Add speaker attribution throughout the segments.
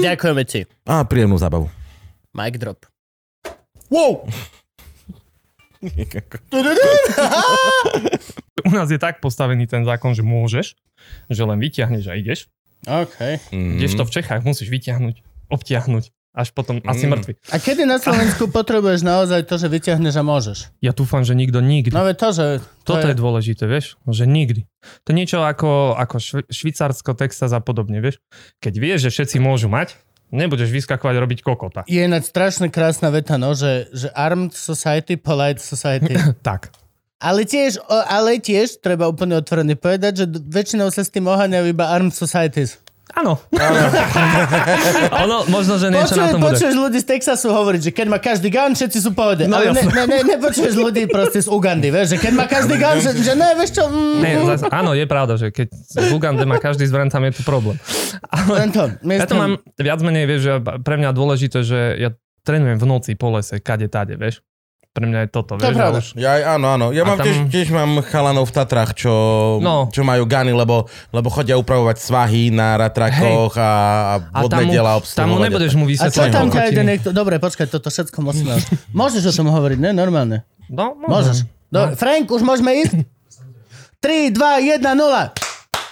Speaker 1: Ďakujeme ti.
Speaker 2: A príjemnú zábavu.
Speaker 1: Mic drop.
Speaker 2: Wow!
Speaker 3: U nás je tak postavený ten zákon, že môžeš, že len vyťahneš a ideš.
Speaker 1: OK.
Speaker 2: Hmm.
Speaker 3: Kdežto v Čechách musíš vyťahnuť, obtiahnuť, až potom asi
Speaker 2: Mm.
Speaker 3: mŕtvy.
Speaker 1: A kedy na Slovensku potrebuješ naozaj to, že vyťahneš a môžeš?
Speaker 3: Ja dúfam, že nikto nikdy.
Speaker 1: No veď to, že... To
Speaker 3: Toto je dôležité, vieš, že nikdy. To niečo ako, ako šv- švýcarsko, Texas a podobne, vieš. Keď vieš, že všetci môžu mať, nebudeš vyskakovať robiť kokota.
Speaker 1: je ináč strašne krásna veta, no, že, že armed society, polite society.
Speaker 3: Tak.
Speaker 1: Ale tiež, o, ale tiež treba úplne otvorene povedať, že d- väčšinou sa s tým oháňajú iba armed societies.
Speaker 3: Áno. ono, možno, že niečo na
Speaker 1: Počuje,
Speaker 3: tom bude.
Speaker 1: počuješ ľudí z Texasu hovoriť, že keď má každý gun, všetci sú v pohode. No,
Speaker 3: No,
Speaker 1: ale ne,
Speaker 3: jasné.
Speaker 1: ne, ne, nepočuješ ľudí proste z Ugandy, vieš, že keď má každý gun, že, že ne, vieš čo, mm,
Speaker 3: Nie, zas, áno, je pravda, že keď v Ugande má každý zbraň, tam je to problém. Ale
Speaker 1: tento,
Speaker 3: ja to mám viac menej, vieš, že pre mňa dôležité, že ja trénujem v noci po lese, kade, tade, vieš. Pre mňa je toto,
Speaker 1: To je
Speaker 3: vieš.
Speaker 1: pravda.
Speaker 3: a už-
Speaker 2: Ja, aj- áno, áno. Ja
Speaker 3: A
Speaker 2: mám
Speaker 3: tam-
Speaker 2: tam... tiež, tiež, mám chalanov v Tatrach, čo, no.
Speaker 3: No.
Speaker 2: čo majú gany, lebo, lebo chodia upravovať svahy na ratrakoch a, a
Speaker 3: a tam
Speaker 2: vodné
Speaker 3: mu,
Speaker 2: diela
Speaker 3: tam mu
Speaker 2: obsluhovať.
Speaker 3: nebudeš
Speaker 1: A
Speaker 3: mu
Speaker 1: čo
Speaker 3: vysvetľovať.
Speaker 1: tam ťa
Speaker 3: kokotiny.
Speaker 1: ide niekto... Dobre, počkaj, toto všetko musíme už. Môžeš o tom hovoriť, ne? Normálne.
Speaker 3: No,
Speaker 1: Môžeš. Dobre, Frank, už môžeme ísť? 3, 2, 1, 0.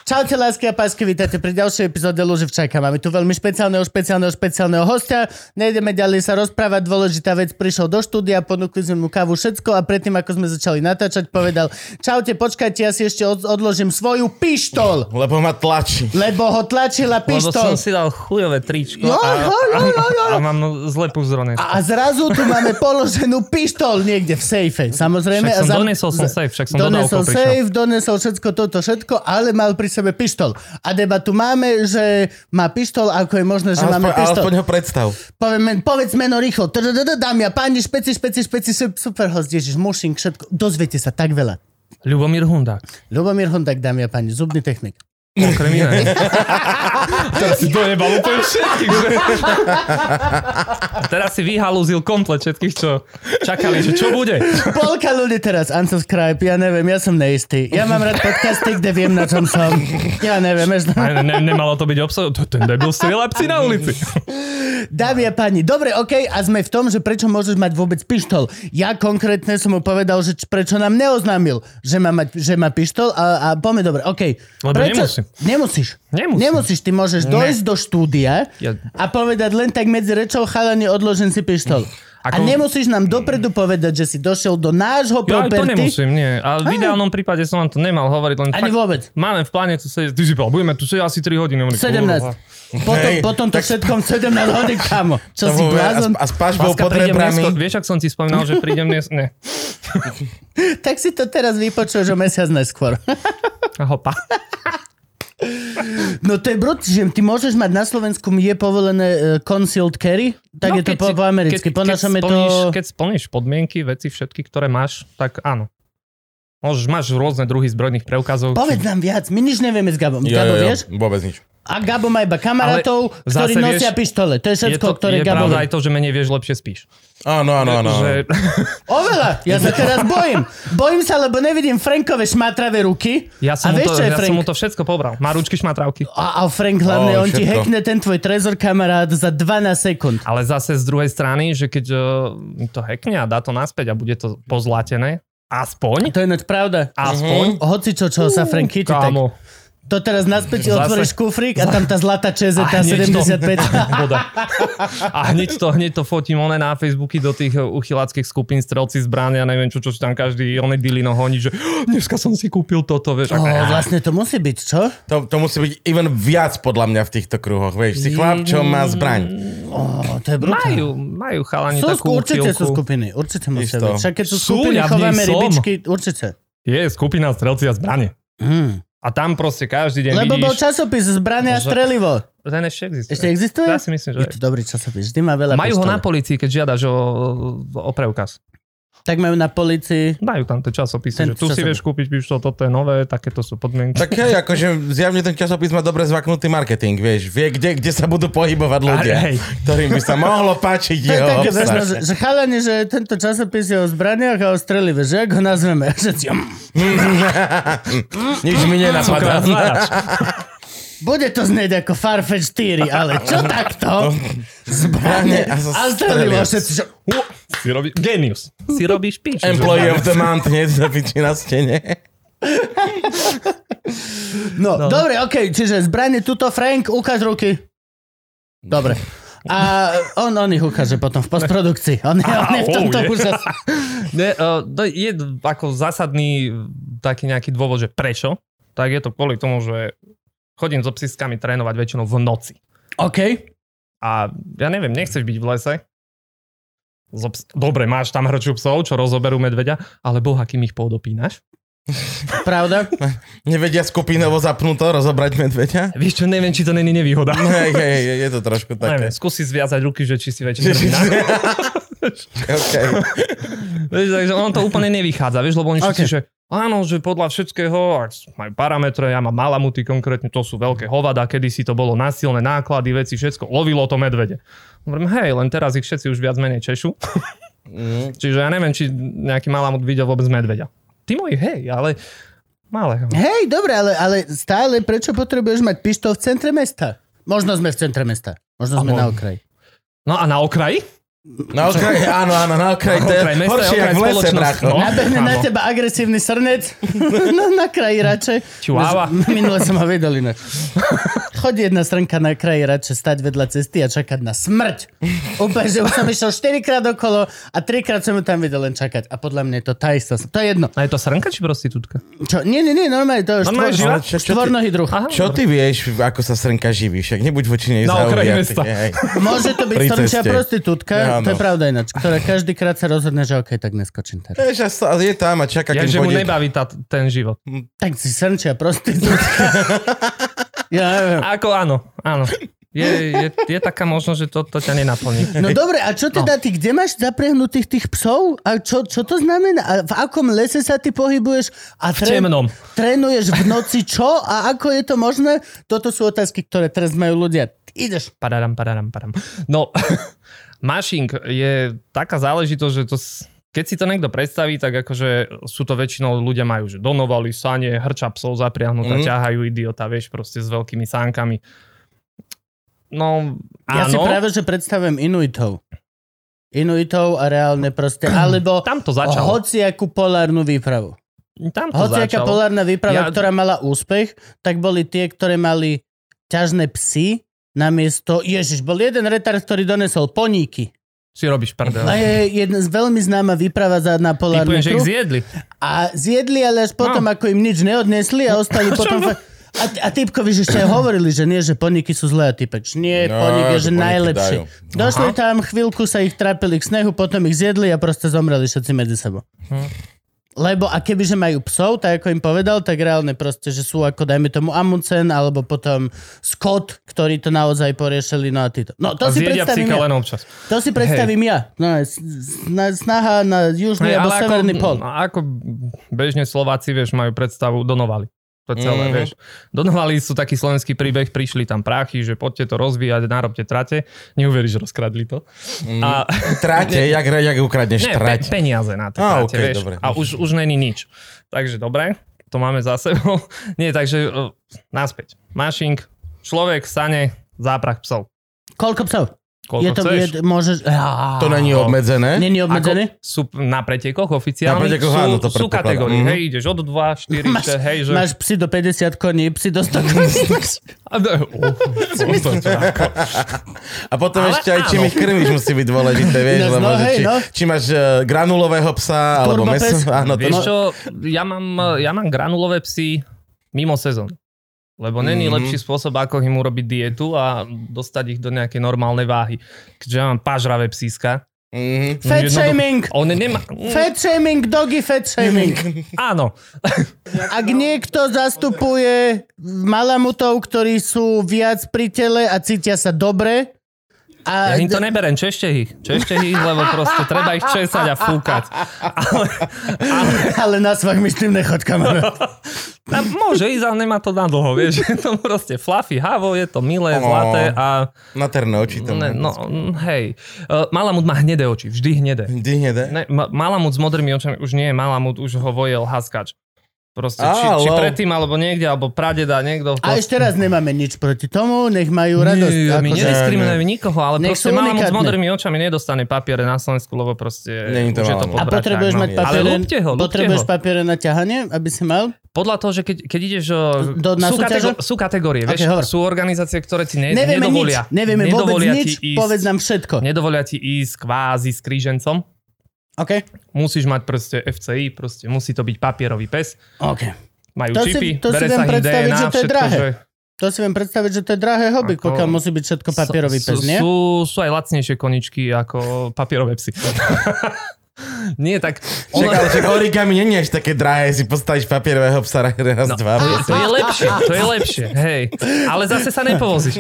Speaker 1: Čaute, lásky a pásky, vítajte pri ďalšej epizóde Luživčaka. Máme tu veľmi špeciálneho, špeciálneho, špeciálneho hostia. Nejdeme ďalej sa rozprávať, dôležitá vec, prišiel do štúdia, ponúkli sme mu kávu, všetko a predtým, ako sme začali natáčať, povedal Čaute, počkajte, ja si ešte od- odložím svoju pištol,
Speaker 2: Lebo ma tlačí.
Speaker 1: lebo ho tlačila
Speaker 3: Lebo
Speaker 1: pištol.
Speaker 3: som si dal chujové
Speaker 1: Jo,
Speaker 3: tričko a,
Speaker 1: jo, jo, jo, jo.
Speaker 3: a, a mám zle pozdrané.
Speaker 1: A zrazu tu máme položenú pištol niekde v sejfe, samozrejme. a
Speaker 3: Však som
Speaker 1: zam-
Speaker 3: donesol som safe, však som
Speaker 1: donesol
Speaker 3: dodal prišiel.
Speaker 1: safe, donesol všetko toto, všetko, ale mal pri sebe pištol. A debatu máme, že má pištol, ako je možné, že máme
Speaker 2: Aspoň,
Speaker 1: pištol.
Speaker 2: aspoň ho predstav.
Speaker 1: Poviem, men- povedz meno rýchlo. Tadadada, Dámy a páni, špeci, špeci, špeci, su- super host, Ježiš, mušink, všetko. Dozviete sa tak veľa.
Speaker 3: Ľubomír Hundák.
Speaker 1: Ľubomír Hondak, dámy a páni, zubný technik.
Speaker 3: Okrem iné. Teraz si dojebal úplne všetkých. Že... A teraz si vyhalúzil komplet všetkých, čo čakali, že čo bude.
Speaker 1: Polka ľudí teraz, unsubscribe, ja neviem, ja som neistý. Ja mám rád podcasty, kde viem, na čom som. Ja neviem, ešte...
Speaker 3: A ne, nemalo to byť obsah. To- Ten debil strieľapci na ulici.
Speaker 1: Dámy a páni, dobre, OK, a sme v tom, že prečo môžeš mať vôbec pištol. Ja konkrétne som mu povedal, že č- prečo nám neoznámil, že má, mať, že má pištol a, a poďme, dobre, OK.
Speaker 3: Lebo
Speaker 1: prečo?
Speaker 3: nemusí.
Speaker 1: Nemusíš.
Speaker 3: Nemusí.
Speaker 1: Nemusíš, ty môžeš ne. dojsť do štúdia
Speaker 3: Ja-
Speaker 1: a povedať len tak medzi rečou, chalani, odložím si pištol. A
Speaker 3: Hm. Ako-
Speaker 1: nemusíš nám dopredu povedať, že si došiel do nášho
Speaker 3: Ja aj No, to
Speaker 1: property.
Speaker 3: nemusím, nie. A v ideálnom prípade som vám to nemal hovoriť, len
Speaker 1: Ani
Speaker 3: fakt-
Speaker 1: vôbec.
Speaker 3: Máme v pláne tu sedieť. Ty si povedal, budeme tu sedieť asi 3 hodiny. Hovorím,
Speaker 1: 17.
Speaker 3: kurva.
Speaker 1: Potom,
Speaker 2: Hej,
Speaker 1: potom to všetkom 17 hodín, kamo. Čo si
Speaker 2: Lebo-
Speaker 1: blázon?
Speaker 2: a, a spáš bol
Speaker 3: Láska,
Speaker 2: pod
Speaker 3: prídem neskôr.
Speaker 2: rebrami.
Speaker 3: Vieš, ak som ti spomínal, že prídem dnes... Ne.
Speaker 1: Tak si to teraz vypočuješ o mesiac neskôr.
Speaker 3: Hopa.
Speaker 1: No to je brut, že ty môžeš mať na Slovensku je povolené e, concealed carry, tak no, je to
Speaker 3: keď
Speaker 1: po,
Speaker 3: si-
Speaker 1: po americky, po našom je to...
Speaker 3: splníš, Keď splníš podmienky, veci všetky, ktoré máš, tak áno. Môžeš, máš rôzne druhy zbrojných preukazov.
Speaker 1: Povedz nám viac, my nič nevieme s Gabom.
Speaker 2: Jo,
Speaker 1: Gabo,
Speaker 2: jo, jo,
Speaker 1: vieš?
Speaker 2: vôbec nič.
Speaker 1: A Gabo má iba kamarátov,
Speaker 3: Ale
Speaker 1: ktorí
Speaker 3: zase
Speaker 1: nosia
Speaker 3: vieš,
Speaker 1: pištole. To je
Speaker 3: je
Speaker 1: všetko,
Speaker 3: to,
Speaker 1: ktoré
Speaker 3: je
Speaker 1: Gabo
Speaker 3: pravda aj
Speaker 1: vie.
Speaker 3: to, že menej vieš, lepšie spíš.
Speaker 2: Áno, áno, áno. áno.
Speaker 3: Že,
Speaker 1: Oveľa, ja sa teraz bojím. Bojím sa, lebo nevidím Frankove šmatravé ruky.
Speaker 3: ja,
Speaker 1: a
Speaker 3: som mu
Speaker 1: vieš,
Speaker 3: to,
Speaker 1: čo je
Speaker 3: ja
Speaker 1: Frank?
Speaker 3: som mu to všetko pobral. Má ručky šmatrávky.
Speaker 1: A, a Frank hlavne,
Speaker 2: Ó,
Speaker 1: on ti
Speaker 2: všetko.
Speaker 1: hackne ten tvoj trezor, kamarát, za 12 sekúnd.
Speaker 3: Ale zase z druhej strany, že keď uh, to hackne a dá to naspäť a bude to pozlatené, aspoň,
Speaker 1: To je ináč pravda.
Speaker 3: aspoň,
Speaker 1: Hoci čo, čo sa Frank chytí, tak
Speaker 3: kámo,
Speaker 1: To teraz naspäť
Speaker 3: Zase.
Speaker 1: otvoríš kufrík a tam tá zlatá ČZ, tá
Speaker 3: A hneď to.
Speaker 1: 75.
Speaker 3: voda. A hneď to, hneď to fotím one na Facebooky do tých e, uchyláckých skupín strelci zbrány a neviem čo, čo si tam každý oný dilino honí, že "Oh, dneska som si kúpil toto, vieš.
Speaker 1: Ó,
Speaker 3: ako ja.
Speaker 1: vlastne to musí byť, čo?
Speaker 2: To, to musí byť even viac podľa mňa v týchto kruhoch, vieš. Si chlap, čo má zbraň.
Speaker 1: Ó, to je brutálne.
Speaker 3: Majú, majú chalani
Speaker 1: Sú,
Speaker 3: takú
Speaker 1: sku- určite sú
Speaker 3: uchylku.
Speaker 1: skupiny, určite musia
Speaker 2: Isto.
Speaker 1: byť. Však keď sú
Speaker 3: Sú,
Speaker 1: skupiny,
Speaker 3: ja v nej
Speaker 1: chováme
Speaker 3: som.
Speaker 1: rybičky, určite.
Speaker 3: Je skupina strelci a zbrane.
Speaker 1: Hmm.
Speaker 3: A tam proste každý deň
Speaker 1: Lebo bol
Speaker 3: vidíš...
Speaker 1: časopis Zbrania a
Speaker 3: Možno-
Speaker 1: strelivo.
Speaker 3: Ten ešte existuje.
Speaker 1: Ešte existuje?
Speaker 3: Ja si myslím, že...
Speaker 1: Je to dobrý časopis, vždy má veľa
Speaker 3: Majú ho
Speaker 1: postole.
Speaker 3: na policii, keď žiadaš o, o preukaz.
Speaker 1: Tak majú na policii.
Speaker 3: Dajú tam tie časopisy,
Speaker 1: Ten
Speaker 3: že tu si
Speaker 1: časopis.
Speaker 3: vieš kúpiť, víš, toto, toto je nové, takéto sú podmienky.
Speaker 2: Tak hej, akože zjavne ten časopis má dobre zvaknutý marketing, vieš. Vie, kde, kde sa budú pohybovať ľudia,
Speaker 3: hej.
Speaker 2: ktorým by sa mohlo páčiť
Speaker 1: To je
Speaker 2: jeho
Speaker 1: také
Speaker 2: obsah.
Speaker 1: presne, že, že chalani, že tento časopis je o zbraniach a o strelive, že ako ho nazveme? Že si, "Mm,
Speaker 2: Nič mi nenapadá.
Speaker 1: bude to znieť ako Farfetch 4, ale čo takto? Zbranie
Speaker 2: Zbrane a so
Speaker 1: a strelivo.
Speaker 2: strelivo.
Speaker 1: Všetci, že,
Speaker 3: si robí... Genius. Si robíš pič. že-
Speaker 2: Employee of the month, nie to piči na stene.
Speaker 1: no, no, dobre, okej, čiže zbranie tuto, Frank, ukáž ruky. Dobre. A on, on ich ukáže potom v postprodukcii. On, je- on je v
Speaker 3: Au,
Speaker 1: tomto
Speaker 3: je.
Speaker 1: úžas.
Speaker 3: Ne, uh, to je ako zásadný eh, taký nejaký dôvod, že prečo, tak je to kvôli tomu, že chodím so psiskami trénovať väčšinou v noci.
Speaker 1: OK.
Speaker 3: A ja neviem, nechceš byť v lese? So ps- Dobre, máš tam hrču psov, čo rozoberú medveďa, ale boha, kým ich podopínaš?
Speaker 1: Pravda?
Speaker 2: Nevedia skupinovo zapnuto rozobrať medveďa?
Speaker 3: Vieš čo, neviem, či to není nevýhoda.
Speaker 2: Hej, hej, hej, je to trošku
Speaker 3: Neviem,
Speaker 2: také.
Speaker 3: skúsi zviazať ruky, že či si väčšie nervina.
Speaker 2: okay.
Speaker 3: Vieš, takže on to úplne nevychádza, vieš, lebo oni všetci, že áno, že podľa všetkého, ak majú parametre, ja mám malamuty konkrétne, to sú veľké hovada, kedysi to bolo násilné náklady, veci, všetko, lovilo to medvede. Hovorím, hej, len teraz ich všetci už viac menej češu,
Speaker 2: Mm,
Speaker 3: čiže ja neviem, či nejaký malamut videl vôbec medveďa. Ty môj, hej, ale malého.
Speaker 1: Hej, dobre, ale, ale stále prečo potrebuješ mať pištol v centre mesta? Možno sme v centre mesta. Možno sme na
Speaker 3: Áno.
Speaker 1: okraji.
Speaker 3: No a na okraji?
Speaker 2: Na okraji, áno, áno, na okraji. To je
Speaker 3: okraj mesta,
Speaker 2: horšie,
Speaker 3: okraj
Speaker 2: jak v lese,
Speaker 3: spoločnosti.
Speaker 2: bracho.
Speaker 3: No.
Speaker 1: Nabehne na
Speaker 3: Áno.
Speaker 1: teba agresívny srnec. no, na kraji radšej.
Speaker 3: Chihuahua.
Speaker 1: Minule som ho vedel inak. Chodí jedna srnka na kraji radšej stať vedľa cesty a čakať na smrť. Úplne, že už som išiel 4 krát okolo a 3 krát som ju tam videl len čakať. A podľa mňa je to tá istá. sr- To je jedno.
Speaker 3: A je to srnka či prostitútka?
Speaker 1: Čo? Nie, nie, nie, normálne to je
Speaker 3: Normálne
Speaker 1: štvor-
Speaker 2: Ale
Speaker 3: žila?
Speaker 2: čo- čo ty-
Speaker 1: štvornohý druh.
Speaker 3: Aha.
Speaker 2: Čo ty vieš, ako sa srnka živí? Však nebuď voči nej
Speaker 3: Na okraji
Speaker 2: zaujatý,
Speaker 3: mesta.
Speaker 2: hej.
Speaker 1: Môže to byť
Speaker 2: Pri
Speaker 1: strnčia
Speaker 2: ceste. no.
Speaker 1: prostitútka,
Speaker 2: Áno.
Speaker 1: to je pravda ináč, ktorá každý krát sa rozhodne, že okej, tak neskočím teraz.
Speaker 2: Vieš, a sa- je tam a čaká,
Speaker 3: Ja,
Speaker 2: kým
Speaker 3: že mu
Speaker 2: pôjde.
Speaker 3: nebaví tá, ten život.
Speaker 1: Tak si srnčia prostitútka. ja neviem.
Speaker 3: Ako áno, áno. Je, je, je taká možnosť, že to, to ťa nenaplní.
Speaker 1: No dobre, a čo teda ty, kde máš zaprehnutých tých psov? A čo, čo to znamená? A v akom lese sa ty pohybuješ? A
Speaker 3: V temnom.
Speaker 1: Trénuješ v noci čo? A ako je to možné? Toto sú otázky, ktoré teraz majú ľudia. Ideš.
Speaker 3: Pararam, pararam, pararam. No, mashing je taká záležitosť, že to... s- Keď si to niekto predstaví, tak akože sú to väčšinou ľudia majú, že donovali, sanie, hrča psov
Speaker 2: Mhm.
Speaker 3: zapriahnuté, mm. ťahajú idiota, vieš, proste s veľkými sánkami. No,
Speaker 1: Ja si
Speaker 3: áno,
Speaker 1: práve, že predstavujem Inuitov. Inuitov a reálne proste. Alebo
Speaker 3: tam to začalo.
Speaker 1: hociakú polárnu výpravu.
Speaker 3: Tam to
Speaker 1: Hociaká
Speaker 3: začalo.
Speaker 1: polárna výprava,
Speaker 3: Ja-
Speaker 1: ktorá mala úspech, tak boli tie, ktoré mali ťažné psy namiesto... Ježiš, bol jeden retard, ktorý donesol poníky.
Speaker 3: Si robíš prdel.
Speaker 1: A je jedna z veľmi známa výprava za na polárnu
Speaker 3: Typujem, že ich
Speaker 1: kruh.
Speaker 3: zjedli.
Speaker 1: A zjedli, ale až potom,
Speaker 3: No.
Speaker 1: ako im nič neodnesli a ostali potom... Fa- a, a typkovi, že ešte aj hovorili, že nie, že poníky sú zlé a typeč. Nie,
Speaker 2: No,
Speaker 1: poník je,
Speaker 2: že
Speaker 1: že
Speaker 2: poníky
Speaker 1: najlepší.
Speaker 2: dajú.
Speaker 1: Došli tam, chvíľku sa ich trápili k snehu, potom ich zjedli a proste zomreli všetci medzi sebou.
Speaker 3: Hm.
Speaker 1: Lebo a kebyže majú psov, tak ako im povedal, tak reálne proste, že sú ako dajme tomu Amundsen, alebo potom Scott, ktorí to naozaj poriešili, no a títo. No to
Speaker 3: A
Speaker 1: si
Speaker 3: zjedia
Speaker 1: predstavím
Speaker 3: psíka
Speaker 1: ja.
Speaker 3: len občas.
Speaker 1: To si predstavím ja. No, s- s- snaha na južný
Speaker 3: Hej,
Speaker 1: alebo
Speaker 3: ale
Speaker 1: severný
Speaker 3: ako, no.
Speaker 1: pol.
Speaker 3: a Ako bežne Slováci, vieš, majú predstavu donovali. To je celé,
Speaker 2: Mhm.
Speaker 3: mm-hmm. vieš. Donovali sú taký slovenský príbeh, prišli tam práchy, že poďte to rozvíjať, narobte trate. Neuveríš, rozkradli to.
Speaker 1: Mhm.
Speaker 2: Mm,
Speaker 3: A
Speaker 2: Trate, jak, jak ukradneš
Speaker 3: ne,
Speaker 2: trať.
Speaker 3: pe- peniaze na tie
Speaker 2: Á,
Speaker 3: trate,
Speaker 2: okej,
Speaker 3: vieš.
Speaker 2: dobre.
Speaker 3: A už, už není nič. Takže dobre, to máme za sebou. Nie, takže uh, naspäť. Mašing, človek, sane, záprach psov.
Speaker 1: Koľko psov?
Speaker 3: Koľko
Speaker 1: je to,
Speaker 3: chceš.
Speaker 1: Je, môžeš...
Speaker 2: To není obmedzené.
Speaker 1: Není obmedzený?
Speaker 3: Ako sú na pretekoch
Speaker 2: Na
Speaker 3: oficiálnych,
Speaker 2: pretekoch,
Speaker 3: sú,
Speaker 2: áno, to
Speaker 3: sú
Speaker 2: predpokladám.
Speaker 3: kategórie.
Speaker 2: Mhm.
Speaker 3: Hej, ideš od 2,
Speaker 1: Máš,
Speaker 3: 4, máš, hej, že...
Speaker 1: máš psi do 50 koní, psi do 100 koní.
Speaker 3: A, d- uh, to, to, ako,
Speaker 2: A potom
Speaker 3: Ale
Speaker 2: ešte aj čím
Speaker 3: áno.
Speaker 2: ich krmiš musí byť dôležité, vieš,
Speaker 1: No,
Speaker 2: lebo
Speaker 1: no,
Speaker 2: že
Speaker 1: hej,
Speaker 2: či,
Speaker 1: no.
Speaker 2: či máš eh, granulového psa, alebo
Speaker 1: Turbo
Speaker 2: meso.
Speaker 1: pes.
Speaker 2: Áno, to no.
Speaker 3: vieš čo, ja mám, ja mám granulové psy mimo sezón. Lebo není
Speaker 2: Mhm.
Speaker 3: lepší spôsob, ako im urobiť dietu a dostať ich do nejakej normálnej váhy. Keďže ja mám pažravé psíska,
Speaker 2: Mhm.
Speaker 1: Fat
Speaker 3: Jednoducho-
Speaker 1: shaming.
Speaker 3: On nemá...
Speaker 1: Fat shaming, doggy fat shaming.
Speaker 3: Áno.
Speaker 1: Ak niekto zastupuje malamutov, ktorí sú viac pri tele a cítia sa dobre,
Speaker 3: Ja
Speaker 1: a
Speaker 3: im to neberem, češte ich. Češte ich, lebo proste treba ich česať a fúkať.
Speaker 1: ale na svak myslím nechod, kamarát.
Speaker 3: A môže ísť, ale nemá to na dlho, vieš. Je to proste fluffy, havo, je to milé,
Speaker 2: Ó.
Speaker 3: zlaté a...
Speaker 2: Naterné oči tam.
Speaker 3: Ne, no, mm, hej. Eh, Malamut má hnedé oči, vždy hnedé.
Speaker 2: Vždy hnedé.
Speaker 3: Ne, ma, malamut s modrými očami už nie je malamut, už ho vojel haskač. Proste, či,
Speaker 2: Á,
Speaker 3: či
Speaker 2: lol.
Speaker 3: predtým, alebo niekde, alebo pradeda, niekto...
Speaker 1: A ešte raz nemáme nič proti tomu, nech majú radosť.
Speaker 3: Nie,
Speaker 1: akože-
Speaker 3: my nediskriminujeme nikoho, ale
Speaker 1: Nech sú
Speaker 3: proste malamut s
Speaker 1: unikátne.
Speaker 3: modrými očami nedostane papiere na Slovensku, lebo proste
Speaker 2: Není to
Speaker 3: už je to
Speaker 2: malamut.
Speaker 1: a
Speaker 3: podračák,
Speaker 1: potrebuješ
Speaker 3: no.
Speaker 1: mať
Speaker 2: je.
Speaker 1: papiere,
Speaker 3: Ale lúpte ho, lúpte
Speaker 1: potrebuješ
Speaker 3: ho.
Speaker 1: papiere na ťahanie, aby si mal?
Speaker 3: Podľa toho, že keď, keď ideš... o-
Speaker 1: Do- na
Speaker 3: sú,
Speaker 1: súťaže?
Speaker 3: sú kategórie,
Speaker 1: Ok,
Speaker 3: vieš,
Speaker 1: hovor.
Speaker 3: sú organizácie, ktoré ti ne,
Speaker 1: Nevieme nič,
Speaker 3: nedovolia.
Speaker 1: nevieme vôbec
Speaker 3: nedovolia
Speaker 1: nič,
Speaker 3: ti ísť,
Speaker 1: povedz nám všetko.
Speaker 3: Nedovolia ti ísť kvázi s krížencom.
Speaker 1: OK?
Speaker 3: Musíš mať proste FCI, proste musí to byť papierový pes.
Speaker 1: OK.
Speaker 3: Majú
Speaker 1: To si-
Speaker 3: čipy,
Speaker 1: to si
Speaker 3: bere
Speaker 1: viem
Speaker 3: sa ich
Speaker 1: predstaviť,
Speaker 3: DNA,
Speaker 1: že to je
Speaker 3: všetko,
Speaker 1: drahé.
Speaker 3: že...
Speaker 1: To si viem predstaviť, že to je drahé hobby,
Speaker 3: Ako-
Speaker 1: pokiaľ musí byť všetko papierový
Speaker 3: sú,
Speaker 1: pes, nie?
Speaker 3: Sú, sú aj lacnejšie koničky ako papierové psy. Nie, tak...
Speaker 2: Čak, ale že origami nie je až také drahé, si postavíš papierového psa raz, dva.
Speaker 3: To je, to je lepšie, to je lepšie, hej. Ale zase sa nepovozíš.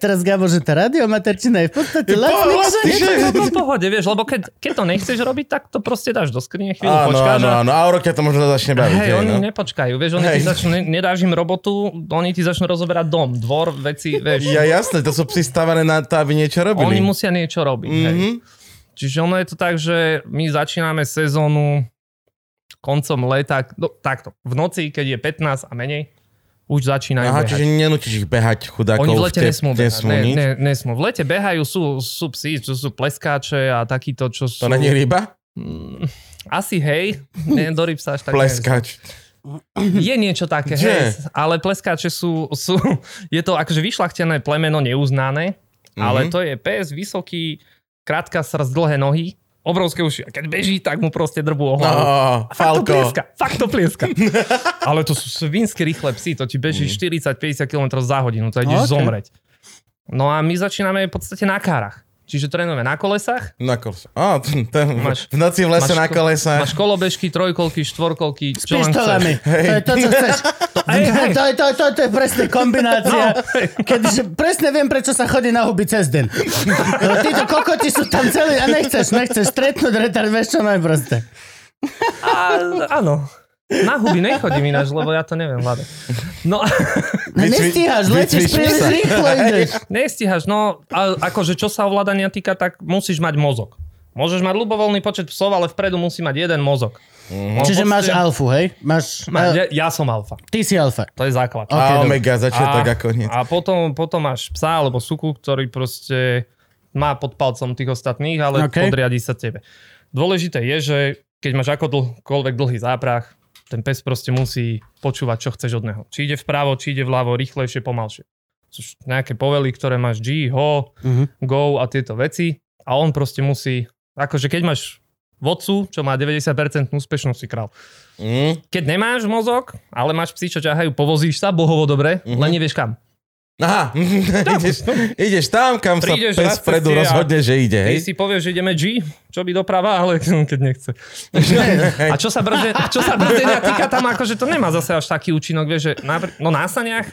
Speaker 1: Teraz, Gabo, že tá radiomaterčina je v podstate lacný
Speaker 2: vlastný
Speaker 1: kšeft.
Speaker 3: Je to v pohode, vieš, lebo keď, keď to nechceš robiť, tak to proste dáš do skrine, chvíľu
Speaker 2: Áno,
Speaker 3: počkáš
Speaker 2: áno,
Speaker 3: a
Speaker 2: áno. A o rok ťa to možno začne baviť.
Speaker 3: Hej,
Speaker 2: hej,
Speaker 3: oni
Speaker 2: no.
Speaker 3: nepočkajú, vieš, oni ti
Speaker 2: Hej.
Speaker 3: začnú, ne- nedáš im robotu, oni ti začnú rozoberať dom, dvor, veci, vieš.
Speaker 2: Ja jasné, to sú psi stavané na to, aby niečo robili.
Speaker 3: Oni musia niečo robiť, hej.
Speaker 2: Mhm.
Speaker 3: Čiže ono je to tak, že my začíname sezónu koncom leta, no, takto, v noci, keď je 15 a menej, už začínajú
Speaker 2: Aha,
Speaker 3: behať.
Speaker 2: čiže nenútiš ich behať chudákov.
Speaker 3: Oni v lete
Speaker 2: te-
Speaker 3: nesmú behať.
Speaker 2: nesmú
Speaker 3: Ne,
Speaker 2: nič.
Speaker 3: ne, nesmú. V lete behajú, sú, sú psi, čo sú pleskáče a takýto, čo sú...
Speaker 2: To není ryba?
Speaker 3: Mm, Asi hej, ne, do ryb sa až tak...
Speaker 2: Pleskač.
Speaker 3: Je niečo také,
Speaker 2: Kde?
Speaker 3: hej, ale pleskáče sú, sú... Je to akože vyšľachtené plemeno neuznané, ale
Speaker 2: Mhm.
Speaker 3: to je pes vysoký, krátka srdc, dlhé nohy, obrovské uši. A keď beží, tak mu proste
Speaker 2: No,
Speaker 3: drbú o hlavu. A fakt to
Speaker 2: falko.
Speaker 3: plieska, fakt to plieska. Ale to sú svinsky rýchle psy, to ti beží
Speaker 2: Mhm.
Speaker 3: 40-50 km za hodinu, to
Speaker 1: Ok.
Speaker 3: ideš zomreť. No a my začíname v podstate na kárach. Čiže trénujeme na kolesách,
Speaker 2: Na kolesa. Á, t- t-
Speaker 3: Máš-
Speaker 2: v noci v lese
Speaker 3: máš
Speaker 2: na
Speaker 3: ko-
Speaker 2: kolesa.
Speaker 3: máš kolobežky, trojkolky, štvorkolky,
Speaker 1: S
Speaker 3: čo len
Speaker 1: pištolami.
Speaker 3: chceš.
Speaker 1: To je to, čo chceš.
Speaker 3: Hej, hej.
Speaker 1: To je, to, to, to je presne kombinácia.
Speaker 3: No, hej.
Speaker 1: Keďže presne viem, prečo sa chodí na huby cez deň. Lebo Títo kokoti sú tam celí a nechceš, nechceš stretnúť retard, vieš čo no najproste.
Speaker 3: A, áno. Na huby nechodím ináč, lebo ja to neviem hľadať. No a
Speaker 1: No
Speaker 2: Vycvi-
Speaker 1: nestíhaš, letíš
Speaker 2: vycvičíš
Speaker 1: príliš
Speaker 2: sa.
Speaker 1: rýchlo, ideš.
Speaker 3: nestíhaš, no a akože čo sa ovládania týka, tak musíš mať mozog. Môžeš mať ľubovoľný počet psov, ale vpredu musí mať jeden mozog. No,
Speaker 1: Čiže máš
Speaker 3: proste-
Speaker 1: alfu, hej? Máš,
Speaker 3: Ma,
Speaker 1: a,
Speaker 3: ja, ja som alfa.
Speaker 1: ty si alfa.
Speaker 3: To je základ.
Speaker 1: Ok,
Speaker 2: A
Speaker 1: dobre.
Speaker 2: omega, začiatok a koniec.
Speaker 3: a potom, potom máš psa alebo suku, ktorý proste má pod palcom tých ostatných,
Speaker 1: Ok.
Speaker 3: ale okay. podriadi sa tebe. Dôležité je, že keď máš akokoľvek dlhý záprach, ten pes proste musí počúvať, čo chceš od neho. Či ide vpravo, či ide vľavo, rýchlejšie, pomalšie. Což nejaké povely, ktoré máš G, ho,
Speaker 1: Mhm.
Speaker 3: go a tieto veci. A on proste musí, akože keď máš vodcu, čo má 90% úspešnosť, si král.
Speaker 2: Mm,
Speaker 3: Keď nemáš mozog, ale máš psi, čo ťahajú, povozíš sa, bohovo dobre,
Speaker 2: Mhm.
Speaker 3: len nevieš kam.
Speaker 2: Aha, ideš, ideš tam, kam sa
Speaker 3: Prídeš
Speaker 2: pes
Speaker 3: na ceste
Speaker 2: vpredu
Speaker 3: a-
Speaker 2: rozhodne, že ide.
Speaker 3: Ty
Speaker 2: Hej?
Speaker 3: si povieš, že ideme G, čo by doprava, ale keď nechce. A čo sa brzde, čo sa brzdenia týka tam, akože to nemá zase až taký účinok, vieš, že na, br- no na saniach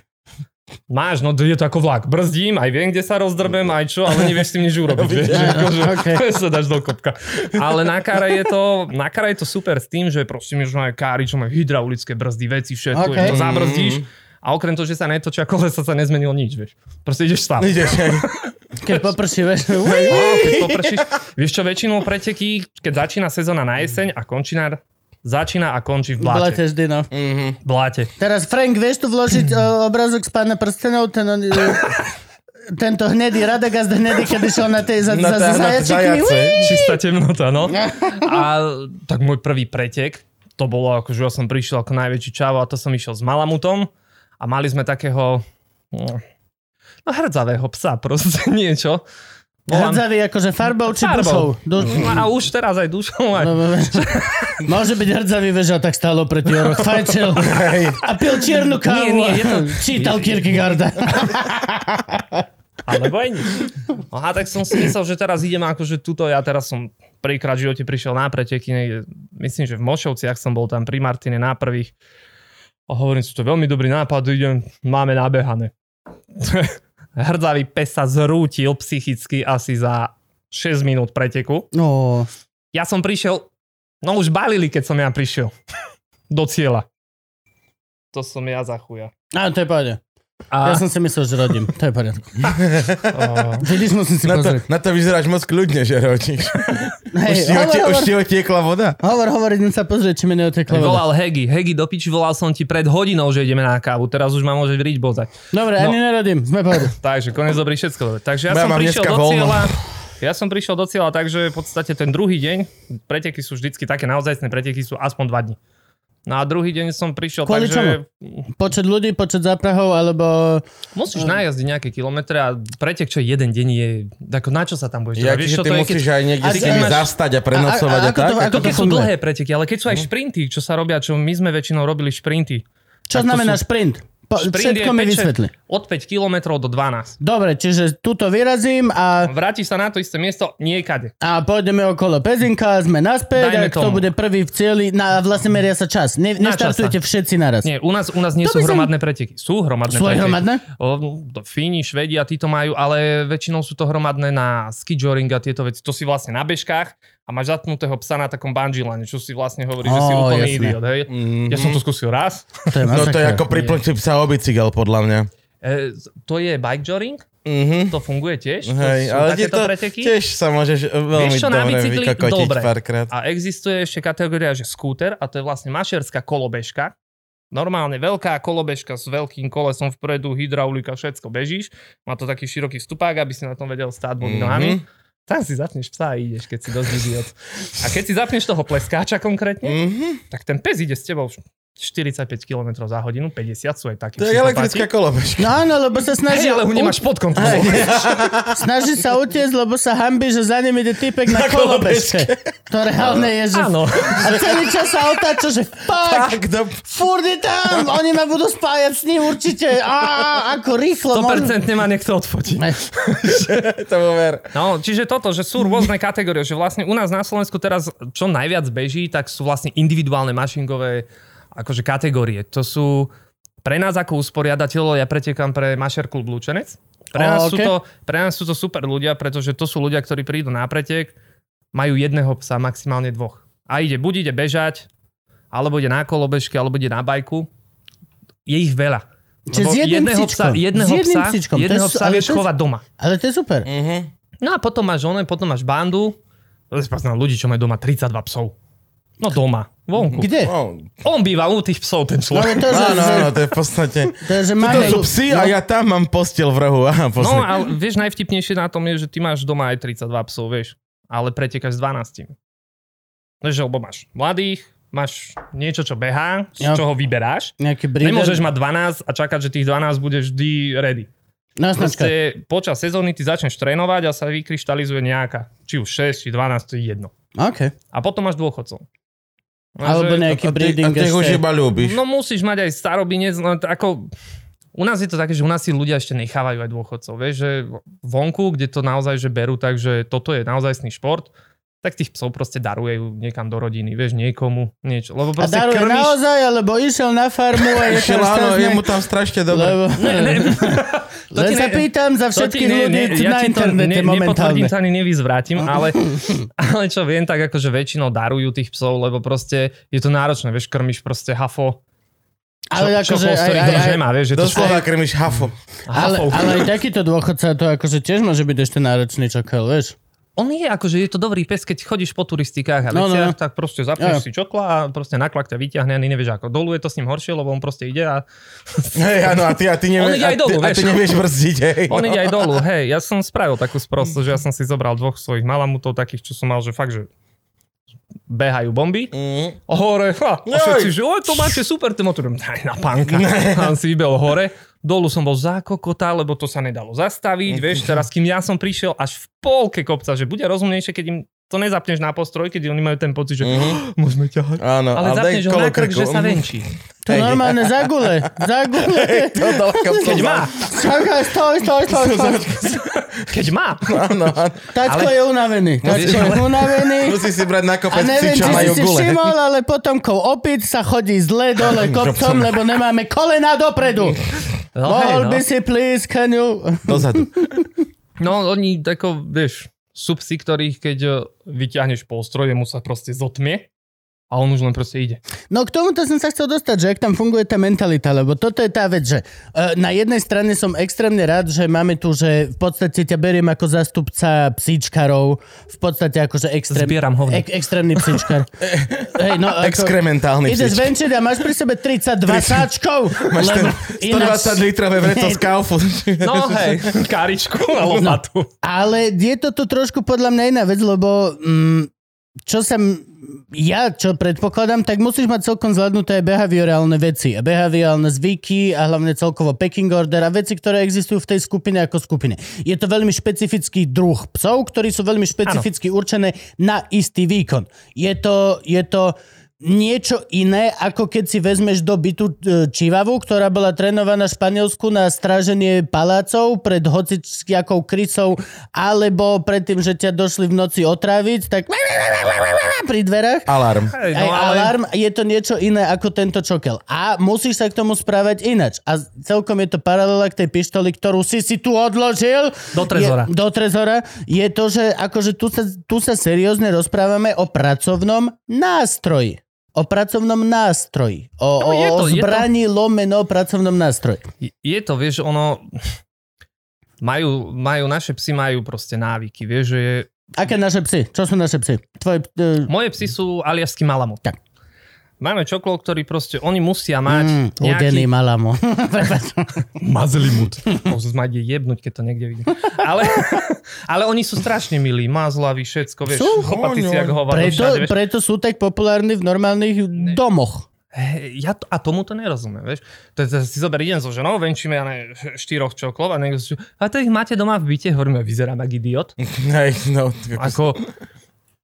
Speaker 3: máš, no je to ako vlak, brzdím, aj viem, kde sa rozdrbem, aj čo, ale nevieš s tým nič urobiť, vieš, že akože,
Speaker 1: Okay.
Speaker 3: okay. sa dáš do kopka. Ale na kare je to, na kare je to super s tým, že proste mi majú kári, čo majú hydraulické brzdy, veci, všetko,
Speaker 1: Okay.
Speaker 3: okay. to zabrzdíš. A okrem toho, že sa netočia kolesa, sa nezmenilo nič, vieš. Proste ideš stále.
Speaker 2: Ideš, hej.
Speaker 1: Keď poprší, vieš.
Speaker 3: Áno, keď popršíš. Vieš čo, väčšinou preteky, keď začína sezóna na jeseň a končí na, začína a končí v bláte.
Speaker 1: Blateš, Dino.
Speaker 2: Mhm.
Speaker 3: bláte.
Speaker 1: Teraz, Frank, vieš tu vložiť o, obrázok z pána prstenov? Ten, on, e, tento hnedý Radagast hnedý, kedy šiel na tej za,
Speaker 2: Na
Speaker 1: za, za
Speaker 2: tá- na tie
Speaker 1: zajačikmi.
Speaker 2: zajace.
Speaker 3: Čistá temnota, no. A tak môj prvý pretek, to bolo akože ja som prišiel ako najväčší čavo a to som išiel s Malamutom a mali sme takého no, no hrdzavého psa, proste niečo. Volám,
Speaker 1: Hrdzavý akože farbou či
Speaker 3: Farbou. Mm.
Speaker 1: dušou? Du-
Speaker 3: a už teraz aj dušou, aj
Speaker 1: No, no, no. Môže byť hrdzavý veža, tak stálo proti oroch. Fajčil
Speaker 2: Hej.
Speaker 1: a pil čiernu kávu.
Speaker 3: Nie, nie, je to-
Speaker 1: Čítal Kierkegaarda.
Speaker 3: Alebo no aj nie. Aha, tak som si myslel, že teraz idem akože tuto, ja teraz som prvýkrát v živote prišiel na preteky, niekde, myslím, že v Mošovciach som bol tam pri Martine na prvých. A hovorím si, to je veľmi dobrý nápad, idem, máme nabehané. Hrdzavý pes sa zrútil psychicky asi za 6 minút preteku.
Speaker 1: No,
Speaker 3: Ja som prišiel, no už balili, keď som ja prišiel do cieľa. To som ja za chuja.
Speaker 1: áno, to je pohode.
Speaker 3: A,
Speaker 1: Ja som si myslel, že rodím. To je v poriadku.
Speaker 3: o,
Speaker 1: Vidíš, musím si
Speaker 2: Na to,
Speaker 1: pozrieť.
Speaker 2: na to vyzeráš moc kľudne, že ročíš. Už
Speaker 1: Hej,
Speaker 2: ti
Speaker 1: hovor,
Speaker 2: otie- už
Speaker 1: hovor,
Speaker 2: ti otiekla voda.
Speaker 1: hovor, hovor, idem sa pozrieť, či mi neotekla voda.
Speaker 3: volal Hegi. Hegi do piči, volal som ti pred hodinou, že ideme na kávu. Teraz už ma môže vriť bozať.
Speaker 1: Dobre, ani nerodím, sme pohode.
Speaker 3: Takže konec dobrý všetko. Dobre. Takže ja
Speaker 2: Ja
Speaker 3: som
Speaker 2: mám
Speaker 3: prišiel
Speaker 2: dneska
Speaker 3: do
Speaker 2: voľno.
Speaker 3: cieľa. Ja som prišiel do cieľa tak, že v podstate ten druhý deň, preteky sú vždycky také naozajstné, preteky sú aspoň dva dní. No a druhý deň som prišiel
Speaker 1: Kvôli
Speaker 3: tak, že
Speaker 1: Počet ľudí, počet záprahov, alebo...
Speaker 3: musíš najazdiť nejaké kilometre a pretek, čo je jeden deň je, ako na čo sa tam budeš
Speaker 2: Ja,
Speaker 3: dávať? Vieš,
Speaker 2: čiže
Speaker 3: čo
Speaker 2: ty
Speaker 3: to je, keď-
Speaker 2: musíš aj niekde
Speaker 1: A
Speaker 2: si
Speaker 1: ty
Speaker 2: nimi
Speaker 1: máš-
Speaker 2: zastať a
Speaker 1: a-
Speaker 2: prenocovať
Speaker 1: a
Speaker 2: a
Speaker 1: ako
Speaker 2: tak.
Speaker 1: to-
Speaker 3: To
Speaker 1: ako
Speaker 3: keď sú
Speaker 1: funguje?
Speaker 3: dlhé preteky, ale keď sú aj šprinty, čo sa robia, čo my sme väčšinou robili šprinty.
Speaker 1: Čo
Speaker 3: Tak to
Speaker 1: znamená
Speaker 3: sú-
Speaker 1: šprint? Po,
Speaker 3: Šprint
Speaker 1: všetko mi
Speaker 3: päť, šest-
Speaker 1: vysvetli.
Speaker 3: Od 5 km do 12.
Speaker 1: Dobre, čiže tuto vyrazím a,
Speaker 3: Vráti sa na to isté miesto niekade.
Speaker 1: a pôjdeme okolo Pezinka, sme naspäť
Speaker 3: Dajme
Speaker 1: a kto
Speaker 3: tomu.
Speaker 1: bude prvý v cieli, na, vlastne meria sa čas. Ne,
Speaker 3: Na čas sa.
Speaker 1: neštartujte všetci naraz.
Speaker 3: Nie, u nás, u nás nie
Speaker 1: To by
Speaker 3: sú
Speaker 1: som-
Speaker 3: hromadné preteky. Sú hromadné
Speaker 1: Sú aj
Speaker 3: preteky.
Speaker 1: hromadné?
Speaker 3: O, to Fíni, Švedi a títo majú, ale väčšinou sú to hromadné na skijoring a tieto veci. To si vlastne na bežkách a máš zatnutého psa na takom bungee line, čo si vlastne hovorí, že si
Speaker 1: Ó,
Speaker 3: úplný
Speaker 1: jasné. Mhm.
Speaker 3: idiot. Hej? Ja som to skúsil raz.
Speaker 1: To je,
Speaker 2: Mm. No to je
Speaker 1: masakér.
Speaker 2: ako priplniť sa o bicykel, podľa mňa.
Speaker 3: E, to je bike joring,
Speaker 2: Mhm.
Speaker 3: to funguje tiež.
Speaker 2: Hej,
Speaker 3: to sú
Speaker 2: ale ti
Speaker 3: takéto
Speaker 2: to
Speaker 3: preteky.
Speaker 2: tiež sa môžeš veľmi
Speaker 3: Vieš čo, na
Speaker 2: dobre
Speaker 3: bicykli?
Speaker 2: vykokotiť
Speaker 3: Dobre.
Speaker 2: párkrát.
Speaker 3: A existuje ešte kategória, že skúter, a to je vlastne mašerská kolobežka. Normálne veľká kolobežka s veľkým kolesom vpredu, hydraulika, všetko bežíš. Má to taký široký stupák, aby si na tom vedel stáť dvomi
Speaker 2: Mhm.
Speaker 3: nohami. Tam si zapneš psa a ideš, keď si dosť idiot. A keď si zapneš toho pleskáča konkrétne,
Speaker 2: Mhm.
Speaker 3: tak ten pes ide s tebou 45 km za hodinu, 50 sú aj takí.
Speaker 2: To je
Speaker 3: psychopati.
Speaker 2: elektrická kolobežka.
Speaker 1: No áno, lebo sa snaží...
Speaker 3: Hej, ale ho nemáš pod kontrolou.
Speaker 1: Snaží sa utiecť, lebo sa hambi, že za ním ide typek na,
Speaker 2: Na kolobežke.
Speaker 1: kolobežke. To reálne je, že...
Speaker 3: Áno.
Speaker 1: A celý čas sa otáča, že fuck,
Speaker 2: Tak, do...
Speaker 1: furt je tam, oni ma budú spájať s ním určite. Á, ako rýchlo. no. môžem-
Speaker 3: 100% ma niekto odfotí.
Speaker 2: to bol ver.
Speaker 3: No, čiže toto, že sú rôzne kategórie, že vlastne u nás na Slovensku teraz čo najviac beží, tak sú vlastne individuálne mašingové akože kategórie. To sú pre nás ako usporiadateľov, ja pretekám pre Mašer klub Lučenec. Pre nás,
Speaker 1: O,
Speaker 3: sú
Speaker 1: ok.
Speaker 3: to, pre nás sú to super ľudia, pretože to sú ľudia, ktorí prídu na pretek, majú jedného psa, maximálne dvoch. A ide, buď ide bežať, alebo ide na kolobežke, alebo ide na bajku. Je ich veľa.
Speaker 1: Čiže
Speaker 3: Lebo
Speaker 1: s jedným
Speaker 3: jedného
Speaker 1: psíčkom.
Speaker 3: psa,
Speaker 1: S
Speaker 3: jedného
Speaker 1: jedným
Speaker 3: psa,
Speaker 1: psíčkom. To je
Speaker 3: jedného
Speaker 1: su-
Speaker 3: psa
Speaker 1: ale
Speaker 3: vieš
Speaker 1: to je-
Speaker 3: chovať doma.
Speaker 1: Ale to je super.
Speaker 3: No a potom máš one, potom máš bandu. To si poznám ľudí, čo majú doma 32 psov. No doma, vonku.
Speaker 1: Kde?
Speaker 2: Oh.
Speaker 3: On býva u tých psov, ten
Speaker 1: No, ale
Speaker 3: človek.
Speaker 1: to, že,
Speaker 2: Áno,
Speaker 1: že,
Speaker 2: áno, to je v podstate...
Speaker 1: to, že
Speaker 2: To
Speaker 1: máme... No,
Speaker 2: sú psi a ja tam mám postel v rohu. Aha,
Speaker 3: No
Speaker 2: pozri.
Speaker 3: a vieš, najvtipnejšie na tom je, že ty máš doma aj 32 psov, vieš. Ale pretekáš s 12. Vieš, že, lebo máš mladých, máš niečo, čo behá, z
Speaker 1: Ja.
Speaker 3: čoho vyberáš.
Speaker 1: Nejaký breeder.
Speaker 3: Nemôžeš mať 12 a čakať, že tých 12 bude vždy ready.
Speaker 1: No, snačka.
Speaker 3: Proste počas sezóny ty začneš trénovať a sa vykryštalizuje nejaká. Či už 6, či 12, to je jedno.
Speaker 1: OK.
Speaker 3: A potom máš dôchodcov. No,
Speaker 1: Alebo
Speaker 3: že-
Speaker 1: nejaký
Speaker 2: a ty, a
Speaker 1: breeding
Speaker 2: ty už
Speaker 1: ešte.
Speaker 2: iba ľúbiš.
Speaker 3: No musíš mať aj starobinec, no t- ako... U nás je to také, že u nás si ľudia ešte nechávajú aj dôchodcov, vieš, že vonku, kde to naozaj že berú, takže toto je naozajstný šport, tak tých psov proste darujú niekam do rodiny, vieš, niekomu, niečo. Lebo
Speaker 1: A
Speaker 3: proste
Speaker 1: daruje
Speaker 3: krmíš...
Speaker 1: naozaj, alebo išiel na farmu a je
Speaker 2: Išiel,
Speaker 1: tam
Speaker 2: áno, je
Speaker 1: šťastný.
Speaker 2: mu tam strašne dobre.
Speaker 1: Lebo...
Speaker 3: To
Speaker 1: Len
Speaker 3: ti
Speaker 1: sa
Speaker 3: ne-
Speaker 1: pýtam za
Speaker 3: to ti
Speaker 1: všetkých
Speaker 3: ne-
Speaker 1: ľudí
Speaker 3: ne- ja
Speaker 1: na
Speaker 3: ti to
Speaker 1: internete
Speaker 3: ne-
Speaker 1: momentálne.
Speaker 3: Nepotvrdím to ani nevyzvrátim, ale, ale čo viem, tak akože väčšinou darujú tých psov, lebo proste je to náročné, vieš, krmiš proste hafo, čo,
Speaker 1: Ale
Speaker 3: čo
Speaker 1: akože
Speaker 3: kolo,
Speaker 1: aj,
Speaker 3: z ktorých
Speaker 1: aj,
Speaker 3: drž
Speaker 1: aj,
Speaker 3: nemá, vieš, že to
Speaker 2: Doslova krmiš hafom.
Speaker 1: ale,
Speaker 3: hafou.
Speaker 1: ale aj takýto dôchodca to akože tiež môže byť ešte náročný čokoľ, vieš.
Speaker 3: On je akože, je to dobrý pes, keď chodíš po turistikách a
Speaker 1: No, no,
Speaker 3: no,
Speaker 1: no.
Speaker 3: veciach, tak proste
Speaker 1: Jo.
Speaker 3: zapneš si čokla a proste naklak ťa vyťahne a nevieš ako. Dolu je to s ním horšie, lebo on proste ide a
Speaker 2: Hej, áno, a ty, a ty, nevie,
Speaker 3: On ide
Speaker 2: a
Speaker 3: aj
Speaker 2: ty,
Speaker 3: dolu,
Speaker 2: a ty
Speaker 3: vieš.
Speaker 2: nevieš brzdiť, hej.
Speaker 3: on ide aj dolu. Hej, ja som spravil takú sprostu, že ja som si zobral dvoch svojich malamutov, takých, čo som mal, že fakt, že behajú bomby.
Speaker 1: Mm,
Speaker 2: Mhm.
Speaker 3: A hore, ha, a
Speaker 2: Joj.
Speaker 3: všetci, že oj, to máte super, ten motor, daj na panka. A on si vybehol hore. Dolu som bol za kokota, lebo to sa nedalo zastaviť, vieš, teraz kým ja som prišiel až v polke kopca, že bude rozumnejšie, keď im to nezapneš na postroj, keď oni majú ten pocit, že mm-hmm. môžeme ťahať.
Speaker 2: Áno,
Speaker 3: Ale, ale zapneš ho na krk, že sa venčí.
Speaker 1: To
Speaker 2: Hej.
Speaker 1: normálne zagule, zagule.
Speaker 2: To dávkam som
Speaker 3: Keď má,
Speaker 1: Čakaj, stoj, stoj, stoj, stoj.
Speaker 3: keď má.
Speaker 2: Áno, áno.
Speaker 1: Tačko je unavený, tačko je unavený.
Speaker 2: Musí si brať na
Speaker 1: A
Speaker 2: kopec
Speaker 1: neviem,
Speaker 2: psi,
Speaker 1: či
Speaker 2: čo
Speaker 1: si
Speaker 2: majú
Speaker 1: si
Speaker 2: gule.
Speaker 1: všimol, ale potomkov opic sa chodí zle dole kopcom, lebo nemáme kolena dopredu.
Speaker 3: No, hej,
Speaker 1: Mohol
Speaker 3: no.
Speaker 1: by si please, can you...
Speaker 2: Dozadu.
Speaker 3: no oni, ako, vieš, sú psi, ktorých keď e, vyťahneš postroj, mu sa proste zotmie a on už len proste ide.
Speaker 1: No k tomuto som sa chcel dostať, že ak tam funguje tá mentalita, lebo toto je tá vec, že e, na jednej strane som extrémne rád, že máme tu, že v podstate ťa beriem ako zastupca psíčkarov, v podstate akože extrém,
Speaker 3: Zbieram hovno.
Speaker 1: ek, extrémny psíčkar. Hej, no,
Speaker 2: Exkrementálny
Speaker 1: Ideš
Speaker 2: psíčkar.
Speaker 1: venčiť a máš pri sebe 32 sáčkov,
Speaker 2: Máš ten
Speaker 1: lebo ináč...
Speaker 2: 120 litrové vreco z kaufu.
Speaker 3: No hej, No. karičku a lopatu.
Speaker 1: Ale je to tu trošku podľa mňa iná vec, lebo mm, čo sa m- ja čo predpokladám, tak musíš mať celkom zvládnuté aj behaviorálne veci. A behaviorálne zvyky a hlavne celkovo packing order a veci, ktoré existujú v tej skupine ako skupine. Je to veľmi špecifický druh psov, ktorí sú veľmi špecificky určené na istý výkon. Je to, je to niečo iné, ako keď si vezmeš do bytu e, Čivavu, ktorá bola trénovaná v Španielsku na stráženie palácov pred hociakou krysou, alebo pred tým, že ťa došli v noci otráviť, tak pri dverách.
Speaker 2: Alarm.
Speaker 3: Hej,
Speaker 1: Aj
Speaker 3: no, ale...
Speaker 1: alarm je to niečo iné ako tento čokel. A musíš sa k tomu správať inač. A celkom je to paralela k tej pištoli, ktorú si si tu odložil.
Speaker 3: Do trezora.
Speaker 1: Je, do trezora. Je to, že akože tu sa, tu sa seriózne rozprávame o pracovnom nástroji. O pracovnom nástroji. O,
Speaker 3: No, je
Speaker 1: o- o
Speaker 3: to- je to-
Speaker 1: zbraní lomeno pracovnom nástroji.
Speaker 3: Je to, vieš, ono... Majú, majú, naše psy majú proste návyky, vieš, že je,
Speaker 1: Aké naše psy? Čo sú naše psy? Tvoje... Uh,
Speaker 3: moje psy sú aliasky malamut.
Speaker 1: Tak.
Speaker 3: Máme čoklov, ktorý proste, oni musia mať mm,
Speaker 1: Udený
Speaker 3: nejaký...
Speaker 1: malamo. Prepáč.
Speaker 3: Mazlimut. Môžu ma ide jebnúť, keď to niekde vidím. Ale, ale oni sú strašne milí, mazlaví, všetko, vieš,
Speaker 1: Sú,
Speaker 3: chopatí
Speaker 2: oni,
Speaker 3: si, ako hovado, všade,
Speaker 1: preto,
Speaker 3: vieš.
Speaker 1: preto sú tak populárni v normálnych domoch.
Speaker 3: Hej, ja to, a tomu to nerozumiem, vieš. To, to si zober jeden so ženou, venčíme ja ne, štyroch čoklov a niekto si a to ich máte doma v byte, hovoríme, vyzerám ako idiot.
Speaker 2: Hej, no.
Speaker 3: Ako,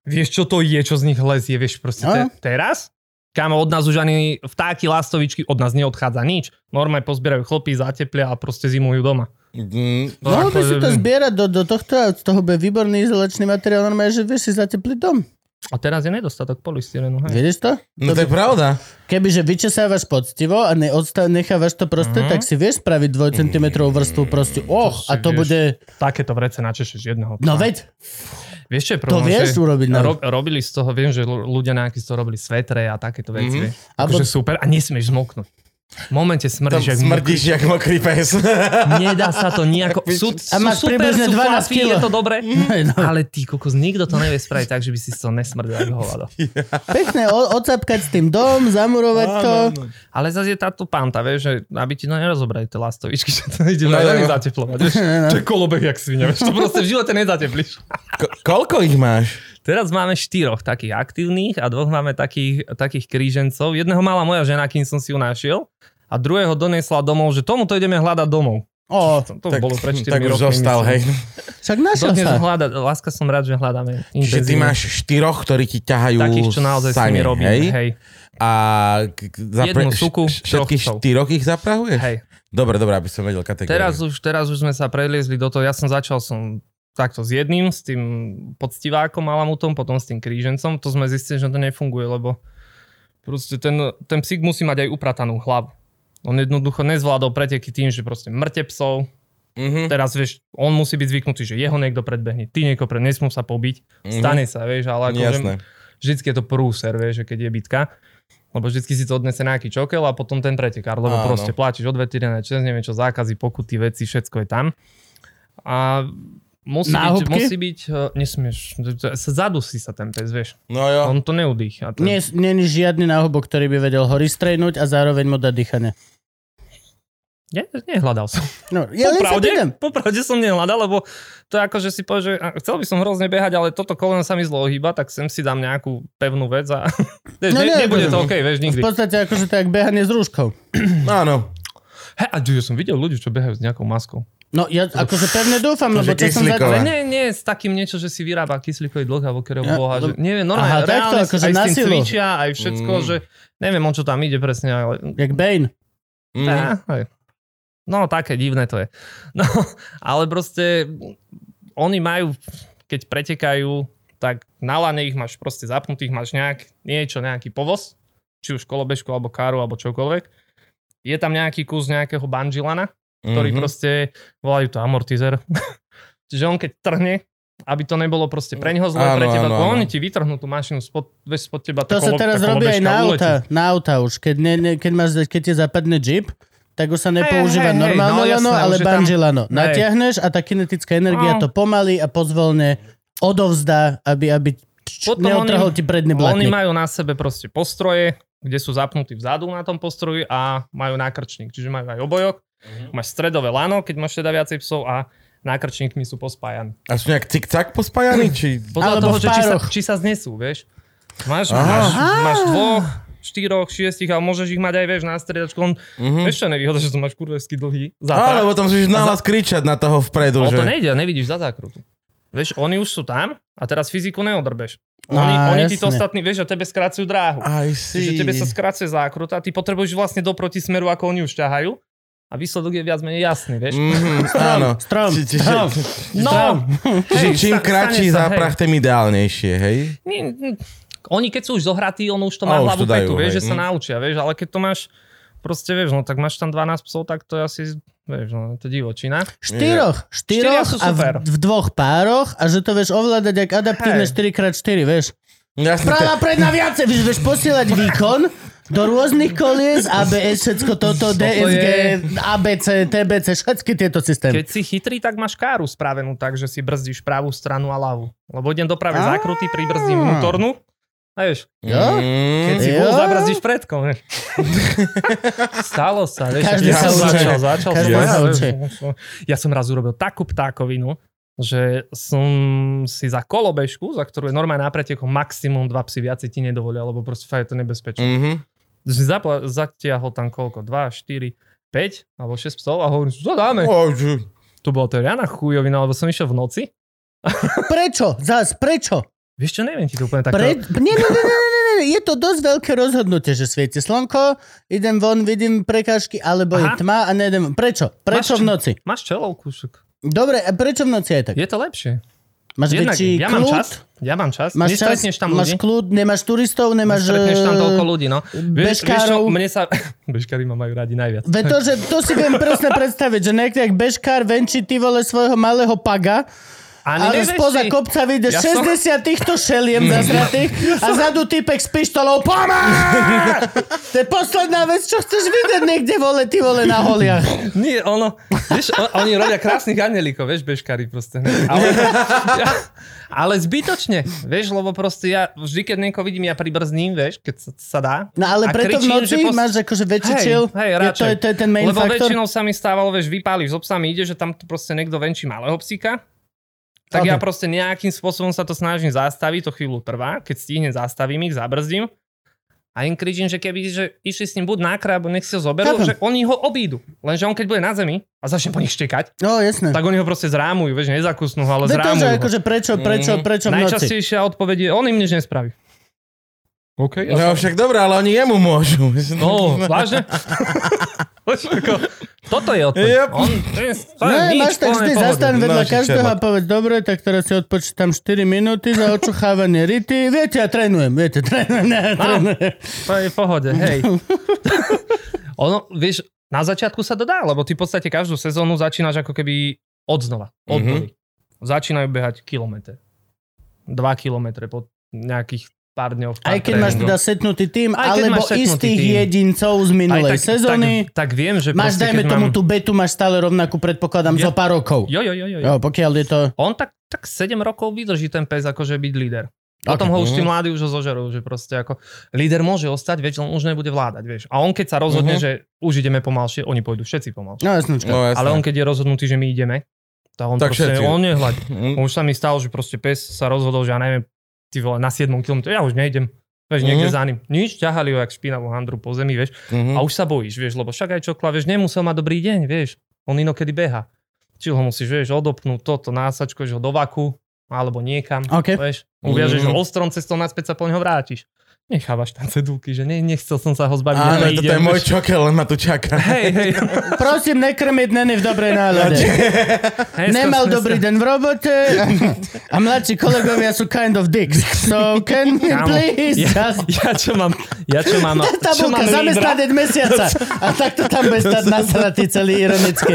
Speaker 3: vieš čo to je, čo z nich lezie, vieš proste te,
Speaker 1: Áno.
Speaker 3: teraz? Kámo, od nás už ani vtáky, lastovičky, od nás neodchádza nič. Normálne pozbierajú chlopy, zateplia a proste zimujú doma.
Speaker 2: Mm,
Speaker 3: To
Speaker 1: Mohol
Speaker 3: ako,
Speaker 1: by si
Speaker 3: že-
Speaker 1: No, to zbierať do, do tohto a z toho bude výborný izolačný materiál, no, normálne, že vieš si zatepliť dom.
Speaker 3: A teraz je nedostatok polystyrenu, hej.
Speaker 1: Vidíš to?
Speaker 2: No to je pravda.
Speaker 1: Kebyže vyčesávaš poctivo a neodsta- nechávaš to proste, mm-hmm. tak si vieš spraviť 2 cm vrstvu proste. Och,
Speaker 3: Mhm. si
Speaker 1: a to
Speaker 3: vieš.
Speaker 1: bude...
Speaker 3: Takéto vrece načešeš jedného.
Speaker 1: No veď,
Speaker 3: Vieš, čo je
Speaker 1: to
Speaker 3: problém?
Speaker 1: vieš
Speaker 3: že
Speaker 1: urobiť. No.
Speaker 3: ro- robili z toho, viem, že l- ľudia nejakí z toho robili svetre a takéto
Speaker 2: Mhm.
Speaker 3: veci. Mm-hmm.
Speaker 1: Abo-
Speaker 3: Akože super. A nesmieš zmoknúť. V momente
Speaker 2: Tam
Speaker 3: smrdíš, jak
Speaker 2: smrdíš jak mokrý pes.
Speaker 3: mokrý. Nedá sa to nejako... Sú,
Speaker 1: A máš
Speaker 3: sú super,
Speaker 1: približne
Speaker 3: sú
Speaker 1: 12
Speaker 3: chlapí,
Speaker 1: kilo.
Speaker 3: je to dobré.
Speaker 1: Hej, no.
Speaker 3: Ale ty kokos, nikto to nevie spraviť tak, že by si to nesmrdil ako hovado.
Speaker 1: Pekné o- ocapkať s tým dom, zamurovať to.
Speaker 3: Ale zase je táto panta, vieš, že aby ti to nerozobrali tie lastovičky, že to ide no,
Speaker 2: No,
Speaker 3: veľmi
Speaker 2: no.
Speaker 3: zateplovať. Vieš, to je kolobeh jak svinia, vieš, to proste v živote nezateplíš.
Speaker 2: Ko- koľko ich máš?
Speaker 3: Teraz máme štyroch takých aktívnych a dvoch máme takých, takých krížencov. Jedného mala moja žena, kým som si ju našiel a druhého donesla domov, že tomuto ideme hľadať domov.
Speaker 1: O,
Speaker 3: To, to bolo pred 4
Speaker 2: tak už
Speaker 3: rokmi.
Speaker 2: zostal,
Speaker 3: myslím.
Speaker 2: hej.
Speaker 1: však našiel
Speaker 3: Dodnes
Speaker 1: sa.
Speaker 3: hľada, láska som rád, že hľadáme
Speaker 2: Že ty
Speaker 3: intenzívne.
Speaker 2: máš štyroch, ktorí ti ťahajú
Speaker 3: Takých, čo naozaj s
Speaker 2: sane,
Speaker 3: nimi robíme.
Speaker 2: hej?
Speaker 3: Hej? Hej,
Speaker 2: A k- k-
Speaker 3: Jednu
Speaker 2: š-
Speaker 3: suku,
Speaker 2: š- všetkých
Speaker 3: troch psov.
Speaker 2: štyroch ich zaprahuješ?
Speaker 3: hej.
Speaker 2: Dobre, dobre, aby som vedel kategóriu.
Speaker 3: Teraz už, teraz už sme sa preliezli do toho, ja som začal som takto s jedným, s tým poctivákom malamutom, potom s tým krížencom, to sme zistili, že to nefunguje, lebo proste ten, ten psík musí mať aj upratanú hlavu. On jednoducho nezvládol preteky tým, že proste mŕte psov.
Speaker 2: Mhm.
Speaker 3: Teraz vieš, on musí byť zvyknutý, že jeho niekto predbehne, ty niekoho pred, nesmú sa pobiť. Stane sa, vieš, ale ako
Speaker 2: Mhm. Jasné.
Speaker 3: vždycky je to prúser, vieš, že keď je bitka. Lebo vždycky si to odnese nejaký čokel a potom ten pretekár, lebo
Speaker 2: Áno.
Speaker 3: Áno. proste platíš od veterina, čes, neviem čo, zákazy, pokuty, veci, všetko je tam. A musí byť,
Speaker 1: Náhubky?
Speaker 3: musí byť, e, nesmieš, zadusí sa ten pes, vieš,
Speaker 2: No jo.
Speaker 3: on to neudýcha. To...
Speaker 1: Nie, není žiadny náhobok, ktorý by vedel ho restrainúť a zároveň mu dať dýchanie.
Speaker 3: Ne, nehľadal som.
Speaker 1: No, ja len sa
Speaker 3: popravde,
Speaker 1: pýtam.
Speaker 3: popravde som nehľadal, lebo to je ako, že si povedal, že a, chcel by som hrozne behať, ale toto koleno sa mi zlo ohýba, tak sem si dám nejakú pevnú vec a ne,
Speaker 1: No
Speaker 3: ne,
Speaker 1: nie,
Speaker 3: nebude to
Speaker 1: akože-
Speaker 3: OK, vieš,
Speaker 1: V
Speaker 3: nikdy.
Speaker 1: podstate akože tak behanie s rúškou.
Speaker 2: No Áno.
Speaker 3: He, a ja som videl ľudí, čo behajú s nejakou maskou.
Speaker 1: No ja akože pevne dúfam,
Speaker 2: To,
Speaker 1: lebo
Speaker 2: že
Speaker 1: čo som za...
Speaker 2: kyslíková.
Speaker 3: Ale nie, nie s takým niečo, že si vyrába kyslíkový dlh alebo kerov
Speaker 1: Ja,
Speaker 3: boha. Že,
Speaker 1: lebo-
Speaker 3: neviem,
Speaker 1: Aha,
Speaker 3: normálne,
Speaker 1: takto,
Speaker 3: reálne si-
Speaker 1: akože na
Speaker 3: aj s tým
Speaker 1: silu.
Speaker 3: cvičia, aj všetko,
Speaker 2: Mm.
Speaker 3: že neviem, on čo tam ide presne, ale...
Speaker 1: Jak Bane.
Speaker 2: Mm.
Speaker 3: Á, hej. No, také divné to je. No, ale proste oni majú, keď pretekajú, tak na lane ich máš proste zapnutých, máš nejak, niečo, nejaký povoz, či už kolobežku, alebo káru, alebo čokoľvek. Je tam nejaký kus nejakého banžilana, ktorý
Speaker 2: Mhm.
Speaker 3: mm-hmm. proste volajú to amortizer. Čiže on keď trhne, aby to nebolo proste pre neho zlé,
Speaker 2: Áno,
Speaker 3: pre teba,
Speaker 2: áno,
Speaker 3: áno,
Speaker 2: áno.
Speaker 3: oni ti vytrhnú tú mašinu spod, vieš, spod teba.
Speaker 1: To
Speaker 3: tá
Speaker 1: sa
Speaker 3: kolo-
Speaker 1: teraz
Speaker 3: tá
Speaker 1: robí aj
Speaker 3: kolobežka
Speaker 1: na
Speaker 3: uletí.
Speaker 1: auta, na auta už. Keď, ne, ne, keď, máš, keď je zapadne Jeep, tak už sa nepoužíva
Speaker 3: hej, hej,
Speaker 1: normálne
Speaker 3: no,
Speaker 1: lano,
Speaker 3: jasné,
Speaker 1: ale
Speaker 3: už je tam-
Speaker 1: bungee lano.
Speaker 3: hej.
Speaker 1: Natiahneš a tá kinetická energia
Speaker 3: No.
Speaker 1: to pomaly a pozvolne odovzdá, aby, aby č-
Speaker 3: Potom
Speaker 1: neotrhol
Speaker 3: oni-
Speaker 1: ti predný
Speaker 3: Oni
Speaker 1: blatník.
Speaker 3: majú na sebe proste postroje, kde sú zapnutí vzadu na tom postroji a majú nákrčník, čiže majú aj obojok.
Speaker 2: Mhm.
Speaker 3: Máš stredové lano, keď máš teda viacej psov a nákrčníkmi sú pospájani.
Speaker 2: A sú nejak cik-cak pospájani? Či...
Speaker 3: Podľa
Speaker 1: Alebo
Speaker 3: toho,
Speaker 1: v
Speaker 3: že či sa,
Speaker 1: pároch.
Speaker 3: či sa znesú, vieš. Máš,
Speaker 2: Aha.
Speaker 3: máš, máš dvoch, štyroch, šiestich, ale môžeš ich mať aj, vieš, na striedačku. On,
Speaker 2: Mhm.
Speaker 3: Vieš čo je nevýhoda, že to máš kurvesky dlhý
Speaker 2: Á,
Speaker 3: západ.
Speaker 2: lebo tam musíš nahlas kričať na toho vpredu,
Speaker 3: Ale
Speaker 2: že...
Speaker 3: to nejde, nevidíš za zákrutu. Vieš, oni už sú tam a teraz fyziku neodrbeš.
Speaker 2: No,
Speaker 3: Oni,
Speaker 1: Á,
Speaker 3: oni ti to
Speaker 1: jasne.
Speaker 3: ostatní, vieš, že tebe skracujú dráhu.
Speaker 2: Aj
Speaker 3: Čiže
Speaker 2: si.
Speaker 3: tebe sa skracuje zákruta, ty potrebuješ vlastne do protismeru, ako oni už ťahajú a výsledok je viac menej jasný, vieš.
Speaker 2: Mhm, áno.
Speaker 1: Strom,
Speaker 2: Či- či-
Speaker 1: strom.
Speaker 3: No,
Speaker 2: Čiže
Speaker 3: Hej,
Speaker 2: čím
Speaker 3: sta-
Speaker 2: kratší
Speaker 3: stane sa,
Speaker 2: záprach, tým ideálnejšie, hej?
Speaker 3: nie, nie. oni keď sú už zohratí, on už to
Speaker 2: A
Speaker 3: má
Speaker 2: už
Speaker 3: hlavu
Speaker 2: to dajú,
Speaker 3: petu, vieš,
Speaker 2: hej,
Speaker 3: že sa
Speaker 2: mm.
Speaker 3: naučia, vieš, ale keď to máš, proste vieš, no tak máš tam 12 psov, tak to je asi, vieš, no to je divočina.
Speaker 1: Štyroch, štyroch
Speaker 3: sú
Speaker 1: a v,
Speaker 3: super.
Speaker 1: v dvoch pároch a že to vieš ovládať jak adaptívne
Speaker 3: Hej.
Speaker 1: 4x4, vieš.
Speaker 2: Jasne, to-
Speaker 1: Práva predná viacej, vieš, vieš posielať výkon do rôznych kolies, ABS, všetko toto, DSG, ABC, TBC, všetky tieto systémy.
Speaker 3: Keď si chytrý, tak máš káru spravenú tak, že si brzdíš pravú stranu a ľavú. Lebo idem do pravej
Speaker 1: Á.
Speaker 3: zákrutý, pribrzdím vnútornú. A vieš,
Speaker 1: Jo?
Speaker 2: Mm.
Speaker 3: keď si
Speaker 1: Jo.
Speaker 3: bol, zabrzdíš predkom. vieš. Stalo sa, vieš.
Speaker 1: Každý
Speaker 3: ja
Speaker 2: sa
Speaker 3: som
Speaker 2: učí.
Speaker 3: začal, začal
Speaker 1: Každý
Speaker 3: som,
Speaker 1: sa
Speaker 3: ja,
Speaker 1: učí.
Speaker 3: vieš, ja som raz urobil takú ptákovinu, že som si za kolobežku, za ktorú je normálne na preteku maximum dva psy, viacej ti nedovolia, lebo proste fakt je to nebezpečné
Speaker 1: Mm.
Speaker 2: Mhm.
Speaker 3: si zapla- zatiahol tam koľko, 2, 4, 5 alebo 6 psov a hovorím, čo dáme?
Speaker 2: Ó, že-
Speaker 3: To bola to riana chujovina, lebo som išiel v noci.
Speaker 1: Prečo? Zas, prečo?
Speaker 3: Vieš čo, neviem ti to úplne takto.
Speaker 1: Pre... Nie, nie, nie, nie, nie, nie, je to dosť veľké rozhodnutie, že svieti slnko, idem von, vidím prekážky, alebo je
Speaker 3: Aha.
Speaker 1: tma a nejdem von. Prečo? Prečo
Speaker 3: Máš
Speaker 1: v
Speaker 3: čo?
Speaker 1: noci?
Speaker 3: Máš čelovku, však.
Speaker 1: Dobre, a prečo v noci aj tak?
Speaker 3: Je to lepšie.
Speaker 1: Máš väčší
Speaker 3: ja mám
Speaker 1: kľud?
Speaker 3: čas, ja mám čas,
Speaker 1: Máš čas,
Speaker 3: nestretneš tam
Speaker 1: máš
Speaker 3: ľudí.
Speaker 1: kľud, nemáš turistov, nemáš...
Speaker 3: Nestretneš tam
Speaker 1: eh,
Speaker 3: toľko ľudí, no. Vieš, vieš čo,
Speaker 1: bežkárov.
Speaker 3: mne sa... Bežkári ma majú radi najviac.
Speaker 1: Ve to, že to si viem presne predstaviť, že niekto jak bežkár venčí ty vole svojho malého paga,
Speaker 3: Ani
Speaker 1: ale
Speaker 3: nevieš
Speaker 1: spoza
Speaker 3: si-
Speaker 1: kopca vyjde
Speaker 3: Ja
Speaker 1: 60 týchto šeliem zasratých a zadu typek s pištolou POMÁ! To je posledná vec, čo chceš vidieť niekde vole, ty vole na holiach.
Speaker 3: Nie, ono, vieš, on, oni robia krásnych anielikov, vieš, bežkári proste. Ne? Ale, ja, ale zbytočne, vieš, lebo proste ja vždy, keď niekoho vidím, ja pribrzním, vieš, keď sa, sa dá.
Speaker 1: No ale
Speaker 3: A
Speaker 1: preto v
Speaker 3: kričím,
Speaker 1: noci
Speaker 3: že pos-
Speaker 1: máš akože väčší
Speaker 3: Hej,
Speaker 1: chill.
Speaker 3: hej,
Speaker 1: je, to,
Speaker 3: radšej.
Speaker 1: je, to je ten main
Speaker 3: Lebo
Speaker 1: faktor.
Speaker 3: väčšinou sa mi stávalo, vieš, vypáliš s obsami, ide, že tam tu proste niekto venčí malého psíka, tak
Speaker 1: Chápem.
Speaker 3: ja proste nejakým spôsobom sa to snažím zastaviť, to chvíľu trvá, keď stihnem, zastavím ich, zabrzdím a im kričím, že keby že išli s ním buď na kraj, alebo nech si ho zoberú,
Speaker 1: Chápem.
Speaker 3: že oni ho obídu. Lenže on keď bude na zemi a začne po nich štekať,
Speaker 1: No jasné.
Speaker 3: tak Mhm. oni ho proste zrámujú, vieš, nezakusnú ho, ale
Speaker 1: Ve to, že
Speaker 3: zrámujú ho.
Speaker 1: akože prečo, prečo, prečo v noci.
Speaker 3: Najčastejšia odpoveď je, on im nič nespraví. OK,
Speaker 2: No však dobré, ale oni jemu môžu.
Speaker 3: No, vážne? Ako, Toto je odpoveď.
Speaker 2: Yep.
Speaker 3: On, to je, to je
Speaker 1: Ne,
Speaker 3: nič,
Speaker 1: máš tak
Speaker 3: plné
Speaker 1: vždy
Speaker 3: pohody.
Speaker 1: zastan vedľa
Speaker 2: Máš
Speaker 1: každého a
Speaker 2: čermák.
Speaker 1: povedz, dobre, tak teraz si odpočítam 4 minúty za očuchávanie rity. Viete, ja trénujem, viete, trénujem, ne, trénujem.
Speaker 3: To je v pohode, hej. ono, vieš, na začiatku sa to dá, lebo ty v podstate každú sezónu začínaš ako keby od znova, od
Speaker 2: Mhm.
Speaker 3: nuly. Začínajú behať kilometr. Dva kilometre po nejakých pár dňoch.
Speaker 1: Aj
Speaker 3: Pár
Speaker 1: keď máš
Speaker 3: tréningoch.
Speaker 1: teda setnutý tým,
Speaker 3: Aj keď
Speaker 1: alebo
Speaker 3: máš setnutý
Speaker 1: istých
Speaker 3: tím.
Speaker 1: jedincov z
Speaker 3: Aj
Speaker 1: minulej
Speaker 3: tak-
Speaker 1: sezóny.
Speaker 3: Tak, tak viem, že
Speaker 1: Máš,
Speaker 3: proste,
Speaker 1: dajme
Speaker 3: keď
Speaker 1: tomu,
Speaker 3: mám...
Speaker 1: tú betu máš stále rovnakú, predpokladám,
Speaker 3: Ja-
Speaker 1: zo pár rokov.
Speaker 3: Jo, jo, jo, jo, jo.
Speaker 1: Jo, pokiaľ je to...
Speaker 3: On tak, tak 7 rokov vydrží ten pes akože byť líder. Potom
Speaker 1: Ok.
Speaker 3: ho už
Speaker 2: mhm.
Speaker 3: tí mladí už ho zožerú, že proste ako líder môže ostať, vieš, len už nebude vládať, vieš. A on keď sa
Speaker 2: Mhm.
Speaker 3: rozhodne, že už ideme pomalšie, oni pôjdu všetci pomalšie.
Speaker 1: No jasnočka.
Speaker 2: No, jasné.
Speaker 3: Ale on keď je rozhodnutý, že my ideme, tak on
Speaker 2: Tak
Speaker 3: proste,
Speaker 2: všetci.
Speaker 3: on nehľadí.
Speaker 2: Mm.
Speaker 3: Už sa mi stalo, že proste pes sa rozhodol, že ja neviem, ty vole, na 7 km, ja už nejdem. Vieš, niekde
Speaker 2: Mhm.
Speaker 3: za ním. Nič, ťahali ho jak špinavú handru po zemi, vieš.
Speaker 2: Mhm.
Speaker 3: A už sa bojíš, vieš, lebo však aj čokla, vieš, nemusel mať dobrý deň, vieš. On inokedy beha. Či ho musíš, vieš, odopnúť toto násačko, že ho do vaku, alebo niekam,
Speaker 1: OK. Mhm.
Speaker 3: vieš. Uviažeš
Speaker 2: Mm.
Speaker 3: ho ostrom cestou, naspäť sa po neho vrátiš. Nechávaš tam cedulky, že ne, nechcel som sa ho zbaviť.
Speaker 2: Áno,
Speaker 3: nejdem,
Speaker 2: toto je môj
Speaker 3: vieš.
Speaker 2: čokel, len ma tu čaká.
Speaker 3: Hej, hej.
Speaker 1: Prosím, nekrmiť neny v dobrej nálade.
Speaker 3: Dneska
Speaker 1: Nemal
Speaker 3: sme
Speaker 1: dobrý
Speaker 3: sa-
Speaker 1: deň v robote a mladší kolegovia sú kind of dicks. So can we
Speaker 3: Kámo,
Speaker 1: please
Speaker 3: ja,
Speaker 1: just...
Speaker 3: ja čo mám, ja čo mám,
Speaker 1: Tak
Speaker 3: čo
Speaker 1: tabulka,
Speaker 3: mám lídra,
Speaker 1: zamestnanec mesiaca. A takto tam bez stať nasratý celý ironicky.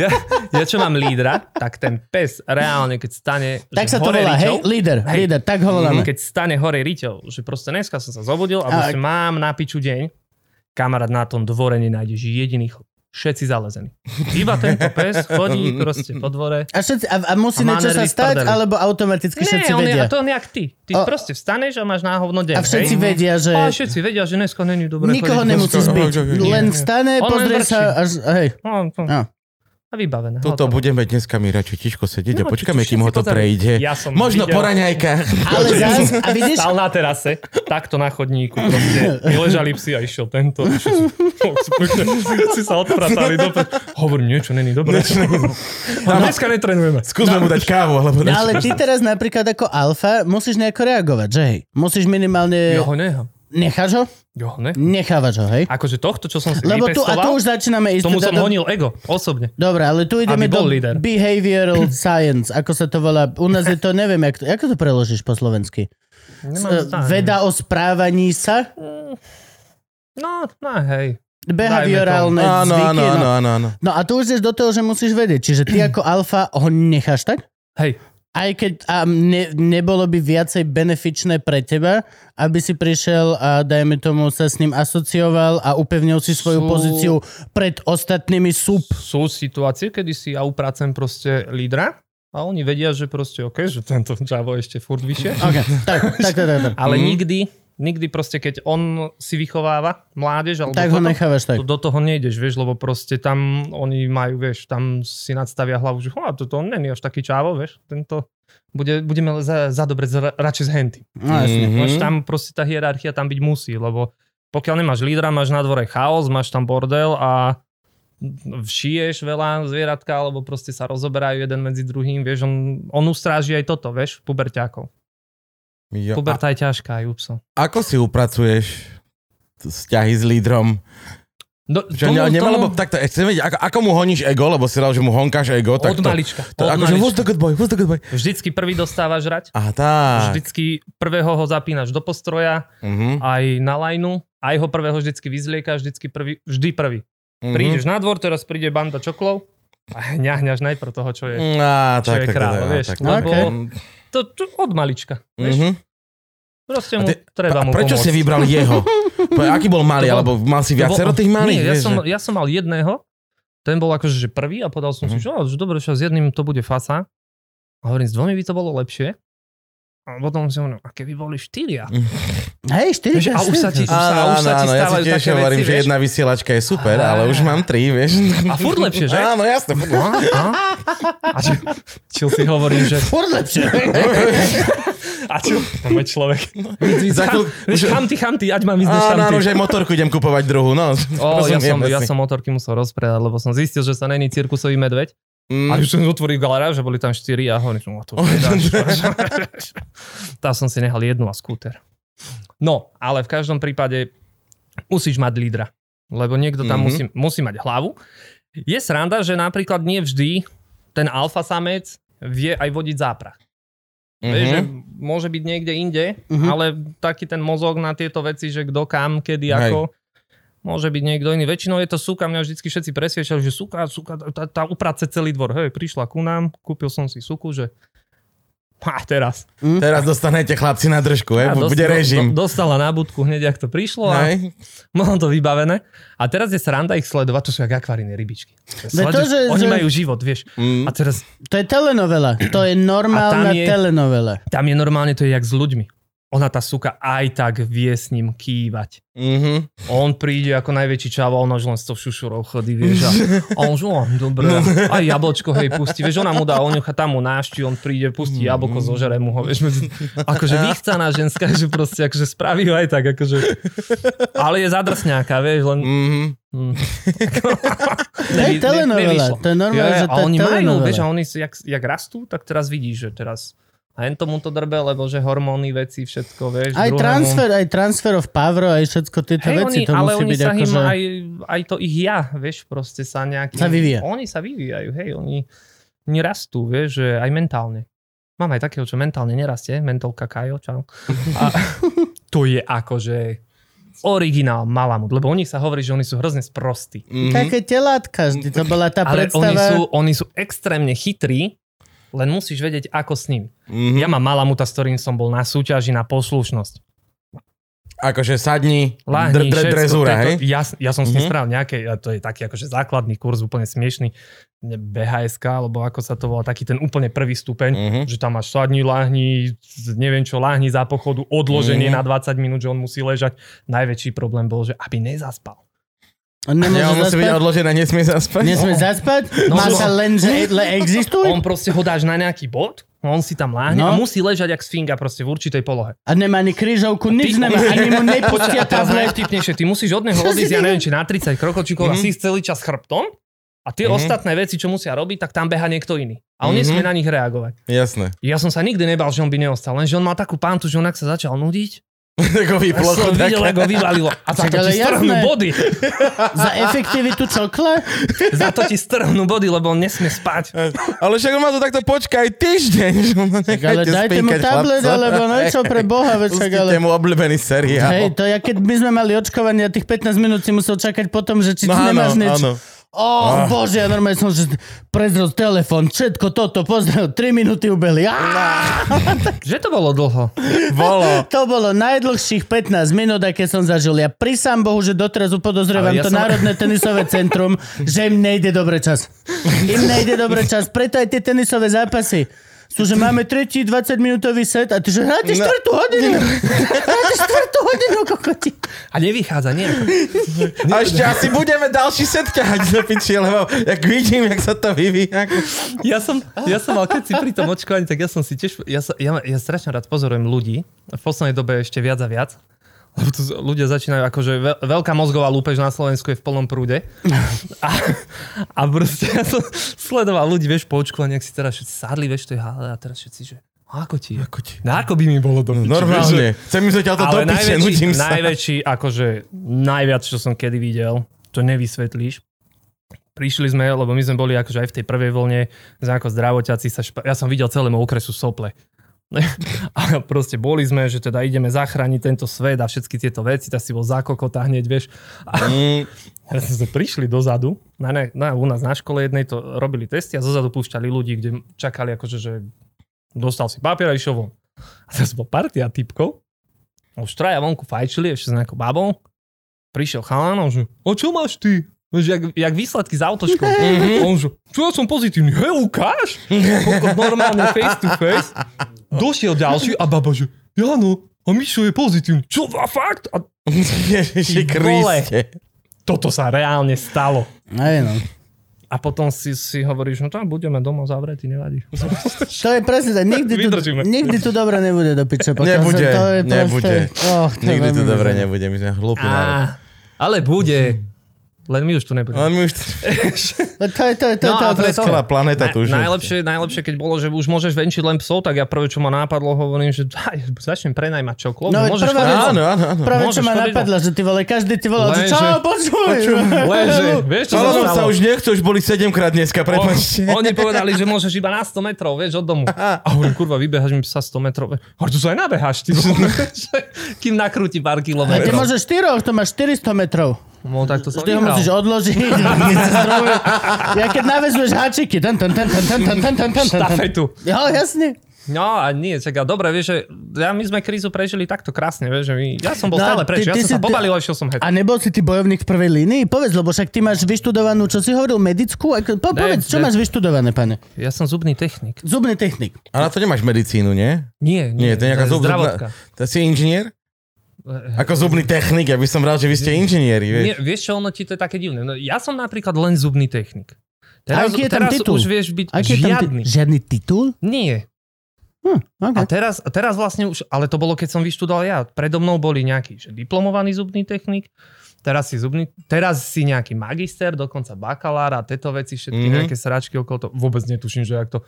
Speaker 3: ja, ja čo mám lídra, tak ten pes reálne, keď stane,
Speaker 1: Tak sa
Speaker 3: že
Speaker 1: to
Speaker 3: hore
Speaker 1: volá, hej?
Speaker 3: riťou,
Speaker 1: Líder,
Speaker 3: Hej.
Speaker 1: líder, tak ho voláme.
Speaker 3: keď stane hore riťou, že proste dneska som sa zobudil a
Speaker 1: A-
Speaker 3: proste mám na piču deň, kamarát na tom dvore nenájdeš jediný chlap. Všetci zalezení. Iba tento pes chodí proste po dvore.
Speaker 1: A, všetci, a, a musí
Speaker 3: A má
Speaker 1: niečo sa
Speaker 3: nervy v
Speaker 1: stať,
Speaker 3: prdeli.
Speaker 1: alebo automaticky všetci
Speaker 3: Nie, on je,
Speaker 1: vedia.
Speaker 3: a to je nejak ty. Ty
Speaker 1: O-
Speaker 3: proste vstaneš a máš náhodno deň.
Speaker 1: A všetci
Speaker 3: hej? No,
Speaker 1: vedia, že
Speaker 3: A všetci vedia, že dneska není dobré
Speaker 1: nikoho
Speaker 3: chodiť.
Speaker 1: nemusí
Speaker 2: Aha,
Speaker 1: zbiť.
Speaker 2: ok, ok.
Speaker 1: Len
Speaker 3: Nie.
Speaker 1: vstane,
Speaker 3: On len
Speaker 1: pozrie sa a z- a hej.
Speaker 3: No, to-
Speaker 1: A.
Speaker 3: A vybavené. No,
Speaker 2: Toto
Speaker 3: hotovo.
Speaker 2: budeme dneska mi radšej tiško sedieť a
Speaker 3: No,
Speaker 2: počkáme,
Speaker 3: čo- čo
Speaker 2: kým ho
Speaker 3: si
Speaker 2: to
Speaker 3: pozerali?
Speaker 2: prejde.
Speaker 3: Ja som
Speaker 2: Možno
Speaker 3: videl-
Speaker 2: po raňajkách.
Speaker 1: Ale zás, a vidíš,
Speaker 3: Stal na terase, takto na chodníku proste. Vyležali psi a išiel tento. išiel si- si sa odpratali. Do... Hovorím, niečo není dobré. A dneska netrenujeme.
Speaker 2: Skúsme mu dať kávu,
Speaker 1: No
Speaker 2: alebo niečo.
Speaker 1: ale ty teraz napríklad ako alfa musíš nejako reagovať, že hej? Musíš minimálne...
Speaker 3: Ja ho nehám.
Speaker 1: Necháš ho?
Speaker 3: Ja ho nehám.
Speaker 1: Nechávaš ho, hej?
Speaker 3: Akože tohto, čo som si
Speaker 1: Lebo tu, a tu
Speaker 3: vypestoval,
Speaker 1: už začíname ísť...
Speaker 3: tomu
Speaker 1: teda
Speaker 3: som
Speaker 1: do-
Speaker 3: honil ego, osobne.
Speaker 1: Dobre, ale tu ideme
Speaker 3: Aby
Speaker 1: do
Speaker 3: bol líder.
Speaker 1: behavioral science, ako sa to volá. U nás je to, neviem, jak to, ako to preložíš po slovensky?
Speaker 3: Nemám
Speaker 1: S-
Speaker 3: zdanie.
Speaker 1: Veda o správaní sa?
Speaker 3: No, no hej.
Speaker 1: Behaviorálne
Speaker 2: Áno,
Speaker 1: zvyky.
Speaker 2: áno, áno,
Speaker 1: no.
Speaker 2: áno, áno.
Speaker 1: no a tu už ideš do toho, že musíš vedieť. Čiže ty ako alfa ho necháš tak?
Speaker 3: Hej,
Speaker 1: Aj keď a ne, nebolo by viacej benefičné pre teba, aby si prišiel a dajme tomu sa s ním asocioval a upevnil si svoju
Speaker 3: Sú-
Speaker 1: pozíciu pred ostatnými sub.
Speaker 3: sú situácie, kedy si ja upracem proste lídra a oni vedia, že proste OK, že tento Javo je ešte furt vyššie.
Speaker 1: Okay, tak, tak, tak, tak, tak.
Speaker 3: Ale
Speaker 2: Mhm.
Speaker 3: mm. nikdy, nikdy proste, keď on si vychováva mládež, alebo
Speaker 1: tak ho
Speaker 3: toto,
Speaker 1: nechávaš tak.
Speaker 3: to, do toho nejdeš, vieš, lebo proste tam oni majú, vieš, tam si nadstavia hlavu, že a toto on není až taký čávo, vieš, tento bude, budeme za, za dobre za, radšej s henty.
Speaker 1: No, jasne.
Speaker 2: Mhm.
Speaker 3: Mm. Tam proste tá hierarchia tam byť musí, lebo pokiaľ nemáš lídra, máš na dvore chaos, máš tam bordel a šiješ veľa zvieratka, alebo proste sa rozoberajú jeden medzi druhým, vieš, on, on ustráži aj toto, vieš, puberťákov.
Speaker 2: Jo, a
Speaker 3: Puberta je ťažká aj u psov.
Speaker 2: ako si upracuješ vzťahy s lídrom?
Speaker 3: No,
Speaker 2: Že ne, nemal, lebo takto, e, chcem vedieť, ako, ako mu honíš ego, lebo si dal, že mu honkáš ego, no tak
Speaker 3: od
Speaker 2: to,
Speaker 3: malička.
Speaker 2: to,
Speaker 3: od
Speaker 2: akože, who's
Speaker 3: malička.
Speaker 2: the good boy, who's the good boy?
Speaker 3: Vždycky prvý dostáva žrať.
Speaker 2: A tak.
Speaker 3: Vždycky prvého ho zapínaš do postroja,
Speaker 2: Mhm,
Speaker 3: aj na lajnu, aj ho prvého vždycky vyzlieka, vždycky prvý, vždy prvý.
Speaker 2: mhm.
Speaker 3: Prídeš na dvor, teraz príde banda čoklov a hňahňaš najprv toho, čo je.
Speaker 2: Mhm. Á, Mm,
Speaker 3: čo
Speaker 2: tak,
Speaker 3: je
Speaker 2: tak,
Speaker 3: kráľ,
Speaker 2: tak, tak,
Speaker 3: vieš,
Speaker 2: tak, Mhm.
Speaker 1: lebo-
Speaker 2: tak.
Speaker 3: To, to od malička. Vieš?
Speaker 2: Mhm.
Speaker 3: Proste
Speaker 2: A
Speaker 3: mu
Speaker 2: ty-
Speaker 3: treba
Speaker 2: A
Speaker 3: mu
Speaker 2: prečo
Speaker 3: pomôcť.
Speaker 2: si vybral jeho? Po- Aký bol malý,
Speaker 3: To
Speaker 2: alebo
Speaker 3: bol-
Speaker 2: mal si
Speaker 3: To bol-
Speaker 2: viacero tých malých?
Speaker 3: Nie, ja
Speaker 2: vieš,
Speaker 3: som,
Speaker 2: že-
Speaker 3: ja som mal jedného, ten bol akože že prvý a
Speaker 2: Mhm.
Speaker 3: povedal som si, že, "Ó, že dobre, že s jedným to bude fasa. A hovorím, s dvomi by to bolo lepšie. A potom si hovorím, a keby boli štyria.
Speaker 1: Hej, 4
Speaker 3: Vieš, a už sa ti, už sa,
Speaker 2: Áno, áno,
Speaker 3: už sa ti
Speaker 2: áno, ja si
Speaker 3: stávajú
Speaker 2: tiež
Speaker 3: také
Speaker 2: hovorím,
Speaker 3: veci,
Speaker 2: že
Speaker 3: vieš?
Speaker 2: jedna vysielačka je super,
Speaker 3: Á.
Speaker 2: ale už mám tri, vieš.
Speaker 3: A furt lepšie, že?
Speaker 2: Áno, jasne. furt-
Speaker 3: No, a? A čo, čo si hovorím, že...
Speaker 1: Furt lepšie.
Speaker 3: A čo? Tam je človek.
Speaker 2: Za
Speaker 3: Cham,
Speaker 2: chvíľ-
Speaker 3: vieš, chamty, chamty, ať mám ísť než
Speaker 2: Áno, áno,
Speaker 3: chamty.
Speaker 2: že aj motorku idem kupovať druhú, no.
Speaker 3: O, ja, som,
Speaker 2: rozumiem
Speaker 3: ja
Speaker 2: veci.
Speaker 3: som motorky musel rozpredať, lebo som zistil, že sa není cirkusový medveď.
Speaker 2: Mm.
Speaker 3: A už som otvoril garáž, že boli tam štyri a hovorím, že no, to už nedáš. Tam som si nehal jednu a skúter. No, ale v každom prípade musíš mať lídra, lebo niekto tam
Speaker 2: Mhm.
Speaker 3: mm-hmm. musí, musí mať hlavu. Je sranda, že napríklad nie vždy ten alfa samec vie aj vodiť záprah.
Speaker 2: Mhm.
Speaker 3: Vieš, že môže byť niekde inde,
Speaker 1: Mhm.
Speaker 3: ale taký ten mozog na tieto veci, že kto kam, kedy,
Speaker 2: Hej.
Speaker 3: ako. Môže byť niekto iný. Väčšinou je to súka, mňa vždycky všetci presviečali, že súka, súka, tá, tá uprace celý dvor. Hej, prišla ku nám, kúpil som si súku, že a teraz.
Speaker 2: Teraz dostanete chlapci na držku, hej,
Speaker 3: A
Speaker 2: bu-
Speaker 3: dos-
Speaker 2: bude režim.
Speaker 3: Do, dostala nábudku hneď, ak to prišlo a
Speaker 2: Hej.
Speaker 3: mám to vybavené. A teraz je sranda ich sledovať, to sú jak akvaríne rybičky.
Speaker 1: No to,
Speaker 3: Sleduješ,
Speaker 1: že-
Speaker 3: oni
Speaker 1: že-
Speaker 3: majú život, vieš.
Speaker 2: Mm.
Speaker 3: A teraz
Speaker 1: To je telenovela. To je
Speaker 3: A
Speaker 1: normálna
Speaker 3: tam je-
Speaker 1: telenovela.
Speaker 3: tam je normálne, to je jak s ľuďmi. ona tá suka aj tak vie s ním kývať.
Speaker 2: Mm-hmm.
Speaker 3: On príde ako najväčší čavo, on už len s tou šušurou chodí, vieš. A, a on že, "Ó, dobre,
Speaker 1: No.
Speaker 3: aj jablčko, hej, pustí. Vieš, ona mu dá oňucha, tam mu nášti, on príde, pustí
Speaker 1: Mm.
Speaker 3: jablko, zožere mu ho, vieš. Medzi... Akože vychcaná ženská, že proste, akože spraví ho aj tak, akože. Ale je zadrsňáka, vieš, len...
Speaker 2: Mm-hmm.
Speaker 3: Mm.
Speaker 1: To je
Speaker 3: Nevy- ne-
Speaker 1: telenovela.
Speaker 3: nevyšlo.
Speaker 1: To je normálne,
Speaker 3: Jo,
Speaker 1: že
Speaker 3: a
Speaker 1: to je
Speaker 3: oni majú,
Speaker 1: telenovela.
Speaker 3: vieš, a oni, si- jak, jak rastú, tak teraz vidíš, že teraz a jen tomu to drbe, lebo že hormóny, veci, všetko, vieš.
Speaker 1: Aj
Speaker 3: druhému-
Speaker 1: transfer, aj transfer of power, aj všetko tieto
Speaker 3: Hej,
Speaker 1: veci,
Speaker 3: oni,
Speaker 1: to
Speaker 3: ale
Speaker 1: musí
Speaker 3: oni
Speaker 1: byť
Speaker 3: sa im
Speaker 1: akože...
Speaker 3: aj, aj to ich ja, vieš, proste sa nejaký...
Speaker 1: Sa vyvíja.
Speaker 3: Oni sa vyvíjajú, hej, oni, oni rastú, vieš, že aj mentálne. Mám aj takého, čo mentálne nerastie, mentolka Kajo, čau. A to je akože originál Malamut, lebo o nich sa hovorí, že oni sú hrozne sprostí.
Speaker 2: mhm,
Speaker 1: Mm-hmm. Také telátka, vždy to bola tá
Speaker 3: Ale oni
Speaker 1: predstava.
Speaker 3: sú, oni sú extrémne chytrí, len musíš vedieť, ako s ním.
Speaker 2: mhm.
Speaker 3: Ja
Speaker 1: Mhm.
Speaker 3: mám Malamuta, s ktorým som bol na súťaži na poslušnosť.
Speaker 2: Akože sadni, dr-
Speaker 3: Láhni,
Speaker 2: dr-
Speaker 3: všetko,
Speaker 2: drezúra,
Speaker 3: to je
Speaker 2: hej?
Speaker 3: to, ja, ja som s tým
Speaker 2: Mhm.
Speaker 3: spravil nejaké, a to je taký akože základný kurz, úplne smiešný, ne, BHSK, alebo ako sa to volá, taký ten úplne prvý stupeň,
Speaker 2: Mhm.
Speaker 3: že tam máš sadni, láhni, neviem čo, láhni za pochodu, odloženie
Speaker 2: Mhm.
Speaker 3: na 20 minút, že on musí ležať. Najväčší problém bol, že aby nezaspal.
Speaker 1: On nemôže
Speaker 2: Ja, on musí byť
Speaker 1: zaspať.
Speaker 2: odložené, nesmie zaspať.
Speaker 1: Nesmie zaspať?
Speaker 3: No,
Speaker 1: Má
Speaker 3: no.
Speaker 1: sa len, že le existuj?
Speaker 3: On proste ho dáš na nejaký bod, on si tam láhne
Speaker 1: No.
Speaker 3: a musí ležať jak sfinga proste v určitej polohe.
Speaker 1: A nemá ani krížovku, nič
Speaker 3: Ty-
Speaker 1: nemá, ani mu nepustia
Speaker 3: A teraz
Speaker 1: tablet.
Speaker 3: najvtipnejšie, ty musíš od neho
Speaker 1: Čo si
Speaker 3: odísť, ja
Speaker 1: ty-
Speaker 3: neviem, či na 30 krokočíkov
Speaker 2: Mhm.
Speaker 3: a si celý čas chrbtom a tie
Speaker 2: Mhm.
Speaker 3: ostatné veci, čo musia robiť, tak tam beha niekto iný. A on
Speaker 2: Mhm.
Speaker 3: nesmie na nich reagovať.
Speaker 2: Jasné.
Speaker 3: Ja som sa nikdy nebal, že on by neostal, lenže on mal takú pantu, že on ak sa začal nudiť,
Speaker 2: Takový
Speaker 3: ja
Speaker 2: plocho.
Speaker 3: som videl, ako vyvalilo. A
Speaker 1: Však
Speaker 3: za to
Speaker 1: ale
Speaker 3: ti strhnú
Speaker 1: jasné.
Speaker 3: body.
Speaker 1: Za efektivitu čokla?
Speaker 3: Za to ti strhnú body, lebo on nesmie spať.
Speaker 2: Ale však on má to takto počkaj týždeň, že on ho
Speaker 1: Tak ale
Speaker 2: nechajte
Speaker 1: dajte mu
Speaker 2: spinkať,
Speaker 1: tablet,
Speaker 2: chlapca.
Speaker 1: alebo niečo pre Boha, veď však ale...
Speaker 2: Pustite mu obľúbený seriál.
Speaker 1: Hej, to ja keď my sme mali očkovanie a tých 15 minút si musel čakať potom, že či
Speaker 2: No
Speaker 1: no,
Speaker 2: áno,
Speaker 1: nemáš niečo.
Speaker 2: áno. Ah.
Speaker 1: Ó, oh, bože, ja normálne som, že prezrel telefon, všetko toto, pozrel, 3 minúty ubehli. Á,
Speaker 3: Že to bolo dlho.
Speaker 2: Bolo.
Speaker 1: To bolo najdlhších 15 minút, aké som zažil. Ja prisám Bohu, že doteraz upodozrievam
Speaker 3: Ale ja
Speaker 1: to
Speaker 3: som-
Speaker 1: Národné tenisové centrum, že im nejde dobre čas. Im nejde dobre čas, preto aj tie tenisové zápasy. Sú, že máme tretí 20-minútový set a ty, že hráte
Speaker 2: No.
Speaker 1: štvrtú hodinu. Hráte štvrtú hodinu, kokoti.
Speaker 3: A nevychádza nejako.
Speaker 2: A ešte asi budeme ďalší set ťahať do piči, lebo jak vidím, jak sa to vyvíja.
Speaker 3: ja som, ja som mal, keď si pri tom očkovaní, tak ja som si tiež, ja, sa, ja, ja strašne rád pozorujem ľudí, v poslednej dobe ešte viac a viac, lebo tu z- ľudia začínajú, akože ve- veľká mozgová lúpež na Slovensku je v plnom prúde. A, a proste ja som sledoval ľudí, vieš, po očkovaní, ak si teraz všetci sadli, vieš, to je hále a teraz všetci, že ako ti? je?
Speaker 2: Ako ti?
Speaker 3: No, ako by mi bolo do piče, vieš, že-
Speaker 2: Normálne. Chcem ísť zatiaľ to do
Speaker 3: ale
Speaker 2: piče,
Speaker 3: najväčší,
Speaker 2: nudím sa.
Speaker 3: najväčší, akože najviac, čo som kedy videl, to nevysvetlíš. Prišli sme, lebo my sme boli akože aj v tej prvej vlne, sme ako zdravoťaci sa špa... Ja som videl celému okresu sople. a proste boli sme, že teda ideme zachrániť tento svet a všetky tieto veci, tak si bol za kokota hneď, vieš. A
Speaker 2: Mm,
Speaker 3: teraz sme prišli dozadu, na, ne, na, u nás na škole jednej to robili testy a zozadu púšťali ľudí, kde čakali akože, že dostal si papier a išiel von. A teraz bol partia typkov, už traja vonku fajčili ešte s nejakou babou, prišiel chalán a on že, o čo máš ty? Vieš, jak, jak výsledky z autoškou. A on že, čo ja som pozitívny? Hej, ukáž! Kokot, Normálne face to face. Došiel ďalší a baba že, ja no, a Mišo je pozitívny. Čo, a fakt? A
Speaker 2: Ježiši
Speaker 3: Ty vole.
Speaker 2: Kriste.
Speaker 3: toto sa reálne stalo.
Speaker 1: Aj no.
Speaker 3: A potom si, si hovoríš, no tam budeme doma zavretí, nevadí.
Speaker 1: To je presne tak. Nikdy tu,
Speaker 3: Vydržíme.
Speaker 1: nikdy tu dobre nebude do piče. pokiaľ
Speaker 2: Nebude,
Speaker 1: sa- to je
Speaker 2: nebude.
Speaker 1: Proste, oh, to je
Speaker 2: Nikdy to
Speaker 1: veľmi
Speaker 2: dobre
Speaker 1: bizarné.
Speaker 2: nebude, my sme hlúpi národ.
Speaker 3: Á, ale bude. Len my už tu nebudeme.
Speaker 2: Ale my už...
Speaker 1: No To je, to je, to je,
Speaker 3: No,
Speaker 1: to je
Speaker 3: ale to je
Speaker 1: otázka.
Speaker 2: Celá planéta tu už...
Speaker 3: Na, najlepšie, najlepšie, keď bolo, že už môžeš venčiť len psov, tak ja prvé, čo ma nápadlo, hovorím, že daj, začnem prenajmať čokoľvek.
Speaker 1: No,
Speaker 3: môžeš
Speaker 1: prvá
Speaker 3: prenajmať-
Speaker 2: Áno, áno, áno.
Speaker 1: Práve čo
Speaker 3: Môžeš
Speaker 1: ma
Speaker 3: chodiť
Speaker 1: napadlo, že ty vole, každý ty volal, že
Speaker 3: Lenže-
Speaker 1: čo, počuj.
Speaker 3: Leže, vieš, čo
Speaker 2: Ale
Speaker 3: sa
Speaker 2: sa
Speaker 3: stalo?
Speaker 2: už nechce, už boli 7 krát dneska, prepáčte.
Speaker 3: Oni povedali, že môžeš iba na 100 metrov, vieš, od domu. A hovorím, kurva, vybehaš mi psa 100 metrov. Ale tu sa aj nabeháš, ty. vole. Kým nakrúti
Speaker 1: A
Speaker 3: pár
Speaker 2: no.
Speaker 1: ty
Speaker 3: kilometrov.
Speaker 1: môžeš štyroch, to máš 400 metrov.
Speaker 3: No, tak to som
Speaker 1: Ty ho
Speaker 3: vyhral.
Speaker 1: musíš odložiť. keď sa zdrojuje. ja keď navezuješ háčiky, ten, ten, ten, ten, ten, ten, ten, ten, ten, ten, ten.
Speaker 3: Štafetu.
Speaker 1: Jo, jasne.
Speaker 3: No a nie, čaká, dobre, vieš, že ja, my sme krízu prežili takto krásne, vieš, že my, ja som bol
Speaker 1: No a
Speaker 3: stále preč,
Speaker 1: ty-
Speaker 3: ja
Speaker 1: ty si-
Speaker 3: som sa
Speaker 1: ty-
Speaker 3: pobalil a išiel som head.
Speaker 1: A nebol si ty bojovník v prvej línii? Povedz, lebo však ty máš vyštudovanú, čo si hovoril, medickú? Ako- Po,
Speaker 3: Ne,
Speaker 1: povedz, čo
Speaker 3: ne.
Speaker 1: máš vyštudované, pane?
Speaker 3: Ja som zubný technik.
Speaker 1: Zubný technik.
Speaker 2: A na to nemáš medicínu, nie?
Speaker 3: Nie, nie,
Speaker 2: Nie, to je nejaká zub,
Speaker 3: zdravotka.
Speaker 2: zubná... To si inžinier? Ako zubný technik, ja by som rád, že vy ste inžinieri, vieš.
Speaker 3: Nie, vieš čo, ono ti to je také divné. No, ja som napríklad len zubný technik.
Speaker 1: A
Speaker 3: Teraz,
Speaker 1: aký je tam
Speaker 3: teraz
Speaker 1: titul?
Speaker 3: už vieš byť
Speaker 1: Aký je tam
Speaker 3: žiadny.
Speaker 1: ti- žiadny titul?
Speaker 3: Nie.
Speaker 1: Hm,
Speaker 3: A
Speaker 1: okay.
Speaker 3: teraz, a teraz vlastne už, ale to bolo, keď som vyštudoval ja. Predo mnou boli nejaký že diplomovaný zubný technik, teraz si, zubný, teraz si nejaký magister, dokonca bakalár a tieto veci, všetky
Speaker 2: Mhm.
Speaker 3: mm-hmm. nejaké sračky okolo toho. Vôbec netuším, že jak to...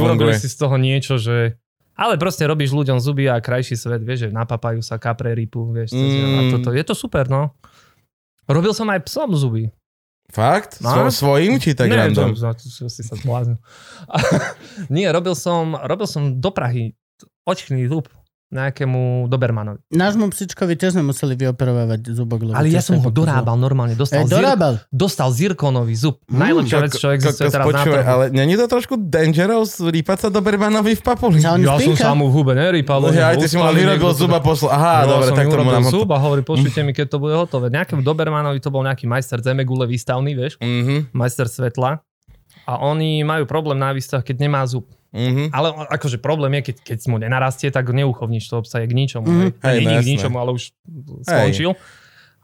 Speaker 2: to
Speaker 3: urobili
Speaker 2: funguje.
Speaker 3: si z toho niečo, že... Ale proste robíš ľuďom zuby a krajší svet, vieš, že napapajú sa kapre rypu, vieš, mm. a
Speaker 2: Mm.
Speaker 3: toto. Je to super, no. Robil som aj psom zuby.
Speaker 2: Fakt? No?
Speaker 3: No.
Speaker 2: Svojím, či tak
Speaker 3: Nie,
Speaker 2: random?
Speaker 3: To, to, to, si sa zbláznil. Nie, robil som, robil som do Prahy t- očný zub nejakému Dobermanovi.
Speaker 1: Nášmu psičkovi tiež sme museli vyoperovať zubok.
Speaker 2: No,
Speaker 1: lebo
Speaker 3: Ale
Speaker 1: tiež
Speaker 3: ja som
Speaker 1: sa
Speaker 3: ho
Speaker 1: pokazil.
Speaker 3: dorábal
Speaker 1: E,
Speaker 3: normálne. Dostal, zir,
Speaker 1: dorábal.
Speaker 3: dostal zirkonový zub.
Speaker 1: Mm.
Speaker 3: Najlepšia vec, čo existuje
Speaker 2: Kokos,
Speaker 3: teraz na
Speaker 2: počúvaj,
Speaker 3: trhu.
Speaker 2: ale není to trošku dangerous rýpať sa do Bermanovi v papuli?
Speaker 1: Sa on
Speaker 3: Ja som
Speaker 1: spinka.
Speaker 3: sa mu v hube nerýpal.
Speaker 2: No,
Speaker 3: on
Speaker 2: ja, aj
Speaker 3: bol
Speaker 2: ty si mal
Speaker 3: uspalý,
Speaker 2: vyrobil
Speaker 3: niekto to-
Speaker 2: zuba posla. Aha,
Speaker 3: No,
Speaker 2: dobre,
Speaker 3: som
Speaker 2: tak to
Speaker 3: im
Speaker 2: Hm.
Speaker 3: urobil
Speaker 2: mám...
Speaker 3: zub a hovorí, počujte mi, keď to bude hotové. Nejakému Dobermanovi to bol nejaký majster zemegule výstavný, vieš,
Speaker 2: Mhm,
Speaker 3: majster svetla. A oni majú problém na výstavách, keď nemá zub.
Speaker 2: mhm.
Speaker 3: Ale on- akože problém je, keď, keď mu nenarastie, tak neuchovníš to obsaje k ničomu.
Speaker 1: Mhm.
Speaker 3: Mm.
Speaker 2: Hej,
Speaker 3: Hej,
Speaker 2: no
Speaker 3: nie k
Speaker 2: jasné.
Speaker 3: ničomu, ale už skončil.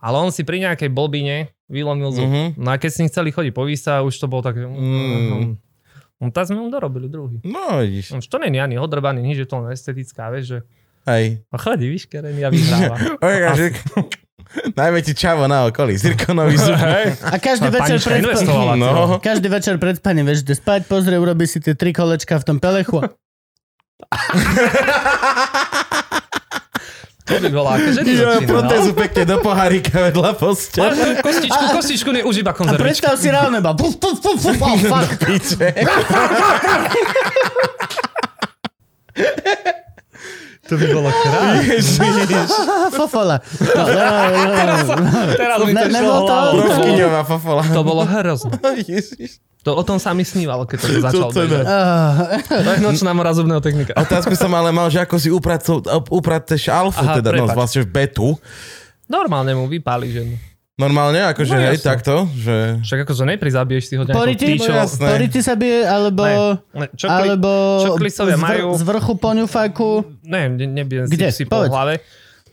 Speaker 3: Ale on si pri nejakej blbine vylomil zub.
Speaker 2: Mhm.
Speaker 3: No a keď s ním chceli chodiť po výstave, už to bolo také...
Speaker 2: Mm.
Speaker 3: Mm. No tak sme mu dorobili druhý.
Speaker 2: No, vidíš.
Speaker 3: No, Už to není ani odrbaný, nič, je to len estetická, vieš, že
Speaker 2: Hej.
Speaker 3: a chodí vyškerený a vyhráva.
Speaker 2: Oj, ja, že- Najmä ti čavo na okolí, zirkonový zub.
Speaker 1: A každý
Speaker 3: A
Speaker 1: večer
Speaker 3: panička
Speaker 1: pred spaním,
Speaker 3: investovala.
Speaker 2: No,
Speaker 1: každý večer pred spaním, vieš, ide spať, pozrie, urobí si tie tri kolečka v tom pelechu.
Speaker 3: To by bola akože
Speaker 2: Ja,
Speaker 3: divočina, no.
Speaker 2: protézu pekne do pohárika vedľa
Speaker 3: Máš
Speaker 2: postele.
Speaker 3: tu Kostičku, kostičku, ne, už
Speaker 1: A
Speaker 3: iba konzervička.
Speaker 1: predstav si reálne, ba, puf, puf, puf, puf, oh, fuck.
Speaker 2: Piče.
Speaker 3: To by bolo krásne.
Speaker 2: Ježiš.
Speaker 1: Fofola.
Speaker 3: Teraz mi to
Speaker 1: Ne-
Speaker 3: šlo
Speaker 1: nebolo to?
Speaker 3: hlavou.
Speaker 2: Provkyňová fofola. No,
Speaker 3: To bolo hrozné.
Speaker 2: Ježiš.
Speaker 3: To o tom sa mi snívalo, keď som to začal.
Speaker 2: To teda.
Speaker 3: bežať. To je nočná mora zubného technika.
Speaker 2: Otázku som ale mal, že ako si upracu- uprateš alfu,
Speaker 3: Aha,
Speaker 2: teda, no
Speaker 3: prepáč.
Speaker 2: vlastne v betu.
Speaker 3: Normálne mu vypáli ženu.
Speaker 2: Normálne, akože
Speaker 3: No,
Speaker 2: hej,
Speaker 3: jasne.
Speaker 2: takto, že...
Speaker 3: Však akože neprizabiješ si ho nejakou
Speaker 1: Poriti,
Speaker 3: tyčou.
Speaker 2: No jasné.
Speaker 1: poriti sa bije, alebo...
Speaker 3: vlastne. Ne, čokli,
Speaker 1: Alebo
Speaker 3: čoklisovia
Speaker 1: z,
Speaker 3: majú-
Speaker 1: z vrchu poňufáku.
Speaker 3: ne, ne, nebijem
Speaker 1: Kde?
Speaker 3: si, si po
Speaker 1: Povedz.
Speaker 3: hlave.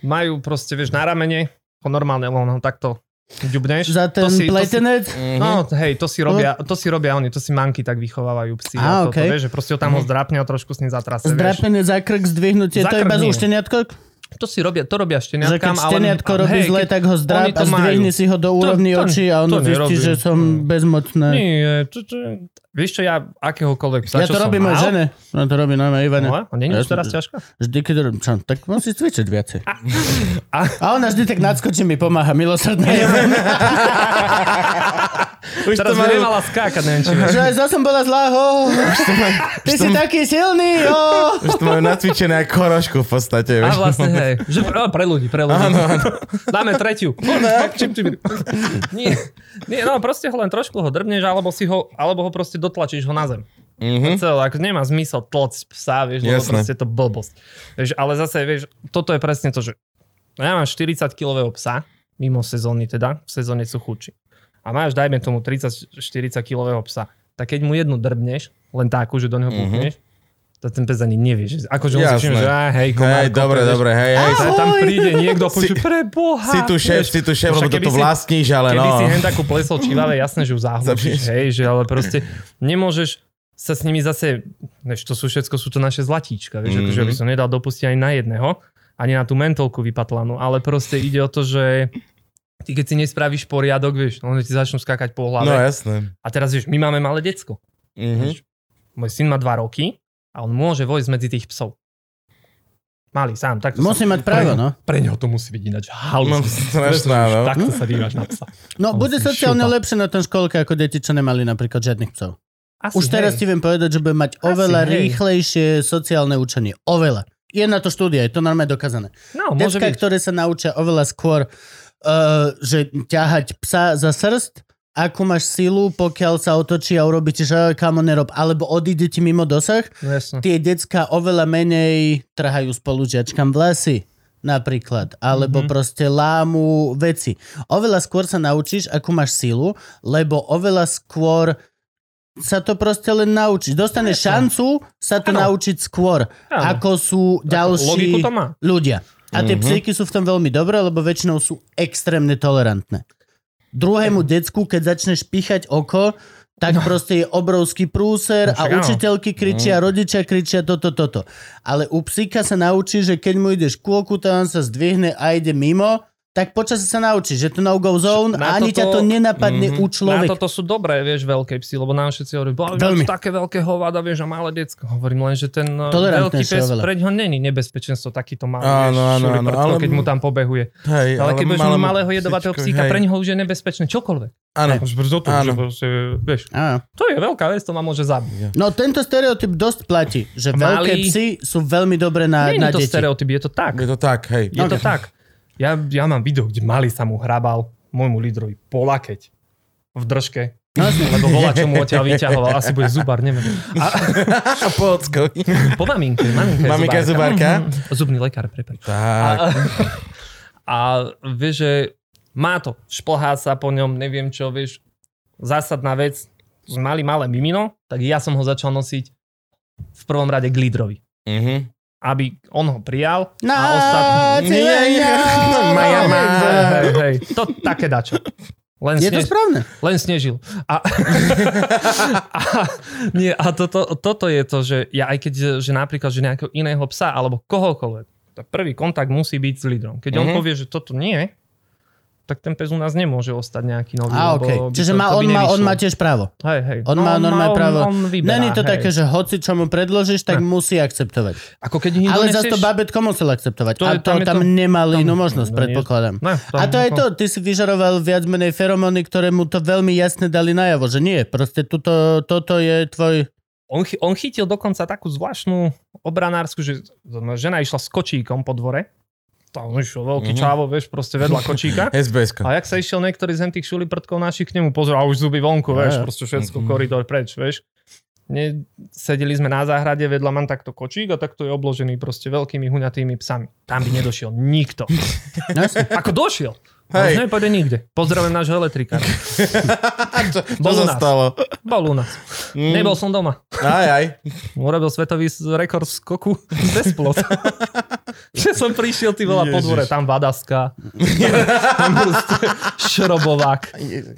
Speaker 3: Majú proste, vieš, na ramene, ho normálne len ho takto ďubneš.
Speaker 1: Za ten
Speaker 3: to si, to si,
Speaker 1: pletenec.
Speaker 2: Mhm.
Speaker 3: No, hej, to si, robia, to si robia oni, to si manky tak vychovávajú psi.
Speaker 1: Á,
Speaker 3: A,
Speaker 1: okej.
Speaker 3: toto,
Speaker 1: Mhm.
Speaker 3: vieš, že proste ho tam ho zdrápne a trošku s ním zatrase. Vieš.
Speaker 1: Zdrapenie, zakrk, zdvihnutie,
Speaker 3: Za
Speaker 1: to je iba
Speaker 3: krk nie.
Speaker 1: zúšteniatko.
Speaker 3: To si robia, to robia
Speaker 1: Že keď
Speaker 3: šteniatkám. ale-
Speaker 1: šteniatko
Speaker 3: a-
Speaker 1: robí
Speaker 3: hej,
Speaker 1: zle,
Speaker 3: keď-
Speaker 1: tak ho zdráp
Speaker 3: oni to
Speaker 1: a zdvihne
Speaker 3: majú.
Speaker 1: si ho do úrovni
Speaker 3: to-
Speaker 1: očí a ono
Speaker 3: to
Speaker 1: zistí,
Speaker 3: nerobí.
Speaker 1: že som
Speaker 3: Mm.
Speaker 1: bezmocné.
Speaker 3: Nie, to, to, vieš čo, ja akéhokoľvek psa,
Speaker 1: Ja
Speaker 3: čo
Speaker 1: to
Speaker 3: som
Speaker 1: robím aj
Speaker 3: mal,
Speaker 1: žene. No to robí najmä Ivane.
Speaker 3: No, a nie je
Speaker 1: Ja
Speaker 3: už teraz
Speaker 1: som-
Speaker 3: ťažká?
Speaker 1: Vždy, keď robím, čo, tak musíš cvičiť viacej.
Speaker 3: A,
Speaker 1: A ona vždy tak nadskočí, mi pomáha, milosrdná.
Speaker 2: Už to
Speaker 3: teraz by
Speaker 2: majú-
Speaker 3: nemala skákať, neviem, či vieš.
Speaker 1: Že aj zase som bola zlá, ho. Ty si taký silný, ho.
Speaker 2: už to majú nacvičené ako korošku v podstate,
Speaker 3: A
Speaker 2: vieš.
Speaker 3: vlastne, hej. Že, a pre ľudí, pre ľudí. Áno, áno. Dáme tretiu. Hop, čip, čip. Nie, nie, no proste ho len trošku ho drbneš, alebo, si ho, alebo ho proste dotlačíš ho na zem.
Speaker 2: Mhm.
Speaker 3: Celé, ako nemá zmysel tlc psa, vieš, lebo
Speaker 2: Jasné.
Speaker 3: proste je to blbosť. Vieš, ale zase, vieš, toto je presne to, že ja mám 40-kilového psa, mimo sezóny teda, v sezóne sú chuči. A máš, dajme tomu, 30-40-kilového psa. Tak keď mu jednu drbneš, len takú, že do neho
Speaker 2: Mhm.
Speaker 3: búchneš, to ten pes ani nevie. Že, akože on si všimne,
Speaker 2: Jasné.
Speaker 3: že á, hej,
Speaker 2: Hej,
Speaker 3: komárko,
Speaker 2: dobre,
Speaker 3: to je-
Speaker 2: dobre, hej, hej.
Speaker 3: Ahoj. Tam príde niekto,
Speaker 2: Si-
Speaker 3: počuje, pre boha.
Speaker 2: Si tu šéf,
Speaker 3: vieš.
Speaker 2: si tu šéf,
Speaker 3: Však
Speaker 2: lebo to
Speaker 3: keby
Speaker 2: tu
Speaker 3: si-
Speaker 2: vlastníš, ale
Speaker 3: Keby
Speaker 2: no.
Speaker 3: si hen takú plesol čivavé, jasné, že ju
Speaker 2: Zabiješ.
Speaker 3: zahlučíš, hej, že ale proste nemôžeš sa s nimi zase, vieš, to sú všetko, sú to naše zlatíčka,
Speaker 2: Mhm.
Speaker 3: vieš, mm-hmm. akože by som nedal dopustiť ani na jedného, ani na tú mentolku vypatlanú, ale proste ide o to, že ty keď si nespravíš poriadok, vieš, oni ti začnú skákať po
Speaker 2: No
Speaker 3: hlave. No,
Speaker 2: jasné.
Speaker 3: a teraz, vieš, my máme malé decko.
Speaker 2: Mhm.
Speaker 3: Vieš, Môj syn má 2 roky a on môže vojsť medzi tých psov. Malý, sám, takto sa-
Speaker 1: Musí mať právo, no.
Speaker 3: pre neho to musí byť ináč halus.
Speaker 2: No, strašná, no.
Speaker 3: Takto sa dívaš na psa.
Speaker 1: No,
Speaker 3: On
Speaker 1: bude
Speaker 3: si
Speaker 1: sociálne
Speaker 3: šupa.
Speaker 1: lepšie na tom školke, ako deti, čo nemali napríklad žiadnych psov.
Speaker 3: Asi,
Speaker 1: Už teraz ti viem povedať, že bude mať
Speaker 3: Asi,
Speaker 1: oveľa
Speaker 3: hej.
Speaker 1: rýchlejšie sociálne učenie. Oveľa. Je na to štúdia, je to normálne dokázané.
Speaker 3: No, môže
Speaker 1: Decka,
Speaker 3: byť.
Speaker 1: ktoré sa naučia oveľa skôr, uh, že ťahať eh, psa za srst, akú máš silu, pokiaľ sa otočí a urobíte, že "Oj, kamo nerob, alebo odíde ti mimo dosah,
Speaker 3: No jasne.
Speaker 1: tie decka oveľa menej trhajú spolužiačkam vlasy napríklad, alebo
Speaker 3: Mhm.
Speaker 1: mm-hmm. proste lámu veci. Oveľa skôr sa naučíš, akú máš silu, lebo oveľa skôr sa to proste len naučí. Dostaneš šancu sa to
Speaker 3: Áno.
Speaker 1: naučiť skôr,
Speaker 3: Áno.
Speaker 1: ako sú
Speaker 3: Logiku
Speaker 1: ďalší
Speaker 3: to má.
Speaker 1: ľudia. A tie
Speaker 2: Mhm.
Speaker 1: psíky sú v tom veľmi dobré, lebo väčšinou sú extrémne tolerantné. Druhému decku, keď začneš píchať oko, tak no. proste je obrovský prúser a
Speaker 3: No však áno. Mhm.
Speaker 1: učiteľky kričia, rodičia kričia toto, toto. Ale u psíka sa naučí, že keď mu ideš ku oku, to on sa zdvihne a ide mimo, tak počas sa naučí, že to no-go zone a
Speaker 3: Na
Speaker 1: ani ťa
Speaker 3: toto-
Speaker 1: to
Speaker 3: Mhm.
Speaker 1: nenapadne u
Speaker 3: Na
Speaker 1: človeka.
Speaker 3: toto sú dobré, vieš, veľké psy, lebo nám všetci hovorí, bože,
Speaker 1: Veľmi.
Speaker 3: Veľmi. také veľké hovada, vieš, a malé decko. Hovorím len, že ten eh, veľký
Speaker 1: Tolerantnejšie
Speaker 3: pes,
Speaker 1: oveľa.
Speaker 3: preď ho není nebezpečenstvo, takýto malý,
Speaker 2: Áno,
Speaker 3: vieš,
Speaker 2: áno,
Speaker 3: šuri
Speaker 2: áno,
Speaker 3: prtko,
Speaker 2: ale-
Speaker 3: keď mu tam pobehuje.
Speaker 2: Hej,
Speaker 3: Ale, keď budeš mať
Speaker 2: malému
Speaker 3: malého jedovatého
Speaker 2: psíčkovi,
Speaker 3: psíka,
Speaker 2: hej.
Speaker 3: pre neho už je nebezpečné, čokoľvek.
Speaker 2: Áno.
Speaker 3: Už brzo to,
Speaker 2: Áno.
Speaker 3: že proste, vieš,
Speaker 1: Á.
Speaker 3: to je veľká vec, to ma môže zabiť.
Speaker 1: No tento stereotyp dosť platí, že veľké
Speaker 3: Malý-
Speaker 1: psy sú veľmi dobré na,
Speaker 3: Nie
Speaker 1: na
Speaker 3: je to
Speaker 1: deti.
Speaker 3: stereotyp, je to tak.
Speaker 2: Je to tak, hej.
Speaker 3: Je to tak. Ja, ja mám video, kde malý sa mu hrabal môjmu lídrovi polakeť v držke.
Speaker 2: No,
Speaker 3: Lebo volá, čo mu odtiaľ vyťahoval. Asi bude zubár, neviem. A,
Speaker 2: A pocko.
Speaker 3: po maminke. Maminka je
Speaker 2: Maminka je
Speaker 3: zubárka.
Speaker 2: zubárka.
Speaker 3: Mhm. Zubný lekár, prepáč.
Speaker 2: Tak.
Speaker 3: A, a vieš, že má to, šplhá sa po ňom, neviem čo, vieš, zásadná vec, že mali malé mimino, tak ja som ho začal nosiť v prvom rade k lídrovi,
Speaker 2: Mhm.
Speaker 3: aby on ho prijal a
Speaker 1: Na
Speaker 3: ostatní...
Speaker 1: cieľa-
Speaker 2: Maja má.
Speaker 3: Hej, hej, hej, to také dačo. Len,
Speaker 1: Je to
Speaker 3: snež,
Speaker 1: správne.
Speaker 3: len snežil. A, a, nie, a toto, toto je to, že ja aj keď, že napríklad, že nejakého iného psa alebo kohokoľvek, to prvý kontakt musí byť s lídrom. Keď mm-hmm.
Speaker 2: Mhm.
Speaker 3: on povie, že toto nie, tak ten pes u nás nemôže ostať nejaký nový.
Speaker 1: A
Speaker 3: lebo
Speaker 1: okej,
Speaker 3: by
Speaker 1: čiže
Speaker 3: to-
Speaker 1: má,
Speaker 3: to by
Speaker 1: on, má, on
Speaker 3: nevyšlo.
Speaker 1: má tiež právo.
Speaker 3: Hej, hej. No,
Speaker 1: On má normálne právo.
Speaker 3: On, on vyberá,
Speaker 1: Není to
Speaker 3: hej.
Speaker 1: také, že hoci čo mu predložíš, tak musí akceptovať.
Speaker 3: Ako keď im
Speaker 1: Ale
Speaker 3: donesieš-
Speaker 1: zase to babetko musel akceptovať.
Speaker 3: To
Speaker 1: a
Speaker 3: je-
Speaker 1: to
Speaker 3: tam je
Speaker 1: tam
Speaker 3: to-
Speaker 1: nemali
Speaker 3: tam-
Speaker 1: inú možnosť,
Speaker 3: no nie.
Speaker 1: predpokladám.
Speaker 3: Ne, tam-
Speaker 1: A to je to, ty si vyžaroval viac menej feromóny, ktoré mu to veľmi jasne dali najavo, že nie, proste tuto, toto je tvoj...
Speaker 3: On, chy- on chytil dokonca takú zvláštnu obranársku, že žena išla s kočíkom po dvore. Tam išiel
Speaker 2: Mhm.
Speaker 3: veľký mm-hmm. čávo, vieš, proste vedľa kočíka.
Speaker 2: SBS-ko.
Speaker 3: A jak sa išiel niektorý z hen tých šuliprdkov našich k nemu, pozor, a už zuby vonku,
Speaker 1: Ja, ja.
Speaker 3: vieš, proste všetko,
Speaker 2: Mhm.
Speaker 3: koridor preč, vieš. Ne, sedeli sme na záhrade, vedľa mám takto kočík a takto je obložený proste veľkými huňatými psami. Tam by nedošiel nikto. Ako došiel. Ale
Speaker 2: Hej.
Speaker 3: už nepôjde nikde. Pozdravujem nášho elektrika.
Speaker 2: To
Speaker 3: Bol u nás.
Speaker 2: zostalo.
Speaker 3: Bol u nás.
Speaker 2: Mm.
Speaker 3: Nebol som doma.
Speaker 2: Aj, aj.
Speaker 3: Urobil svetový s- rekord v skoku bez plot. Že som prišiel, ty veľa po
Speaker 2: Ježiš.
Speaker 3: dvore, tam vadaska, tam proste šrobovák.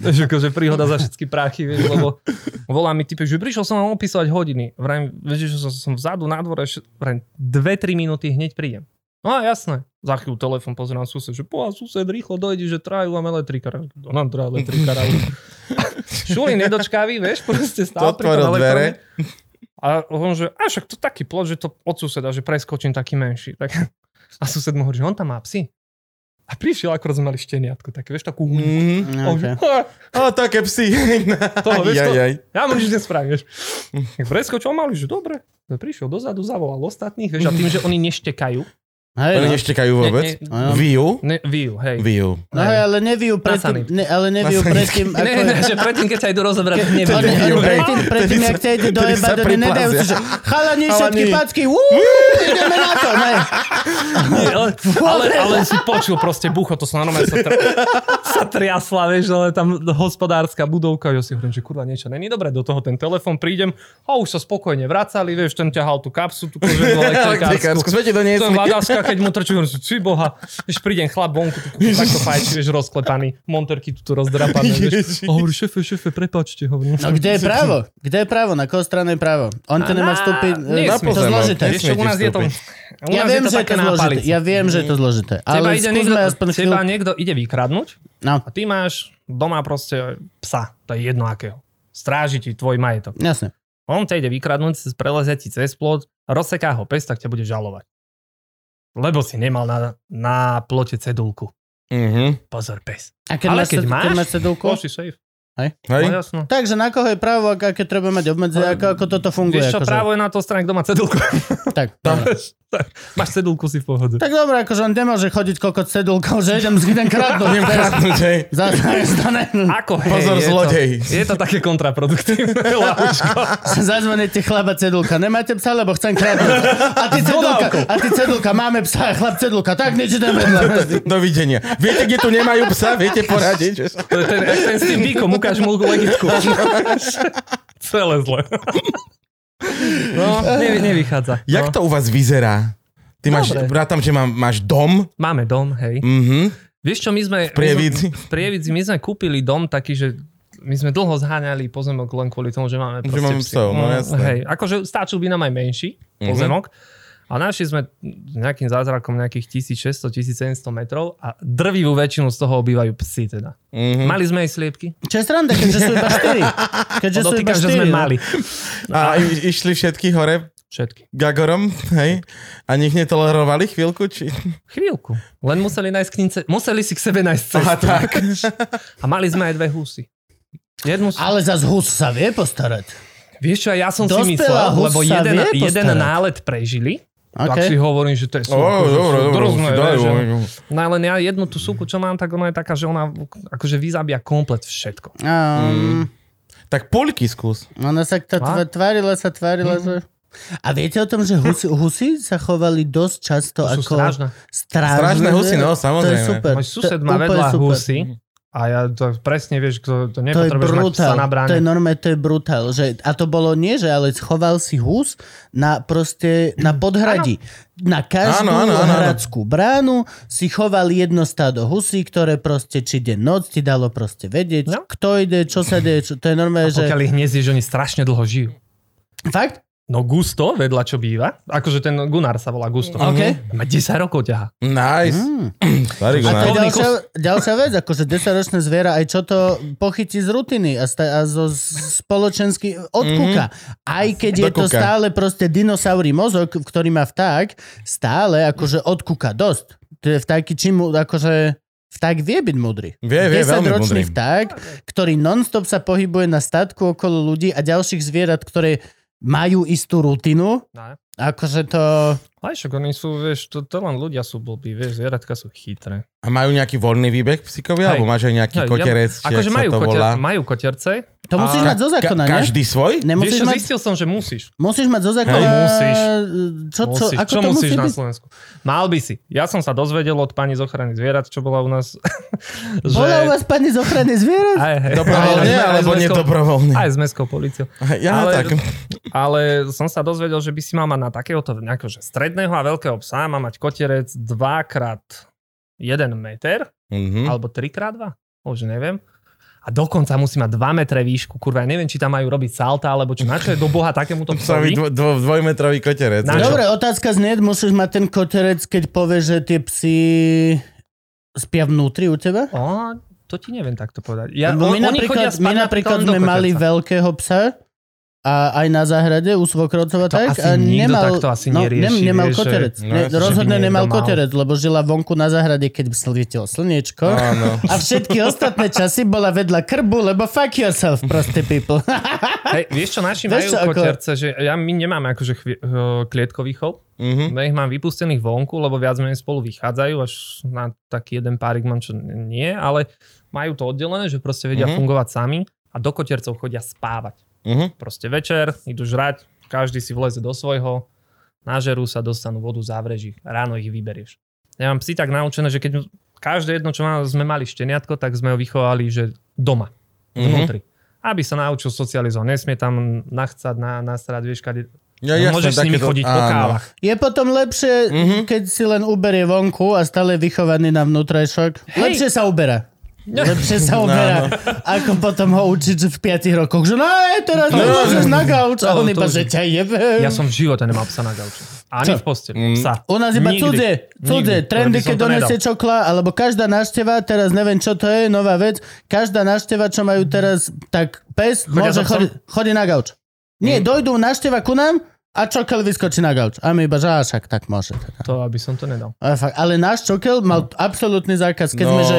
Speaker 3: Takže akože príhoda za všetky práchy, vieš, lebo volá mi typek, že prišiel som vám opísať hodiny. Vrajím, vieš, že som, som vzadu na dvore, še- vrajím, dve, tri minúty hneď prídem. No a jasné. Za chvíľu telefon pozerám sused, že po sused rýchlo dojde, že trajú vám elektrikára. Kto nám trajú elektrikára? Šulín nedočkavý, vieš, proste
Speaker 2: To
Speaker 3: stál pri
Speaker 2: otvoril
Speaker 3: tom
Speaker 2: dvere.
Speaker 3: elektrone. A on že, a však to taký plot, že to od suseda, že preskočím taký menší. Tak, a sused mu hovorí, že on tam má psy. A prišiel, akorát sme mali šteniatko, také, vieš, takú húňu.
Speaker 2: Mhm.
Speaker 1: No, okay.
Speaker 2: O, také psy.
Speaker 3: Toho, vieš,
Speaker 2: Aj,
Speaker 3: to-
Speaker 2: aj.
Speaker 3: Ja mu nič nespravím, vieš. Tak preskočil, on mali, že dobre. No Prišiel dozadu, zavolal ostatných, vieš, a tým, že oni neštekajú.
Speaker 1: Hej,
Speaker 2: Oni
Speaker 1: no.
Speaker 2: neštekajú vôbec.
Speaker 3: Ne,
Speaker 1: Áno.
Speaker 2: Viu.
Speaker 3: ne, ne, víju, hej.
Speaker 2: Viu.
Speaker 1: No hej, ale nevijú predtým,
Speaker 3: Nasaný.
Speaker 1: ne, ale nevijú
Speaker 2: Nasaný.
Speaker 1: predtým,
Speaker 3: Ne,
Speaker 1: ako...
Speaker 3: ne, že predtým, keď sa idú rozobrať, neviem.
Speaker 1: Oni-
Speaker 2: Vtedy
Speaker 1: oni
Speaker 2: ju, hej.
Speaker 1: Predtým, predtým,
Speaker 2: Vtedy
Speaker 1: jak ťa ide
Speaker 2: sa-
Speaker 1: do
Speaker 2: vtedy sa
Speaker 1: jebať, oni nedajú si, že chalani, všetky
Speaker 2: Chalani.
Speaker 1: packy, uú, ideme na to, no ne.
Speaker 3: Nie, ale, ale, ale si počul proste bucho, to sa normálne sa, tr- sa triasla, vieš, ale tam hospodárska budovka, ja si hovorím, že kurva niečo není dobre, do toho ten telefon prídem a už sa spokojne vracali, vieš, ten ťahal tú kapsu, tú koženú
Speaker 2: Elektrikársku.
Speaker 3: elektrikársku.
Speaker 2: Sme ti
Speaker 3: Ten
Speaker 2: doniesli.
Speaker 3: vladaska, keď mu trčí, hovorím, že či boha, vieš, prídem chlap vonku, tu kuchu, takto fajči, vieš, rozklepaný, monterky tu rozdrapané,
Speaker 2: Ježiš.
Speaker 3: vieš. A hovorím, šefe, šefe, prepáčte, hovorím.
Speaker 1: No kde je právo? Kde je právo? Na koho strane je právo? On to nemá vstúpiť...
Speaker 3: Nie,
Speaker 1: eh,
Speaker 2: na
Speaker 3: sme-
Speaker 1: to
Speaker 2: pozemok.
Speaker 1: zložité.
Speaker 3: Vieš čo, u nás je to... u
Speaker 1: Ja
Speaker 3: nás
Speaker 1: viem,
Speaker 3: to
Speaker 1: že je
Speaker 3: také
Speaker 1: to
Speaker 3: na
Speaker 1: zložité.
Speaker 3: palici.
Speaker 1: Ja viem, že je to zložité.
Speaker 3: Teba,
Speaker 1: Ale
Speaker 3: ide niekto,
Speaker 1: skúsme aspoň
Speaker 3: teba
Speaker 1: chvíľu...
Speaker 3: niekto ide vykradnúť
Speaker 1: No,
Speaker 3: a ty máš doma proste psa, to je jedno akého. Stráži ti tvoj majetok.
Speaker 1: jasne.
Speaker 3: On ťa ide vykradnúť, prelezie ti cez plot, rozseká ho pes, tak ťa bude žalovať. Lebo si nemal na, na plote cedulku.
Speaker 2: Mhm.
Speaker 3: Pozor, pes.
Speaker 1: A keď
Speaker 3: Ale
Speaker 1: máš,
Speaker 3: keď
Speaker 1: sed- keď
Speaker 3: máš-
Speaker 1: máš sedulku?
Speaker 3: Koši safe.
Speaker 2: Hej.
Speaker 3: No, jasno.
Speaker 1: Takže Tak, na koho je právo, ak- aké treba mať obmedzenia, ako, ako toto funguje.
Speaker 3: Vieš čo,
Speaker 1: akože.
Speaker 3: právo je na to strane, kto má cedulku.
Speaker 1: Tak,
Speaker 2: Tam.
Speaker 1: dobre.
Speaker 3: Máš cedulku si v pohode.
Speaker 1: Tak dobre, akože on nemôže chodiť koľko cedulkou, že idem si idem kradnúť.
Speaker 2: Idem kradnúť, hej.
Speaker 1: Zase je to ne...
Speaker 3: Ako hej,
Speaker 2: Pozor,
Speaker 3: je to-
Speaker 2: zlodej.
Speaker 3: Je to také kontraproduktívne, Lauško.
Speaker 1: Zazvonite chleba cedulka. Nemáte psa, lebo chcem kradnúť. A ty cedulka, a ty cedulka, máme psa, chlap cedulka. Tak nič idem vedľa.
Speaker 2: Dovidenia. Viete, kde tu nemajú psa? Viete poradiť? Že...
Speaker 3: To je ten, jak ten s tým výkom, ukáž mu legitku. Celé zle. No, ne, nevychádza. No.
Speaker 2: Jak to u vás vyzerá? Ty máš,
Speaker 3: Dobre.
Speaker 2: rátam, že má, máš dom?
Speaker 3: Máme dom, hej.
Speaker 2: Mhm.
Speaker 3: Mm. Vieš čo, my sme... V
Speaker 2: Prievidzi.
Speaker 3: V Prievidzi my sme kúpili dom taký, že my sme dlho zháňali pozemok len kvôli tomu, že máme proste
Speaker 2: máme
Speaker 3: psy.
Speaker 2: psov, no
Speaker 3: Mm,
Speaker 2: jasné. Mhm.
Speaker 3: Hej, akože stáčil by nám aj menší pozemok. A našli sme nejakým zázrakom nejakých 1600-1700 metrov a drvivú väčšinu z toho obývajú psy teda.
Speaker 2: Mhm.
Speaker 3: Mali sme aj sliepky?
Speaker 1: Čo je sranda, keďže sú iba štyri. Keďže sú iba
Speaker 3: Dotýkam, že
Speaker 1: štyri.
Speaker 3: sme
Speaker 1: no.
Speaker 3: mali.
Speaker 2: A i- išli všetky hore
Speaker 3: Všetky.
Speaker 2: Gagorom, hej? A nich netolerovali chvíľku, či...
Speaker 3: Chvíľku. Len museli nájsť k nince, museli si k sebe nájsť cestu.
Speaker 2: Aha, tak.
Speaker 3: A mali sme aj dve husy. Jednu som...
Speaker 1: Ale zas hus sa vie postarať.
Speaker 3: Vieš čo, ja som si
Speaker 1: Dospelá
Speaker 3: myslel,
Speaker 1: hus
Speaker 3: lebo
Speaker 1: sa
Speaker 3: jeden,
Speaker 1: vie
Speaker 3: jeden
Speaker 1: postarať.
Speaker 3: nálet prežili. Okay. Tak si
Speaker 1: Okay.
Speaker 3: hovorím, že to je súku.
Speaker 2: Ó,
Speaker 3: že
Speaker 2: dobre,
Speaker 3: sú
Speaker 2: dobre,
Speaker 3: drozné,
Speaker 2: si dajú,
Speaker 3: že...
Speaker 2: jo.
Speaker 3: No ale ja jednu tú súku, čo mám, tak ona je taká, že ona akože vyzabia komplet všetko.
Speaker 1: Um,
Speaker 3: Mm.
Speaker 2: Tak poľky skús.
Speaker 1: Ona sa to
Speaker 3: A?
Speaker 1: tva- tvárila sa,
Speaker 3: Mm.
Speaker 1: tvárila sa. A viete o tom, že husy, husy sa chovali dosť často
Speaker 3: To sú
Speaker 1: ako...
Speaker 3: strážne.
Speaker 1: Strážne,
Speaker 2: Strážne husy,
Speaker 1: že?
Speaker 2: no,
Speaker 1: To je
Speaker 2: samozrejme.
Speaker 1: super.
Speaker 3: Môj sused
Speaker 1: To-
Speaker 3: má
Speaker 1: úplne
Speaker 3: vedľa
Speaker 1: super.
Speaker 3: husy a ja to presne vieš, to,
Speaker 1: To
Speaker 3: to
Speaker 1: je
Speaker 3: nepotrebuješ mať psa
Speaker 1: brutál.
Speaker 3: na bráne.
Speaker 1: To je normálne, to je brutál. Že, a to bolo nie, že ale schoval si hus na proste, na podhradí. Na každú
Speaker 2: Áno, áno, áno, áno.
Speaker 1: hradskú bránu si choval jedno stádo husí, ktoré proste či deň noc ti dalo proste vedieť,
Speaker 3: No.
Speaker 1: kto ide, čo sa deje. Čo, to je normálne, že...
Speaker 3: Pokiaľ ich hniezdíš, oni strašne dlho žijú.
Speaker 1: Fakt?
Speaker 3: No Gusto, vedľa čo býva, akože ten Gunnar sa volá Gusto.
Speaker 1: OK.
Speaker 3: Má 10 rokov ťaha.
Speaker 2: Mhm. Nice.
Speaker 3: Mhm.
Speaker 1: Mm.
Speaker 2: Starý
Speaker 1: A to je
Speaker 2: Gunnar.
Speaker 3: Kovný
Speaker 1: ďalšia, ďalšia vec, akože 10-ročné zviera, aj čo to pochytí z rutiny a, sta, a zo spoločenský
Speaker 2: Mhm.
Speaker 1: odkúka. Aj keď je to
Speaker 2: Dokúka.
Speaker 1: stále proste dinosaurý mozog, v ktorý má vták, stále akože odkúka dosť. To je vtáky, čím mu- akože vták vie byť múdry.
Speaker 2: Vie, vie, veľmi
Speaker 1: 10-ročný
Speaker 2: múdry.
Speaker 1: vták, ktorý nonstop sa pohybuje na statku okolo ľudí a ďalších zvierat, ktoré majú istú rutinu.
Speaker 3: No.
Speaker 1: Akože to...
Speaker 3: Aj však oni sú, vieš, to, to len ľudia sú blbí, vieš, zvieratka sú chytré.
Speaker 2: A majú nejaký voľný výbeh psíkovia?
Speaker 3: Hej.
Speaker 2: Alebo máš aj nejaký
Speaker 3: Hej,
Speaker 2: koterec?
Speaker 3: ja, akože majú,
Speaker 2: to
Speaker 3: koter,
Speaker 2: volá?
Speaker 3: majú koterce.
Speaker 1: To musíš
Speaker 2: Ka-
Speaker 1: mať zo zákona,
Speaker 2: ka-
Speaker 1: ne?
Speaker 2: Každý svoj?
Speaker 1: Nemusíš
Speaker 3: vieš, čo,
Speaker 1: mať...
Speaker 3: zistil som, že musíš.
Speaker 1: Musíš mať zo zákona...
Speaker 2: Hej,
Speaker 3: musíš.
Speaker 1: Čo, čo,
Speaker 3: musíš.
Speaker 1: ako
Speaker 3: čo
Speaker 1: to
Speaker 3: musíš
Speaker 1: musí
Speaker 3: na
Speaker 1: byť?
Speaker 3: Slovensku? Mal by si. Ja som sa dozvedel od pani z ochrany zvierat, čo bola u nás. že...
Speaker 1: Bola u vás pani z ochrany zvierat?
Speaker 3: Aj, hej.
Speaker 2: Dobrovoľne
Speaker 3: Aj- aj- aj
Speaker 2: alebo
Speaker 3: s mestskou-
Speaker 2: nedobrovoľne?
Speaker 3: Aj s mestskou policiou.
Speaker 2: Ja
Speaker 3: Ale-
Speaker 2: tak.
Speaker 3: Ale som sa dozvedel, že by si mal mať na takéhoto nejakého že stredného a veľkého psa, má mať koterec 2x1 meter,
Speaker 2: Mhm.
Speaker 3: alebo 3x2, už neviem. A dokonca musí mať 2 metre výšku, kurva, ja neviem, či tam majú robiť salta, alebo čo, na čo je do boha takémuto
Speaker 2: Psovi
Speaker 3: psovi.
Speaker 2: dvo, dvo, dvojmetrový koterec.
Speaker 3: Na
Speaker 1: Dobre,
Speaker 2: Dobre.
Speaker 1: otázka znie, musíš mať ten koterec, keď povieš, že tie psy spia vnútri u teba?
Speaker 3: O, to ti neviem takto povedať. Ja,
Speaker 1: Lebo No my
Speaker 3: on, oni chodia
Speaker 1: napríklad,
Speaker 3: spať
Speaker 1: my napríklad
Speaker 3: len do
Speaker 1: sme mali
Speaker 3: koterca.
Speaker 1: veľkého psa a aj na záhrade u svokrovcova
Speaker 3: To
Speaker 1: tak.
Speaker 3: asi
Speaker 1: a
Speaker 3: nikto
Speaker 1: nemal,
Speaker 3: takto asi
Speaker 1: no,
Speaker 3: nerieši,
Speaker 1: nem- nemal
Speaker 3: vieš, že-
Speaker 1: koterec.
Speaker 2: no,
Speaker 1: ne,
Speaker 2: jasne, že by
Speaker 1: rozhodne
Speaker 3: niekto
Speaker 1: nemal
Speaker 3: mal.
Speaker 1: koterec, lebo žila vonku na záhrade, keď svietilo slniečko.
Speaker 3: No.
Speaker 2: Áno.
Speaker 1: A všetky ostatné časy bola vedľa krbu, lebo fuck yourself, proste people.
Speaker 3: Hej, vieš čo, naši
Speaker 1: Vieš
Speaker 3: majú
Speaker 1: čo, ako-
Speaker 3: koterce, že ja, my nemáme akože chvi, uh, klietkový chov,
Speaker 2: Mhm.
Speaker 3: ja ich mám vypustených vonku, lebo viac menej spolu vychádzajú, až na taký jeden párik mám, čo nie, ale majú to oddelené, že proste vedia
Speaker 2: Mhm.
Speaker 3: fungovať sami a do kotercov chodia spávať.
Speaker 2: Mhm.
Speaker 3: Proste večer, idú žrať, každý si vleze do svojho, nažerú sa, dostanú vodu, zavreží, ráno ich vyberieš. Ja mám psi tak naučené, že keď každé jedno, čo má, sme mali šteniatko, tak sme ho vychovali, že doma,
Speaker 2: Mhm.
Speaker 3: vnútri. Aby sa naučil socializovať. Nesmie tam nachcať, na, nasrať, vieš, kade...
Speaker 2: Ja,
Speaker 3: No,
Speaker 2: ja
Speaker 3: môžeš
Speaker 2: som
Speaker 3: s nimi
Speaker 2: takéto-
Speaker 3: chodiť po
Speaker 2: áno.
Speaker 3: kávach.
Speaker 1: Je potom lepšie,
Speaker 2: Mhm.
Speaker 1: mm-hmm. keď si len uberie vonku a stále je vychovaný na vnútrajšok.
Speaker 3: Hej.
Speaker 1: Lepšie sa uberá.
Speaker 3: No.
Speaker 1: Lepšie sa uberá, ako potom ho učiť v 5 rokoch, že no aj teraz
Speaker 2: No.
Speaker 1: nemôžeš na gauč a
Speaker 3: No,
Speaker 1: on
Speaker 3: to
Speaker 1: iba,
Speaker 3: už-
Speaker 1: že ťa jebe.
Speaker 3: Ja som v živote nemal psa na gauči. Ani
Speaker 1: Čo?
Speaker 3: v posteli.
Speaker 2: Mm.
Speaker 3: Psa.
Speaker 1: U nás iba
Speaker 3: Nikdy.
Speaker 1: cudzie, cudzie,
Speaker 3: Nikdy.
Speaker 1: trendy,
Speaker 3: Len by som
Speaker 1: keď
Speaker 3: to
Speaker 1: donesie
Speaker 3: nedal.
Speaker 1: čokla, alebo každá návšteva, teraz neviem čo to je, nová vec, každá návšteva, čo majú teraz, tak pes
Speaker 3: Mhm. Chodia
Speaker 1: môže
Speaker 3: za psom? Mhm.
Speaker 1: chodi, chodí na gauč. Nie, dojdú návšteva ku nám a čokel vyskočí na gauč. A my iba, že á, však tak môže. Teda.
Speaker 3: To aby som to nedal.
Speaker 1: Ale, fakt, ale náš čokel
Speaker 3: No.
Speaker 1: mal absolútny zákaz, keď no, sme, že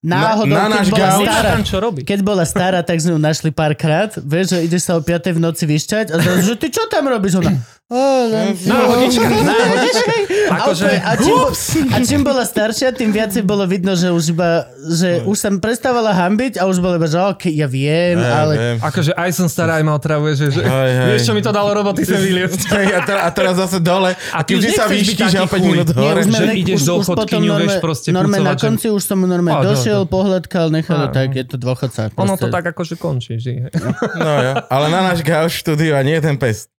Speaker 1: náhodou,
Speaker 2: na
Speaker 1: na, na
Speaker 2: náš
Speaker 1: keď bola
Speaker 2: gauč.
Speaker 3: Nemá
Speaker 1: stará,
Speaker 3: tam čo robiť.
Speaker 1: keď bola stará, tak sme ju našli párkrát. Vieš, že ideš sa o 5 v noci vyšťať a zrazu, že ty čo tam robíš? Ona, Oh,
Speaker 3: Náhodičkej.
Speaker 1: Náhodičkej.
Speaker 3: Akože-
Speaker 1: A čím, a čím bola staršia, tým viacej bolo vidno, že už iba, že už sa mi prestávala hambiť a už bolo iba, že ok, ja viem, ale...
Speaker 2: Neviem.
Speaker 3: Akože aj som stará, aj ma otravuje, že, že
Speaker 2: Hej, hej.
Speaker 3: vieš, čo mi to dalo roboty sem vyliesť.
Speaker 2: Hej, a, teraz, a teraz zase dole. A
Speaker 3: A ty
Speaker 2: ty
Speaker 3: už
Speaker 2: vždy sa
Speaker 3: nechceš byť
Speaker 2: vyštíš a
Speaker 3: taký
Speaker 2: 5
Speaker 3: chuj.
Speaker 2: minút
Speaker 1: Nie, už
Speaker 2: hore.
Speaker 3: že
Speaker 1: normálne-
Speaker 3: ideš
Speaker 1: už-
Speaker 3: do
Speaker 1: už potom
Speaker 3: chodkyňu, vieš,
Speaker 1: normálne-
Speaker 3: proste
Speaker 1: Normálne na
Speaker 3: pucovať, že-
Speaker 1: konci už som mu
Speaker 3: Á,
Speaker 1: normálne
Speaker 3: dobre,
Speaker 1: došiel, pohľadkal, nechal ho
Speaker 3: Á.
Speaker 1: tak, je to dôchodca.
Speaker 3: Ono
Speaker 1: proste.
Speaker 3: to tak akože končí vždy.
Speaker 2: No jo, ale na náš gauč štúdiu a nie ten pes.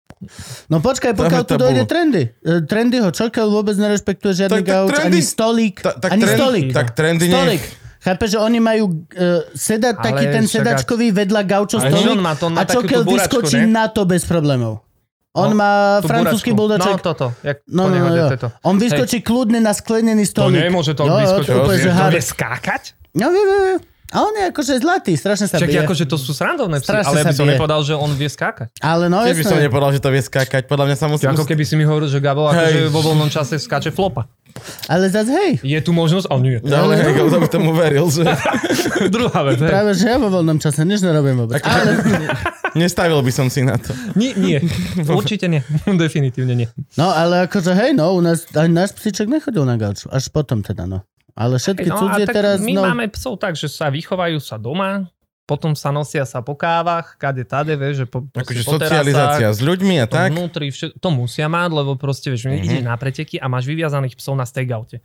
Speaker 1: No počkaj,
Speaker 2: Dáme
Speaker 1: pokiaľ tu dojde
Speaker 2: tabulu.
Speaker 1: trendy. E, Trendy ho čakal, vôbec nerespektuje žiadny
Speaker 2: Tak- tak
Speaker 1: gauč, ani
Speaker 2: trendy-
Speaker 1: stolík,
Speaker 2: Ta, tak,
Speaker 1: ani
Speaker 2: trend-
Speaker 1: stolík.
Speaker 2: tak trendy nie...
Speaker 1: Stolík. Chápe, že oni majú uh, seda,
Speaker 3: Ale
Speaker 1: taký ten
Speaker 3: však
Speaker 1: sedačkový vedľa gaučo
Speaker 3: Ale
Speaker 1: stolík
Speaker 3: on má- to on
Speaker 1: a
Speaker 3: má
Speaker 1: čo
Speaker 3: takú tú
Speaker 1: keď
Speaker 3: buračku,
Speaker 1: vyskočí
Speaker 3: ne?
Speaker 1: na to bez problémov. On
Speaker 3: No,
Speaker 1: má
Speaker 3: Tú
Speaker 1: francúzsky
Speaker 3: buračku.
Speaker 1: buldoček.
Speaker 3: No toto, jak
Speaker 1: No,
Speaker 3: po
Speaker 1: no, no,
Speaker 3: nehode,
Speaker 1: no.
Speaker 3: toto.
Speaker 1: On vyskočí Hej. kľudne na sklenený
Speaker 3: To
Speaker 1: stolík.
Speaker 3: nemôže to
Speaker 1: jo, jo,
Speaker 3: vyskočiť.
Speaker 1: to úplne, že
Speaker 2: Rozumiem.
Speaker 1: hard.
Speaker 3: vie skákať?
Speaker 1: No, jo, jo, jo. A on je akože zlatý, strašne sa
Speaker 3: Čak,
Speaker 1: bije.
Speaker 3: akože to sú srandovné psy,
Speaker 1: Strašne
Speaker 3: ale ja by
Speaker 1: sa
Speaker 3: som
Speaker 1: bije.
Speaker 3: nepovedal, že on vie skákať.
Speaker 1: Ale no,
Speaker 2: Tiež by som
Speaker 1: jasné.
Speaker 2: nepovedal, že to vie skákať. Podľa mňa sa musí...
Speaker 3: Ako keby si mi hovoril, že Gabo akože vo voľnom čase skáče flopa.
Speaker 1: Ale zase hej.
Speaker 3: Je tu možnosť? Ale nie.
Speaker 2: No, ale hej, kto by tomu veril, že
Speaker 3: Druhá vec. hej.
Speaker 1: Práve, že ja vo voľnom čase nič nerobím vôbec.
Speaker 2: Akože-
Speaker 1: Ale,
Speaker 2: nestavil by som si na to.
Speaker 3: Nie, nie. Určite nie. Definitívne nie.
Speaker 1: no, ale akože hej, no, u nás, aj náš psíček nechodil na gauč. Až potom teda, no. Ale všetky
Speaker 3: No, a
Speaker 1: cudzie
Speaker 3: tak
Speaker 1: teraz,
Speaker 3: my
Speaker 1: no,
Speaker 3: máme psov tak, že sa vychovajú sa doma, potom sa nosia sa po kávach, kade tade, vieš, že po,
Speaker 2: Akože
Speaker 3: proste po
Speaker 2: socializácia
Speaker 3: terasách,
Speaker 2: s ľuďmi a
Speaker 3: to
Speaker 2: tak. Mhm.
Speaker 3: Vnútri, vše, to musia mať, lebo proste, vieš, mm-hmm. ide na preteky a máš vyviazaných psov na stakeoute.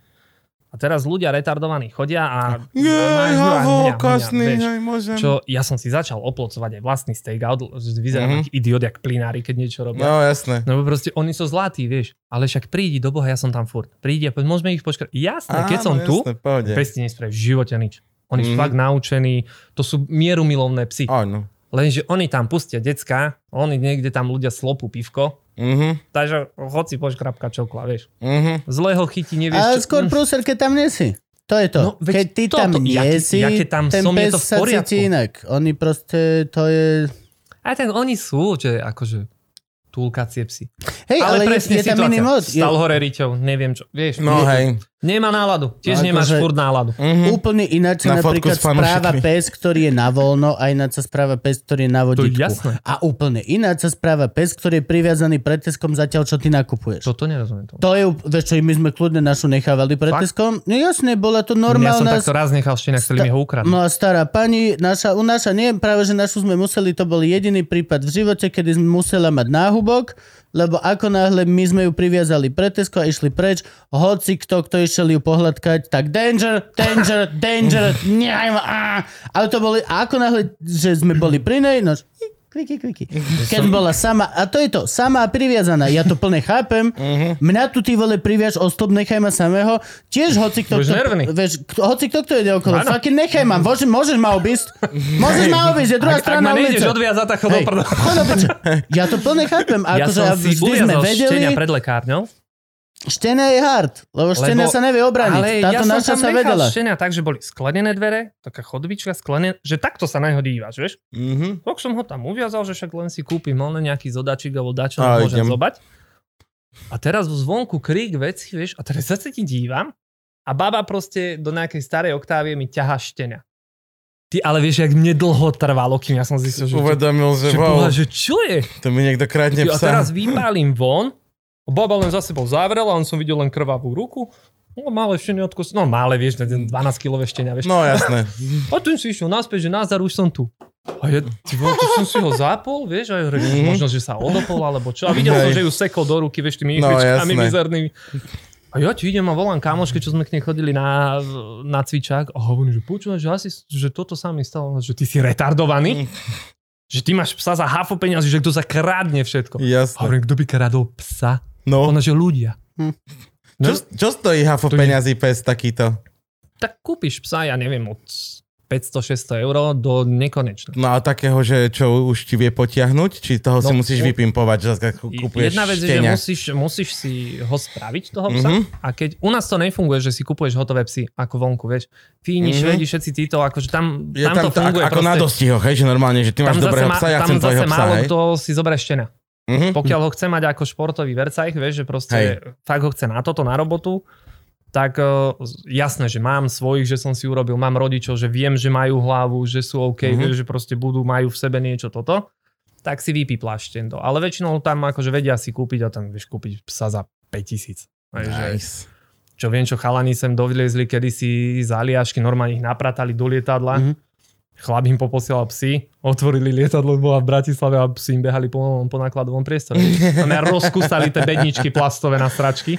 Speaker 3: A teraz ľudia retardovaní chodia a...
Speaker 2: Jej,
Speaker 3: a- a-
Speaker 2: havo,
Speaker 3: mňa, mňa,
Speaker 2: kasný,
Speaker 3: vieš.
Speaker 2: hej, môžem.
Speaker 3: Čo ja som si začal oplocovať aj vlastný stakeout, že vyzerám
Speaker 2: Mhm.
Speaker 3: mm-hmm. idiot, jak plinári, keď niečo robia.
Speaker 2: No, jasné.
Speaker 3: No lebo proste oni sú zlatí, vieš. Ale však prídi do Boha, ja som tam furt. Prídi a povie, môžeme ich počkať. Jasné, keď som
Speaker 2: Áno,
Speaker 3: tu,
Speaker 2: jasné, Pohode.
Speaker 3: pes ti nespraví v živote nič. Oni sú
Speaker 2: Mhm.
Speaker 3: fakt naučení, to sú mierumilovné psy.
Speaker 2: Áno.
Speaker 3: Lenže oni tam pustia decka, oni niekde tam ľudia slopú pivko,
Speaker 2: Mhm,
Speaker 3: takže hoci poškrapka čokla, vieš.
Speaker 2: mhm.
Speaker 3: Zlého chytí, nevieš
Speaker 1: ale
Speaker 3: čo-
Speaker 1: skôr
Speaker 3: Mm.
Speaker 1: prúser, keď tam nie si. To je to.
Speaker 3: No, veď
Speaker 1: keď ty
Speaker 3: toto-
Speaker 1: tam nie
Speaker 3: ja keď-
Speaker 1: si,
Speaker 3: ja keď tam
Speaker 1: ten
Speaker 3: som, je
Speaker 1: pes
Speaker 3: to v
Speaker 1: sa
Speaker 3: poriadku.
Speaker 1: cíti inak. Oni proste, to je...
Speaker 3: Aj tak oni sú, že akože túlkacie psy.
Speaker 1: Hej, ale,
Speaker 3: ale,
Speaker 1: je,
Speaker 3: presne
Speaker 1: je tam
Speaker 3: situácia.
Speaker 1: iný mod. Je
Speaker 3: Stal hore riťou, neviem čo. Vieš,
Speaker 2: No,
Speaker 3: je-
Speaker 2: hej.
Speaker 3: nemá náladu. Tiež
Speaker 1: No,
Speaker 3: nemáš
Speaker 1: akože-
Speaker 3: furt náladu.
Speaker 2: Mhm.
Speaker 1: úplne ináč sa
Speaker 2: Na fotku
Speaker 1: napríklad
Speaker 2: s fanúšikmi.
Speaker 1: správa pes, ktorý je na voľno a ináč sa správa pes, ktorý je na
Speaker 3: To je
Speaker 1: vodítku.
Speaker 3: jasné.
Speaker 1: A úplne ináč sa správa pes, ktorý je priviazaný pred teskom zatiaľ, čo ty nakupuješ.
Speaker 3: Čo to nerozumiem tomu.
Speaker 1: To je, úpl- vieš čo, my sme kľudne našu nechávali pred
Speaker 3: Fakt?
Speaker 1: teskom. No jasne, bola to
Speaker 3: Ja som
Speaker 1: normálna
Speaker 3: takto raz nechal šteniak, chceli mi ho ukradnúť.
Speaker 1: No a stará pani, naša, u naša nie, práve že našu sme museli, to bol jediný prípad v živote, kedy sme musela mať náhubok, lebo ako náhle my sme ju priviazali pre Tesco a išli preč, hoci kto, kto išiel ju pohľadkať, tak danger, danger, danger, neviem, á. Ale to boli, a ako náhle, že sme boli pri nej, no Kviki, kviki. Keď bola sama, a to je to, sama a priviazaná, ja to plne chápem, mňa tu ty vole priviaž o stop, nechaj ma samého, tiež hoci kto...
Speaker 3: Budeš
Speaker 1: kto-
Speaker 3: nervný.
Speaker 1: Vieš, kto, hoci kto, kto ide okolo,
Speaker 3: Áno.
Speaker 1: fucking nechaj ma, môžeš, môžeš ma obísť. Môžeš ma obísť, je druhá
Speaker 3: Ak, ak
Speaker 1: strana
Speaker 3: ma nejdeš
Speaker 1: ulice.
Speaker 3: odviazať, tak chod do
Speaker 1: Hej,
Speaker 3: prda.
Speaker 1: chod do piče. Ja to plne chápem,
Speaker 3: Ja
Speaker 1: akože
Speaker 3: som
Speaker 1: ja
Speaker 3: si
Speaker 1: vždy sme
Speaker 3: uviazal
Speaker 1: vedeli,
Speaker 3: štenia pred lekárňou,
Speaker 1: štenia je hard, lebo štenia sa nevie obrániť.
Speaker 3: ale
Speaker 1: Táto
Speaker 3: ja som
Speaker 1: naša
Speaker 3: tam
Speaker 1: sa
Speaker 3: nechal
Speaker 1: vedela.
Speaker 3: štenia tak, že boli sklenené dvere, taká chodbička sklenená, že takto sa na neho dívaš, vieš?
Speaker 2: Mhm.
Speaker 3: Tak som ho tam uviazal, že však len si kúpim len nejaký zodačik alebo dačo,
Speaker 2: A idem.
Speaker 3: môžem zobať. A teraz zvonku krík veci, vieš, a teraz sa ti dívam a baba proste do nejakej starej oktávie mi ťahá štenia. Ty ale vieš, jak mne dlho trvalo, kým ja som zistil, že,
Speaker 2: Uvedomil, že,
Speaker 3: že,
Speaker 2: wow,
Speaker 3: boha, že čo je?
Speaker 2: to mi niekto kradne
Speaker 3: Ty, a
Speaker 2: psa.
Speaker 3: teraz vypálim von, baba len za sebou zavrela, on som videl len krvavú ruku, No, malé šteniatko, no malé, vieš, 12 kilové štenia, vieš.
Speaker 2: No jasné.
Speaker 3: A tu si išiel naspäť, že nazar už som tu. A ja, ty vole, tu som si ho zapol, vieš, a ja hovorím,
Speaker 2: Mhm.
Speaker 3: možno, že sa odopol, alebo čo. A videl som,
Speaker 2: Hej.
Speaker 3: že ju sekol do ruky, vieš, tými
Speaker 2: No,
Speaker 3: ihličkami
Speaker 2: jasné.
Speaker 3: mizernými. A ja ti idem a volám kamoške, čo sme k nej chodili na, na cvičák a hovorím, že počúvaj, že asi, že toto sa mi stalo, že ty si
Speaker 2: Mhm.
Speaker 3: retardovaný, že ty máš psa za hafo peniazy, že kto sa kradne všetko. A
Speaker 2: Jasné.
Speaker 3: hovorím, kto by kradol psa?
Speaker 2: No.
Speaker 3: Ona, že ľudia.
Speaker 2: Čo, čo stojí hafo
Speaker 3: To je-
Speaker 2: peňazí pes takýto?
Speaker 3: Tak kúpiš psa, ja neviem, od 500-600 eur do nekonečna.
Speaker 2: No a takého, že čo už ti vie potiahnuť? Či toho si
Speaker 3: No,
Speaker 2: musíš
Speaker 3: u-
Speaker 2: vypimpovať, že zase kúpuješ
Speaker 3: Jedna vec je, že
Speaker 2: štenia?
Speaker 3: musíš, musíš si ho spraviť, toho psa.
Speaker 2: Mhm.
Speaker 3: A keď u nás to nefunguje, že si kupuješ hotové psy ako vonku, vieš. Fíni,
Speaker 2: Mhm.
Speaker 3: Švedi, všetci títo, akože tam,
Speaker 2: Je
Speaker 3: tam, to
Speaker 2: tam,
Speaker 3: funguje
Speaker 2: ako, ako na
Speaker 3: proste.
Speaker 2: dostihoch, hej, že normálne, že ty
Speaker 3: Tam
Speaker 2: máš
Speaker 3: zase,
Speaker 2: dobrého
Speaker 3: ma,
Speaker 2: psa, ja
Speaker 3: tam
Speaker 2: chcem
Speaker 3: zase
Speaker 2: tvojho psa,
Speaker 3: málo
Speaker 2: hej.
Speaker 3: kto si zoberie štena.
Speaker 2: Mhm.
Speaker 3: Pokiaľ ho chce mať ako športový vercajch, vieš, že proste
Speaker 2: Hej.
Speaker 3: fakt ho chce na toto, na robotu, tak eh, jasné, že mám svojich, že som si urobil, mám rodičov, že viem, že majú hlavu, že sú OK,
Speaker 2: Mhm.
Speaker 3: vieš, že proste budú, majú v sebe niečo toto. tak si vypipláš tento. Ale väčšinou tam akože vedia si kúpiť a tam vieš kúpiť psa za 5000. Nice.
Speaker 2: Nice.
Speaker 3: Čo viem, čo chalani sem dovliezli kedysi z aliašky, normálne ich napratali do lietadla.
Speaker 1: Mhm.
Speaker 3: Mm-hmm. Chlap im poposielal psy, otvorili lietadlo, bola v Bratislave a psy im behali po, po nákladovom priestore. Tam ja rozkusali tie bedničky plastové na stračky.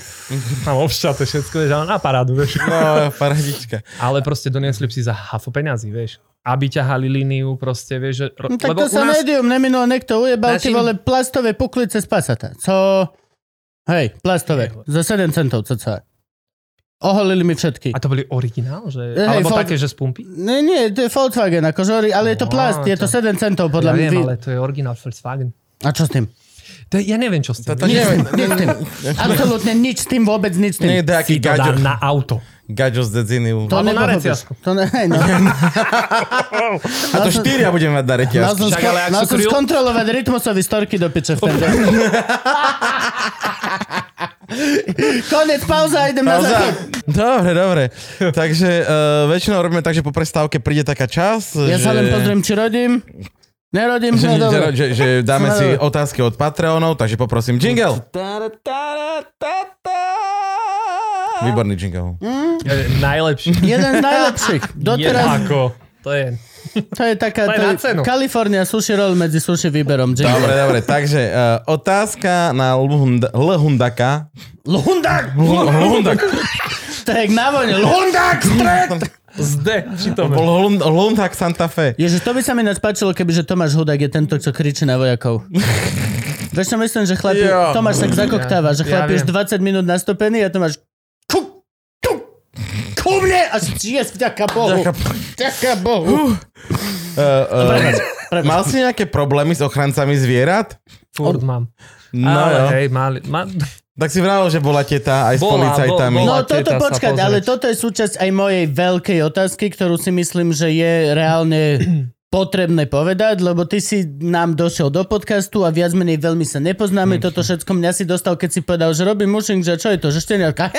Speaker 3: Tam obšťate všetko, vieš, ale na parádu, vieš.
Speaker 2: No, paradička.
Speaker 3: Ale proste doniesli psi za hafo peňazí, vieš. Aby ťahali líniu, proste, vieš.
Speaker 1: No,
Speaker 3: Že...
Speaker 1: tak to sa nás... médium neminulo, niekto ujebal ty
Speaker 3: Našim-
Speaker 1: vole plastové puklice z Passata. Co? Hej, plastové.
Speaker 3: Jeho.
Speaker 1: Za 7 centov, co co. Oholili mi všetky.
Speaker 3: A to boli originál? Že...
Speaker 1: Hej,
Speaker 3: Alebo
Speaker 1: Eh, fakt-
Speaker 3: také, že z pumpy?
Speaker 1: Nie, nie, to je Volkswagen, akože, ori- ale je to
Speaker 3: Á,
Speaker 1: plast, je to
Speaker 3: to-
Speaker 1: 7 centov podľa
Speaker 3: No, ja
Speaker 1: mňa.
Speaker 3: viem,
Speaker 1: Vy-
Speaker 3: ale to je originál Volkswagen.
Speaker 1: A čo s tým?
Speaker 3: To je, ja neviem, čo s tým.
Speaker 2: To
Speaker 3: je.
Speaker 1: Nič,
Speaker 2: neviem.
Speaker 1: nič s tým. Absolútne nič s tým, vôbec nič s tým.
Speaker 2: Nie je
Speaker 3: si
Speaker 2: nejaký
Speaker 3: to dá
Speaker 2: gaďo,
Speaker 3: na auto.
Speaker 2: gaďo z dedziny.
Speaker 3: To- Alebo na
Speaker 1: nepochopíš.
Speaker 3: reciasku.
Speaker 1: To ne, hej, no.
Speaker 2: A to štyria budeme mať na
Speaker 1: Mal
Speaker 2: reťazky.
Speaker 1: som,
Speaker 3: Však, ale
Speaker 1: sko-
Speaker 3: ak
Speaker 1: mal
Speaker 3: sú
Speaker 1: som
Speaker 3: kryl-
Speaker 1: skontrolovať rytmusové storky do piče v ten deň. Konec, pauza, idem na
Speaker 2: Pauza.
Speaker 1: záchod.
Speaker 2: Dobre, dobre. Takže uh, väčšinou robíme tak, že po prestávke príde taká čas,
Speaker 1: Ja
Speaker 2: že...
Speaker 1: sa len pozriem, či rodím. Nerodím,
Speaker 2: Že,
Speaker 1: no
Speaker 2: že,
Speaker 1: dobre.
Speaker 2: že, že
Speaker 1: No,
Speaker 2: dáme si
Speaker 1: dobre.
Speaker 2: otázky od Patreonov, takže poprosím jingle. Výborný jingle.
Speaker 3: Ja, najlepší.
Speaker 1: Jeden z najlepších. Doteraz
Speaker 3: Jednako. To je.
Speaker 1: to je taká
Speaker 3: To je
Speaker 1: to je
Speaker 3: tak. na cenu.
Speaker 1: California sushi roll medzi sushi výberom.
Speaker 2: Dobre,
Speaker 1: Jingle.
Speaker 2: dobre, takže uh, otázka na Lhunda- Lhundaka.
Speaker 1: Lhundak!
Speaker 2: Lh- Lhundak.
Speaker 1: To je Tak jak na vojne. Lhundak! Stret!
Speaker 3: Zde.
Speaker 2: Bol
Speaker 3: Čítame.
Speaker 2: Lhund- Lhundak Santa Fe.
Speaker 1: Ježiš, to by sa mi ináč páčilo, keby že Tomáš Hudák je tento, čo kričí na vojakov. Vieš, čo myslím, že chlapi...
Speaker 2: Jo.
Speaker 1: Tomáš tak zakoktáva, že
Speaker 3: Ja
Speaker 1: chlapi už
Speaker 3: viem.
Speaker 1: 20 minút nastopený a Tomáš... Ku, ku, ku mne! A yes, vďaka Bohu.
Speaker 2: Ďaká-
Speaker 1: Vďaka Bohu.
Speaker 2: Uh,
Speaker 1: Prepáč,
Speaker 2: uh,
Speaker 1: prepáč.
Speaker 2: mal si nejaké problémy s ochrancami zvierat?
Speaker 3: Furt mám.
Speaker 2: No
Speaker 3: ale
Speaker 2: jo.
Speaker 3: hej, mali, ma,
Speaker 2: Tak si vravel, že bola teta aj s
Speaker 3: Bola,
Speaker 2: policajtami.
Speaker 3: bol-
Speaker 1: No
Speaker 3: bola. Bola
Speaker 1: toto
Speaker 3: teta sa
Speaker 1: počkať,
Speaker 3: pozrieť.
Speaker 1: ale toto je súčasť aj mojej veľkej otázky, ktorú si myslím, že je reálne potrebné povedať, lebo ty si nám došiel do podcastu a viac menej veľmi sa nepoznáme. Toto všetko mňa si dostal, keď si povedal, že robím mushing, že čo je to, že šteniarka.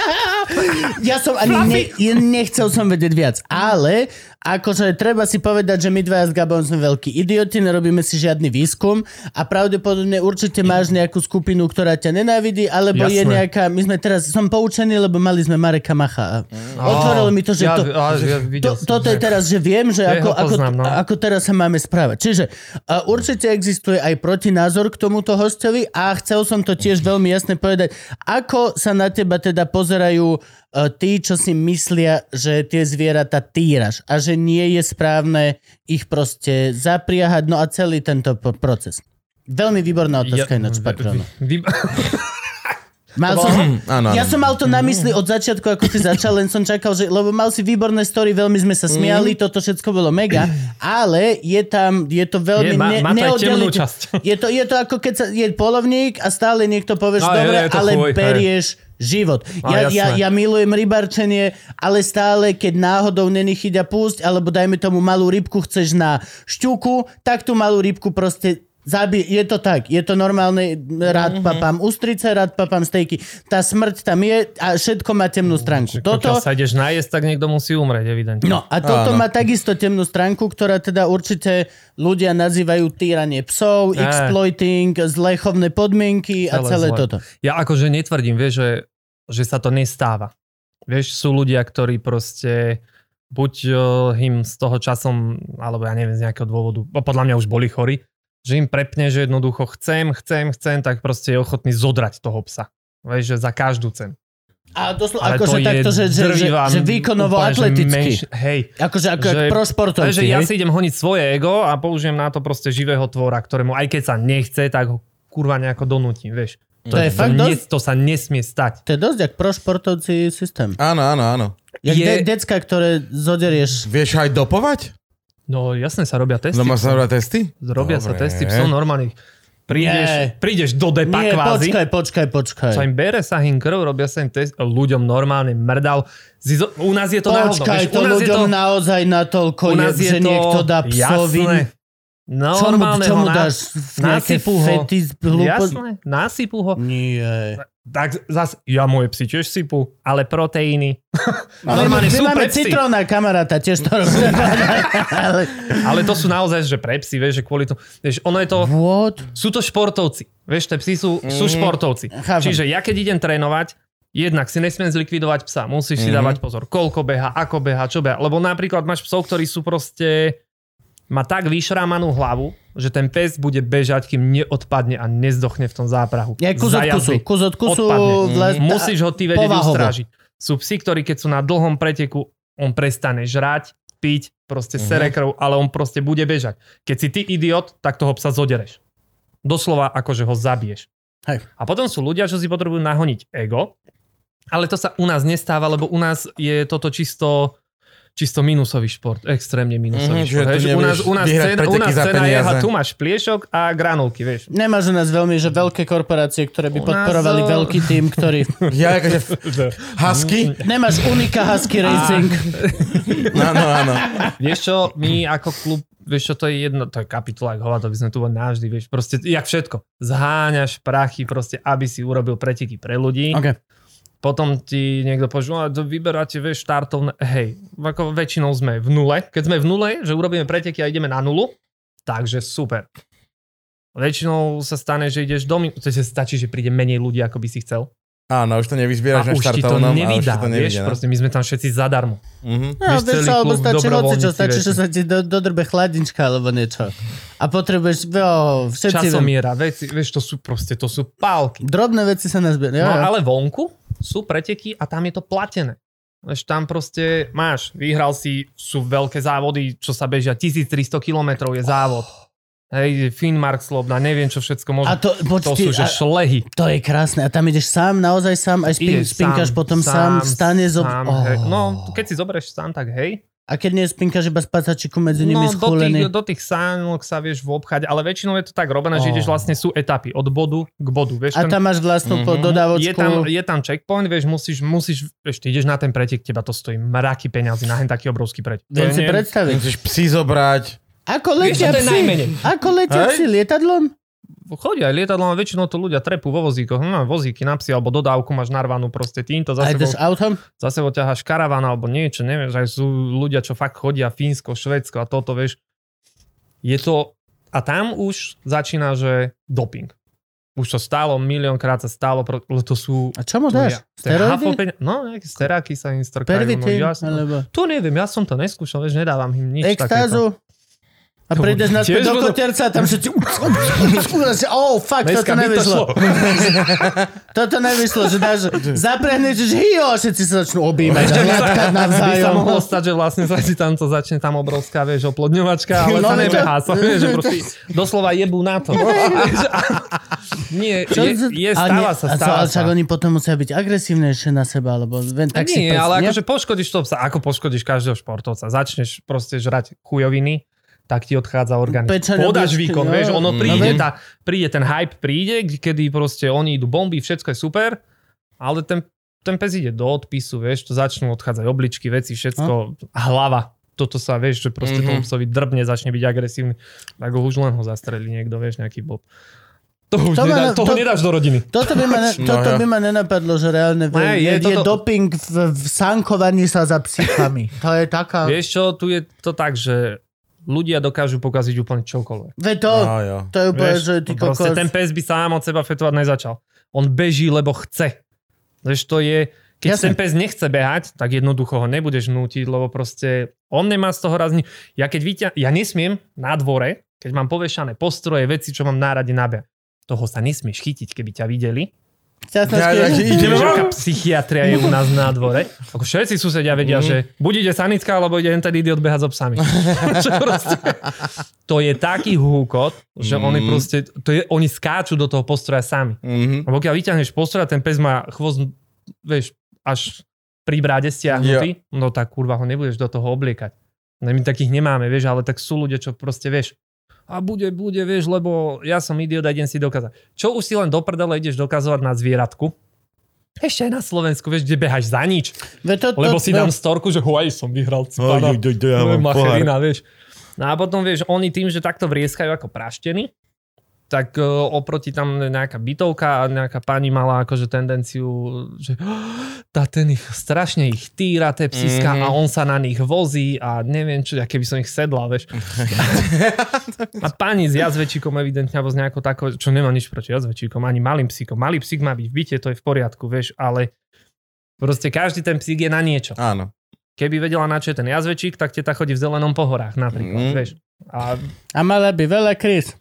Speaker 1: Ja som ani ne, ja nechcel som vedieť viac, ale akože treba si povedať, že my dvaja s Gabom sme veľkí idioti, nerobíme si žiadny výskum a pravdepodobne určite máš nejakú skupinu, ktorá ťa nenávidí, alebo je
Speaker 3: Jasné.
Speaker 1: nejaká, my sme teraz, som poučený, lebo mali sme Mareka Macha a No. otvorilo mi to, že
Speaker 3: ja,
Speaker 1: to,
Speaker 3: Ja, ja, videl
Speaker 1: to,
Speaker 3: som,
Speaker 1: toto je
Speaker 3: že-
Speaker 1: teraz, že viem, že
Speaker 3: Ja
Speaker 1: ako,
Speaker 3: ho poznám,
Speaker 1: ako,
Speaker 3: no.
Speaker 1: ako teraz sa máme správať. Čiže a určite existuje aj protinázor k tomuto hostovi a chcel som to tiež veľmi jasne povedať. Ako sa na teba teda pozerajú e, tí, čo si myslia, že tie zvieratá týraš a že nie je správne ich proste zapriahať, no a celý tento po- proces. Veľmi výborná otázka ja, ináč,
Speaker 3: Mhm.
Speaker 1: patronu.
Speaker 3: Vy,
Speaker 1: Mal som,
Speaker 2: Áno,
Speaker 1: ja
Speaker 2: áno.
Speaker 1: som mal to na mysli od začiatku, ako si začal, len som čakal, že, lebo mal si výborné story, veľmi sme sa
Speaker 2: Mhm.
Speaker 1: smiali, toto všetko bolo mega, ale je tam, je to veľmi
Speaker 3: Je, má- má to aj temnú
Speaker 1: neoddeliteľ-
Speaker 3: časť.
Speaker 1: Je to, je to ako keď sa, je polovník a stále niekto povie, že
Speaker 3: No, je-
Speaker 1: dobre,
Speaker 3: je to
Speaker 1: ale
Speaker 3: chuj, hej.
Speaker 1: berieš život.
Speaker 3: No,
Speaker 1: Ja, ja,
Speaker 3: jasné.
Speaker 1: ja milujem rybarčenie, ale stále, keď náhodou není chyťa púšť, alebo dajme tomu malú rybku chceš na šťuku, tak tú malú rybku proste Zabi- je to tak, je to normálne,
Speaker 3: Mhm.
Speaker 1: rád papám ústrice, rád papám stejky. Tá smrť tam je a všetko má temnú stránku.
Speaker 3: Mhm. Pokiaľ
Speaker 1: Toto,
Speaker 3: sa ideš najesť, tak niekto musí umrieť, evidentne.
Speaker 1: no a toto
Speaker 2: Áno.
Speaker 1: má takisto temnú stránku, ktorá teda určite ľudia nazývajú týranie psov,
Speaker 3: Á.
Speaker 1: exploiting, zlé chovné podmienky a
Speaker 3: Celé
Speaker 1: celé
Speaker 3: zlé.
Speaker 1: toto.
Speaker 3: Ja akože netvrdím, vieš, že, že sa to nestáva. Vieš, sú ľudia, ktorí proste buď uh, im z toho časom, alebo ja neviem, z nejakého dôvodu, bo podľa mňa už boli chorí, že im prepne, že jednoducho chcem, chcem, chcem, tak proste je ochotný zodrať toho psa. Vieš, že za každú cenu.
Speaker 1: A doslo,
Speaker 3: Ale
Speaker 1: akože
Speaker 3: to je
Speaker 1: takto, že, že, že,
Speaker 3: drvivá,
Speaker 1: že výkonovo
Speaker 3: úplne, že
Speaker 1: atleticky.
Speaker 3: menš- Hej,
Speaker 1: Akože ako
Speaker 3: Že-
Speaker 1: pro športovci.
Speaker 3: Takže ja
Speaker 1: hej?
Speaker 3: si idem honiť svoje ego a použijem na to proste živého tvora, ktorému aj keď sa nechce, tak ho kurva nejako donútim, vieš.
Speaker 1: To je fakt
Speaker 3: to,
Speaker 1: dosť-
Speaker 3: ne, to sa nesmie stať.
Speaker 1: To je dosť jak pro športovci systém.
Speaker 2: Áno, áno, áno.
Speaker 1: Jak
Speaker 3: Je-
Speaker 1: de- decka, ktoré zoderieš.
Speaker 2: Vieš aj dopovať?
Speaker 3: No jasne sa robia
Speaker 2: No
Speaker 3: testy.
Speaker 2: máš sa
Speaker 3: psov.
Speaker 2: robiť testy?
Speaker 3: Robia sa
Speaker 2: Dobre.
Speaker 3: testy psov no. normálnych.
Speaker 1: Nie.
Speaker 3: Prídeš, prídeš do depa
Speaker 1: Nie,
Speaker 3: kvázi.
Speaker 1: počkaj, počkaj, počkaj.
Speaker 3: Sa im bere, sa im krv, robia sa im test, ľuďom normálne mrdal. Zizo- u nás je to náhodno,
Speaker 1: Počkaj,
Speaker 3: vieš,
Speaker 1: to
Speaker 3: u nás je
Speaker 1: ľuďom naozaj natoľko je,
Speaker 3: u nás
Speaker 1: že
Speaker 3: je to,
Speaker 1: niekto dá
Speaker 3: jasné,
Speaker 1: psovi. Čo mu,
Speaker 3: normálne
Speaker 1: čo
Speaker 3: ho
Speaker 1: mu
Speaker 3: na-
Speaker 1: dáš? Nejaké
Speaker 3: nasypú ho.
Speaker 1: fety z hlúpo...
Speaker 3: Jasné, nasypú ho.
Speaker 1: Nie.
Speaker 3: tak zas, ja moje psi tiež sypu, ale proteíny.
Speaker 1: Ale
Speaker 3: normálne
Speaker 1: my
Speaker 3: sú
Speaker 1: máme
Speaker 3: pre psy.
Speaker 1: citróna kamaráta, tiež to robí. Ale-
Speaker 3: Ale to sú naozaj, že pre psy, vieš, že kvôli tomu, vieš, ono je to,
Speaker 1: What?
Speaker 3: sú to športovci. Vieš, tie psi sú, sú športovci.
Speaker 1: Mm, chápem.
Speaker 3: Čiže ja keď idem trénovať, jednak si nesmiem zlikvidovať psa. Musíš
Speaker 1: Mhm.
Speaker 3: si dávať pozor, koľko beha, ako beha, čo beha. Lebo napríklad máš psov, ktorí sú proste má tak vyšrámanú hlavu, že ten pes bude bežať, kým neodpadne a nezdochne v tom záprahu.
Speaker 1: Ja kus od
Speaker 3: Za
Speaker 1: kusu,
Speaker 3: jazdy.
Speaker 1: kus od kusu
Speaker 3: Odpadne. Mm.
Speaker 1: vlez,
Speaker 3: Musíš
Speaker 2: teda
Speaker 3: ho ty vedieť
Speaker 1: povahovo.
Speaker 3: ustrážiť. Sú psi, ktorí keď sú na dlhom preteku, on prestane žrať, piť, proste
Speaker 2: Mhm.
Speaker 3: sere krv, ale on proste bude bežať. Keď si ty idiot, tak toho psa zodereš. Doslova akože ho zabiješ.
Speaker 1: Hej.
Speaker 3: A potom sú ľudia, čo si potrebujú nahoniť ego, ale to sa u nás nestáva, lebo u nás je toto čisto čisto minusový šport, extrémne
Speaker 2: Mhm,
Speaker 3: minusový šport.
Speaker 2: že
Speaker 3: Hej,
Speaker 2: tu
Speaker 3: že u nás,
Speaker 2: nevieš
Speaker 3: u nás
Speaker 2: vyhrať
Speaker 3: cena, u
Speaker 2: preteky
Speaker 3: nás
Speaker 2: za
Speaker 3: cena je,
Speaker 2: peniaze.
Speaker 3: a tu máš pliešok a granulky, vieš.
Speaker 1: Nemáš u nás veľmi, že veľké korporácie, ktoré by
Speaker 3: U nás,
Speaker 1: podporovali
Speaker 3: eh,
Speaker 1: veľký tým, ktorý...
Speaker 2: Ja akože f- husky?
Speaker 1: Nemáš Unika Husky Racing.
Speaker 2: Áno, No, áno.
Speaker 3: Vieš čo, my ako klub, vieš čo, to je jedno, to je kapitola, ako hovado, by sme tu boli navždy, vieš, proste, jak všetko, zháňaš prachy proste, aby si urobil preteky pre ľudí,
Speaker 1: Okay.
Speaker 3: potom ti niekto povie, že "No, to vyberáte, vieš, štartovné, hej, ako väčšinou sme v nule, keď sme v nule, že urobíme preteky a ideme na nulu, takže super. Väčšinou sa stane, že ideš do min- to sa stačí, že príde menej ľudí, ako by si chcel.
Speaker 2: Áno, už to
Speaker 3: A
Speaker 2: nevyzbieraš na
Speaker 3: už ti to
Speaker 2: štartovnom. a už ti
Speaker 3: nevydá,
Speaker 2: to no.
Speaker 3: vieš,
Speaker 2: nevidá.
Speaker 3: proste my sme tam všetci zadarmo.
Speaker 2: Mhm.
Speaker 1: No,
Speaker 3: Vieš,
Speaker 1: vieš,
Speaker 3: celý
Speaker 1: alebo
Speaker 3: klub
Speaker 1: stačí hoci čo,
Speaker 3: dobrovoľníci
Speaker 1: stačí,
Speaker 3: veci.
Speaker 1: že sa ti do, dodrbe chladnička alebo niečo. A potrebuješ, jo, všetci...
Speaker 3: Časomiera, veci, vieš, to sú proste, to sú pálky.
Speaker 1: Drobné veci sa nazbierajú.
Speaker 3: No
Speaker 1: No, ale...
Speaker 3: ale vonku sú preteky a tam je to platené. Vieš, tam proste máš, vyhral si, sú veľké závody, čo sa bežia, 1300 km je závod. Hej, Finnmark Slobna, neviem čo všetko môže.
Speaker 1: A to, poď,
Speaker 3: to
Speaker 1: ty,
Speaker 3: sú
Speaker 1: a,
Speaker 3: že šlehy.
Speaker 1: to je krásne. A tam ideš sám, naozaj sám, aj spin,
Speaker 3: Ideš
Speaker 1: spinkáš
Speaker 3: sám,
Speaker 1: potom sám,
Speaker 3: sám,
Speaker 1: vstane zo...
Speaker 3: Sám,
Speaker 1: Oh.
Speaker 3: hej. No, keď si zoberieš sám, tak hej.
Speaker 1: A keď nie spinkáš iba spacačiku medzi nimi
Speaker 3: no, do tých,
Speaker 1: schúlený.
Speaker 3: do tých sánok sa vieš vobchať, ale väčšinou je to tak robené, že
Speaker 1: Oh.
Speaker 3: ideš vlastne, sú etapy od bodu k bodu. Vieš,
Speaker 1: A tam máš vlastnú po
Speaker 2: Mhm.
Speaker 1: dodávočku.
Speaker 3: je tam, je tam checkpoint, vieš, musíš, musíš, vieš, ty ideš na ten pretek, teba to stojí mraky peniazy na hen taký obrovský pretek. To
Speaker 1: Viem
Speaker 3: je
Speaker 1: si
Speaker 3: nie-
Speaker 1: predstaviť.
Speaker 2: Musíš psi zobrať.
Speaker 1: Ako
Speaker 3: Vieš,
Speaker 1: letia
Speaker 3: to je
Speaker 1: psi?
Speaker 3: najmenej.
Speaker 1: Ako letia
Speaker 2: Hej?
Speaker 1: psi? Lietadlom?
Speaker 3: Chodia aj lietadlom a väčšinou to ľudia trepú vo vozíkoch. Hm, vozíky na psi, alebo dodávku máš narvanú proste týmto, za
Speaker 1: Aj ideš
Speaker 3: sebou,
Speaker 1: autom?
Speaker 3: za sebou ťaháš karavan alebo niečo, neviem, že aj sú ľudia, čo fakt chodia Fínsko, Švédsko a toto, vieš. Je to... A tam už začína, že doping. Už to stálo, miliónkrát sa stálo, pro- lebo to sú...
Speaker 1: A čo mu
Speaker 3: to je-
Speaker 1: dáš?
Speaker 3: to je
Speaker 1: Steroidy?
Speaker 3: hafopeň- No, nejaké steráky sa im strkajú. No,
Speaker 1: Pervitin?
Speaker 3: jasno.
Speaker 1: Alebo...
Speaker 3: To neviem, ja som to neskúšal, vieš, nedávam im nič takéto.
Speaker 1: Extázu? A
Speaker 3: To
Speaker 1: prídeš na
Speaker 3: tiež
Speaker 1: do
Speaker 3: budú-
Speaker 1: koterca a tam všetci... Oh, fuck, toto
Speaker 3: Dneska by to šlo.
Speaker 1: nevyšlo. Toto nevyšlo, že dáš... Zaprehneš, že hio, všetci sa začnú objímať a hľadkať
Speaker 3: By sa
Speaker 1: navzájom.
Speaker 3: mohlo stať, že vlastne sa ti tam to začne tam obrovská, vieš, oplodňovačka, ale
Speaker 1: No, ale
Speaker 3: sa
Speaker 1: to-
Speaker 3: nebehá sa, vieš, že proste doslova jebú na to. Nie,
Speaker 1: Čo
Speaker 3: je,
Speaker 1: za-
Speaker 3: je,
Speaker 1: A
Speaker 3: stáva
Speaker 1: nie-
Speaker 3: sa,
Speaker 1: a co,
Speaker 3: stáva
Speaker 1: Ale však
Speaker 3: sa.
Speaker 1: oni potom musia byť agresívnejšie na seba, alebo ven tak si
Speaker 3: Nie,
Speaker 1: pres-
Speaker 3: ale
Speaker 1: nie?
Speaker 3: akože poškodíš to psa, ako poškodíš každého športovca. Začneš proste žrať chujoviny, tak ti odchádza organizmus.
Speaker 1: Pečené
Speaker 3: Podáš
Speaker 1: blízky,
Speaker 3: výkon,
Speaker 1: no.
Speaker 3: vieš, ono
Speaker 2: Mm.
Speaker 3: príde,
Speaker 2: No,
Speaker 3: tá, príde ten hype, príde, kedy proste oni idú bomby, všetko je super, ale ten, ten pes ide do odpisu, vieš, to začnú odchádzať obličky, veci, všetko,
Speaker 1: Hm.
Speaker 3: a hlava. Toto sa, vieš, že proste
Speaker 2: Mhm.
Speaker 3: mm-hmm. tomu psovi drbne, začne byť agresívny, tak ho už len ho zastrelí niekto, vieš, nejaký bob. To už
Speaker 1: To
Speaker 3: to nedá,
Speaker 1: ma-
Speaker 3: toho
Speaker 1: to-
Speaker 3: nedáš do rodiny.
Speaker 1: Toto by, ma ne,
Speaker 2: No,
Speaker 1: toto
Speaker 2: ja.
Speaker 1: by ma nenapadlo, že reálne v,
Speaker 3: Ne,
Speaker 1: je,
Speaker 3: je
Speaker 1: je
Speaker 3: toto-
Speaker 1: doping v, v sankovaní sa za psychami. To je taká...
Speaker 3: Vieš čo, tu je to tak, že ľudia dokážu pokaziť úplne čokoľvek.
Speaker 1: Ve to,
Speaker 2: No, jo.
Speaker 1: to je úplne,
Speaker 3: Vieš, No
Speaker 1: že ty kokos...
Speaker 3: proste ten pes by sám od seba fetovať nezačal. On beží, lebo chce. Vieš, to je, keď
Speaker 1: Jasne.
Speaker 3: Jasne. ten pes nechce behať, tak jednoducho ho nebudeš nútiť, lebo proste on nemá z toho raz ni- Ja keď vyťa... ja nesmiem na dvore, keď mám povešané postroje, veci, čo mám nárade na beh. Toho sa nesmieš chytiť, keby ťa videli.
Speaker 1: Ja,
Speaker 2: Ja- ja-
Speaker 1: No.
Speaker 2: ideme-
Speaker 3: Vieš, aká psychiatria je u nás na dvore. Ako všetci susedia vedia,
Speaker 2: Mhm.
Speaker 3: že buď ide sanická, alebo ide ten idiot behať so psami. Že proste, to je taký húkot, že
Speaker 2: Mm.
Speaker 3: oni proste, to je, oni skáču do toho postroja sami.
Speaker 2: Mhm.
Speaker 3: A pokiaľ vyťahneš postroj a ten pes má chvost, vieš, až pri bráde stiahnutý, no tak kurva ho nebudeš do toho obliekať. No my takých nemáme, vieš, ale tak sú ľudia, čo proste vieš. A bude, bude, vieš, lebo ja som idiot a idem si dokázať. Čo už si len do prdele ideš dokazovať na zvieratku? Ešte aj na Slovensku, vieš, kde behaš za nič.
Speaker 1: Ve to, to,
Speaker 3: Lebo si
Speaker 1: no,
Speaker 3: dám storku, že huaj som vyhral
Speaker 2: Oj,
Speaker 3: cipana.
Speaker 2: oj, oj, oj, ja
Speaker 3: To je
Speaker 2: mám pohár.
Speaker 3: macherina, vieš. No a potom, vieš, oni tým, že takto vrieskajú ako praštení, tak e, oproti tam nejaká bytovka a nejaká pani mala akože tendenciu, že tá ten ich strašne ich týra, tie psiska
Speaker 2: Mhm.
Speaker 3: mm-hmm. a on sa na nich vozí a neviem čo, aké by som ich sedla, vieš. a pani s jazvečíkom evidentne, alebo s nejakou takou, čo nemá nič proti jazvečíkom, ani malým psíkom. Malý psík má byť v byte, to je v poriadku, vieš, ale proste každý ten psík je na niečo.
Speaker 2: Áno.
Speaker 3: Keby vedela na čo je ten jazvečík, tak teta chodí v zelenom pohorách napríklad,
Speaker 1: Mhm.
Speaker 2: Mm.
Speaker 3: mm. vieš. A
Speaker 1: A mala by veľa kríz.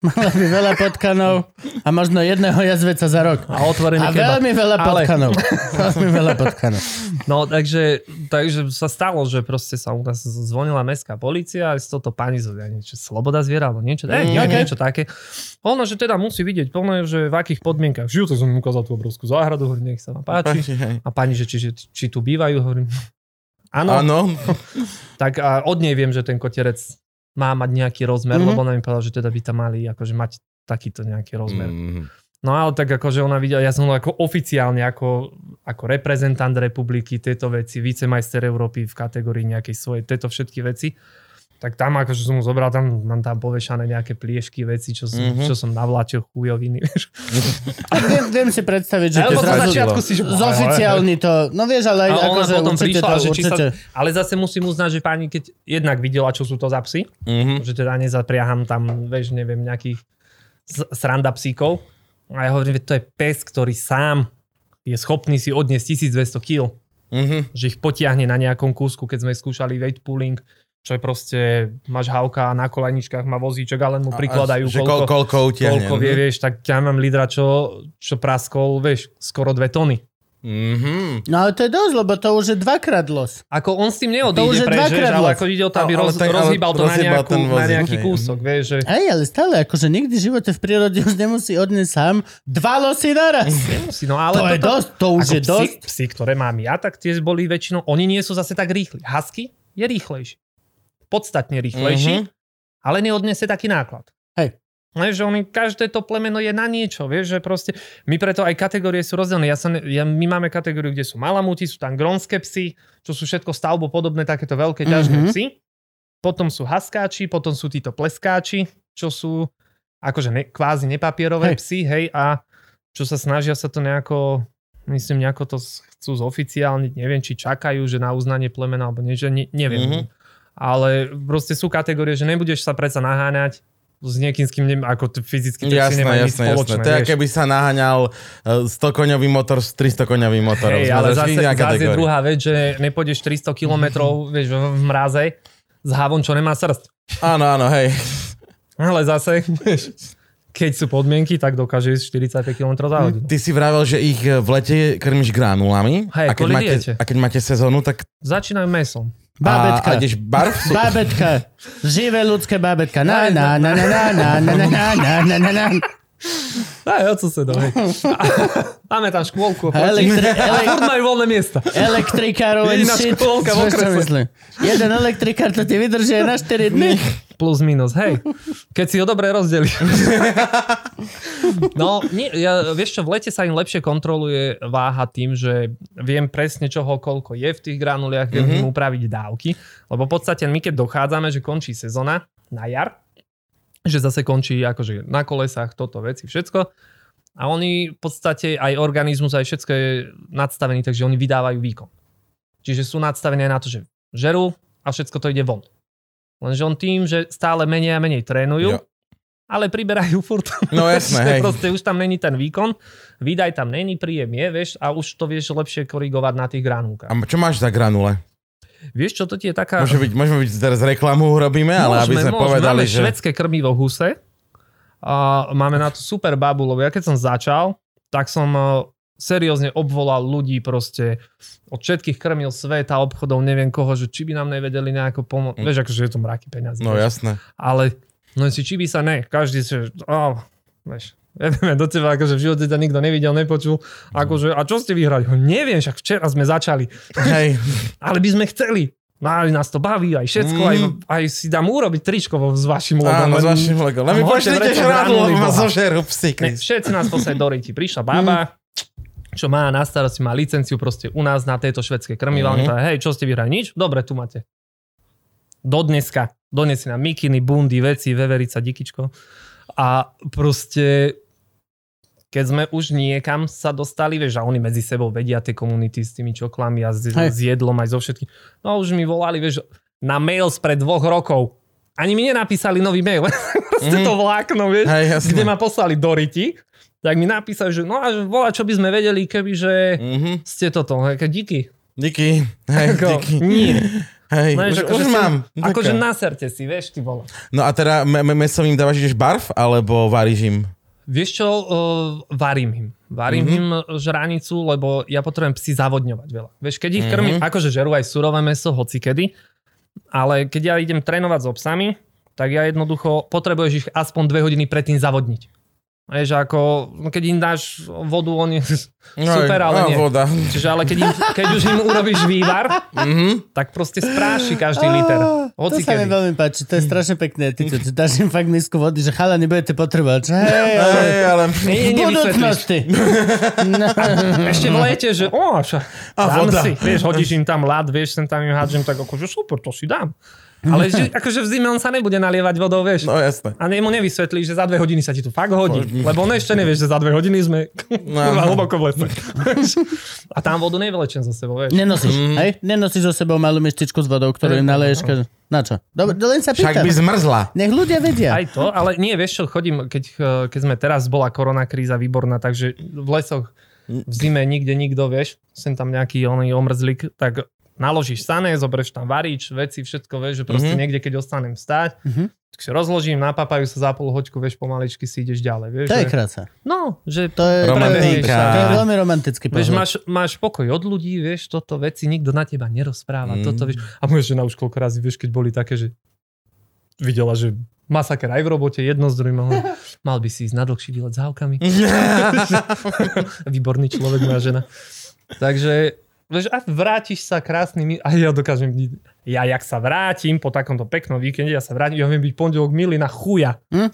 Speaker 1: Mala by veľa potkanov a možno jedného jazveca za rok.
Speaker 3: A otvorený
Speaker 1: A
Speaker 3: kebab.
Speaker 1: veľmi veľa
Speaker 3: Ale-
Speaker 1: potkanov. Veľmi veľa potkanov.
Speaker 3: No, takže, takže sa stalo, že proste sa u nás zvonila mestská policia a s toto pani zo ja neviem, čo, sloboda zviera alebo niečo, mm,
Speaker 2: Mm,
Speaker 3: neviem,
Speaker 1: okay.
Speaker 3: niečo také. Ono, že teda musí vidieť plné, že v akých podmienkach žijú, tak som im ukázal tú obrovskú záhradu, hovorím, nech sa vám páči.
Speaker 2: Hej.
Speaker 3: A pani, že či, či, či tu bývajú, hovorím, áno,
Speaker 2: Áno.
Speaker 3: tak a od nej viem, že ten koterec má mať nejaký rozmer,
Speaker 1: Mhm.
Speaker 3: lebo ona mi povedala, že teda by tam mali akože mať takýto nejaký rozmer.
Speaker 2: Mm.
Speaker 3: No ale tak akože ona videla, ja som bol ako oficiálne ako, ako reprezentant republiky tieto veci, vicemajster Európy v kategórii nejakej svojej, tieto všetky veci. Tak tam akože som mu zobral, tam mám tam povešané nejaké pliešky, veci, čo som,
Speaker 2: Mhm.
Speaker 3: mm-hmm. čo som navláčil chujoviny. vieš.
Speaker 1: Tak viem, viem si predstaviť, že to
Speaker 3: Alebo zo
Speaker 2: zrazilo.
Speaker 1: zrazu...
Speaker 3: začiatku si, že...
Speaker 1: Zoficiálne to, no vieš, ale
Speaker 3: A ona
Speaker 1: akože
Speaker 3: potom
Speaker 1: určite
Speaker 3: prišla,
Speaker 1: to,
Speaker 3: že či sa-
Speaker 1: určite.
Speaker 3: Ale zase musím uznať, že pani, keď jednak videla, čo sú to za psy,
Speaker 2: Mhm.
Speaker 3: že teda nezapriaham tam, vieš, neviem, nejakých s- sranda psíkov. A ja hovorím, že to je pes, ktorý sám je schopný si odniesť 1200 kg.
Speaker 2: Mhm.
Speaker 3: že ich potiahne na nejakom kúsku, keď sme skúšali weight pulling, čo je proste, máš havka na kolaničkách, má vozíček a len mu prikladajú,
Speaker 2: Že
Speaker 3: koľko, koľko,
Speaker 2: koľko no? utiahne.
Speaker 3: koľko vie, vieš, tak ja mám lídra, čo, čo praskol, vieš, skoro dve tony.
Speaker 2: Mhm.
Speaker 1: No ale to je dosť, lebo to už je dvakrát los.
Speaker 3: Ako on s tým neodíde,
Speaker 1: To už je
Speaker 3: prežeš,
Speaker 1: dvakrát
Speaker 3: ale
Speaker 1: los.
Speaker 3: ako ide o to, aby
Speaker 2: No, Ale- ale
Speaker 3: roz,
Speaker 2: tak- ale
Speaker 3: rozhýbal to na,
Speaker 2: rozhýbal
Speaker 3: nejakú,
Speaker 2: ten
Speaker 3: na
Speaker 2: vozík,
Speaker 3: nejaký
Speaker 2: hej.
Speaker 3: kúsok, vieš, že
Speaker 1: Ej, ale stále, akože nikdy v živote v prírode už nemusí odniesť sám dva losy naraz.
Speaker 3: si, no ale
Speaker 1: To je
Speaker 3: toto-
Speaker 1: dosť, to už
Speaker 3: ako
Speaker 1: je
Speaker 3: psi,
Speaker 1: dosť.
Speaker 3: psi, ktoré mám ja, tak tie boli väčšinou, oni nie sú zase tak rýchli. Husky je rýchlejší. Podstatne
Speaker 2: Mhm.
Speaker 3: rýchlejší. ale neodniesie taký náklad.
Speaker 1: Hej.
Speaker 3: Ne, že oni, každé to plemeno je na niečo, vieš, že proste, my preto aj kategórie sú rozdelené. Ja sa ne, ja, my máme kategóriu, kde sú malamuti, sú tam grónske psy, čo sú všetko stavbo podobné, takéto veľké ťažné
Speaker 1: Mhm.
Speaker 3: psy. Potom sú haskáči, potom sú títo pleskáči, čo sú akože ne, kvázi nepapierové
Speaker 1: Hej.
Speaker 3: psy, hej, a čo sa snažia sa to nejako, myslím, nejako to s- chcú zoficiálniť, neviem, či čakajú, že na uznanie plemena, alebo nie, že ne, neviem.
Speaker 2: Mhm.
Speaker 3: Mm-hmm. Ale proste sú kategórie, že nebudeš sa predsa naháňať s niekým, s kým nem, ako t- fyzicky to si
Speaker 2: Jasné,
Speaker 3: nemá nič
Speaker 2: jasné, jasné.
Speaker 3: spoločné.
Speaker 2: To je,
Speaker 3: vieš.
Speaker 2: keby sa naháňal eh, 100-koňový motor s 300-koňovým motorom. Sme
Speaker 3: Hej, ale
Speaker 2: zašli na
Speaker 3: zase, zase je
Speaker 2: kategóriu.
Speaker 3: druhá vec, že nepôjdeš 300 km
Speaker 2: Mhm.
Speaker 3: vieš, v v mraze s havom, čo nemá srst.
Speaker 2: Áno, áno, hej.
Speaker 3: Ale zase, vieš, keď sú podmienky, tak dokáže ísť 45 km za hodinu.
Speaker 2: Ty si vravel, že ich eh, v lete krmíš granulami.
Speaker 3: Hej,
Speaker 2: a, keď
Speaker 3: kvôli
Speaker 2: máte,
Speaker 3: diete.
Speaker 2: a keď máte sezónu, tak
Speaker 3: Začínajú mesom.
Speaker 1: Babetka.
Speaker 2: A, a ideš barvcu.
Speaker 1: Bábetka. Živé ľudské bábetka. Na,
Speaker 3: Aj,
Speaker 1: na, na, na, na, na, na, na, na, na, na, na.
Speaker 3: Aj, od susedov, hej. Máme tam škôlku.
Speaker 1: Elektri-
Speaker 3: Elektri- ale
Speaker 1: ele-
Speaker 3: furt majú voľné miesta.
Speaker 1: Elektrikárov and
Speaker 3: Jediná
Speaker 1: shit.
Speaker 3: škôlka
Speaker 1: Vieš,
Speaker 3: v
Speaker 1: čo
Speaker 3: okrese.
Speaker 1: myslím? Jeden elektrikár to ti vydrží aj na 4 dny.
Speaker 3: Plus, minus, hej. Keď si ho dobre rozdelíš. No, nie, ja, vieš čo, v lete sa im lepšie kontroluje váha tým, že viem presne čoho koľko je v tých granuliach, viem mm-hmm. im upraviť dávky, lebo v podstate my keď dochádzame, že končí sezóna na jar, že zase končí akože na kolesách toto veci, všetko, a oni v podstate aj organizmus, aj všetko je nadstavený, takže oni vydávajú výkon. Čiže sú nadstavení aj na to, že žerú a všetko to ide von. Lenže on tým, že stále menej a menej trénujú,
Speaker 2: Jo.
Speaker 3: ale priberajú furt.
Speaker 2: No jasné,
Speaker 3: Že
Speaker 2: hej.
Speaker 3: Proste už tam není ten výkon, výdaj tam není, príjem je, vieš, a už to vieš lepšie korigovať na tých
Speaker 2: A
Speaker 3: granulkách.
Speaker 2: čo máš za granule?
Speaker 3: Vieš, čo to ti je taká...
Speaker 2: Môže byť, môžeme byť teraz reklamu urobíme, ale aby sme povedali,
Speaker 3: máme
Speaker 2: že... No
Speaker 3: švedské krmivo huse a máme na to super babu, lebo ja keď som začal, tak som eh, seriózne obvolal ľudí proste od všetkých krmil sveta, obchodov, neviem koho, že či by nám nevedeli nejako pomôcť.
Speaker 2: Mm.
Speaker 3: Vieš, akože je to mraky peniazy.
Speaker 2: No
Speaker 3: vieš.
Speaker 2: jasné.
Speaker 3: Ale no si či by sa ne, každý si, oh, vieš, neviem, do teba akože v živote ťa nikto nevidel, nepočul. Akože, a čo ste vyhrali? Ho, Neviem, však včera sme začali,
Speaker 2: Hej.
Speaker 3: ale by sme chceli. No aj nás to baví, aj všetko, mm. aj, aj, si dám urobiť tričko vo- s vašim
Speaker 2: Mhm.
Speaker 3: logom.
Speaker 2: Áno,
Speaker 3: len-
Speaker 2: s vašim logom. Len mi pošlite
Speaker 3: Môžete vrečo
Speaker 2: žrádlo,
Speaker 3: granuly,
Speaker 2: lebo ma
Speaker 3: boha.
Speaker 2: zožerú psi.
Speaker 3: Ne,
Speaker 2: Chris.
Speaker 3: všetci nás poslali do Riti. Prišla
Speaker 2: Mm.
Speaker 3: baba, čo má na starosti, má licenciu proste u nás na tejto švedskej krmivalni.
Speaker 2: Mhm.
Speaker 3: Mm. Hej, čo ste vyhrali? Nič? Dobre, tu máte. Do dneska. Donesi nám mikiny, bundy, veci, veverica, dikičko. A proste keď sme už niekam sa dostali, vieš, a oni medzi sebou vedia tie komunity s tými čoklami a s,
Speaker 1: Hej.
Speaker 3: s jedlom aj so všetkým. No a už mi volali, vieš, na mail spred dvoch rokov. Ani mi nenapísali nový mail. Proste to vlákno, vieš,
Speaker 2: Mhm. Hej, jasné.
Speaker 3: kde ma poslali do Riti, tak mi napísali, že no a že volá, čo by sme vedeli, keby, že
Speaker 2: Mhm.
Speaker 3: ste toto. Hej, Díky.
Speaker 2: Díky. Hej,
Speaker 3: Ako,
Speaker 2: díky.
Speaker 3: Nie.
Speaker 2: Hej,
Speaker 3: No,
Speaker 2: už,
Speaker 3: že-
Speaker 2: už
Speaker 3: že si-
Speaker 2: mám.
Speaker 3: Akože
Speaker 2: Ďakujem.
Speaker 3: naserte si, vieš, ty vole.
Speaker 2: No a teda me- me- mesom im dávaš tiež barf, alebo varíš im?
Speaker 3: Vieš čo, uh, varím im. Varím mm-hmm. im žranicu, lebo ja potrebujem psi zavodňovať veľa. Vieš, keď ich
Speaker 2: Mhm.
Speaker 3: krmím, akože žerú aj surové meso, hoci kedy, ale keď ja idem trénovať so psami, tak ja jednoducho potrebuješ ich aspoň dve hodiny predtým zavodniť. Vieš, ako no keď im dáš vodu, oni... No, Super,
Speaker 2: Aj,
Speaker 3: ale
Speaker 2: á,
Speaker 3: nie.
Speaker 2: No, voda.
Speaker 3: Čiže ale keď, im, keď už im urobíš vývar,
Speaker 2: Mhm.
Speaker 3: tak proste spráši každý liter.
Speaker 1: To
Speaker 3: Hoci
Speaker 1: sa mi
Speaker 3: kedy.
Speaker 1: veľmi páči, to je strašne pekné. Ty, ty, ty dáš im fakt misku vody, že chala nebudete potrebovať. Že Hej, ale
Speaker 2: Hej, ale...
Speaker 1: v
Speaker 3: Nie, nie, nevysvetlíš.
Speaker 1: budúcnosti. No.
Speaker 3: Ešte v lete, že o, ša,
Speaker 2: A
Speaker 3: dám
Speaker 2: voda.
Speaker 3: si, vieš, hodíš im tam ľad, vieš, sem tam im hádžem, tak akože super, to si dám. Ale že, akože v zime on sa nebude nalievať vodou, vieš.
Speaker 2: No jasné.
Speaker 3: A ne- mu nevysvetlíš, že za dve hodiny sa ti to fakt hodí. Lebo on ešte nevieš, že za dve hodiny sme
Speaker 2: No.
Speaker 3: kurva, hlboko v lese. A tam vodu nevylečem za sebou, vieš.
Speaker 1: Nenosíš, hej? Nenosíš so sebou malú mističku s vodou, ktorú im naleješ. ka- Na čo? Dobre, len sa
Speaker 2: Však
Speaker 1: pýtam.
Speaker 2: by zmrzla.
Speaker 1: Nech ľudia vedia.
Speaker 3: Aj to, ale nie, vieš čo, chodím, keď, eh, keď sme teraz, bola korona kríza výborná, takže v lesoch v zime nikde nikto, vieš, sem tam nejaký oný omrzlik, tak naložíš sané, zobreš tam varič, veci, všetko, vieš, že proste
Speaker 2: Mhm.
Speaker 3: niekde, keď ostanem stáť,
Speaker 1: Mhm.
Speaker 3: tak si rozložím, napapajú sa za pol hoďku, vieš, pomaličky si ideš ďalej, vieš.
Speaker 1: To je
Speaker 3: že,
Speaker 1: krása.
Speaker 3: no, že
Speaker 1: To je,
Speaker 2: Romantika.
Speaker 1: To je, to je veľmi romantický
Speaker 3: Vieš,
Speaker 1: pohľad.
Speaker 3: máš, máš pokoj od ľudí, vieš, toto veci, nikto na teba nerozpráva,
Speaker 2: Mm.
Speaker 3: mm. toto vieš. A moja žena už koľko razy, vieš, keď boli také, že videla, že masaker aj v robote, jedno z druhým, ale mal by si ísť na dlhší výlet s hávkami. Výborný človek, moja žena. Takže, vieš, a vrátiš sa krásnym, a ja dokážem, byť- ja jak sa vrátim po takomto peknom víkende, ja sa vrátim, ja viem byť pondelok milý na chuja.
Speaker 1: Hm?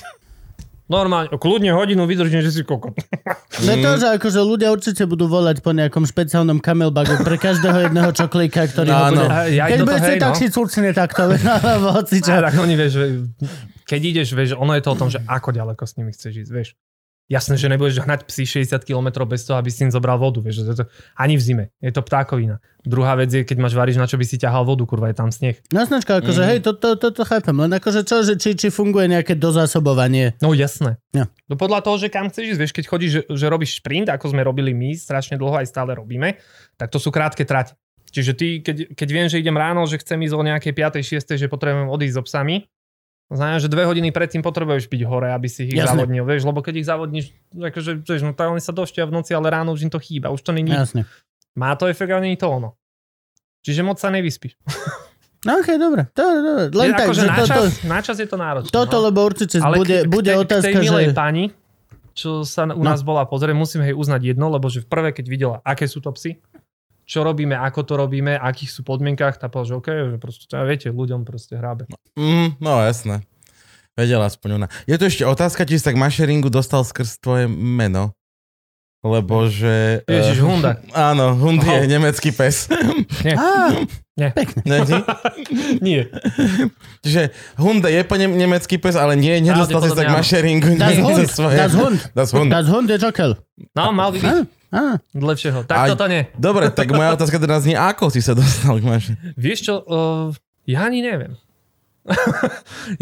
Speaker 3: Normálne, kľudne hodinu vydržím, že si kokot.
Speaker 1: No to, že akože ľudia určite budú volať po nejakom špeciálnom camelbagu pre každého jedného čoklíka, ktorý
Speaker 2: No,
Speaker 1: ho bude...
Speaker 2: áno.
Speaker 3: A ja
Speaker 1: Keď
Speaker 3: do toho-
Speaker 1: budete
Speaker 3: hej, no.
Speaker 1: tak si cucne takto, alebo hoci čo.
Speaker 3: Čo? Tak oni, vieš, že- keď ideš, vieš, ono je to o tom, že ako ďaleko s nimi chceš ísť, vieš. Jasné, že nebudeš hnať psi 60 km bez toho, aby si im zobral vodu, vieš. že To, to, ani v zime. Je to ptákovina. Druhá vec je, keď máš variš, na čo by si ťahal vodu, kurva, je tam sneh.
Speaker 1: No snačka, akože
Speaker 2: Mhm.
Speaker 1: hej, to, to, to, to chápem, len akože čo, že či, či funguje nejaké dozásobovanie.
Speaker 3: No jasné.
Speaker 1: Ja.
Speaker 3: No podľa toho, že kam chceš ísť, vieš, keď chodíš, že, že robíš šprint, ako sme robili my, strašne dlho aj stále robíme, tak to sú krátke trate. Čiže ty, keď, keď viem, že idem ráno, že chcem ísť o nejakej 5. 6. že potrebujem odísť so psami, to znamená, že dve hodiny predtým potrebuješ byť hore, aby si ich
Speaker 1: Jasné.
Speaker 3: zavodnil, vieš, lebo keď ich zavodníš, akože, vieš, no tak oni sa doštia v noci, ale ráno už im to chýba, už to není,
Speaker 1: Jasne.
Speaker 3: má to efekt, ale není to ono. Čiže moc sa nevyspíš.
Speaker 1: No okej, dobre. To, to, len
Speaker 3: Len
Speaker 1: tak,
Speaker 3: akože
Speaker 1: že
Speaker 3: na,
Speaker 1: to, to,
Speaker 3: čas, na čas je to náročné.
Speaker 1: toto,
Speaker 3: no.
Speaker 1: lebo určite bude,
Speaker 3: k- k
Speaker 1: bude
Speaker 3: tej- k
Speaker 1: otázka,
Speaker 3: tej milej
Speaker 1: že...
Speaker 3: pani, čo sa u
Speaker 1: No.
Speaker 3: nás bola pozrieť, musím jej uznať jedno, lebo že v prvé, keď videla, aké sú to psy, čo robíme, ako to robíme, akých sú podmienkách, tá povedala, že OK, že proste, to, viete, ľuďom proste hrábe.
Speaker 2: Mm, no jasné. Vedela aspoň ona. Je tu ešte otázka, či si tak mašeringu dostal skrz tvoje meno. Lebo že... eh,
Speaker 3: Ježiš, Hunda.
Speaker 2: Áno, Hund je
Speaker 3: Aha.
Speaker 2: nemecký pes.
Speaker 1: Á,
Speaker 3: Nie.
Speaker 1: Pekne.
Speaker 2: Není?
Speaker 3: Nie.
Speaker 2: Čiže Hunda je po ne- nemecký pes, ale nie, nedostal si tak
Speaker 3: Pravdepodobne áno.
Speaker 2: mašeringu.
Speaker 1: Das
Speaker 2: nie,
Speaker 1: Hund,
Speaker 2: za svoje-
Speaker 1: das Hund,
Speaker 2: Das Hund.
Speaker 1: das Hund je čokel.
Speaker 3: No, mal by byť
Speaker 1: Á, á.
Speaker 3: dlhšieho. Tak
Speaker 2: Aj.
Speaker 3: toto nie.
Speaker 2: Dobre, tak moja otázka teda znie, ako si sa dostal k mašeringu?
Speaker 3: Vieš čo, uh, ja ani neviem.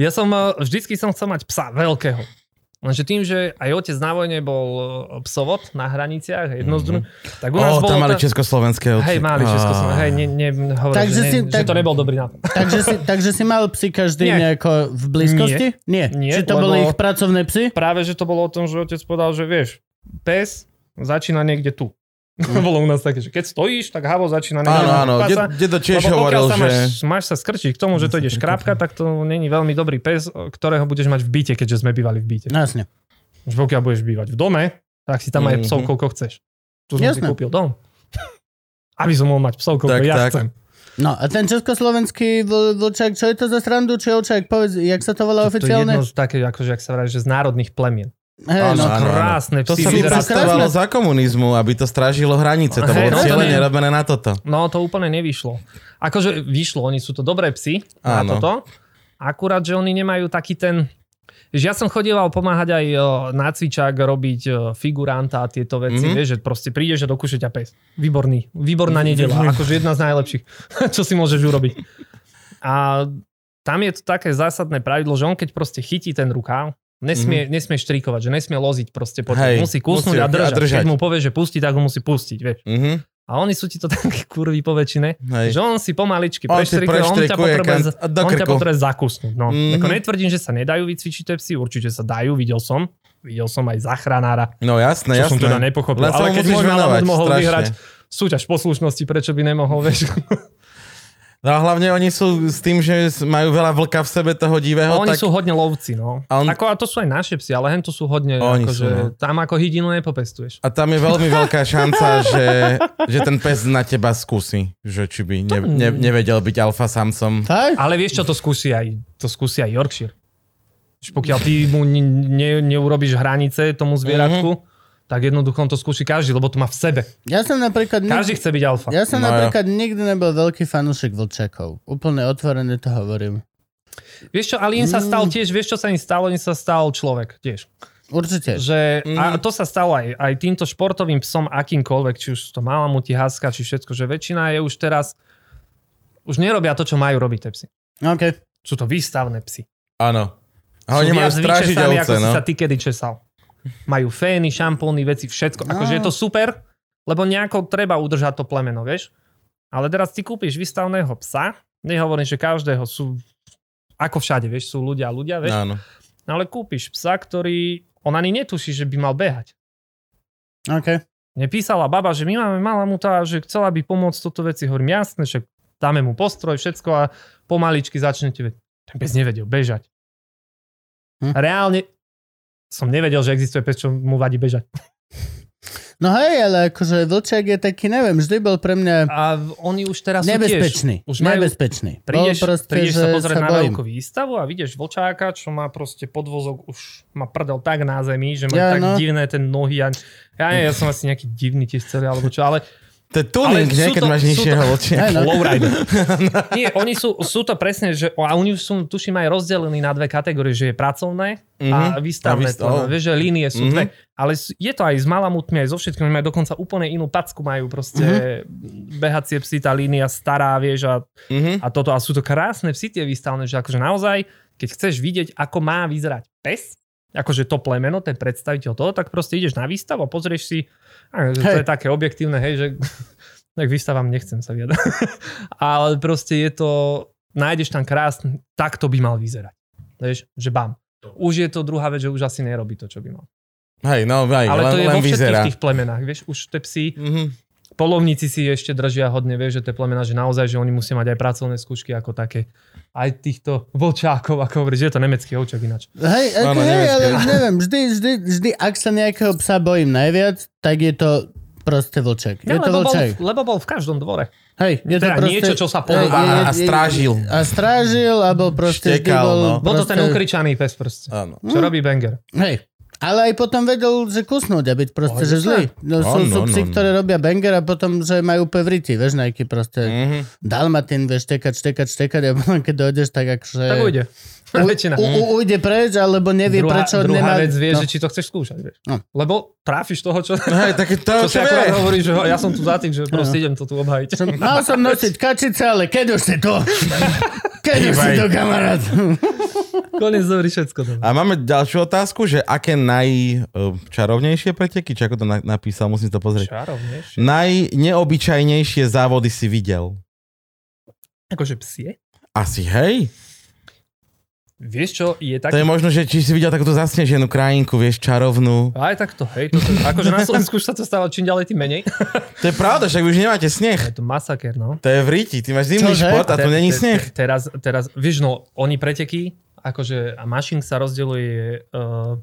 Speaker 3: ja som, uh, vždycky som chcel mať psa veľkého. Lenže tým, že aj otec na vojne bol eh, psovod na hraniciach, jedno
Speaker 1: Mhm.
Speaker 3: z druhým, tak u
Speaker 2: O,
Speaker 3: nás bolo...
Speaker 2: tam mali
Speaker 3: tá-
Speaker 2: československé oči.
Speaker 3: Hej, mali všetko som, hej, ne, ne, hovorím,
Speaker 1: Takže
Speaker 3: Takže že, ne,
Speaker 1: si-
Speaker 3: že
Speaker 1: tak-
Speaker 3: to nebol dobrý nápad.
Speaker 1: Takže, si, takže si mal psy každý
Speaker 3: Nie.
Speaker 1: nejako v blízkosti? Nie.
Speaker 3: Nie,
Speaker 1: Či to
Speaker 3: lebo-
Speaker 1: boli ich pracovné psy?
Speaker 3: Práve, že to bolo o tom, že otec povedal, že vieš, pes začína niekde tu. bolo u nás také, že keď stojíš, tak havo začína niekde
Speaker 2: Áno, áno,
Speaker 3: tu pasa,
Speaker 2: de- dedo tiež
Speaker 3: lebo
Speaker 2: hovoril,
Speaker 3: pokiaľ sa
Speaker 2: že...
Speaker 3: máš, máš sa skrčiť k tomu, že to ideš škrápka, tak to není veľmi dobrý pes, ktorého budeš mať v byte, keďže sme bývali v byte.
Speaker 1: No, Jasne.
Speaker 3: Že pokiaľ budeš bývať v dome, tak si tam aj
Speaker 2: Mhm.
Speaker 3: psov, koľko chceš. Tu som si
Speaker 1: Jasné.
Speaker 3: kúpil dom. Aby som mohol mať psov, koľko
Speaker 2: Tak,
Speaker 3: ja
Speaker 2: tak.
Speaker 3: chcem.
Speaker 1: No a ten československý vl- vlčák, čo je to za srandu? Či ovčák? Povedz, jak sa to volá
Speaker 3: To je jedno
Speaker 1: oficiálne?
Speaker 3: z také, akože, ak sa vraví, že z národných plemien.
Speaker 1: Hej,
Speaker 2: Áno,
Speaker 1: no.
Speaker 2: áno.
Speaker 3: Krásne
Speaker 2: To
Speaker 3: psy
Speaker 2: sa
Speaker 1: vyzerá
Speaker 2: vypracovalo
Speaker 1: krásne.
Speaker 2: za komunizmu, aby to strážilo hranice. To
Speaker 3: Hej,
Speaker 2: bolo
Speaker 3: no, to
Speaker 2: cieľene
Speaker 3: nie.
Speaker 2: robené na toto.
Speaker 3: No to úplne nevyšlo. Akože vyšlo, oni sú to dobré psy na
Speaker 2: Áno.
Speaker 3: toto, akurát, že oni nemajú taký ten Vieš, ja som chodieval pomáhať aj o, na cvičák robiť o, figuranta a tieto
Speaker 2: Mhm.
Speaker 3: veci, mm-hmm. vieš, že proste prídeš a dokúšať a pes. Výborný, výborná
Speaker 2: Mhm.
Speaker 3: nedela, akože jedna z najlepších, čo si môžeš urobiť. A tam je to také zásadné pravidlo, že on keď proste chytí ten rukáv, nesmie, mm-hmm. nesmie štrikovať, že nesmie loziť proste po
Speaker 2: Mhm. Hej,
Speaker 3: musí kúsnuť
Speaker 2: musí
Speaker 3: a, držať.
Speaker 2: a držať.
Speaker 3: Keď mu povie, že pustí, tak ho musí pustiť, vieš.
Speaker 2: Mhm.
Speaker 3: A oni sú ti to také kurvy po väčšine,
Speaker 2: Hej.
Speaker 3: že on si pomaličky
Speaker 2: On si
Speaker 3: preštrikuje, on ťa
Speaker 2: preštrikuje
Speaker 3: potrebuje,
Speaker 2: kant-
Speaker 3: z-
Speaker 2: a do
Speaker 3: on ťa
Speaker 2: krku.
Speaker 3: potrebuje zakusnúť. No.
Speaker 2: Mhm.
Speaker 3: Mm-hmm. Ako netvrdím, že sa nedajú vycvičiť tie psy, určite sa dajú, videl som. Videl som aj zachranára,
Speaker 2: No jasné,
Speaker 3: čo
Speaker 2: jasné.
Speaker 3: som teda nepochopil.
Speaker 2: Len sa
Speaker 3: ale
Speaker 2: mu
Speaker 3: keď
Speaker 2: musíš
Speaker 3: môj
Speaker 2: venovať,
Speaker 3: Malamud mohol
Speaker 2: strašne.
Speaker 3: vyhrať súťaž poslušnosti, prečo by nemohol, vieš.
Speaker 2: No a hlavne oni sú s tým, že s- majú veľa vlka v sebe toho divého, No
Speaker 3: Oni
Speaker 2: tak...
Speaker 3: sú hodne lovci, no.
Speaker 2: A
Speaker 3: A,
Speaker 2: on-
Speaker 3: on... ako, a to sú aj naše psy, ale hen to sú hodne,
Speaker 2: Oni
Speaker 3: akože,
Speaker 2: sú, no.
Speaker 3: tam ako hydinu nepopestuješ.
Speaker 2: A tam je veľmi veľká šanca, že, že ten pes na teba skúsi, že či by ne, ne, nevedel byť alfa samcom.
Speaker 1: Tak?
Speaker 3: Ale vieš čo, to skúsi aj, to skúsi aj Yorkshire. Že Pokiaľ ty mu ne, ne, neurobiš hranice tomu zvieratku, mm-hmm. tak jednoducho on to skúši každý, lebo to má v sebe.
Speaker 1: Ja som napríklad... nik-
Speaker 3: Každý chce byť alfa.
Speaker 1: Ja som no,
Speaker 2: No jo.
Speaker 1: napríklad nikdy nebol veľký fanúšik vlčakov. Úplne otvorene to hovorím.
Speaker 3: Vieš čo, ale im sa stal tiež, vieš čo sa im stalo? Im sa stal človek tiež.
Speaker 1: Určite.
Speaker 3: Že, a to sa stalo aj, aj týmto športovým psom akýmkoľvek, či už sú to malamuti, haska, či všetko, že väčšina je už teraz, už nerobia to, čo majú robiť tie psy.
Speaker 1: OK.
Speaker 3: Sú to výstavné psy.
Speaker 2: Áno. A
Speaker 3: Sú
Speaker 2: oni majú
Speaker 3: viac
Speaker 2: strážiť ovce,
Speaker 3: vyčesaní, ako si
Speaker 2: no.
Speaker 3: sa ty kedy česal. Majú fény, šampóny, veci, všetko. Akože je to super, lebo nejako treba udržať to plemeno, vieš. Ale teraz ty kúpiš vystavného psa, nehovorím, že každého sú, ako všade, vieš, sú ľudia, ľudia, vieš.
Speaker 2: Áno.
Speaker 3: No. Ale kúpiš psa, ktorý, on ani netuší, že by mal behať.
Speaker 1: OK.
Speaker 3: Nepísala baba, že my máme malá muta, že chcela by pomôcť toto veci. Hovorím, jasne, že dáme mu postroj, všetko a pomaličky začnete vedieť. Ten pes nevedel bežať.
Speaker 1: Hm.
Speaker 3: Reálne som nevedel, že existuje pes, čo mu vadí bežať.
Speaker 1: No hej, ale akože vlčak je taký, neviem, vždy bol pre mňa
Speaker 3: A oni už teraz
Speaker 1: nebezpečný.
Speaker 3: sú tiež. Už majú,
Speaker 1: nebezpečný.
Speaker 3: prídeš,
Speaker 1: bol proste,
Speaker 3: prídeš
Speaker 1: že
Speaker 3: sa pozrieť na
Speaker 1: bojím.
Speaker 3: veľkú výstavu a vidíš vlčáka, čo má proste podvozok, už má prdel tak na zemi, že má
Speaker 1: Ja,
Speaker 3: tak
Speaker 1: no.
Speaker 3: divné ten nohy. A, ja, ja, ja som asi nejaký divný tiež celý, alebo čo, ale
Speaker 2: To je tuning,
Speaker 3: Ale
Speaker 2: nie?
Speaker 3: sú
Speaker 2: Keď
Speaker 3: to-
Speaker 2: máš
Speaker 3: sú
Speaker 2: nižšieho
Speaker 3: to-
Speaker 2: vlčia.
Speaker 1: Hej, no.
Speaker 3: Lowrider. Nie, oni sú, sú to presne, že, a oni už sú, tuším, aj rozdelení na dve kategórie, že je pracovné a
Speaker 2: Mhm.
Speaker 3: výstavné.
Speaker 2: A výstav-
Speaker 3: to, vieš, že línie
Speaker 2: Mhm.
Speaker 3: sú dve, ale s- je to aj s malamutmi, aj so všetkým, oni majú dokonca úplne inú packu, majú proste behacie psy, tá línia stará, vieš, a,
Speaker 2: Mhm.
Speaker 3: a toto. A sú to krásne psy tie výstavné, že akože naozaj, keď chceš vidieť, ako má vyzerať pes, akože to plemeno, ten predstaviteľ toho, tak proste ideš na výstavu a pozrieš si, a že to
Speaker 1: Hej.
Speaker 3: je také objektívne, hej, že tak výstavám nechcem sa viedať. Ale proste je to, nájdeš tam krásne, tak to by mal vyzerať. Vieš, že bam. Už je to druhá vec, že už asi nerobí to, čo by mal.
Speaker 2: Hej, no, hej,
Speaker 3: Ale
Speaker 2: len,
Speaker 3: to je
Speaker 2: len
Speaker 3: vo všetkých
Speaker 2: vyzerá.
Speaker 3: tých plemenách, vieš, už tie psy,
Speaker 2: Mhm.
Speaker 3: polovníci si ešte držia hodne, vieš, že tie plemená, že naozaj, že oni musia mať aj pracovné skúšky ako také. Aj týchto vlčákov, ako hovoríš, že je to nemecký ovčak ináč.
Speaker 1: Hej, ako,
Speaker 2: Áno,
Speaker 1: hej, ale
Speaker 2: neviem,
Speaker 1: neviem, vždy, vždy, vždy, ak sa nejakého psa bojím najviac, tak je to proste vlček. Je
Speaker 3: Ja,
Speaker 1: to
Speaker 3: No, lebo, bol,
Speaker 1: vlček.
Speaker 3: lebo bol v každom dvore.
Speaker 1: Hej, je to
Speaker 3: teda
Speaker 1: proste... e,
Speaker 3: niečo, čo sa podobá.
Speaker 1: Hej,
Speaker 2: A- a strážil.
Speaker 1: A strážil, alebo proste... vždy
Speaker 2: Štekal,
Speaker 1: bol,
Speaker 2: no.
Speaker 3: Bol to
Speaker 1: proste- Mm.
Speaker 3: ten
Speaker 1: E,
Speaker 3: ukričaný pes proste.
Speaker 2: Áno.
Speaker 3: Čo robí Banger?
Speaker 1: Hej. Ale aj potom vedel, že kusnúť a byť proste,
Speaker 3: Aj
Speaker 1: že
Speaker 3: tak.
Speaker 1: zlý. No, sú,
Speaker 2: Áno,
Speaker 1: sú psi,
Speaker 2: áno.
Speaker 1: ktoré robia banger a potom, že majú pevrity, vieš, nejaký proste
Speaker 2: Mhm.
Speaker 1: dalmatin, vieš, tekať, tekať, tekať a potom, keď dojdeš, tak akože...
Speaker 3: Tak ujde. Väčšina.
Speaker 1: U, u, ujde preč, alebo nevie,
Speaker 3: druhá,
Speaker 1: prečo
Speaker 3: druhá
Speaker 1: nemá...
Speaker 3: vec vie,
Speaker 1: no.
Speaker 3: že či to chceš skúšať, vieš.
Speaker 1: No.
Speaker 3: Lebo tráfiš toho, čo,
Speaker 2: Hej, tak to,
Speaker 3: čo si
Speaker 2: čo
Speaker 3: akurát
Speaker 2: vie.
Speaker 3: hovorí, že ho- ja som tu za tým, že proste idem to tu
Speaker 1: No.
Speaker 3: obhajiť.
Speaker 1: Som, mal som nosiť kačice, ale keď už si to? Keď už si
Speaker 2: Hýbaj.
Speaker 1: to, kamarát?
Speaker 3: Koniec dobrý všetko. dobre.
Speaker 2: A máme ďalšiu otázku, že aké najčarovnejšie preteky, či ako to na- napísal, musím to pozrieť.
Speaker 3: Čarovnejšie.
Speaker 1: No.
Speaker 2: Najneobyčajnejšie závody si videl.
Speaker 3: Akože psie?
Speaker 2: Asi hej?
Speaker 3: Vieš čo, je
Speaker 2: To
Speaker 3: taký
Speaker 2: je možno, že či si videl takúto zasneženú krajinku, vieš, čarovnú.
Speaker 3: Aj takto, hej. Toto, akože na Slovensku už sa to stáva čím ďalej tým menej.
Speaker 2: To je pravda, však vy už nemáte sneh.
Speaker 3: Je to masaker, no.
Speaker 2: To je v Ríti, ty máš zimný
Speaker 1: Čože?
Speaker 2: šport a tu
Speaker 3: Te-
Speaker 2: není
Speaker 3: te-
Speaker 2: sneh.
Speaker 3: te- Teraz, teraz, vieš, no, oni preteky, akože a mašink sa rozdeluje uh,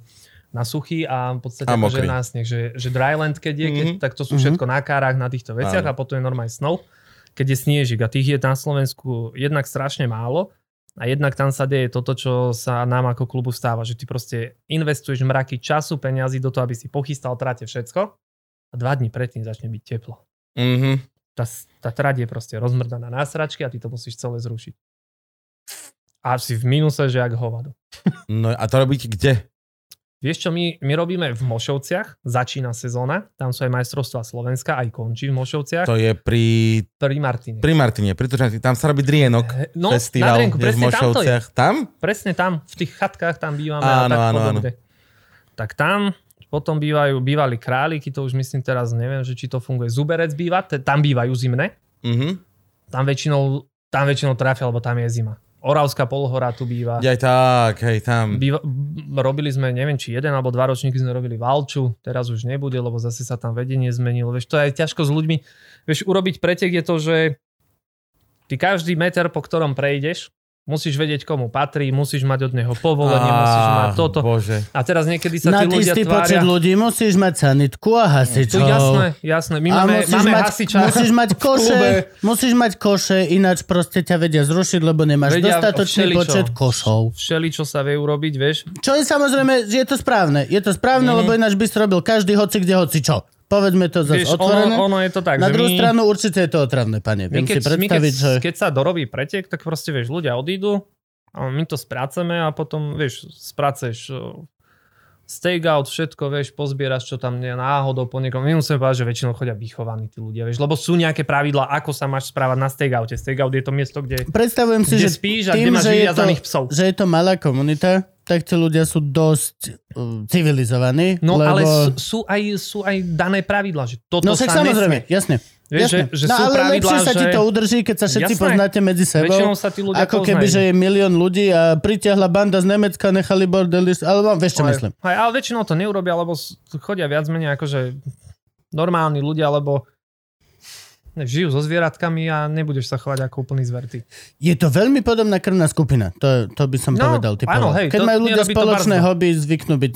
Speaker 3: na suchý a v podstate
Speaker 2: A
Speaker 3: akože
Speaker 2: mokrý.
Speaker 3: na sneh. Že, že dryland, keď je, keď,
Speaker 2: Mhm.
Speaker 3: tak to sú všetko na kárach, na týchto veciach
Speaker 2: Áno.
Speaker 3: a potom je normálne snow, keď je sniežik. A tých je na Slovensku jednak strašne málo a jednak tam sa deje toto, čo sa nám ako klubu stáva, že ty proste investuješ mraky času, peňazí do toho, aby si pochystal trate všetko a dva dní predtým začne byť teplo
Speaker 2: Mhm.
Speaker 3: tá, tá trať je proste rozmrdaná na sračky a ty to musíš celé zrušiť. a si v mínuse, že ak hovado.
Speaker 2: No a to robíte kde?
Speaker 3: Vieš čo, my, my robíme v Mošovciach, začína sezóna, tam sú aj majstrovstvá Slovenska, aj končí v Mošovciach,
Speaker 2: To je pri,
Speaker 3: pri Martine.
Speaker 2: pri Martine, pri Tučanci. Tam sa robí drienok.
Speaker 3: He- No, na
Speaker 2: festival kde
Speaker 3: drenku,
Speaker 2: v
Speaker 3: presne tam to je.
Speaker 2: Mošovciach. Tam?
Speaker 3: Presne tam, v tých chatkách tam bývame.
Speaker 2: Áno,
Speaker 3: Áno, tak
Speaker 2: áno,
Speaker 3: áno,
Speaker 2: áno.
Speaker 3: Tak tam potom bývajú, bývali králiky, to už myslím teraz, neviem, že či to funguje. Zuberec býva, te, tam bývajú zimné.
Speaker 2: Mhm.
Speaker 3: Tam väčšinou, tam väčšinou trafia, lebo tam je zima. Oravská polhora tu býva.
Speaker 2: Aj tak, hej, tam.
Speaker 3: Býva, m, robili sme, neviem, či jeden alebo dva ročníky sme robili Valču, teraz už nebude, lebo zase sa tam vedenie zmenilo. Vieš, to je ťažko s ľuďmi. Vieš, urobiť pretek je to, že ty každý meter, po ktorom prejdeš, musíš vedieť, komu patrí, musíš mať od neho povolenie,
Speaker 2: Á,
Speaker 3: musíš mať toto.
Speaker 2: Ah, Bože.
Speaker 3: A teraz niekedy sa
Speaker 1: Na
Speaker 3: tí ľudia
Speaker 1: istý
Speaker 3: tvária...
Speaker 1: počet ľudí musíš mať sanitku a
Speaker 3: To
Speaker 1: hasičov.
Speaker 3: jasné, jasné. My máme, máme
Speaker 1: mať,
Speaker 3: hasiča.
Speaker 1: musíš mať koše,
Speaker 2: klube.
Speaker 1: musíš mať koše, ináč proste ťa vedia zrušiť, lebo nemáš
Speaker 3: Vedia
Speaker 1: dostatočný
Speaker 3: všeličo.
Speaker 1: počet košov.
Speaker 3: Všeli, čo sa vie urobiť, vieš.
Speaker 1: Čo je samozrejme, že je to správne. Je to správne,
Speaker 3: Mhm.
Speaker 1: mm-hmm. lebo ináč by si robil každý hoci kde hoci čo. Povedzme to zase
Speaker 3: vieš
Speaker 1: otvorené.
Speaker 3: ono, ono je to tak,
Speaker 1: Na
Speaker 3: že
Speaker 1: druhú
Speaker 3: my...
Speaker 1: stranu určite je to otravné, pane. Viem
Speaker 3: My keď,
Speaker 1: si predstaviť,
Speaker 3: my keď,
Speaker 1: že...
Speaker 3: keď sa dorobí pretek, tak proste vieš, ľudia odídu a my to spráceme a potom, vieš, spráceš stake out, všetko, vieš, pozbieraš, čo tam nie, náhodou po niekom. My musíme povedať, že väčšinou chodia vychovaní tí ľudia, vieš, lebo sú nejaké pravidlá, ako sa máš správať na stake oute. Stake out je to miesto, kde,
Speaker 1: Predstavujem si,
Speaker 3: kde
Speaker 1: že
Speaker 3: spíš a kde
Speaker 1: tým,
Speaker 3: máš
Speaker 1: že je, to,
Speaker 3: vyviazaných psov.
Speaker 1: že je to malá komunita, tak tí ľudia sú dosť uh, civilizovaní.
Speaker 3: No
Speaker 1: lebo...
Speaker 3: ale sú, sú, aj, sú aj dané pravidlá, že toto
Speaker 1: No
Speaker 3: sa
Speaker 1: však
Speaker 3: nesmie.
Speaker 1: samozrejme, jasne.
Speaker 3: Vieš, že,
Speaker 1: jasne.
Speaker 3: že
Speaker 1: no
Speaker 3: sú
Speaker 1: ale
Speaker 3: pravidlá,
Speaker 1: lepšie sa
Speaker 3: že
Speaker 1: ti to udrží, keď sa všetci
Speaker 3: Jasné.
Speaker 1: poznáte medzi sebou.
Speaker 3: väčšinou sa tí ľudia
Speaker 1: Ako
Speaker 3: poznajú.
Speaker 1: keby, že je milión ľudí a pritiahla banda z Nemecka, nechali bordelis, alebo vieš, čo
Speaker 3: Aj,
Speaker 1: myslím.
Speaker 3: Aj, ale väčšinou to neurobia, lebo s- chodia viac menej akože normálni ľudia, lebo ne, žijú so zvieratkami a nebudeš sa chovať ako úplný zverty.
Speaker 1: Je to veľmi podobná krvná skupina, to, to by som
Speaker 3: No,
Speaker 1: povedal. Ty
Speaker 3: áno, hej,
Speaker 1: Keď
Speaker 3: to
Speaker 1: majú ľudia
Speaker 3: nerobí to
Speaker 1: spoločné
Speaker 3: barzdo.
Speaker 1: hobby, zvyknú byť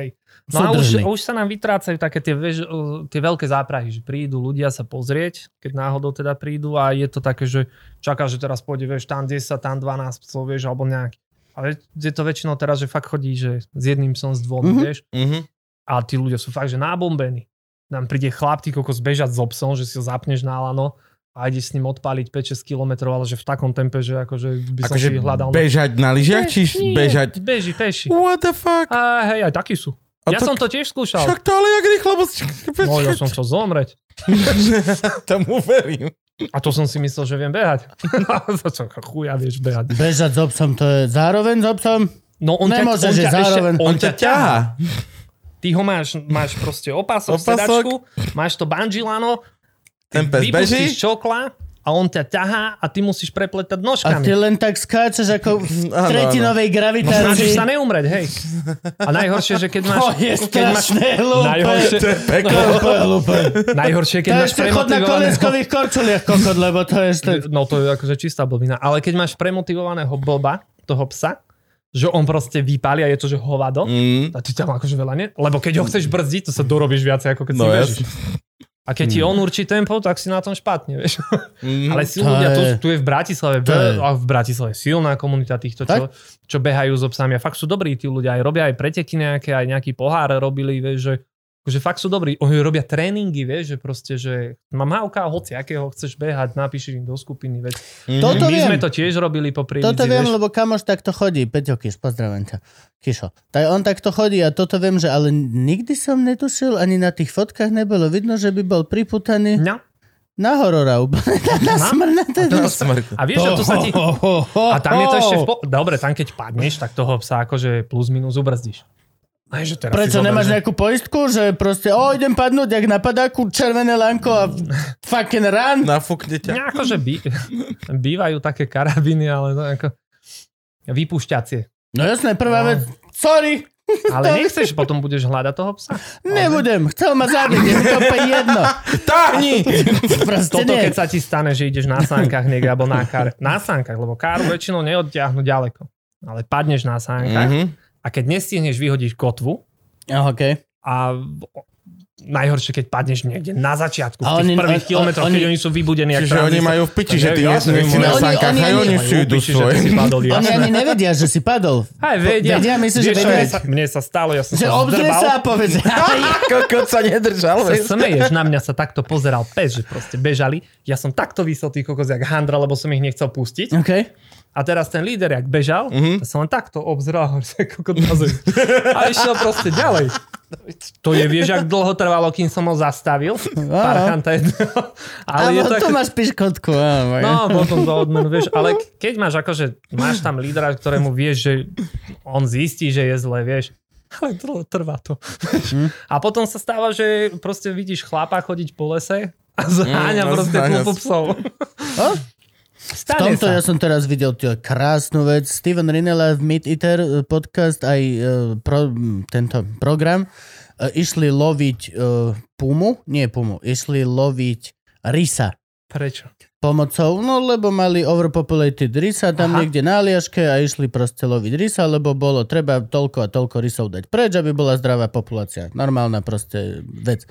Speaker 3: Hej. No a už,
Speaker 1: Súdržný.
Speaker 3: už sa nám vytrácajú také tie, vieš, o, tie veľké záprahy, že prídu ľudia sa pozrieť, keď náhodou teda prídu a je to také, že čaká, že teraz pôjde, vieš, tam 10, tam 12 psov, vieš, alebo nejaký. Ale je to väčšinou teraz, že fakt chodí, že s jedným psom, s dvomi,
Speaker 1: Mhm.
Speaker 3: vieš.
Speaker 2: Mhm.
Speaker 3: A tí ľudia sú fakt, že nábombení. Nám príde chlap, ty kokos bežať so psom, že si ho zapneš na lano a ideš s ním odpáliť 5-6 kilometrov, ale že v takom tempe, že akože by som
Speaker 2: Akože
Speaker 3: si hľadal. no.
Speaker 2: bežať na lyžiach, či
Speaker 3: Nie, nie,
Speaker 2: bežať...
Speaker 3: Beží, peši.
Speaker 2: What the fuck?
Speaker 3: A hej, aj takí sú.
Speaker 2: A
Speaker 3: ja
Speaker 2: to-
Speaker 3: som to tiež skúšal.
Speaker 2: Však to ale jak rýchlo, bo...
Speaker 3: No, ja som chcel zomreť.
Speaker 2: Tomu verím.
Speaker 3: A to som si myslel, že viem behať. to čo, chuja vieš behať.
Speaker 1: bežať s obsom, to je zároveň s obsom.
Speaker 3: No on
Speaker 1: Nemôžeš,
Speaker 3: ťa, on
Speaker 1: že
Speaker 3: ťa, ešte,
Speaker 1: zároveň-
Speaker 2: On ťa ťahá.
Speaker 3: Ty ho máš, máš proste opasok,
Speaker 2: Opasok.
Speaker 3: opasok. sedačku, máš to bungee
Speaker 2: Ten pes beží.
Speaker 3: vypustíš čokla a on ťa ťahá a ty musíš prepletať
Speaker 1: A
Speaker 3: nožkami.
Speaker 1: ty len tak skáčeš ako v
Speaker 2: Áno, áno.
Speaker 1: tretinovej
Speaker 3: Snažíš
Speaker 1: gravitácii.
Speaker 3: sa neumrieť, hej. A najhoršie, že keď máš...
Speaker 1: To je
Speaker 3: keď máš
Speaker 1: strašné hlúpe.
Speaker 3: najhoršie,
Speaker 2: To je peklo.
Speaker 3: No.
Speaker 1: Hlúpe, hlúpe.
Speaker 3: najhoršie, keď
Speaker 1: To
Speaker 3: máš
Speaker 1: ešte chod na
Speaker 3: premotivovaného...
Speaker 1: koleckových korčuliach, kokot, lebo to je ešte...
Speaker 3: No to je akože čistá blbina. Ale keď máš premotivovaného blba, toho psa, že on proste vypáli a je to, že hovado,
Speaker 2: Mm.
Speaker 3: a ty tam akože veľa ne... Lebo keď ho chceš brzdiť, to sa dorobíš viacej, ako keď
Speaker 2: No Mm.
Speaker 3: si
Speaker 2: ja...
Speaker 3: bežíš. A keď ti on určí tempo, tak si na tom špatne, vieš.
Speaker 2: Mm.
Speaker 3: Ale si
Speaker 1: To
Speaker 3: ľudia, tu,
Speaker 1: je-
Speaker 3: tu je v Bratislave,
Speaker 1: to je-
Speaker 3: be- a v Bratislave je silná komunita týchto, čo, čo behajú so psami. A fakt sú dobrí tí ľudia, aj robia aj preteky nejaké, aj nejaký pohár robili, vieš, že že fakt sú dobrí. Oni robia tréningy, vieš, že proste, že mám hauka, hoci akého chceš behať, napíši im do skupiny, vieš.
Speaker 2: Mhm.
Speaker 1: Toto
Speaker 3: My
Speaker 1: viem.
Speaker 3: sme to tiež robili po prílici,
Speaker 1: Toto viem,
Speaker 3: vieš.
Speaker 1: lebo kamoš takto chodí. Peťo Kiš, pozdravujem ťa. Kišo. Tak on takto chodí a toto viem, že ale nikdy som netušil, ani na tých fotkách nebolo vidno, že by bol priputaný
Speaker 3: No.
Speaker 1: na horora úplne. Na
Speaker 3: No.
Speaker 1: smrne
Speaker 2: Na
Speaker 1: teda.
Speaker 2: smrť.
Speaker 3: A vieš, že tu sa ti... A tam je to ešte... V po... Dobre, tam keď padneš, tak toho psa akože plus minus ubrzdíš. Ne, že teraz
Speaker 1: Prečo
Speaker 3: si
Speaker 1: nemáš
Speaker 3: zober, že-
Speaker 1: nejakú poistku, že proste, o, idem padnúť, jak na padáku, červené lanko a fucking run.
Speaker 3: No.
Speaker 2: Nafúkne ťa.
Speaker 3: Ne, akože by... bývajú také karabiny, ale to ako... Vypúšťacie.
Speaker 1: No jasné, prvá
Speaker 3: No.
Speaker 1: vec, sorry,
Speaker 3: Ale nechceš, potom budeš hľadať toho psa.
Speaker 1: nebudem, chcel ma zabiť, je mi to úplne jedno.
Speaker 2: Táhni!
Speaker 1: Proste
Speaker 3: Toto,
Speaker 1: nie.
Speaker 3: keď sa ti stane, že ideš na sánkach niekde, alebo na kar. Na sánkach, lebo káru väčšinou neodťahnú ďaleko. Ale padneš na sánkach
Speaker 2: Mhm.
Speaker 3: a keď nestihneš vyhodiť kotvu
Speaker 1: Aha, okej.
Speaker 3: a v- najhoršie, keď padneš niekde na začiatku,
Speaker 1: A
Speaker 3: v tých
Speaker 1: oni-
Speaker 3: prvých
Speaker 1: on-
Speaker 3: kilometroch,
Speaker 1: on-
Speaker 3: keď
Speaker 1: oni-
Speaker 3: oni sú vybudení.
Speaker 2: Čiže
Speaker 3: jak
Speaker 2: oni
Speaker 3: tranzistor.
Speaker 2: majú v piči,
Speaker 3: Takže
Speaker 2: že ty
Speaker 3: ja
Speaker 2: nie si
Speaker 3: som im
Speaker 1: No
Speaker 2: na
Speaker 3: hovoril,
Speaker 1: oni-
Speaker 2: sankách,
Speaker 1: oni
Speaker 2: aj oni
Speaker 1: nemajú
Speaker 2: si
Speaker 3: majú
Speaker 2: idú
Speaker 3: piči, že ty si
Speaker 2: svoje.
Speaker 3: padol,
Speaker 1: Oni
Speaker 3: jasné.
Speaker 1: ani nevedia, že si padol.
Speaker 3: Aj vedia.
Speaker 1: Vedia, myslím, že
Speaker 3: Vieš,
Speaker 1: vedia.
Speaker 3: aj Mne sa stalo, ja som
Speaker 1: Že
Speaker 3: sa
Speaker 1: obzrie
Speaker 3: zdrbal.
Speaker 1: sa a povedz.
Speaker 2: Kokot sa nedržal,
Speaker 3: sa smeješ, na mňa sa takto pozeral pes, že proste bežali. Ja som takto vysel tých kokos jak handra, lebo som ich nechcel pustiť.
Speaker 1: OK.
Speaker 3: A teraz ten líder, jak bežal, mm-hmm. sa len takto obzeral, hovorí, že kokot na zem. A išiel proste ďalej. To je, vieš, jak dlho trvalo, kým som ho zastavil. Parchanta jedného. Ale
Speaker 1: Ale
Speaker 3: je to,
Speaker 1: to
Speaker 3: ako-
Speaker 1: máš piškotku. áno, moje.
Speaker 3: No, potom za odmenu, vieš, ale keď máš akože, máš tam lídra, ktorému vieš, že on zistí, že je zle, vieš, ale dlho trvá to. A potom sa stáva, že proste vidíš chlapa chodiť po lese a zháňa
Speaker 2: no,
Speaker 3: proste
Speaker 2: zháňa
Speaker 3: klubu
Speaker 2: sa.
Speaker 3: psov.
Speaker 1: O, V
Speaker 3: Stane
Speaker 1: tomto ja
Speaker 3: sa.
Speaker 1: som teraz videl tý, krásnu vec. Steven Rinella v Meat Eater eh, podcast, aj eh, pro, m, tento program, eh, išli loviť eh, pumu, nie pumu, išli loviť rysa
Speaker 3: Prečo?
Speaker 1: pomocou, no lebo mali overpopulated rysa tam Aha.
Speaker 3: Aha.
Speaker 1: niekde na Aliaške a išli proste loviť rysa, lebo bolo treba toľko a toľko rysov dať preč, aby bola zdravá populácia. Normálna proste vec.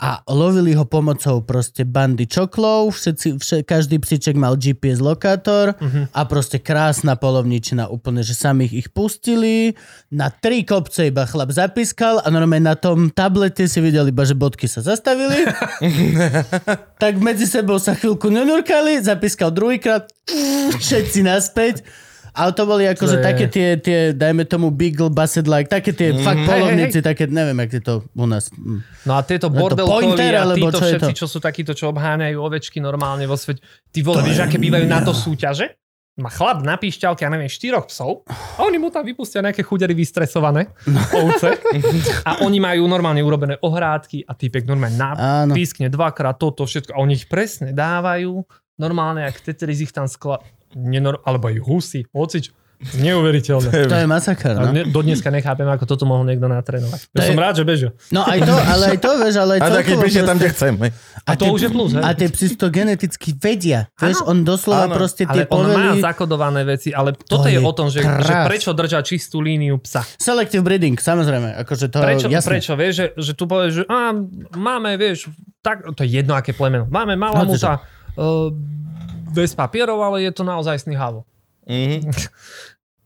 Speaker 1: A lovili ho pomocou proste bandy čoklov, všetci, vše, každý psiček mal GPS lokátor
Speaker 3: Mhm.
Speaker 1: uh-huh. a proste krásna polovničina úplne, že samých ich pustili. Na tri kopce iba chlap zapískal a normálne na tom tablete si videl iba, že bodky sa zastavili. tak medzi sebou sa chvíľku nenurkali, zapískal druhýkrát, všetci naspäť. Ale to boli akože
Speaker 3: To je-
Speaker 1: také tie, tie, dajme tomu Beagle, Basset Like, také tie mm. fakt
Speaker 3: Hej, hej,
Speaker 1: polovníci, také, neviem, ak je to u nás. Mm.
Speaker 3: No a tieto
Speaker 1: No to
Speaker 3: bordelkovi
Speaker 1: pointer,
Speaker 3: a
Speaker 1: alebo
Speaker 3: títo
Speaker 1: čo je
Speaker 3: všetci,
Speaker 1: to?
Speaker 3: čo sú takíto, čo obháňajú ovečky normálne vo svete. Ty vole, vieš, aké bývajú na to súťaže? Má chlap na píšťalke, ja neviem, štyroch psov a oni mu tam vypustia nejaké chudery vystresované
Speaker 1: No.
Speaker 3: ovce a oni majú normálne urobené ohrádky a týpek normálne na,
Speaker 1: Áno.
Speaker 3: pískne dvakrát toto všetko a oni ich presne dávajú normálne, ak Tetris ich tam skla... Nenor... alebo aj husy, hocič. Neuveriteľné.
Speaker 1: To je masaker, no.
Speaker 3: A ne, do dneska nechápem, ako toto mohol niekto
Speaker 1: To
Speaker 3: natrénovať. Ja
Speaker 1: je-
Speaker 3: som rád, že bežo.
Speaker 1: No aj to, ale aj to, vieš, ale aj
Speaker 2: A taký
Speaker 1: celkovo
Speaker 2: píše tam,
Speaker 1: proste-
Speaker 2: kde chcem. hej.
Speaker 3: A to
Speaker 1: tie-
Speaker 3: už je plus, hej?
Speaker 1: A tie psi to geneticky vedia. Vieš, on doslova
Speaker 2: áno.
Speaker 1: proste tie
Speaker 3: Ale on má
Speaker 1: povely...
Speaker 3: zakodované veci, ale
Speaker 1: To
Speaker 3: toto
Speaker 1: je
Speaker 3: je,
Speaker 1: Eh,
Speaker 3: o tom, že, že
Speaker 1: krás.
Speaker 3: prečo drža čistú líniu psa.
Speaker 1: Selective breeding, samozrejme. Akože to,
Speaker 3: Prečo,
Speaker 1: jasné.
Speaker 3: prečo vieš, že, že tu povieš, že á, máme, vieš, tak, to je jedno aké plemeno, máme malamuta uh, bez papierov, ale je to naozaj sný havo.
Speaker 2: Mhm.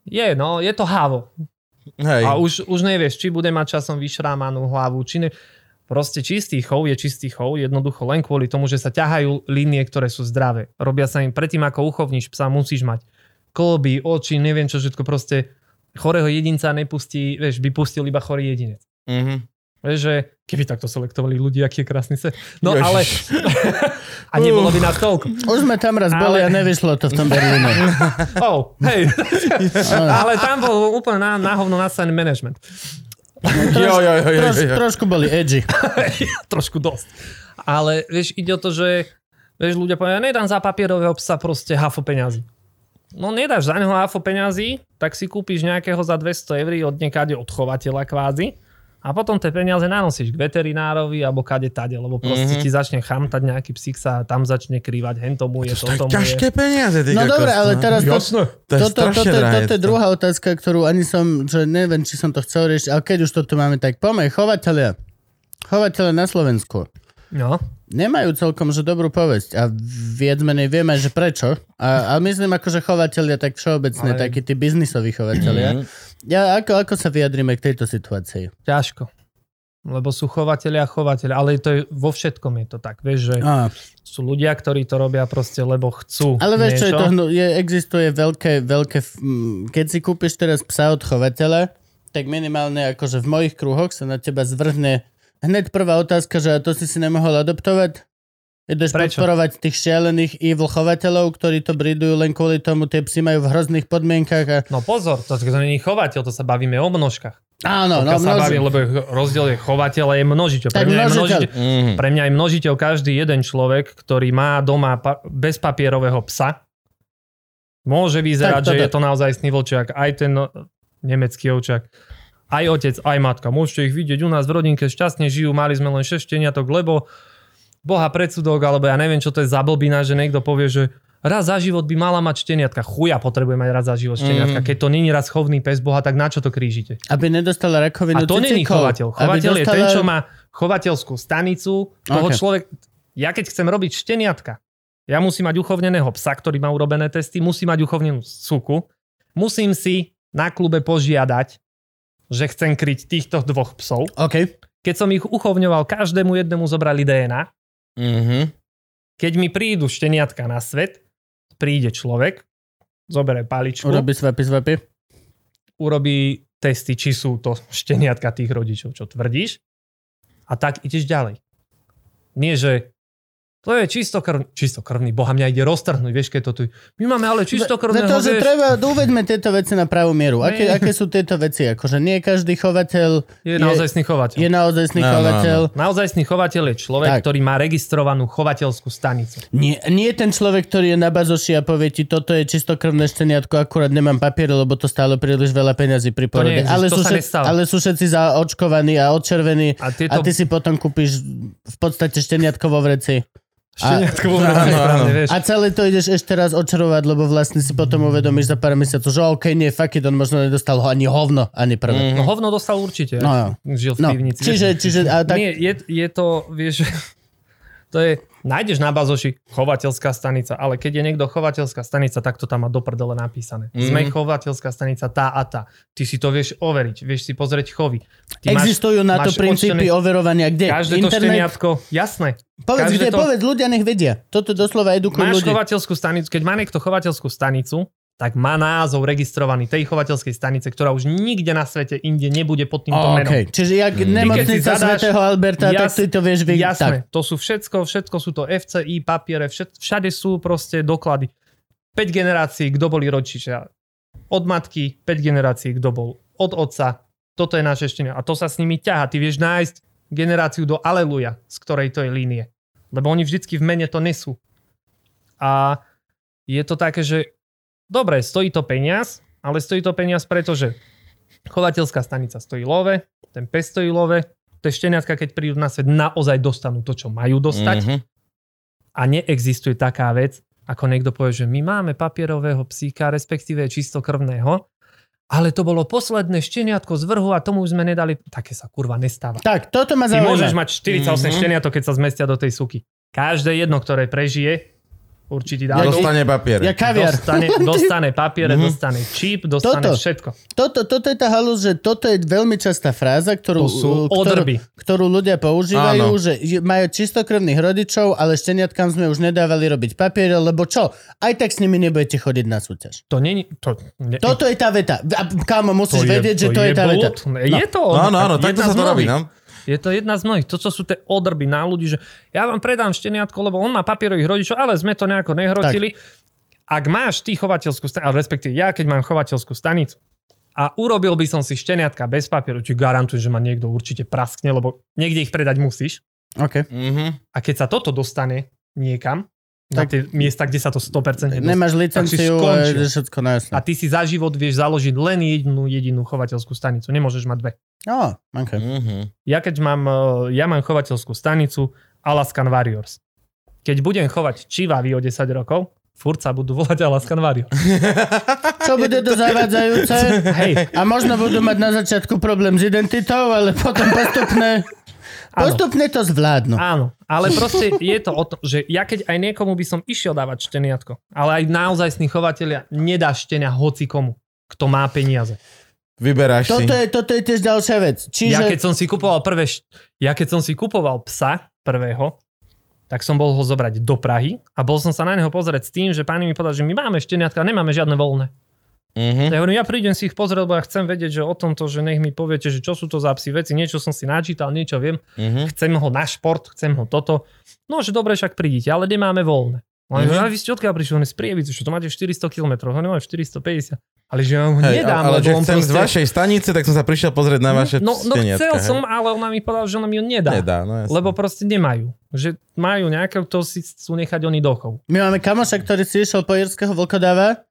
Speaker 3: Je, no, je to havo.
Speaker 2: Hej.
Speaker 3: A už, už nevieš, či bude mať časom vyšrámanú hlavu, či ne... Proste čistý chov je čistý chov, jednoducho len kvôli tomu, že sa ťahajú línie, ktoré sú zdravé. Robia sa im predtým, ako uchovníš psa, musíš mať kolby, oči, neviem čo všetko, proste chorého jedinca nepustí, vieš, by pustil iba chorý jedinec.
Speaker 2: Mhm.
Speaker 3: Vieš, že keby takto selektovali ľudí, aký je krásny svet. No
Speaker 2: Ježiš.
Speaker 3: ale... a nebolo by nás toľko.
Speaker 1: Už sme tam raz boli a
Speaker 3: Ale-
Speaker 1: nevyšlo to v tom Berlíne.
Speaker 3: Oh, hej. ale tam bol úplne na, na hovno nastavený management.
Speaker 2: Jo, jo, jo, jo,
Speaker 1: Troš,
Speaker 2: jo.
Speaker 1: trošku boli edgy.
Speaker 3: trošku dosť. Ale vieš, ide o to, že vieš, ľudia povedia, nedám za papierového psa proste hafo peňazí. No nedáš za neho hafo peňazí, tak si kúpiš nejakého za 200 eur od niekáde od chovateľa kvázi a potom tie peniaze nanosíš k veterinárovi alebo kade tade, lebo
Speaker 1: Mhm.
Speaker 3: proste mm-hmm. ti začne chamtať nejaký psík sa tam začne krývať, hen tomu je, to
Speaker 2: To je
Speaker 3: tomu
Speaker 2: ťažké
Speaker 3: je.
Speaker 2: peniaze, ty
Speaker 1: No
Speaker 2: kokos,
Speaker 1: dobre, ale
Speaker 2: no.
Speaker 1: teraz to,
Speaker 2: To
Speaker 3: Jasné.
Speaker 2: je
Speaker 1: toto, toto,
Speaker 2: strašne
Speaker 1: toto,
Speaker 2: drahé,
Speaker 1: toto je
Speaker 2: to.
Speaker 1: druhá otázka, ktorú ani som, že neviem, či som to chcel riešiť, ale keď už to tu máme, tak poďme, chovatelia. Chovatelia na Slovensku
Speaker 3: No,
Speaker 1: nemajú celkom že dobrú povesť a viac menej vieme, že prečo. A, a myslím ako, že chovatelia tak všeobecne,
Speaker 3: Ale- Mhm.
Speaker 1: takí tí biznisoví
Speaker 2: Mhm,
Speaker 1: chovatelia. Ja, ako, ako sa vyjadríme k tejto situácii?
Speaker 3: ťažko. Lebo sú chovateľia a chovateľia, ale to je, vo všetkom je to tak, vieš, že
Speaker 1: A,
Speaker 3: sú ľudia, ktorí to robia proste, lebo chcú
Speaker 1: ale vieš, čo je
Speaker 3: niečo.
Speaker 1: to? hnu- Je, existuje veľké, veľké... f- m, Keď si kúpiš teraz psa od chovateľa, tak minimálne akože v mojich kruhoch sa na teba zvrhne hneď prvá otázka, že a to si si nemohol adoptovať? Ideš
Speaker 3: Prečo?
Speaker 1: podporovať tých šialených evil chovateľov, ktorí to bridujú len kvôli tomu, tie psy majú v hrozných podmienkach a
Speaker 3: No pozor, to, to není chovateľ, to sa bavíme o množkách.
Speaker 1: Áno, no,
Speaker 3: No,
Speaker 1: množí.
Speaker 3: sa bavím, lebo je- rozdiel je chovateľ a je množiteľ. Pre
Speaker 1: Tak
Speaker 3: mňa, je
Speaker 1: množiteľ.
Speaker 3: množiteľ.
Speaker 2: Mhm.
Speaker 1: Mm.
Speaker 3: pre mňa je množiteľ každý jeden človek, ktorý má doma pa- bezpapierového psa. Môže vyzerať,
Speaker 1: Tak,
Speaker 3: že
Speaker 1: tak,
Speaker 3: je to naozaj sný vlčiak. Aj ten no, nemecký ovčak. Aj otec, aj matka. Môžete ich vidieť u nás v rodinke. Šťastne žijú. Mali sme len 6 šteniatok, lebo boha predsudok, alebo ja neviem, čo to je za blbina, že niekto povie, že raz za život by mala mať šteniatka. Chuja potrebuje mať raz za život
Speaker 1: Mm.
Speaker 3: šteniatka.
Speaker 2: Mhm.
Speaker 3: Keď to není raz chovný pes boha, tak na čo to krížite?
Speaker 1: Aby nedostala rakovinu
Speaker 3: A to není
Speaker 1: cicikov.
Speaker 3: chovateľ.
Speaker 1: Aby
Speaker 3: Chovateľ je
Speaker 1: dostala
Speaker 3: ten, čo má chovateľskú stanicu toho
Speaker 1: Ok.
Speaker 3: okay. človek. Ja keď chcem robiť šteniatka, ja musím mať uchovneného psa, ktorý má urobené testy, musím mať uchovnenú suku, musím si na klube požiadať, že chcem kryť týchto dvoch psov.
Speaker 1: OK.
Speaker 3: Keď som ich uchovňoval, každému jednému zobrali DNA.
Speaker 2: Mhm.
Speaker 3: Keď mi prídu šteniatka na svet, príde človek, zobere paličku, urobí,
Speaker 1: Urobi svepy, svepy.
Speaker 3: urobí testy, či sú to šteniatka tých rodičov, čo tvrdíš. A tak ideš ďalej. Nie, že to je čistokrvný, čistokrvný, boha mňa ide roztrhnúť, vieš, keď to tu... My máme ale čistokrvného,
Speaker 1: Pretože
Speaker 3: vieš,
Speaker 1: treba, uvedme tieto veci na pravú mieru. Aké,
Speaker 3: Nie.
Speaker 1: aké sú tieto veci? Akože nie každý chovateľ
Speaker 3: je naozajstný chovateľ.
Speaker 1: je naozaj
Speaker 2: Áno, áno.
Speaker 1: chovateľ.
Speaker 3: Naozajstný chovateľ je človek,
Speaker 1: Tak.
Speaker 3: ktorý má registrovanú chovateľskú stanicu.
Speaker 1: Nie, nie ten človek, ktorý je na bazoši a povie ti, toto je čistokrvné šteniatko, akurát nemám papier, lebo to stálo príliš veľa peňazí pri porode.
Speaker 3: neexistuje,
Speaker 1: ale,
Speaker 3: to
Speaker 1: sú
Speaker 3: sa
Speaker 1: všet-
Speaker 3: nestalo.
Speaker 1: ale sú všetci zaočkovaní a odčervení a
Speaker 3: A tieto
Speaker 1: ty si potom kúpiš v podstate šteniatko vo vreci.
Speaker 3: šteniatko
Speaker 1: No,
Speaker 3: vo
Speaker 2: Áno, áno.
Speaker 3: správne, vieš.
Speaker 1: A celé to ideš ešte raz očarovať, lebo vlastne si potom uvedomíš za pár mesiacov, že OK, nie, fuck it, on možno nedostal ho ani hovno, ani prvé.
Speaker 3: No hovno dostal určite.
Speaker 1: No, jo.
Speaker 3: Žil v
Speaker 1: No,
Speaker 3: pivnici.
Speaker 1: čiže, čiže, a tak,
Speaker 3: Nie, je, je to, vieš, to je, nájdeš na bazoši chovateľská stanica, ale keď je niekto chovateľská stanica, tak to tam má do prdele napísané.
Speaker 1: Mhm.
Speaker 3: Mm. Sme chovateľská stanica tá a tá. Ty si to vieš overiť, vieš si pozrieť chovy. Ty
Speaker 1: existujú na to princípy
Speaker 3: odčlené-
Speaker 1: overovania, kde?
Speaker 3: Každé to šteniatko, jasné.
Speaker 1: Povedz,
Speaker 3: Každé
Speaker 1: kde,
Speaker 3: to-
Speaker 1: povedz, ľudia nech vedia. Toto doslova edukujú
Speaker 3: Máš
Speaker 1: ľudí.
Speaker 3: chovateľskú stanicu, keď má niekto chovateľskú stanicu, tak má názov registrovaný tej chovateľskej stanice, ktorá už nikde na svete inde nebude pod týmto
Speaker 1: Ó,
Speaker 3: menom.
Speaker 1: okej. Čiže jak
Speaker 2: Mm.
Speaker 3: Ty, keď
Speaker 1: nemocnica
Speaker 3: si zadáš-
Speaker 1: svätého Alberta, tak
Speaker 3: Jas-
Speaker 1: ty to vieš vy.
Speaker 3: Jasné,
Speaker 1: Tak.
Speaker 3: to sú všetko, všetko sú to FCI, papiere, všet, všade sú proste doklady. 5 generácií, kto boli rodičia. Od matky, 5 generácií, kto bol. Od otca. Toto je naše štenia. A to sa s nimi ťaha. Ty vieš nájsť generáciu do Aleluja, z ktorej to je línie. Lebo oni vždycky v mene to nesú. A je to také, že dobre, stojí to peniaz, ale stojí to peniaz, pretože chovateľská stanica stojí love, ten pes stojí love, tie šteniatka, keď prídu na svet, naozaj dostanú to, čo majú dostať.
Speaker 2: Mhm.
Speaker 3: A neexistuje taká vec, ako niekto povie, že my máme papierového psíka, respektíve čistokrvného, ale to bolo posledné šteniatko z vrhu a tomu už sme nedali... Také sa kurva nestáva.
Speaker 1: tak, toto ma
Speaker 3: Ty môžeš
Speaker 1: zaujíma.
Speaker 3: mať 48 mm-hmm.
Speaker 2: Mhm.
Speaker 3: šteniatok, keď sa zmestia do tej suky. Každé jedno, ktoré prežije, určite dá.
Speaker 1: Ja-
Speaker 2: Dostane papier.
Speaker 1: Ja kaviar.
Speaker 3: dostane, dostane papiere,
Speaker 2: Mhm.
Speaker 3: dostane čip, dostane
Speaker 1: Toto.
Speaker 3: všetko.
Speaker 1: Toto, toto je tá halus, že toto je veľmi častá fráza, ktorú,
Speaker 3: To sú
Speaker 1: ktorú,
Speaker 3: odrby.
Speaker 1: ktorú ľudia používajú,
Speaker 2: Áno.
Speaker 1: že je- majú čistokrvných rodičov, ale šteniatkám sme už nedávali robiť papiere, lebo čo? Aj tak s nimi nebudete chodiť na súťaž.
Speaker 3: To není... To, ne,
Speaker 1: Toto je tá veta. A, kámo,
Speaker 3: to
Speaker 1: musíš vedieť, že to je, No. tá veta.
Speaker 3: blúd. Je to ono.
Speaker 2: Áno, áno,
Speaker 3: Jedna
Speaker 2: takto
Speaker 3: z
Speaker 2: sa to robí,
Speaker 3: mnohých.
Speaker 2: no.
Speaker 3: Je to jedna z mnohých. To, čo sú tie odrby na ľudí, že ja vám predám šteniatko, lebo on má papierových rodičov, ale sme to nejako nehrotili. Ak máš ty chovateľskú stanicu, respektíve ja, keď mám chovateľskú stanicu, a urobil by som si šteniatka bez papieru, či garantujem, že ma niekto určite praskne, lebo niekde ich predať musíš.
Speaker 1: OK.
Speaker 2: Mhm.
Speaker 3: A keď sa toto dostane niekam, tak, na
Speaker 1: Tak-
Speaker 3: tie miesta, kde sa to 100% nedostane,
Speaker 1: Nemáš
Speaker 3: Tak si
Speaker 1: licenciu,
Speaker 3: skončil.
Speaker 1: e, všetko na jasno.
Speaker 3: a ty si za život vieš založiť len jednu jedinú chovateľskú stanicu. Nemôžeš mať dve.
Speaker 1: No, OK.
Speaker 2: Mhm.
Speaker 3: Ja keď mám, eh, ja mám chovateľskú stanicu Alaskan Warriors. Keď budem chovať čivavy o 10 rokov, furt sa budú volať Alaskan Warriors.
Speaker 1: Čo bude to zavádzajúce?
Speaker 3: Hej,
Speaker 1: A možno budú mať na začiatku problém s identitou, ale potom postupne,
Speaker 3: áno.
Speaker 1: postupne to zvládnu.
Speaker 3: Áno, ale proste je to o tom, že ja keď aj niekomu by som išiel dávať šteniatko, ale aj naozajstní chovatelia nedá štenia hoci komu, kto má peniaze.
Speaker 2: Vyberáš si.
Speaker 1: Toto je, toto je tiež ďalšia vec. Čiže...
Speaker 3: Ja keď som si kupoval prvé, št- ja keď som si kupoval psa prvého, tak som bol ho zobrať do Prahy a bol som sa na neho pozrieť s tým, že páni mi povedali, že my máme šteniatka, nemáme žiadne voľné.
Speaker 2: Mhm.
Speaker 3: Ja hovorím, ja prídem si ich pozrieť, lebo ja chcem vedieť, že o tomto, že nech mi poviete, že čo sú to za psi veci, niečo som si načítal, niečo viem,
Speaker 2: Mhm.
Speaker 3: chcem ho na šport, chcem ho toto. No, že dobre, však prídite, ale nemáme voľné. A
Speaker 2: Mhm.
Speaker 3: mm-hmm. vy ste odkiaľ prišli, on je z Prievidze, že to máte 400 km, ho nemáme 450. Ale že ja ho
Speaker 2: Hej,
Speaker 3: nedám,
Speaker 2: ale
Speaker 3: lebo
Speaker 2: že
Speaker 3: on
Speaker 2: chcem z
Speaker 3: proste...
Speaker 2: vašej stanice, tak som sa prišiel pozrieť na vaše
Speaker 3: no, no
Speaker 2: steniatka,
Speaker 3: chcel
Speaker 2: hej.
Speaker 3: som, ale ona mi povedala, že ona mi ho nedá.
Speaker 2: Nedá, no jasne.
Speaker 3: Lebo proste nemajú. Že majú nejaké, to si chcú nechať oni dochov.
Speaker 1: My máme kamoša, ktorý si išiel po írskeho vlkodáva.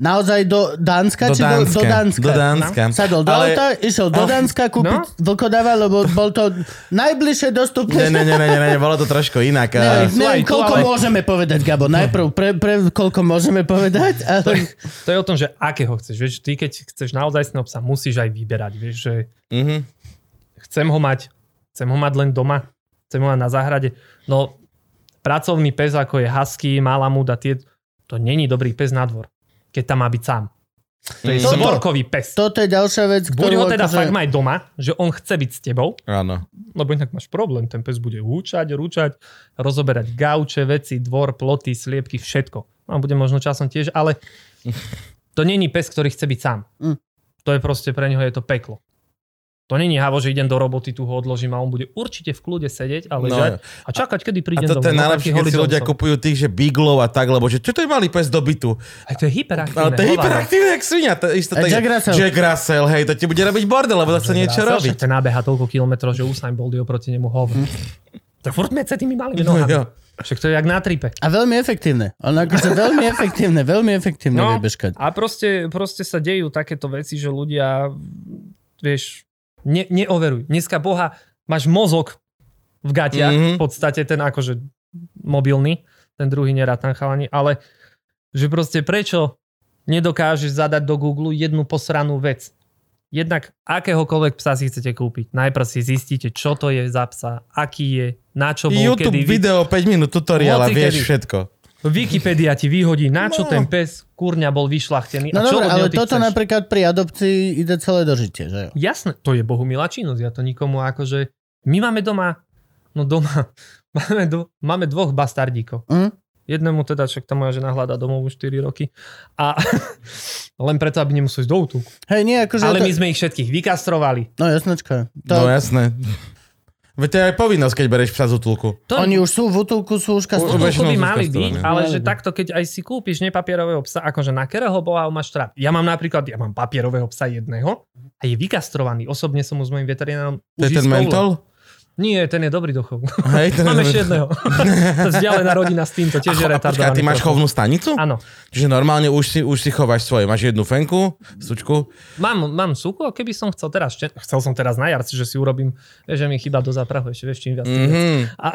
Speaker 1: Naozaj do Dánska?
Speaker 2: do
Speaker 1: či
Speaker 2: Dánska.
Speaker 1: Do, do Dánska.
Speaker 2: Do Dánska.
Speaker 1: Sadol do
Speaker 2: Ale-
Speaker 1: auta, išiel do
Speaker 2: Ach,
Speaker 1: Dánska kúpiť no? vlkodáva, lebo bol to najbližšie
Speaker 2: Ne,
Speaker 1: dostupné.
Speaker 2: ne, ne, ne, ne, ne, bolo to trošku inak.
Speaker 1: Ne,
Speaker 2: ale-
Speaker 3: sú aj
Speaker 1: neviem,
Speaker 3: tu,
Speaker 1: koľko
Speaker 3: ale-
Speaker 1: môžeme povedať, Gabo. Najprv, pre, pre, koľko môžeme povedať,
Speaker 3: To je,
Speaker 1: ale...
Speaker 3: to je o tom, že akého chceš. Vieš, ty keď chceš naozaj psa, musíš aj vyberať. Vieš, že
Speaker 2: Mhm.
Speaker 3: chcem ho mať Chcem ho mať len doma. Chcem ho mať na záhrade. No, pracovný pes, ako je husky, malamud a tie, to není dobrý pes na dvor, keď tam má byť sám. To je
Speaker 1: Mm. Toto-
Speaker 3: zvorkový pes.
Speaker 1: Toto je ďalšia vec,
Speaker 3: Buď ho teda
Speaker 1: akože-
Speaker 3: fakt maj doma, že on chce byť s tebou,
Speaker 2: Áno.
Speaker 3: lebo inak máš problém. Ten pes bude húčať, rúčať, rozoberať gauče, veci, dvor, ploty, sliepky, všetko. A bude možno časom tiež, ale to není pes, ktorý chce byť sám.
Speaker 1: Mm.
Speaker 3: To je proste pre neho je to peklo. To není havo, že idem do roboty, tu ho odložím a on bude určite v kľude sedieť a ležať
Speaker 2: No.
Speaker 3: a čakať, kedy
Speaker 2: A
Speaker 3: prídem
Speaker 2: toto
Speaker 3: domov. No,
Speaker 2: je najlepšie,
Speaker 3: Taký
Speaker 2: keď si
Speaker 3: horizont
Speaker 2: ľudia
Speaker 3: som.
Speaker 2: kupujú tých, že biglov a tak, lebo že čo to je malý pes do bytu?
Speaker 3: Aj No, to je hyperaktívne.
Speaker 2: Ale to je
Speaker 3: hovado.
Speaker 2: hyperaktívne, jak svinia. To, je isto,
Speaker 1: A
Speaker 2: tak,
Speaker 1: Jack Russell.
Speaker 2: Jack Russell, hej, to ti bude robiť bordel, lebo to chce niečo
Speaker 3: Zasa,
Speaker 2: robiť.
Speaker 3: však Ten nábeha toľko kilometrov, že Usain Bolt je oproti nemu hovor.
Speaker 2: Mm.
Speaker 3: Tak furt mece tými malými
Speaker 2: No, jo.
Speaker 3: nohami. Však to je jak na tripe.
Speaker 1: A veľmi efektívne. Ono akože veľmi efektívne, veľmi efektívne no. vie bežkať.
Speaker 3: a proste, proste sa dejú takéto veci, že ľudia, vieš, ne, neoverujú. Dneska boha, máš mozog v gatiach,
Speaker 2: Mhm.
Speaker 3: mm-hmm. v podstate ten akože mobilný, ten druhý nerátam chalani, ale že proste prečo nedokážeš zadať do Google jednu posranú vec. Jednak akéhokoľvek psa si chcete kúpiť. Najprv si zistíte, čo to je za psa, aký je, na čo bol,
Speaker 2: YouTube
Speaker 3: kedy
Speaker 2: video 5 minút tutoriála,
Speaker 3: Hoci
Speaker 2: vieš
Speaker 3: kedy.
Speaker 2: všetko.
Speaker 3: Wikipedia ti vyhodí, na čo
Speaker 2: No.
Speaker 3: no. ten pes kurňa bol vyšlachtený.
Speaker 1: No
Speaker 3: a čo
Speaker 1: dobre,
Speaker 3: od
Speaker 1: ale
Speaker 3: neho ty
Speaker 1: toto
Speaker 3: chceš?
Speaker 1: napríklad pri adopcii ide celé do žitie, že jo?
Speaker 3: Jasné, to je bohumilá činnosť. Ja to nikomu akože... My máme doma... No doma... Máme, do, máme dvoch bastardíkov.
Speaker 1: Mm?
Speaker 3: Jednému teda, však tá moja žena hľadá domov už 4 roky. A len preto, aby nemuseli ísť do útulku.
Speaker 1: Hej, nie, akože...
Speaker 3: Ale
Speaker 1: to...
Speaker 3: my sme ich všetkých vykastrovali.
Speaker 1: No jasnočka. To...
Speaker 2: No jasné. Veď to je aj povinnosť, keď bereš psa z útulku.
Speaker 3: To
Speaker 1: Oni už sú v útulku, sú už
Speaker 2: U-
Speaker 1: kastrovaní.
Speaker 2: ubež-
Speaker 3: Koľko by
Speaker 2: väčšinou sú
Speaker 3: mali byť,
Speaker 2: kastrovaní.
Speaker 3: ale
Speaker 1: Mali
Speaker 3: že
Speaker 1: by.
Speaker 3: takto, keď aj si kúpiš nepapierového psa, akože na kerého boha máš trap. Ja mám napríklad, ja mám papierového psa jedného a je vykastrovaný. Osobne som mu s mojim veterinárom
Speaker 2: To je ten
Speaker 3: už istou-
Speaker 2: mentol?
Speaker 3: Nie, ten je dobrý do chovu.
Speaker 2: Hej, ten
Speaker 3: Máme ešte jedného. To je Vzdialená rodina s týmto, tiež je
Speaker 2: A počkaj,
Speaker 3: retardovaný.
Speaker 2: ty máš
Speaker 3: trochu.
Speaker 2: chovnú stanicu?
Speaker 3: Áno.
Speaker 2: Čiže normálne už si, už si chováš svoje. Máš jednu fenku, sučku.
Speaker 3: Mám, mám sucho, keby som chcel teraz, šte- chcel som teraz na jar, že si urobím, vieš, že mi chyba do záprahu ešte, vieš, čím viac. tým viac.
Speaker 2: Mhm.
Speaker 3: A,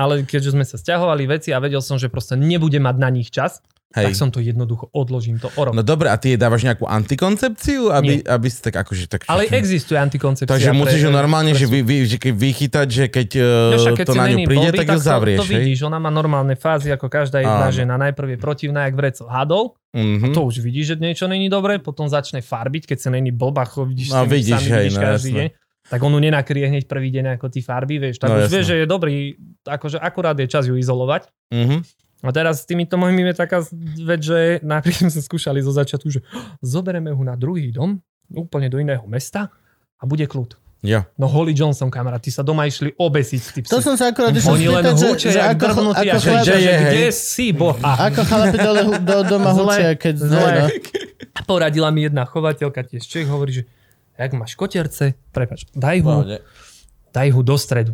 Speaker 3: ale keďže sme sa stiahovali veci a vedel som, že proste nebudem mať na nich čas,
Speaker 2: Hej.
Speaker 3: tak som to jednoducho odložím to o rok.
Speaker 2: No dobre, a ty jej dávaš nejakú antikoncepciu, aby, aby si tak akože tak...
Speaker 3: Ale existuje antikoncepcia.
Speaker 2: Takže musíš ju normálne že vy,
Speaker 3: pre-
Speaker 2: vy, že keď vychytať, že keď,
Speaker 3: No
Speaker 2: uh,
Speaker 3: však, keď
Speaker 2: to
Speaker 3: si
Speaker 2: na
Speaker 3: není
Speaker 2: ňu príde,
Speaker 3: blbý,
Speaker 2: tak ju
Speaker 3: to-
Speaker 2: zavrieš.
Speaker 3: To
Speaker 2: hej?
Speaker 3: vidíš, ona má normálne fázy, ako každá jedna
Speaker 2: Áno.
Speaker 3: žena. Najprv je protivná, jak vreco hadov.
Speaker 2: Mhm.
Speaker 3: To už vidíš, že niečo není dobre, potom začne farbiť, keď sa není blbá, cho, vidíš,
Speaker 2: No,
Speaker 3: no,
Speaker 2: vidíš,
Speaker 3: vidíš, sami,
Speaker 2: hej,
Speaker 3: vidíš
Speaker 2: no,
Speaker 3: každý
Speaker 2: jasné.
Speaker 3: deň. Tak on ju nenakrie hneď prvý deň ako ty farby, vieš. Tak
Speaker 2: No,
Speaker 3: už
Speaker 2: jasné.
Speaker 3: vieš, že je dobrý, akože akurát je čas ju izolovať.
Speaker 2: Mhm.
Speaker 3: A teraz s týmito mojimi je taká vec, že napríklad sme skúšali zo začiatku, že zoberieme ho na druhý dom, úplne do iného mesta a bude kľud.
Speaker 2: Ja.
Speaker 3: No Holly Johnson, kamarát, ty sa doma išli obesiť, ty psi.
Speaker 1: To som sa akorát išiel
Speaker 3: Oni len
Speaker 1: spýtať, že,
Speaker 3: húčia,
Speaker 1: že
Speaker 3: jak
Speaker 1: ako,
Speaker 3: drhnutí
Speaker 1: ako,
Speaker 3: a že,
Speaker 1: chlapi,
Speaker 2: že
Speaker 3: že,
Speaker 2: je,
Speaker 3: kde
Speaker 2: hej.
Speaker 3: si, boha.
Speaker 1: ako chlapi dole, hu- do doma
Speaker 3: Zle,
Speaker 1: húčia, keď...
Speaker 3: zle.
Speaker 1: No,
Speaker 3: A poradila mi jedna chovateľka tiež Čech, hovorí, že jak máš koterce, prepač, daj ho, daj ho do stredu.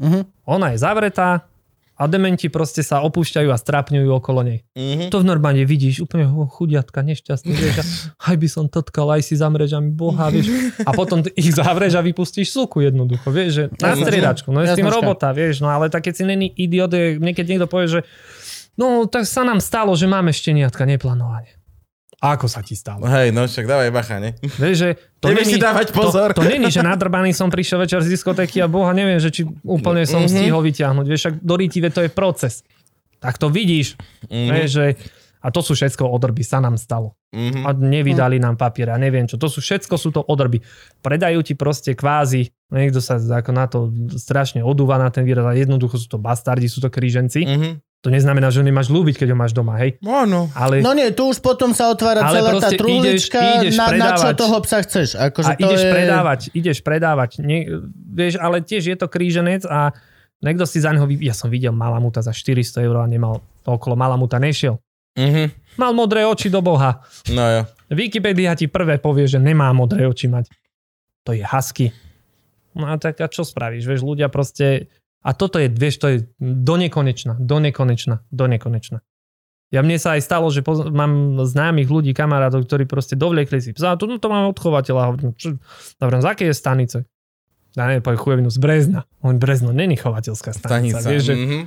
Speaker 1: Mhm.
Speaker 3: Ona je zavretá a dementi proste sa opúšťajú a strapňujú okolo nej.
Speaker 2: Mhm.
Speaker 3: To v normálne vidíš, úplne ho chudiatka, nešťastný, vieš, a aj by som totkal, aj si zamreža mi boha, vieš. A potom t- ich zavrež a vypustíš suku jednoducho, vieš, že na
Speaker 1: Jasnočka.
Speaker 3: striedačku, no je s tým
Speaker 1: Jasnočka.
Speaker 3: robota, vieš, no ale tak keď si není idiot, je- mne keď niekto povie, že no tak sa nám stalo, že máme šteniatka neplánovane. A ako sa ti stalo?
Speaker 2: Hej, no však dávaj bacha, ne? Mhm.
Speaker 3: Vieš, že to
Speaker 2: Nevieš si dávať pozor.
Speaker 3: To, to není, že nadrbaný som prišiel večer z diskotéky a boha neviem, že či úplne som
Speaker 2: Mhm.
Speaker 3: stihol vyťahnuť. Vieš, však do rítive to je proces. Tak to vidíš. Vieš, No že, a to sú všetko odrby, sa nám stalo.
Speaker 2: Mhm.
Speaker 3: A nevydali nám papier a neviem čo. To sú všetko sú to odrby. Predajú ti proste kvázi, niekto sa ako na to strašne odúva na ten výraz, ale jednoducho sú to bastardi, sú to kríženci.
Speaker 2: Mhm.
Speaker 3: To neznamená, že ho nemáš ľúbiť, keď ho máš doma, hej.
Speaker 2: Áno.
Speaker 3: Ale
Speaker 1: no nie, tu už potom sa otvára
Speaker 3: Ale
Speaker 1: celá tá
Speaker 3: proste ideš-
Speaker 1: truhlička,
Speaker 3: ideš
Speaker 1: na, na čo
Speaker 3: predávať.
Speaker 1: toho psa chceš. Akože
Speaker 3: a
Speaker 1: to
Speaker 3: ideš
Speaker 1: je...
Speaker 3: predávať, ideš predávať. Nie, vieš, ale tiež je to kríženec a niekto si za neho... Vy... Ja som videl Malamuta za 400 eur a nemal okolo Malamuta nešiel.
Speaker 2: Mhm.
Speaker 3: Mal modré oči do boha.
Speaker 2: No jo.
Speaker 3: Wikipedia ti prvé povie, že nemá modré oči mať. To je husky. No a tak a čo spravíš? Vieš, ľudia proste... A toto je, vieš, to je donekonečná, donekonečná, donekonečná. Ja mne sa aj stalo, že poz- mám známych ľudí, kamarátov, ktorí proste dovliekli si psa. To, to mám odchovateľa. Hovorím, čo- Dobre, z akej je stanice? Ja neviem, povie chujovinu, z Brezna. On Brezno není chovateľská
Speaker 2: Stanica. mm.
Speaker 3: stanica. stanica. Vieš, že
Speaker 2: Mhm.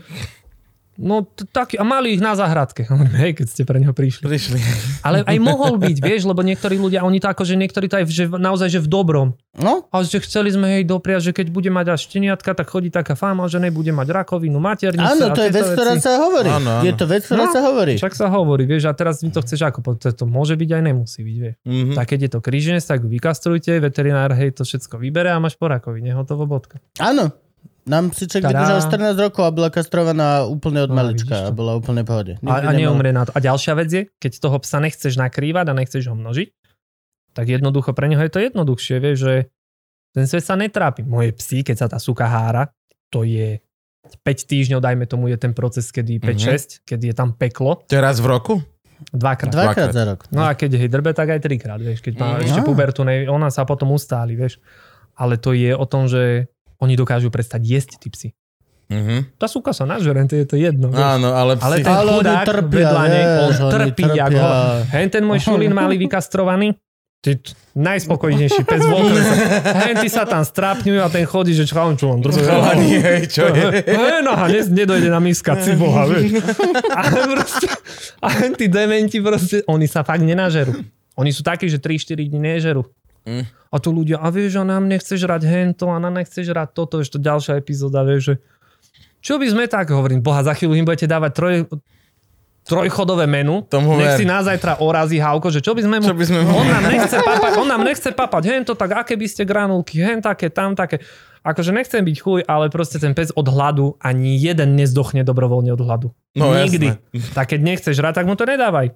Speaker 3: No t- taký, a mali ich na záhradke. Hovorím, hej, keď ste pre neho prišli.
Speaker 2: Prišli.
Speaker 3: Ale aj mohol byť, vieš, lebo niektorí ľudia, oni to ako, že niektorí to aj v- že, v- naozaj, že v dobrom.
Speaker 1: No,
Speaker 3: A že chceli sme jej dopriať, že keď bude mať až šteniatka, tak chodí taká fáma, že nebude mať rakovinu, maternice.
Speaker 1: áno,
Speaker 3: a
Speaker 1: to je
Speaker 3: tieto
Speaker 1: vec,
Speaker 3: veci.
Speaker 1: ktorá sa hovorí.
Speaker 2: Áno, áno.
Speaker 1: Je to vec, ktorá
Speaker 3: No.
Speaker 1: sa hovorí.
Speaker 3: Však sa hovorí, vieš, a teraz mi to chceš ako, po- to, to môže byť aj nemusí byť, vieš.
Speaker 2: Mhm.
Speaker 3: Tak keď je to kríženec, tak ho vykastrujte, veterinár hej to všetko vybere a máš po rakovine, hotovo bodka.
Speaker 1: Áno. Nám psiček
Speaker 3: Tadá.
Speaker 1: vydržal 14 rokov a bola kastrovaná úplne od
Speaker 3: No,
Speaker 1: malička
Speaker 3: vidíš
Speaker 1: a
Speaker 3: to.
Speaker 1: bola úplne v pohode. Nikdy
Speaker 3: A, a
Speaker 1: nemala-
Speaker 3: neumrie na to. A ďalšia vec je, keď toho psa nechceš nakrývať a nechceš ho množiť, tak jednoducho pre neho je to jednoduchšie, vieš, že ten svet sa netrápi. Moje psy, keď sa tá suka hára, to je 5 týždňov, dajme tomu, je ten proces, kedy 5-6,
Speaker 2: Mhm.
Speaker 3: keď je tam peklo,
Speaker 2: To je raz v roku?
Speaker 3: dvakrát.
Speaker 1: Dvakrát
Speaker 2: Dvakrát.
Speaker 1: za rok.
Speaker 3: No a keď jej drbe, tak aj trikrát, vieš, keď má
Speaker 2: Mhm.
Speaker 3: ešte
Speaker 1: Á.
Speaker 3: pubertu, ne, ona sa potom ustáli, vieš. Ale to je o tom, že oni dokážu prestať jesť, tí psi.
Speaker 2: Mhm.
Speaker 3: Tá súka sa nažere, to je to jedno. Vieš.
Speaker 2: Áno, ale
Speaker 3: Ale
Speaker 2: psi...
Speaker 3: ten
Speaker 1: Ale oni
Speaker 3: chudák
Speaker 1: trpia,
Speaker 3: vedľa nej, on
Speaker 1: vieš, oni
Speaker 3: trpí,
Speaker 1: trpia.
Speaker 3: ako hen ten môj šulín malý vykastrovaný, ty t- najspokojnejší pes v okrese. Hen ty sa tam strápňujú a ten chodí, že čo on čo on drbe.
Speaker 2: Chalani, hej, čo je?
Speaker 3: Hen, aha, ne, nedojde na miska ciboha, vieš. A, proste, a hen tí dementi proste, oni sa fakt nenažerú. Oni sú takí, že 3-4 dní nežerú.
Speaker 2: Mm.
Speaker 3: A tu ľudia, a vieš, a nám nechceš rať hento, a nám nechceš rať toto, ešte ďalšia epizóda, vieš, že čo by sme tak, hovorím, boha, za chvíľu im budete dávať troj, trojchodové menu,
Speaker 2: Tomu
Speaker 3: nech
Speaker 2: ver.
Speaker 3: si na zajtra orazí Hauko, že čo by sme mu...
Speaker 2: Čo by sme mu-
Speaker 3: on, nám nechce papať, on nám nechce papať, hento, tak aké by ste granulky, hen také, tam také. Akože nechcem byť chuj, ale proste ten pes od hladu ani jeden nezdochne dobrovoľne od hladu.
Speaker 2: No,
Speaker 3: Nikdy. Tak keď nechceš rád, tak mu to nedávaj.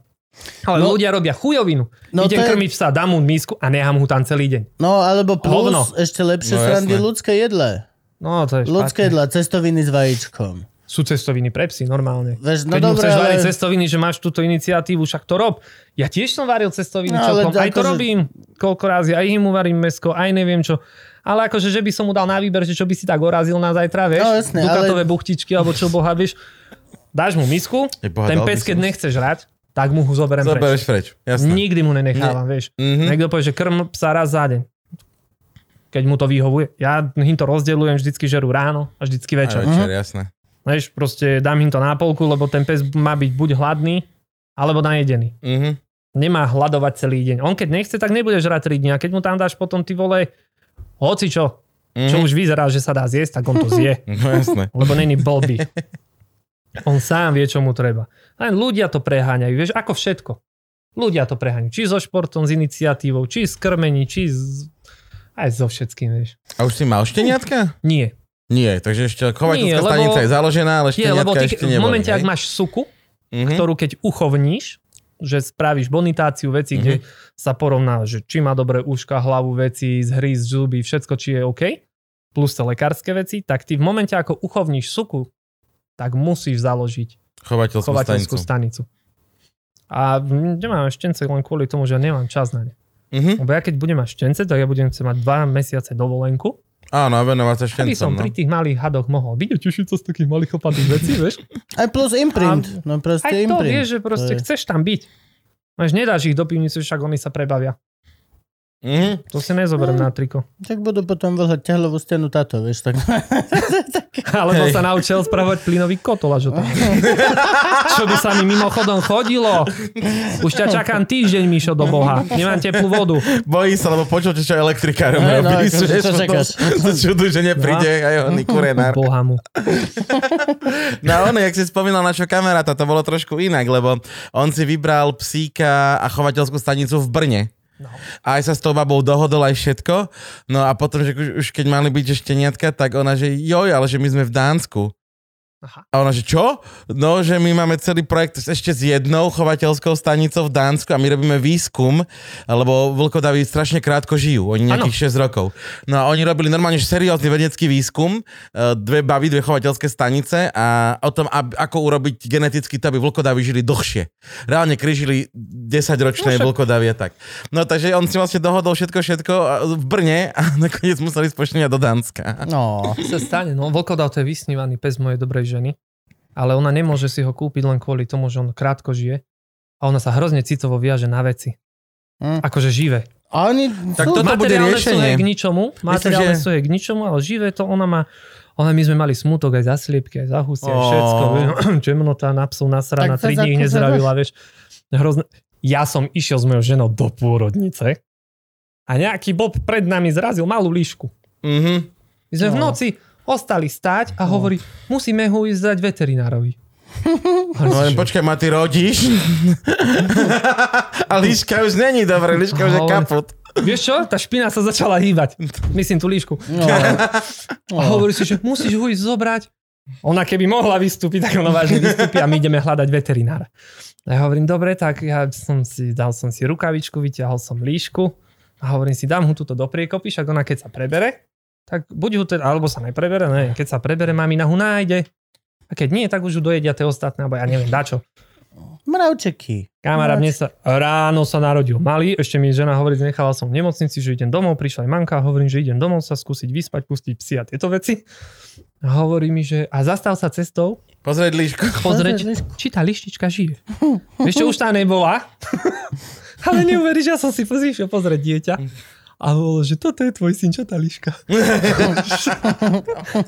Speaker 3: Ale
Speaker 1: No-
Speaker 3: no, ľudia robia chujovinu.
Speaker 1: No
Speaker 3: No
Speaker 1: to
Speaker 3: Idem
Speaker 1: je-
Speaker 3: krmiť psa, dám mu mísku a nechám ho tam celý deň.
Speaker 1: No alebo plus,
Speaker 3: Hovno.
Speaker 1: ešte lepšie
Speaker 2: No,
Speaker 1: srandy
Speaker 2: jasné.
Speaker 1: ľudské jedle.
Speaker 3: No to je
Speaker 1: Ľudské
Speaker 3: špatné.
Speaker 1: jedla, cestoviny s vajíčkom.
Speaker 3: Sú cestoviny pre psy, normálne.
Speaker 1: Vieš, no
Speaker 3: Keď mu
Speaker 1: dobre,
Speaker 3: chceš variť
Speaker 1: ale-
Speaker 3: cestoviny, že máš túto iniciatívu, však to rob. Ja tiež som varil cestoviny
Speaker 1: No,
Speaker 3: no,
Speaker 1: ale
Speaker 3: celkom, aj to
Speaker 1: akože-
Speaker 3: robím koľko razy, aj im uvarím mesko, aj neviem čo. Ale akože, že by som mu dal na výber, že čo by si tak orazil na zajtra, vieš,
Speaker 1: No, jasné,
Speaker 3: dukatové ale... buchtičky alebo čo boha, vieš. Dáš mu misku,
Speaker 2: Je boha,
Speaker 3: ten
Speaker 2: dal by
Speaker 3: pes,
Speaker 2: som
Speaker 3: keď
Speaker 2: si.
Speaker 3: nechceš rať, tak mu ho zoberiem preč.
Speaker 2: Zoberieš preč, jasné.
Speaker 3: Nikdy mu nenechávam, vieš.
Speaker 2: Mhm.
Speaker 3: Niekto povie, že krm psa raz za deň. Keď mu to vyhovuje. Ja im to rozdeľujem, vždycky žeru ráno a vždycky
Speaker 2: Aj
Speaker 3: večer.
Speaker 2: Večer, jasné.
Speaker 3: Vieš, proste dám im to na polku, lebo ten pes má byť buď hladný, alebo najedený.
Speaker 2: Mhm.
Speaker 3: Nemá hľadovať celý deň. On keď nechce, tak nebude žrať 3 dní. A keď mu tam dáš potom ty vole hoci čo, čo
Speaker 2: Mhm.
Speaker 3: už vyzerá, že sa dá zjesť, tak on to zje.
Speaker 2: No jasné.
Speaker 3: Lebo není blbý. On sám vie, čo mu treba. Len ľudia to preháňajú, vieš, ako všetko. Ľudia to preháňajú. Či so športom, s iniciatívou, či z krmení, či z... aj so všetkým, vieš.
Speaker 2: A už si mal šteniatka?
Speaker 3: Nie.
Speaker 2: Nie, takže ešte
Speaker 3: Nie,
Speaker 2: chovateľská
Speaker 3: lebo-
Speaker 2: stanica je založená, ale
Speaker 3: Je,
Speaker 2: šteniatka
Speaker 3: lebo ty,
Speaker 2: ešte
Speaker 3: v
Speaker 2: neboli.
Speaker 3: momente, ak
Speaker 2: hej?
Speaker 3: máš suku,
Speaker 2: Mhm.
Speaker 3: ktorú keď uchovníš, že spravíš bonitáciu veci, kde sa porovná, že či má dobré uška, hlavu veci, zhryz, zuby, všetko, či je OK, plus tie lekárske veci, tak ty v momente, ako uchovníš suku, tak musíš založiť
Speaker 2: Chovateľskú
Speaker 3: chovateľskú
Speaker 2: stanicu.
Speaker 3: stanicu. A nemám štence len kvôli tomu, že nemám čas na ne.
Speaker 2: Mhm.
Speaker 3: Lebo ja keď budem mať štence, tak ja budem chcieť mať 2 mesiace dovolenku,
Speaker 2: Áno, a venovať sa
Speaker 3: aby
Speaker 2: štencom.
Speaker 3: som
Speaker 2: No.
Speaker 3: pri tých malých hadoch mohol vidieť ušico z takých malých chlpatých vecí, vieš?
Speaker 1: Aj plus imprint.
Speaker 3: A-
Speaker 1: No proste
Speaker 3: Aj to
Speaker 1: imprint.
Speaker 3: vieš, že
Speaker 1: To
Speaker 3: proste
Speaker 1: je-
Speaker 3: chceš tam byť. Máš, nedáš ich do pivnice, však oni sa prebavia.
Speaker 2: Mhm.
Speaker 3: To si nezoberiem na triko.
Speaker 1: Tak budú potom vlhať ťahlovú stenu táto, vieš. Tak...
Speaker 3: Alebo sa naučil spravovať plynový kotol až tam. Čo by sa mi mimochodom chodilo. Už ťa čakám týždeň, Mišo, do Boha. Nemám teplú vodu.
Speaker 2: Bojí sa, lebo počul, čo čo elektrikárom
Speaker 1: Hej, no,
Speaker 2: robí.
Speaker 1: akože
Speaker 2: vieš,
Speaker 1: čo
Speaker 2: potom
Speaker 1: čakáš?
Speaker 2: Sa čudu, že nepríde aj oný kurenár.
Speaker 3: Boha mu.
Speaker 2: No a on, jak si spomínal našho kamaráta, to bolo trošku inak, lebo on si vybral psíka a chovateľskú stanicu v Brne.
Speaker 3: No.
Speaker 2: A aj sa s tou babou dohodol aj všetko. No a potom, že už, už keď mali byť že šteniatka, tak ona, že joj, ale že my sme v Dánsku.
Speaker 3: Aha.
Speaker 2: A ona, že čo? No, že my máme celý projekt ešte s jednou chovateľskou stanicou v Dánsku a my robíme výskum, lebo vlkodaví strašne krátko žijú, oni nejakých 6 rokov. No a oni robili normálne že seriózny vedecký výskum, eh, dve baby, dve chovateľské stanice a o tom, ab- ako urobiť geneticky to, aby vlkodaví žili dlhšie. Reálne kryžili 10-ročné no, vlkodavy a tak. No takže on si vlastne dohodol všetko, všetko eh, v Brne a nakoniec museli spočňať do Dánska.
Speaker 1: No.
Speaker 3: Čo sa stane? No, Vlkodav to je vysnívaný pes mojej dobrej ženy. Ale ona nemôže si ho kúpiť len kvôli tomu, že on krátko žije. A ona sa hrozne citovo viaže na veci.
Speaker 1: Mm.
Speaker 3: Akože živé.
Speaker 1: A oni...
Speaker 2: Tak
Speaker 1: sú-
Speaker 2: toto bude
Speaker 3: Materiálne sú
Speaker 2: riešenie.
Speaker 3: jej k ničomu, materiálne
Speaker 2: že-
Speaker 3: sú jej k ničomu, ale živé to ona má... A Ale my sme mali smutok aj za sliepky, aj za husy, aj
Speaker 2: Ó.
Speaker 3: všetko. vieš. Čemnota na psov nasrana,
Speaker 1: Tak sa
Speaker 3: tri dní
Speaker 1: zakúsa,
Speaker 3: ich nezdravila, vieš. Hrozné. Ja som išiel s mojou ženou do pôrodnice a nejaký bob pred nami zrazil malú líšku.
Speaker 2: Mhm.
Speaker 3: My sme v
Speaker 1: No.
Speaker 3: noci ostali stáť a hovorí, musíme ho ísť dať veterinárovi. A
Speaker 2: No len
Speaker 3: že-
Speaker 2: počkaj, ma ty rodíš. a líška už není dobré, líška už je
Speaker 3: Ale-
Speaker 2: kaput.
Speaker 3: Vieš čo? Tá špina sa začala hýbať. Myslím tú líšku.
Speaker 1: No.
Speaker 3: A hovorí si, že musíš ho ísť zobrať. No. Ona keby mohla vystúpiť, tak ona vážne vystúpi a my ideme hľadať veterinára. A ja hovorím, dobre, tak ja som si, dal som si rukavičku, vyťahol som líšku a hovorím si, dám ho túto do priekopy, však ona keď sa prebere, tak buď ho teda, alebo sa neprebere, neviem, keď sa prebere, mamina ho nájde. A keď nie, tak už ju dojedia tie ostatné, alebo ja neviem, dačo.
Speaker 1: Mravčeky.
Speaker 3: Kamarát, mne sa ráno sa narodil malý, ešte mi žena hovorí, že nechala som v nemocnici, že idem domov, prišla aj manka, hovorím, že idem domov sa skúsiť vyspať, pustiť psi a tieto veci. A hovorí mi, že a zastav sa cestou,
Speaker 2: Pozrieť líšku.
Speaker 1: Pozrieť
Speaker 3: pozrieť,
Speaker 1: lišku.
Speaker 3: či tá lištička žije. Vieš čo, už tá nebola. Ale neuveríš, ja som si pozrieš pozrieť dieťa. A bolo, že toto je tvoj syn, čo tá liška.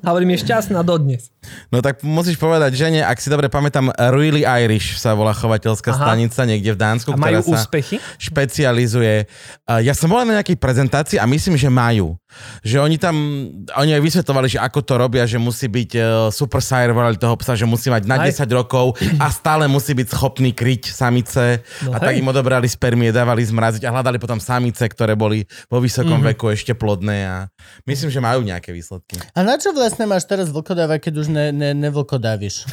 Speaker 3: A hovorím, je šťastná dodnes.
Speaker 2: No tak musíš povedať žene, ak si dobre pamätám, Really Irish sa volá chovateľská
Speaker 3: Aha.
Speaker 2: stanica niekde v Dánsku,
Speaker 3: A
Speaker 2: ktorá
Speaker 3: majú
Speaker 2: sa
Speaker 3: úspechy.
Speaker 2: špecializuje. Uh, Ja som bol aj na nejakej prezentácii a myslím, že majú. Že oni tam, oni aj vysvetovali, že ako to robia, že musí byť uh, super survival toho psa, že musí mať na
Speaker 3: Aj.
Speaker 2: 10 rokov a stále musí byť schopný kryť samice.
Speaker 3: No
Speaker 2: a tak
Speaker 3: hej.
Speaker 2: im odobrali spermie, dávali zmraziť a hľadali potom samice, ktoré boli vo
Speaker 3: Mhm.
Speaker 2: vysokom veku ešte plodné a myslím, že majú nejaké výsledky.
Speaker 1: A na čo vlastne máš teraz vlkodáva, keď už ne, ne, nevlkodáviš?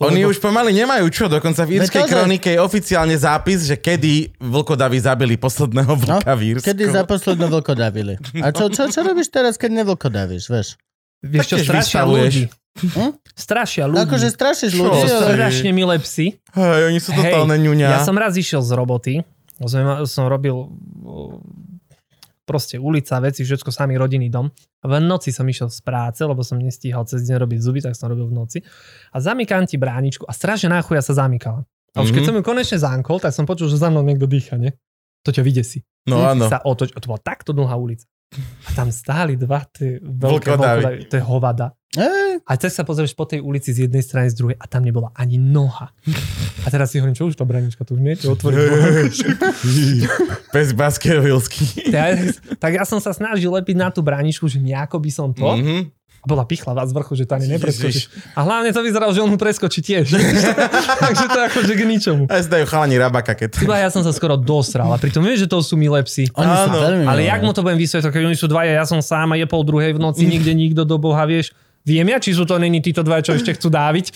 Speaker 2: Oni už pomaly nemajú čo, dokonca v
Speaker 1: Veď
Speaker 2: írskej
Speaker 1: naozaj-
Speaker 2: kronike je oficiálne zápis, že kedy vlkodavy zabili
Speaker 3: No,
Speaker 2: posledného vlka v Írsku.
Speaker 1: Kedy za poslednú vlkodávili? A čo, čo, čo robíš teraz, keď nevlkodáviš, vieš?
Speaker 3: Vieš čo,
Speaker 2: Taktiež
Speaker 3: strašia
Speaker 2: vystavuješ.
Speaker 3: ľudí.
Speaker 1: Hm?
Speaker 3: Strašia ľudí.
Speaker 1: Akože strašíš
Speaker 2: Čo?
Speaker 1: ľudí,
Speaker 3: Sú
Speaker 2: Strašne.
Speaker 1: ale...
Speaker 3: strašne milé psy.
Speaker 2: Hej, oni sú
Speaker 3: Hej,
Speaker 2: totálne ňuňa.
Speaker 3: Ja som raz išiel z roboty, som, som robil uh, proste ulica, veci, všetko, samý rodinný dom. V noci som išiel z práce, lebo som nestíhal cez deň robiť zuby, tak som robil v noci. A zamykám ti bráničku a strašne náchuja sa zamykala. A už keď
Speaker 2: Mhm.
Speaker 3: som ju konečne zankol, tak som počul, že za mnou niekto dýcha, ne? To ťa vydesí.
Speaker 2: No áno.
Speaker 3: Sa otoč... To bola takto dlhá ulica. A tam stáli dva tie veľké
Speaker 2: Vlkodavy.
Speaker 3: vlkodavy. To je hovada.
Speaker 1: Ej,
Speaker 3: A teraz sa pozrieš po tej ulici z jednej strany, z druhej a tam nebola ani noha. A teraz si hovorím, čo už tá branička tu už niečo otvorí.
Speaker 2: Pes Baskervilský.
Speaker 3: tak, tak ja som sa snažil lepiť na tú braničku, že nejako by som to.
Speaker 2: Mhm.
Speaker 3: A bola pichlava z vrchu, že tá ani
Speaker 2: Ježiš.
Speaker 3: nepreskočí. A hlavne to vyzeralo, že on mu preskočí tiež. Takže to je akože k ničomu.
Speaker 2: A zdajú chalani rabaka, keď...
Speaker 3: Iba ja som sa skoro dosral a pritom vieš, že to sú milé psy.
Speaker 1: Oni sa
Speaker 2: Áno,
Speaker 1: veľmi
Speaker 3: Ale
Speaker 1: milujú.
Speaker 3: jak mu to budem vysvetľovať, keď oni sú dvaja, ja som sám a je pol druhej v noci, nikde nikto do boha, vieš. Viem ja, či sú to není títo dvaja, čo ešte chcú dáviť.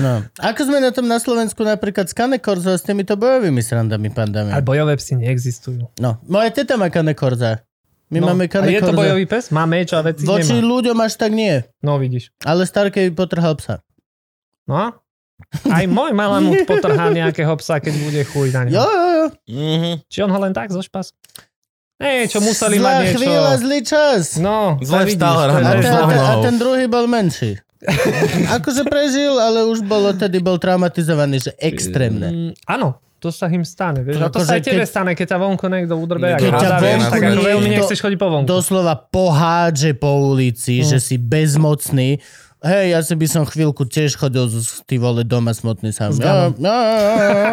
Speaker 1: No. Ako sme na tom na Slovensku napríklad s Kanekorzou s týmito bojovými srandami pandami?
Speaker 3: Ale bojové psy neexistujú.
Speaker 1: No, moja teta má Kanekorza. My no, máme
Speaker 3: a je to
Speaker 1: Kanekorza.
Speaker 3: bojový pes? Má meč a veci
Speaker 1: Voči
Speaker 3: nemá.
Speaker 1: ľuďom až tak nie.
Speaker 3: No vidíš.
Speaker 1: Ale Starkej potrhal psa.
Speaker 3: No. Aj môj malamut potrhá nejakého psa, keď bude chuj na ňom.
Speaker 1: Jo, jo, jo.
Speaker 2: Mhm.
Speaker 3: Či on ho len tak zo špas? Niečo, museli
Speaker 1: Zlá
Speaker 3: mať niečo.
Speaker 1: chvíľa, zlý čas.
Speaker 3: No,
Speaker 2: Zle
Speaker 3: tak vidíš,
Speaker 2: vstal
Speaker 3: to je
Speaker 2: ráno.
Speaker 1: A, te,
Speaker 3: lepšie.
Speaker 1: a, te, a
Speaker 2: Zlomnou.
Speaker 1: ten druhý bol menší. Akože prežil, ale už bol tedy bol traumatizovaný, že extrémne.
Speaker 3: Mm, áno, to sa im stane. Vieš? A to
Speaker 1: Akože
Speaker 3: sa aj tebe
Speaker 1: keď-
Speaker 3: stane, keď ťa vonku niekto
Speaker 2: Keď
Speaker 3: udrbe. Keď
Speaker 2: ťa
Speaker 3: ťa vieš,
Speaker 2: vonku
Speaker 3: tak ako veľmi
Speaker 1: niekto-
Speaker 3: nechceš chodiť po vonku.
Speaker 1: Doslova pohádže po
Speaker 3: No.
Speaker 1: ulici, že si bezmocný. Hej, ja si by som chvíľku tiež chodil z ty vole doma smutný sám.
Speaker 3: S
Speaker 1: Ja,
Speaker 3: gamom.
Speaker 1: ja, ja, ja.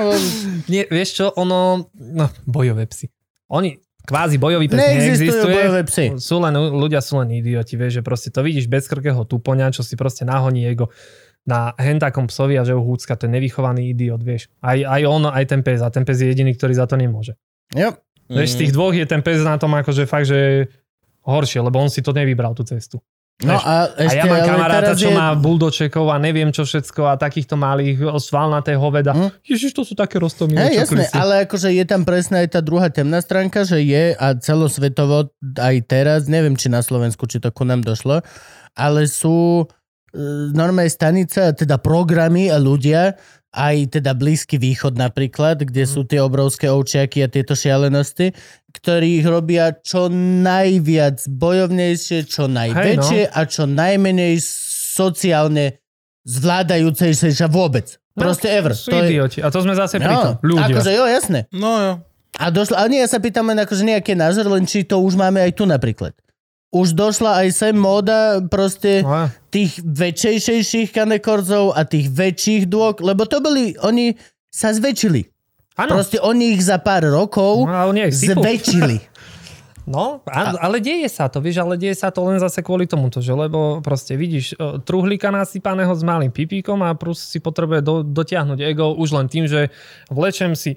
Speaker 3: Nie, vieš čo, ono... No, bojové psy. Oni kvázi bojový pes
Speaker 1: Neexistujú
Speaker 3: neexistuje.
Speaker 1: bojové psy.
Speaker 3: Sú len, ľudia sú len idioti, vieš, že proste to vidíš bezkrkého tupoňa, čo si proste nahoní jego na hentakom psovi a že ho húcka, to je nevychovaný idiot, vieš. Aj, aj on, aj ten pes. A ten pes je jediný, ktorý za to nemôže.
Speaker 1: Jo.
Speaker 3: Mm. Vieš, z tých dvoch je ten pes na tom akože fakt, že horšie, lebo on si to nevybral, tú cestu.
Speaker 1: No eh,
Speaker 3: Vieš,
Speaker 1: a
Speaker 3: A
Speaker 1: ešte,
Speaker 3: ja mám
Speaker 1: ale
Speaker 3: kamaráta,
Speaker 1: teraz
Speaker 3: čo
Speaker 1: je...
Speaker 3: má buldočekov a neviem čo všetko a takýchto malých svalnaté hoveda.
Speaker 1: Hm?
Speaker 3: Mm. Ježiš, to sú také roztomilé
Speaker 1: Hej, jasné,
Speaker 3: čoklici.
Speaker 1: ale akože je tam presne aj tá druhá temná stránka, že je a celosvetovo aj teraz, neviem či na Slovensku, či to ku nám došlo, ale sú e, normálne stanice, teda programy a ľudia, aj teda Blízky východ napríklad, kde sú tie obrovské ovčiaky a tieto šialenosti, ktorí ich robia čo najviac bojovnejšie, čo najväčšie a čo najmenej sociálne zvládajúcej sa vôbec. Proste ever.
Speaker 3: No, Sú
Speaker 1: To je-
Speaker 3: idioti. A to sme zase pri tom. Ľudia.
Speaker 1: Akože jo, jasné.
Speaker 2: No jo.
Speaker 1: A došlo, ale nie, ja sa pýtam len akože nejaký názor, len či to už máme aj tu napríklad. už došla aj sem móda proste
Speaker 3: Á.
Speaker 1: tých väčšejších kanekorzov a tých väčších dôk, lebo to boli, oni sa zväčšili.
Speaker 3: Áno.
Speaker 1: Proste oni ich za pár rokov
Speaker 3: No, ale oni aj sypú.
Speaker 1: zväčšili.
Speaker 3: No, a, ale deje sa to, vieš, ale deje sa to len zase kvôli tomuto, že lebo proste vidíš e, truhlíka nasypaného s malým pipíkom a plus si potrebuje do, dotiahnuť ego už len tým, že vlečem si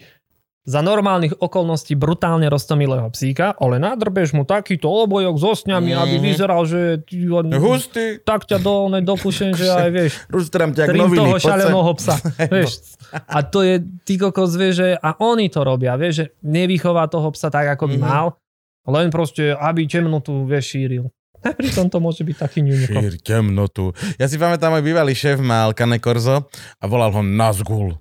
Speaker 3: za normálnych okolností brutálne roztomilého psíka, ale nadrbeš mu takýto obojok so sňami, aby vyzeral, že ty, on,
Speaker 2: Hustý,
Speaker 3: tak ťa do onej dopušen, že aj vieš,
Speaker 2: rústram ťa k
Speaker 3: Trim
Speaker 2: noviny.
Speaker 3: toho
Speaker 2: poď sa- no.
Speaker 3: šaleného psa. Vieš. A to je, ty kokos vie, že a oni to robia, vieš, že nevychová toho psa tak, ako by
Speaker 2: Mhm.
Speaker 3: mal, len proste, aby temnotu, vieš, šíril. A pritom to môže byť taký ňuňuko.
Speaker 2: Šír temnotu. Ja si pamätám, môj bývalý šéf mal Kane Korzo a volal ho Nazgul.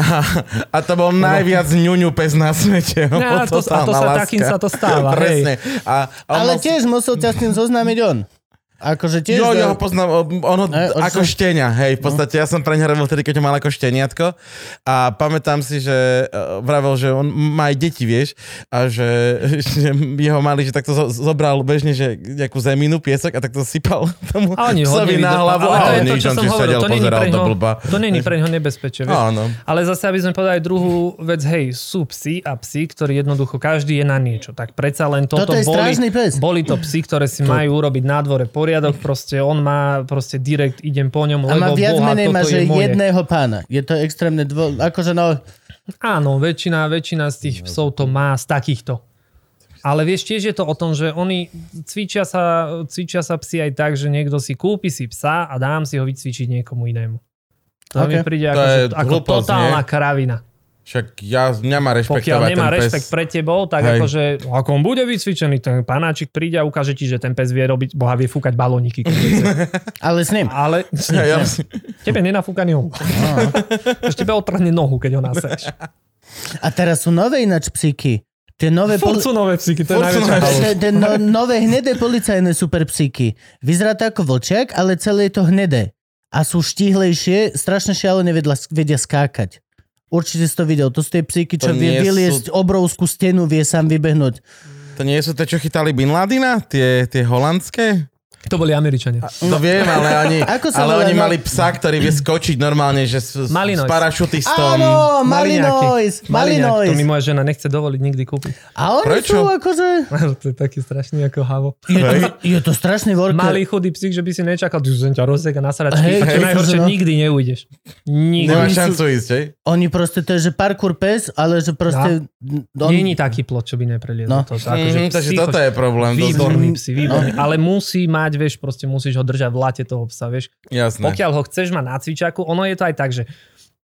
Speaker 2: a, a to bol najviac ňuňu pes na svete.
Speaker 3: No, a to- a to sa- takým sa to stáva, hej.
Speaker 2: Presne. A, a on
Speaker 1: Ale
Speaker 2: mal-
Speaker 1: tiež musel ťa s tým zoznámiť on. Akože tiež...
Speaker 2: Jo, ja ho poznám, o- on ho
Speaker 1: Ne,
Speaker 2: e,
Speaker 1: on sa-
Speaker 2: ako štenia, hej, v
Speaker 3: No.
Speaker 2: podstate, ja som pre ňa robil vtedy, keď ho mal ako šteniatko a pamätám si, že e, vravel, že on má aj deti, vieš, a že, že jeho mali, že takto zo- zobral bežne, že nejakú zeminu, piesok a takto sypal tomu
Speaker 3: A oni ho
Speaker 2: psovi na
Speaker 3: nevidel-
Speaker 2: hlavu
Speaker 3: ale
Speaker 2: a
Speaker 3: to je
Speaker 2: on
Speaker 3: to,
Speaker 2: nič,
Speaker 3: čo
Speaker 2: on
Speaker 3: som
Speaker 2: si
Speaker 3: hovoril,
Speaker 2: sedel,
Speaker 3: to není
Speaker 2: pozeral
Speaker 3: pre
Speaker 2: do
Speaker 3: ňo-
Speaker 2: blba.
Speaker 3: To není pre ňoho nebezpečie, vieš.
Speaker 2: Áno.
Speaker 3: Ale zase, aby sme povedali druhú vec, hej, sú psi a psi, ktorí jednoducho, každý je na niečo. Tak predsa len toto,
Speaker 1: Toto je
Speaker 3: boli,
Speaker 1: strašný pes.
Speaker 3: boli to psi, ktoré si majú urobiť na dvore poriadok, proste on má, proste direkt idem po
Speaker 1: A
Speaker 3: ňom, lebo
Speaker 1: má viac
Speaker 3: boha,
Speaker 1: menej
Speaker 3: toto
Speaker 1: má,
Speaker 3: je
Speaker 1: že
Speaker 3: moje.
Speaker 1: jedného pána. Je to extrémne dvo... Akože no...
Speaker 3: Áno, väčšina, väčšina z tých psov to má z takýchto. Ale vieš, tiež je to o tom, že oni cvičia sa, cvičia sa psi aj tak, že niekto si kúpi si psa a dám si ho vycvičiť niekomu inému. To mi
Speaker 1: Ok.
Speaker 3: príde
Speaker 2: To
Speaker 3: ako,
Speaker 2: je
Speaker 3: že- ako
Speaker 2: hlúposť,
Speaker 3: totálna
Speaker 2: nie?
Speaker 3: kravina.
Speaker 2: Však ja, mňa má
Speaker 3: Pokiaľ
Speaker 2: rešpektovať
Speaker 3: nemá
Speaker 2: ten pes.
Speaker 3: rešpekt pre tebou, tak
Speaker 2: Hej.
Speaker 3: akože, ako on bude vycvičený, ten panáčik príde a ukáže ti, že ten pes vie robiť, boha vie fúkať balóniky. keď chce.
Speaker 1: Ale s ním.
Speaker 3: Ale
Speaker 2: Ja, ja,
Speaker 3: tebe nenafúka ni on. Ešte tebe otrhne nohu, keď ho nasáš.
Speaker 1: A teraz sú nové ináč psíky. Tie nové...
Speaker 3: Furt
Speaker 1: Poli...
Speaker 3: sú nové psíky, to je
Speaker 2: Furt sú
Speaker 3: najväčšia
Speaker 2: nové
Speaker 3: halus.
Speaker 1: Tie, tie no, nové hnedé policajné super psíky. Vyzerá to ako vlčiak, ale celé je to hnedé. A sú štihlejšie, strašne šialené vedla, vedia skákať. Určite si to videl. To sú tie psíky, čo
Speaker 2: To nie
Speaker 1: vie
Speaker 2: sú-
Speaker 1: vyliesť obrovskú stenu, vie sám vybehnúť.
Speaker 2: to nie sú tie, čo chytali Bin Ladina? Tie, tie holandské?
Speaker 3: To boli Američania.
Speaker 2: To No viem, ale oni,
Speaker 1: Ako sa
Speaker 2: ale
Speaker 1: volá,
Speaker 2: oni
Speaker 1: no?
Speaker 2: mali psa, ktorý vie skočiť normálne, že s, s, s
Speaker 3: Malinois.
Speaker 2: parašutistom.
Speaker 1: Áno, Malinois,
Speaker 3: Maliniaky. Maliniak, To
Speaker 1: Malinois.
Speaker 3: mi moja žena nechce dovoliť nikdy kúpiť.
Speaker 1: A oni
Speaker 2: Prečo?
Speaker 1: sú akože...
Speaker 3: to je taký strašný ako havo.
Speaker 1: Je to, je to strašný worker.
Speaker 3: Malý chudý psík, že by si nečakal, že som ťa rozsek a nasrať.
Speaker 1: Hej,
Speaker 3: Čo
Speaker 1: hej,
Speaker 3: najhoršie,
Speaker 1: no.
Speaker 3: nikdy neujdeš.
Speaker 2: Nemá
Speaker 3: Nikdy.
Speaker 1: Oni sú-
Speaker 2: šancu ísť, hej?
Speaker 1: Oni proste, to je, že parkour pes, ale že proste... No.
Speaker 3: Není taký plot, čo by nepreliezol.
Speaker 1: No. Mhm.
Speaker 3: To, akože
Speaker 2: Mhm, takže
Speaker 3: psícho-
Speaker 2: toto je problém. to-
Speaker 3: Výborný psi, výborný. Ale musí mať, vieš, proste musíš ho držať v late toho psa, vieš.
Speaker 2: Jasné.
Speaker 3: Pokiaľ ho chceš mať na cvičaku, ono je to aj tak, že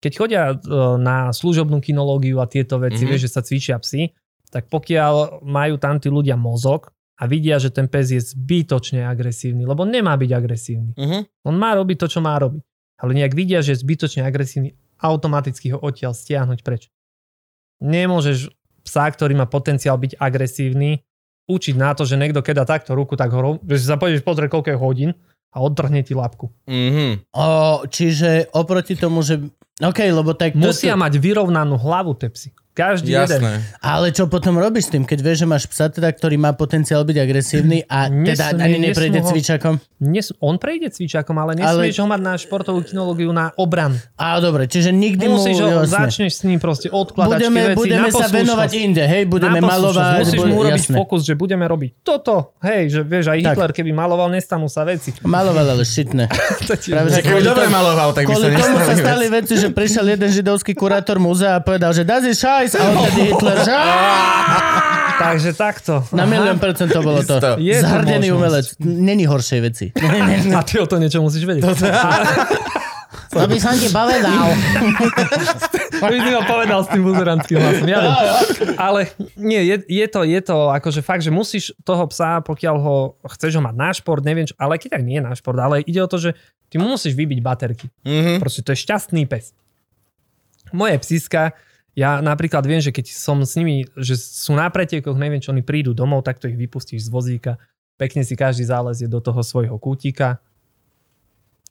Speaker 3: keď chodia e, na služobnú kinológiu a tieto veci,
Speaker 2: Mhm.
Speaker 3: vieš, že sa cvičia psi, tak pokiaľ majú tam tí ľudia mozog a vidia, že ten pes je zbytočne agresívny, lebo nemá byť agresívny.
Speaker 2: Mhm.
Speaker 3: On má robiť to, čo má robiť. Ale nejak vidia, že je zbytočne agresívny, automaticky ho odtiaľ stiahnuť preč. Nemôžeš psa, ktorý má potenciál byť agresívny, učiť na to, že niekto keď dá takto ruku, tak ho ro- že sa pôjdeš pozrieť koľko je hodín a odtrhne ti labku.
Speaker 2: Mhm.
Speaker 1: O, čiže oproti tomu, že... OK, lebo tak... to-
Speaker 3: Musia mať vyrovnanú hlavu tie psy. Každý jeden.
Speaker 2: Jasné.
Speaker 1: Ale čo potom robíš s tým, keď vieš, že máš psa, teda, ktorý má potenciál byť agresívny a
Speaker 3: Nesmie-
Speaker 1: teda ani neprejde
Speaker 3: nesmú ho-
Speaker 1: cvičakom?
Speaker 3: Nes- on prejde cvičakom, ale nesmieš ale... ho mať na športovú kinológiu na obran.
Speaker 1: Á, dobre, čiže nikdy mu...
Speaker 3: Musíš ho,
Speaker 1: jasne.
Speaker 3: začneš s ním proste odkladať
Speaker 1: budeme,
Speaker 3: veci
Speaker 1: budeme
Speaker 3: na
Speaker 1: sa
Speaker 3: poslušnosť.
Speaker 1: venovať inde, hej, budeme
Speaker 3: Na poslušnosť.
Speaker 1: malovať.
Speaker 3: Musíš
Speaker 1: bu-
Speaker 3: mu urobiť
Speaker 1: jasné.
Speaker 3: fokus, že budeme robiť toto. Hej, že vieš, aj Hitler, keby maloval, nestanú sa veci.
Speaker 1: Maloval, ale šitné.
Speaker 3: To ti-
Speaker 1: Práve, že
Speaker 2: Keby
Speaker 1: kvôli
Speaker 2: dobre
Speaker 1: tomu-
Speaker 2: maloval, tak by sa
Speaker 1: Kvôli tomu sa
Speaker 2: nestali.
Speaker 1: stali veci, že prišiel jeden židovský kurátor múzea a povedal, že das ist scheiß, a odtedy Hitler, že
Speaker 3: Takže takto.
Speaker 1: Na milión percent to bolo to.
Speaker 2: Isto.
Speaker 3: Je to
Speaker 1: Zhrdený
Speaker 3: možnosť.
Speaker 1: umelec. Není horšej veci.
Speaker 3: A ty o to niečo musíš vedieť.
Speaker 1: To by som ti povedal.
Speaker 3: To by si ho povedal s tým buzerantským hlasom. Ja viem. Ale nie, je, je, to, je to akože fakt, že musíš toho psa, pokiaľ ho chceš ho mať na šport, neviem čo, ale keď aj nie na šport, ale ide o to, že ty mu musíš vybiť baterky.
Speaker 2: Mhm.
Speaker 3: Proste to je šťastný pes. Moje psiska, ja napríklad viem, že keď som s nimi, že sú na pretekoch, neviem čo, oni prídu domov, tak to ich vypustíš z vozíka, pekne si každý zálezie do toho svojho kútika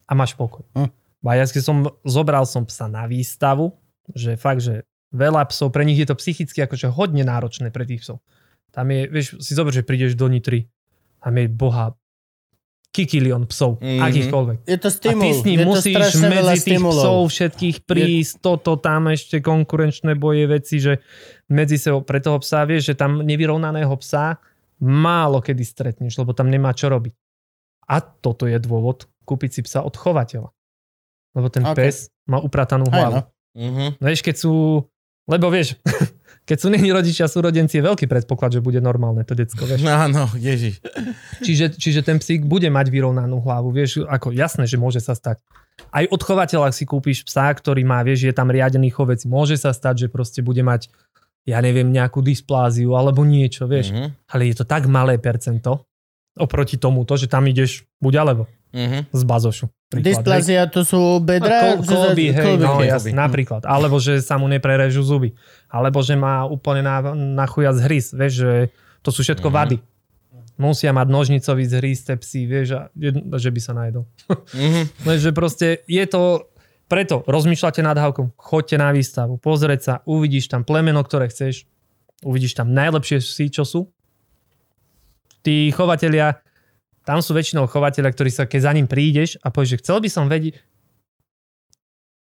Speaker 3: a máš pokoj.
Speaker 1: Hm.
Speaker 3: A ja keď som, zobral som psa na výstavu, že fakt, že veľa psov, pre nich je to psychicky akože hodne náročné pre tých psov. Tam je, vieš, si zober, že prídeš do Nitry, tam je boha kikilion psov,
Speaker 2: Mhm.
Speaker 3: mm-hmm. akýchkoľvek.
Speaker 1: Je to
Speaker 3: A ty
Speaker 1: stimul.
Speaker 3: s ním
Speaker 1: je to
Speaker 3: musíš
Speaker 1: strašne veľa
Speaker 3: medzi tých
Speaker 1: stimulov.
Speaker 3: psov všetkých prísť, je... toto tam ešte konkurenčné boje veci, že medzi sebou pre toho psa vieš, že tam nevyrovnaného psa málo kedy stretneš, lebo tam nemá čo robiť. A toto je dôvod kúpiť si psa od chovateľa. Lebo ten
Speaker 1: Ok.
Speaker 3: okay. pes má upratanú
Speaker 1: Hej,
Speaker 3: hlavu.
Speaker 1: no.
Speaker 2: Mm-hmm.
Speaker 3: No vieš, keď sú... Lebo vieš, keď sú není rodičia, sú rodenci, je veľký predpoklad, že bude normálne to decko, vieš.
Speaker 2: No, Áno, ježiš.
Speaker 3: Čiže, čiže ten psík bude mať vyrovnanú hlavu, vieš, ako jasné, že môže sa stať. Aj od chovateľa si kúpiš psa, ktorý má, vieš, je tam riadený chovec, môže sa stať, že proste bude mať, ja neviem, nejakú dyspláziu alebo niečo, vieš.
Speaker 2: Mm-hmm.
Speaker 3: Ale je to tak malé percento oproti tomuto, že tam ideš buď alebo
Speaker 2: Mm-hmm.
Speaker 3: z bazošu. príklad, hej.
Speaker 1: Dysplazia to sú bedra.
Speaker 3: Kol- kolby,
Speaker 1: že-
Speaker 3: hej,
Speaker 1: kolby,
Speaker 3: no,
Speaker 1: hej.
Speaker 2: Kolby.
Speaker 3: jasne, napríklad. Alebo že sa mu neprerežú zuby. Alebo že má úplne na, na chuja zhryz. Vieš, že to sú všetko
Speaker 2: Mhm.
Speaker 3: vady. Musia mať nožnicový zhryz, te psy, vieš, a jedno, že by sa najedol.
Speaker 2: Mm-hmm.
Speaker 3: Vieš, že proste je to... Preto rozmýšľate nad hávkom, choďte na výstavu, pozrieť sa, uvidíš tam plemeno, ktoré chceš, uvidíš tam najlepšie psy, čo sú. Tí chovatelia, tam sú väčšinou chovatelia, ktorí sa, keď za ním prídeš a povieš, že chcel by som vedieť,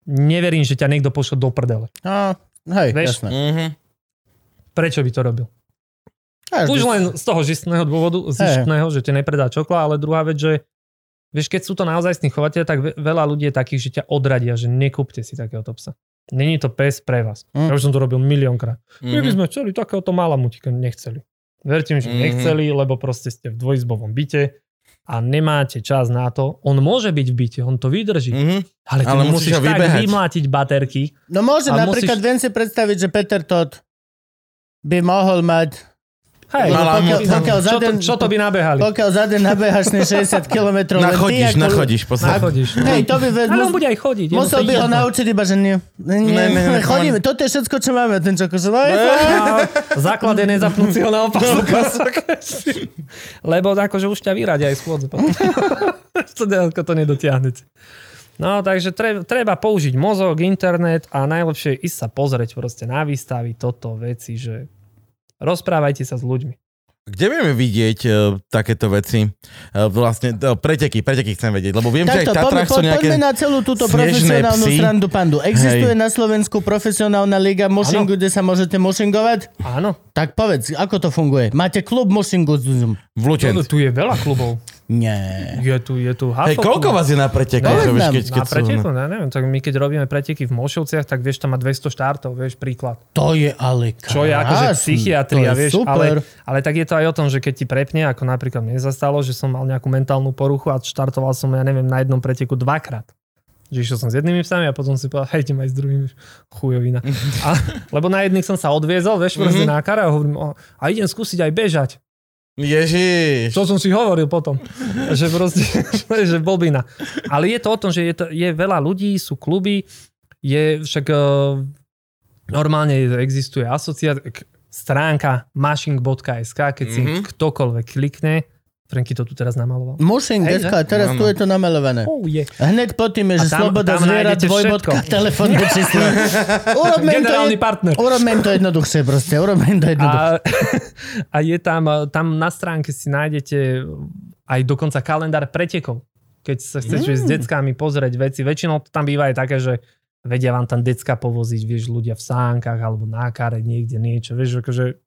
Speaker 3: neverím, že ťa niekto pošlo do prdele.
Speaker 1: No, hej,
Speaker 3: Vieš,
Speaker 1: jasné.
Speaker 2: Mm-hmm.
Speaker 3: Prečo by to robil?
Speaker 1: Každý
Speaker 3: Už
Speaker 1: si-
Speaker 3: len z toho žistného dôvodu, zištného, že ti nepredá čokla, ale druhá vec, že vieš, keď sú to naozaj chovateľe, tak ve- veľa ľudí je takých, že ťa odradia, že nekúpte si takéhoto psa. Není to pes pre vás.
Speaker 1: Mm.
Speaker 3: Ja už som to robil miliónkrát. My by
Speaker 2: Mm-hmm.
Speaker 3: sme chceli takéhoto malamutika, nechceli. Verte mi, že
Speaker 2: Mhm.
Speaker 3: nechceli, lebo proste ste v dvojizbovom byte a nemáte čas na to. On môže byť v byte, on to vydrží,
Speaker 2: Mm-hmm.
Speaker 3: ale ty
Speaker 2: Ale
Speaker 3: mu
Speaker 2: musíš
Speaker 3: musíš,
Speaker 2: ho
Speaker 3: tak
Speaker 2: vybehať.
Speaker 3: vymlátiť baterky.
Speaker 1: No môže,
Speaker 3: A
Speaker 1: napríklad
Speaker 3: musíš-
Speaker 1: viem si predstaviť, že Peter Todd by mohol mať,
Speaker 3: Hej,
Speaker 1: Lebo
Speaker 3: no
Speaker 2: Malamutka.
Speaker 1: pokiaľ, pokiaľ, za
Speaker 3: čo, to,
Speaker 1: deň,
Speaker 3: čo to by nabehali?
Speaker 1: pokiaľ za deň nabehaš ne 60 km,
Speaker 2: Nachodíš,
Speaker 1: ty ako-
Speaker 2: nachodíš, pozor.
Speaker 3: Nachodíš.
Speaker 1: Hej, to by ve,
Speaker 3: Ale on bude aj chodiť. jemu
Speaker 1: musel
Speaker 3: to je
Speaker 1: by ho
Speaker 3: jedno.
Speaker 1: naučiť iba, že nie. Nie,
Speaker 2: Ne, ne, ne,
Speaker 1: chodíme, toto je všetko, čo máme, ten čo no, je to-
Speaker 3: A základ je nezapnúť si ho na opasok. Lebo akože už ťa vyradia aj schôdze. potom. to, ne- ako to nedotiahnete. No, takže tre- treba použiť mozog, internet a najlepšie je ísť sa pozrieť proste na výstavy, toto, veci, že rozprávajte sa s ľuďmi.
Speaker 2: Kde vieme vidieť e, takéto veci? E, vlastne e, preteky, preteky chcem vedieť, lebo viem, že aj
Speaker 1: Takto,
Speaker 2: v Tatrách sú
Speaker 1: poďme,
Speaker 2: nejaké...
Speaker 1: poďme na celú túto
Speaker 2: snežné
Speaker 1: profesionálnu
Speaker 2: psy.
Speaker 1: srandu pandu. Existuje
Speaker 2: Hej.
Speaker 1: na Slovensku profesionálna liga mushingu, kde sa môžete mushingovať?
Speaker 3: Áno,
Speaker 1: Tak povedz, ako to funguje? Máte klub mushingu?
Speaker 2: V
Speaker 3: tu,
Speaker 2: Lučenci.
Speaker 3: tu je veľa klubov.
Speaker 1: Nie.
Speaker 3: Je tu, je tu
Speaker 2: Hej,
Speaker 3: hafo
Speaker 2: koľko
Speaker 3: klub.
Speaker 2: vás je na pretekoch?
Speaker 1: Neviem.
Speaker 2: že vieš, keď, keď
Speaker 3: Na
Speaker 2: sú-
Speaker 3: preteku, no, ja neviem, tak my keď robíme preteky v Mošovciach, tak vieš, tam má 200 štartov, vieš, príklad.
Speaker 1: To je ale krásne.
Speaker 3: Čo je akože psychiatria,
Speaker 1: to je
Speaker 3: vieš,
Speaker 1: super.
Speaker 3: ale, ale tak je to aj o tom, že keď ti prepne, ako napríklad mne sa stalo, že som mal nejakú mentálnu poruchu a štartoval som, ja neviem, na jednom preteku dvakrát. Že išiel som s jednými psami a potom si povedal, hej, idem aj s druhými, chujovina. A, lebo na jedných som sa odviezol,
Speaker 1: Mhm.
Speaker 3: vieš, proste na kara a hovorím, o, a idem skúsiť aj bežať.
Speaker 2: Ježiš.
Speaker 3: To som si hovoril potom, že proste, že blbina. Ale je to o tom, že je, to, je veľa ľudí, sú kluby, je však e, normálne existuje asociácia, stránka mashing.sk, keď si
Speaker 2: Mhm.
Speaker 3: mm-hmm. ktokoľvek klikne, Franky to tu teraz namaloval.
Speaker 1: Mushing,
Speaker 3: Hej,
Speaker 1: deska, teraz tu
Speaker 2: Áno.
Speaker 1: je to namalované.
Speaker 3: Oh, je.
Speaker 1: Hneď pod tým je, že
Speaker 3: A tam-
Speaker 1: sloboda
Speaker 3: tam
Speaker 1: zviera,
Speaker 3: nájdete
Speaker 1: dvojbodka,
Speaker 3: všetko.
Speaker 1: telefónne číslo. Urobme im to,
Speaker 3: Generálny
Speaker 1: jed-
Speaker 3: partner.
Speaker 1: urobme im to jednoduchšie proste, urobme im to jednoduchšie.
Speaker 3: A, a je tam, e, tam na stránke si nájdete aj dokonca kalendár pretekov. Keď sa chceš mm. s deckami pozrieť veci, väčšinou to tam býva aj také, že vedia vám tam decka povoziť, vieš, ľudia v sánkach alebo na kare niekde niečo, vieš, akože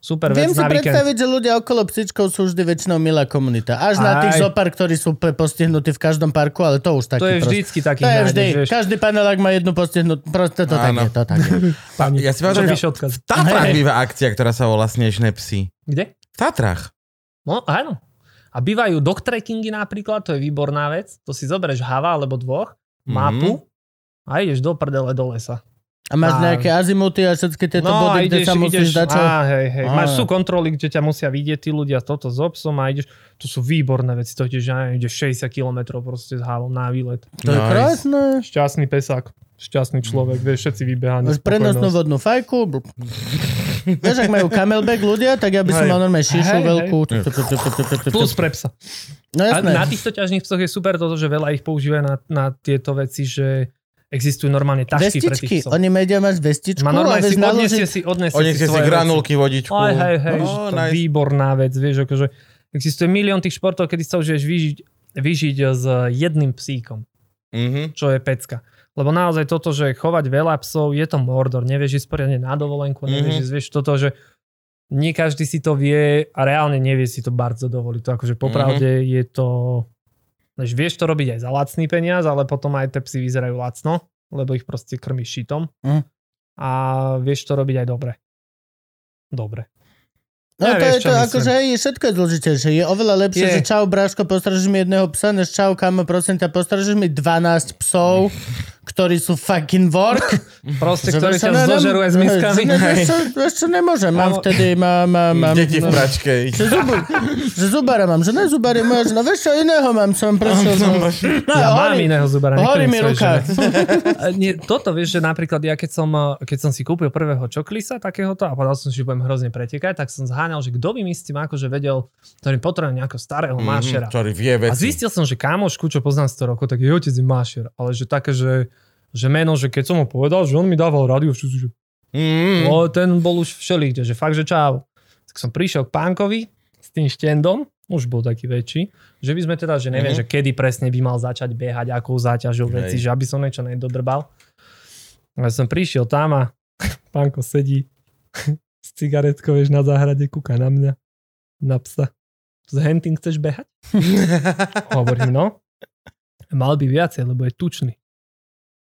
Speaker 3: super
Speaker 1: Viem
Speaker 3: vec
Speaker 1: si
Speaker 3: na víkend.
Speaker 1: predstaviť, že ľudia okolo psičkov sú vždy väčšinou milá komunita. Až na
Speaker 3: Aj.
Speaker 1: tých zopár, ktorí sú pe- postihnutí v každom parku, ale to už taký
Speaker 3: To je
Speaker 1: proste.
Speaker 3: vždycky taký
Speaker 1: To je
Speaker 3: nájdeš,
Speaker 1: vždy.
Speaker 3: vieš,
Speaker 1: Každý panelák má jednu postihnutú. Proste to tak
Speaker 2: Áno.
Speaker 1: je, to tak je.
Speaker 3: pani,
Speaker 2: Ja si
Speaker 3: čo
Speaker 2: pamätám, že
Speaker 3: píše odkaz.
Speaker 2: v Tatrách
Speaker 1: Hej.
Speaker 2: býva akcia, ktorá sa volá Snežné psy.
Speaker 3: Kde?
Speaker 2: V Tatrách.
Speaker 3: No, áno. A bývajú doctrekkingy napríklad, to je výborná vec. To si zoberieš hava alebo dvoch, mapu
Speaker 2: Mhm.
Speaker 3: a ideš do prdele do lesa.
Speaker 1: A máš
Speaker 3: A-
Speaker 1: nejaké azimuty a všetky tieto
Speaker 3: a
Speaker 1: body, kde sa musíš dať čo...
Speaker 3: No, Á, hej, hej.
Speaker 1: Á.
Speaker 3: Máš sú kontroly, kde ťa musia vidieť tí ľudia toto s obsom a ideš, to sú výborné veci, to ideš, ja neviem, ideš 60 km proste s hálom na výlet.
Speaker 1: To je krásne.
Speaker 3: Šťastný pesák, šťastný človek, vieš, všetci vybehaní.
Speaker 1: Máš prenosnú vodnú fajku. bl- Vieš, ak majú camelback ľudia, tak ja by som
Speaker 2: Hej.
Speaker 1: mal normálne šíšu
Speaker 3: Hej, hej.
Speaker 1: veľkú.
Speaker 3: Plus pre psa.
Speaker 1: No
Speaker 3: A
Speaker 1: jasné.
Speaker 3: na týchto ťažných psoch je super toto, že veľa ich používa na, na tieto veci, že existujú normálne tašky pre tých
Speaker 1: Vestičky.
Speaker 3: psov.
Speaker 1: Oni media máš vestičku
Speaker 3: Má
Speaker 1: a
Speaker 3: normálne si,
Speaker 1: vieš naložiť...
Speaker 3: odneste si, odneste
Speaker 2: Oni
Speaker 3: si
Speaker 2: si
Speaker 3: svoje veci.
Speaker 2: granulky, vodičku.
Speaker 3: Aj, hej, hej, že
Speaker 2: No,
Speaker 3: to
Speaker 2: nice.
Speaker 3: výborná vec, vieš, akože Existuje milión tých športov, kedy sa už vieš vyžiť, vyžiť s jedným psíkom,
Speaker 2: Mhm.
Speaker 3: čo je pecka. Lebo naozaj toto, že chovať veľa psov, je to mordor. Nevieš ísť poriadne na dovolenku, nevieš
Speaker 2: Mhm.
Speaker 3: ísť, vieš toto, že nie každý si to vie a reálne nevie si to bardzo dovoliť. To akože
Speaker 2: Mhm.
Speaker 3: popravde je to... Vieš, vieš to robiť aj za lacný peniaz, ale potom aj tie psy vyzerajú lacno, lebo ich proste krmíš šitom.
Speaker 1: Mhm.
Speaker 3: A vieš to robiť aj dobre. Dobre.
Speaker 1: No to je
Speaker 3: Nevieš, čo
Speaker 1: to,
Speaker 3: myslím.
Speaker 1: akože hej, je všetko je zložitejšie. Je oveľa lepšie,
Speaker 3: Je.
Speaker 1: že čau bráško, postražíš mi jedného psa, než čau kamo, prosím ťa, postražíš mi 12 psov, ktorí sú fucking work.
Speaker 3: Proste,
Speaker 1: Že
Speaker 3: ktorý
Speaker 1: vieš čo,
Speaker 3: ťa
Speaker 1: ne- ne-
Speaker 3: zožerú aj s
Speaker 1: hej,
Speaker 3: miskami.
Speaker 1: že ne- Vieš čo, vieš čo, nemôžem, mám
Speaker 3: Áno.
Speaker 1: vtedy, mám, mám, mám.
Speaker 2: Deti v pračke.
Speaker 1: Že, zubu, že zubára mám, že ne zubár je moja žena, vieš čo iného mám, čo mám prosil. No,
Speaker 3: Ja mám
Speaker 1: horí-
Speaker 3: iného zubára.
Speaker 1: Horí
Speaker 3: nechcem
Speaker 1: mi
Speaker 3: svojej
Speaker 1: ruka.
Speaker 3: žene. A Nie, toto vieš, že napríklad ja keď som, eh, keď som si kúpil prvého čoklisa takéhoto a povedal som si, že budem hrozne pretekať, tak som zháňal, že kto by mi s tým akože vedel, ktorý potrebuje nejakého starého
Speaker 2: Mhm,
Speaker 3: mášera.
Speaker 2: Ktorý vie
Speaker 3: A
Speaker 2: veci.
Speaker 3: zistil som, že kamošku, čo poznám 100 rokov, tak jej otec je mášer, ale že také, že že meno, že keď som mu povedal, že on mi dával rádiu, všetci, že
Speaker 2: Mhm.
Speaker 3: no, ten bol už všelikde, že fakt, že čau. Tak som prišiel k pánkovi s tým štendom, už bol taký väčší, že by sme teda, že
Speaker 2: Mhm.
Speaker 3: neviem, že kedy presne by mal začať behať, akou záťažou
Speaker 2: Hej.
Speaker 3: veci, že aby som niečo nedodrbal. A som prišiel tam a pánko sedí s cigaretkou, vieš, na záhrade, kúka na mňa, na psa. S hentým chceš behať?
Speaker 2: Mhm.
Speaker 3: Hovorím, no. Mal by viacej, lebo je tučný.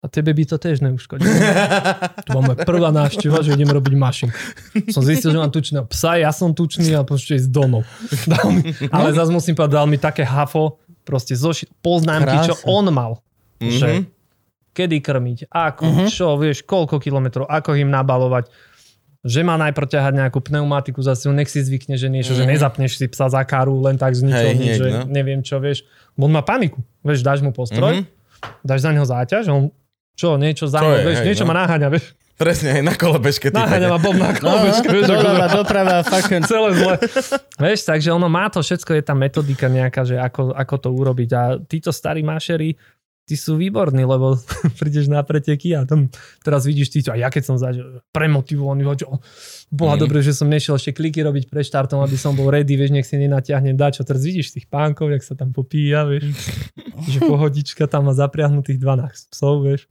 Speaker 3: A tebe by to tiež neuškodilo. To bola moja prvá návšteva, že idem robiť mašin. Som zistil, že mám tučného psa, ja som tučný a proste ísť domov. Dal mi, ale
Speaker 2: No.
Speaker 3: zase musím povedať, dal mi také hafo, proste zoši, poznámky, čo
Speaker 1: Krása.
Speaker 3: on mal.
Speaker 2: Mhm.
Speaker 3: Že kedy krmiť, ako,
Speaker 1: Mhm.
Speaker 3: čo, vieš, koľko kilometrov, ako im nabalovať, že má najprv ťahať nejakú pneumatiku za sebou, nech si zvykne, že niečo, že
Speaker 2: Mhm.
Speaker 3: nezapneš si psa za karu len tak z ničoho,
Speaker 2: Hej, hneď,
Speaker 3: nič, že
Speaker 2: no.
Speaker 3: neviem čo, vieš. On má paniku, vieš, dáš mu
Speaker 2: Mhm.
Speaker 3: postroj, dáš za neho záťaž, on čo, niečo za
Speaker 2: Čo
Speaker 3: mnou,
Speaker 2: je,
Speaker 3: vieš,
Speaker 2: hej,
Speaker 3: niečo
Speaker 2: no.
Speaker 3: ma naháňa, vieš.
Speaker 2: Presne, aj na kolobežke. ty
Speaker 3: Naháňa ma Bob na
Speaker 1: No,
Speaker 3: kolobečke, vieš, ako
Speaker 1: Doprava, doprava, fucking.
Speaker 3: celé zle. Vieš, takže ono má to všetko, je tá metodika nejaká, že ako, ako to urobiť a títo starí mašery, tí sú výborní, lebo prídeš na preteky a tam teraz vidíš tí, a ja keď som zažil premotivovaný, že oh, boha
Speaker 2: Mhm.
Speaker 3: dobre, že som nešiel ešte kliky robiť pre štartom, aby som bol ready, vieš, nech si nenatiahnem dačo. Teraz vidíš tých pánkov, jak sa tam popíja, vieš, že pohodička tam má zapriahnutých 12 psov, vieš.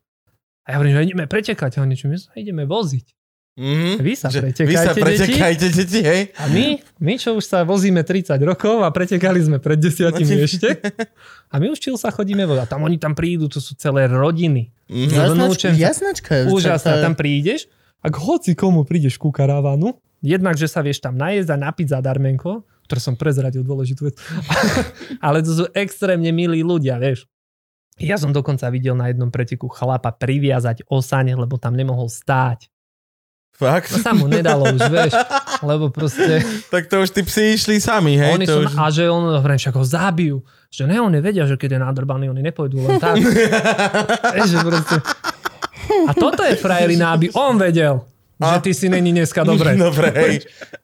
Speaker 3: A ja hovorím, že ideme pretekať, a oni, čo my sa ideme voziť.
Speaker 2: Mhm.
Speaker 3: Vy sa
Speaker 2: Že
Speaker 3: pretekajte,
Speaker 2: Vy sa
Speaker 3: deti.
Speaker 2: pretekajte, deti, hej.
Speaker 3: A my, my čo už sa vozíme 30 rokov a pretekali sme pred desiatimi
Speaker 2: No, ty-
Speaker 3: ešte. A my už čil sa chodíme voda. Tam oni tam prídu, to sú celé rodiny.
Speaker 2: Mhm.
Speaker 1: Jasnačka,
Speaker 3: Zhodnúčem sa.
Speaker 1: jasnačka. je, že to
Speaker 3: Úžasné,
Speaker 1: je-
Speaker 3: tam prídeš a k hoci komu prídeš ku karavanu, jednak, že sa vieš tam najesť a napiť za darmenko, ktoré som prezradil dôležitú vec, ale to sú extrémne milí ľudia, vieš. Ja som dokonca videl na jednom preteku chlapa priviazať osaň, lebo tam nemohol stáť.
Speaker 2: Fakt.
Speaker 3: No sa mu nedalo už, vieš, lebo proste...
Speaker 2: Tak to už tí psi išli sami, hej.
Speaker 3: Hej, oni
Speaker 2: to
Speaker 3: sú,
Speaker 2: už...
Speaker 3: už... A že on, hovorím, však ho zabijú. Že ne, oni vedia, že keď je nadrbaný, oni nepôjdu len tak. Vieš, že proste... A toto je frajerina, aby on vedel, a? že
Speaker 2: A?
Speaker 3: ty si není dneska dobre. No.
Speaker 2: Dobre, hej.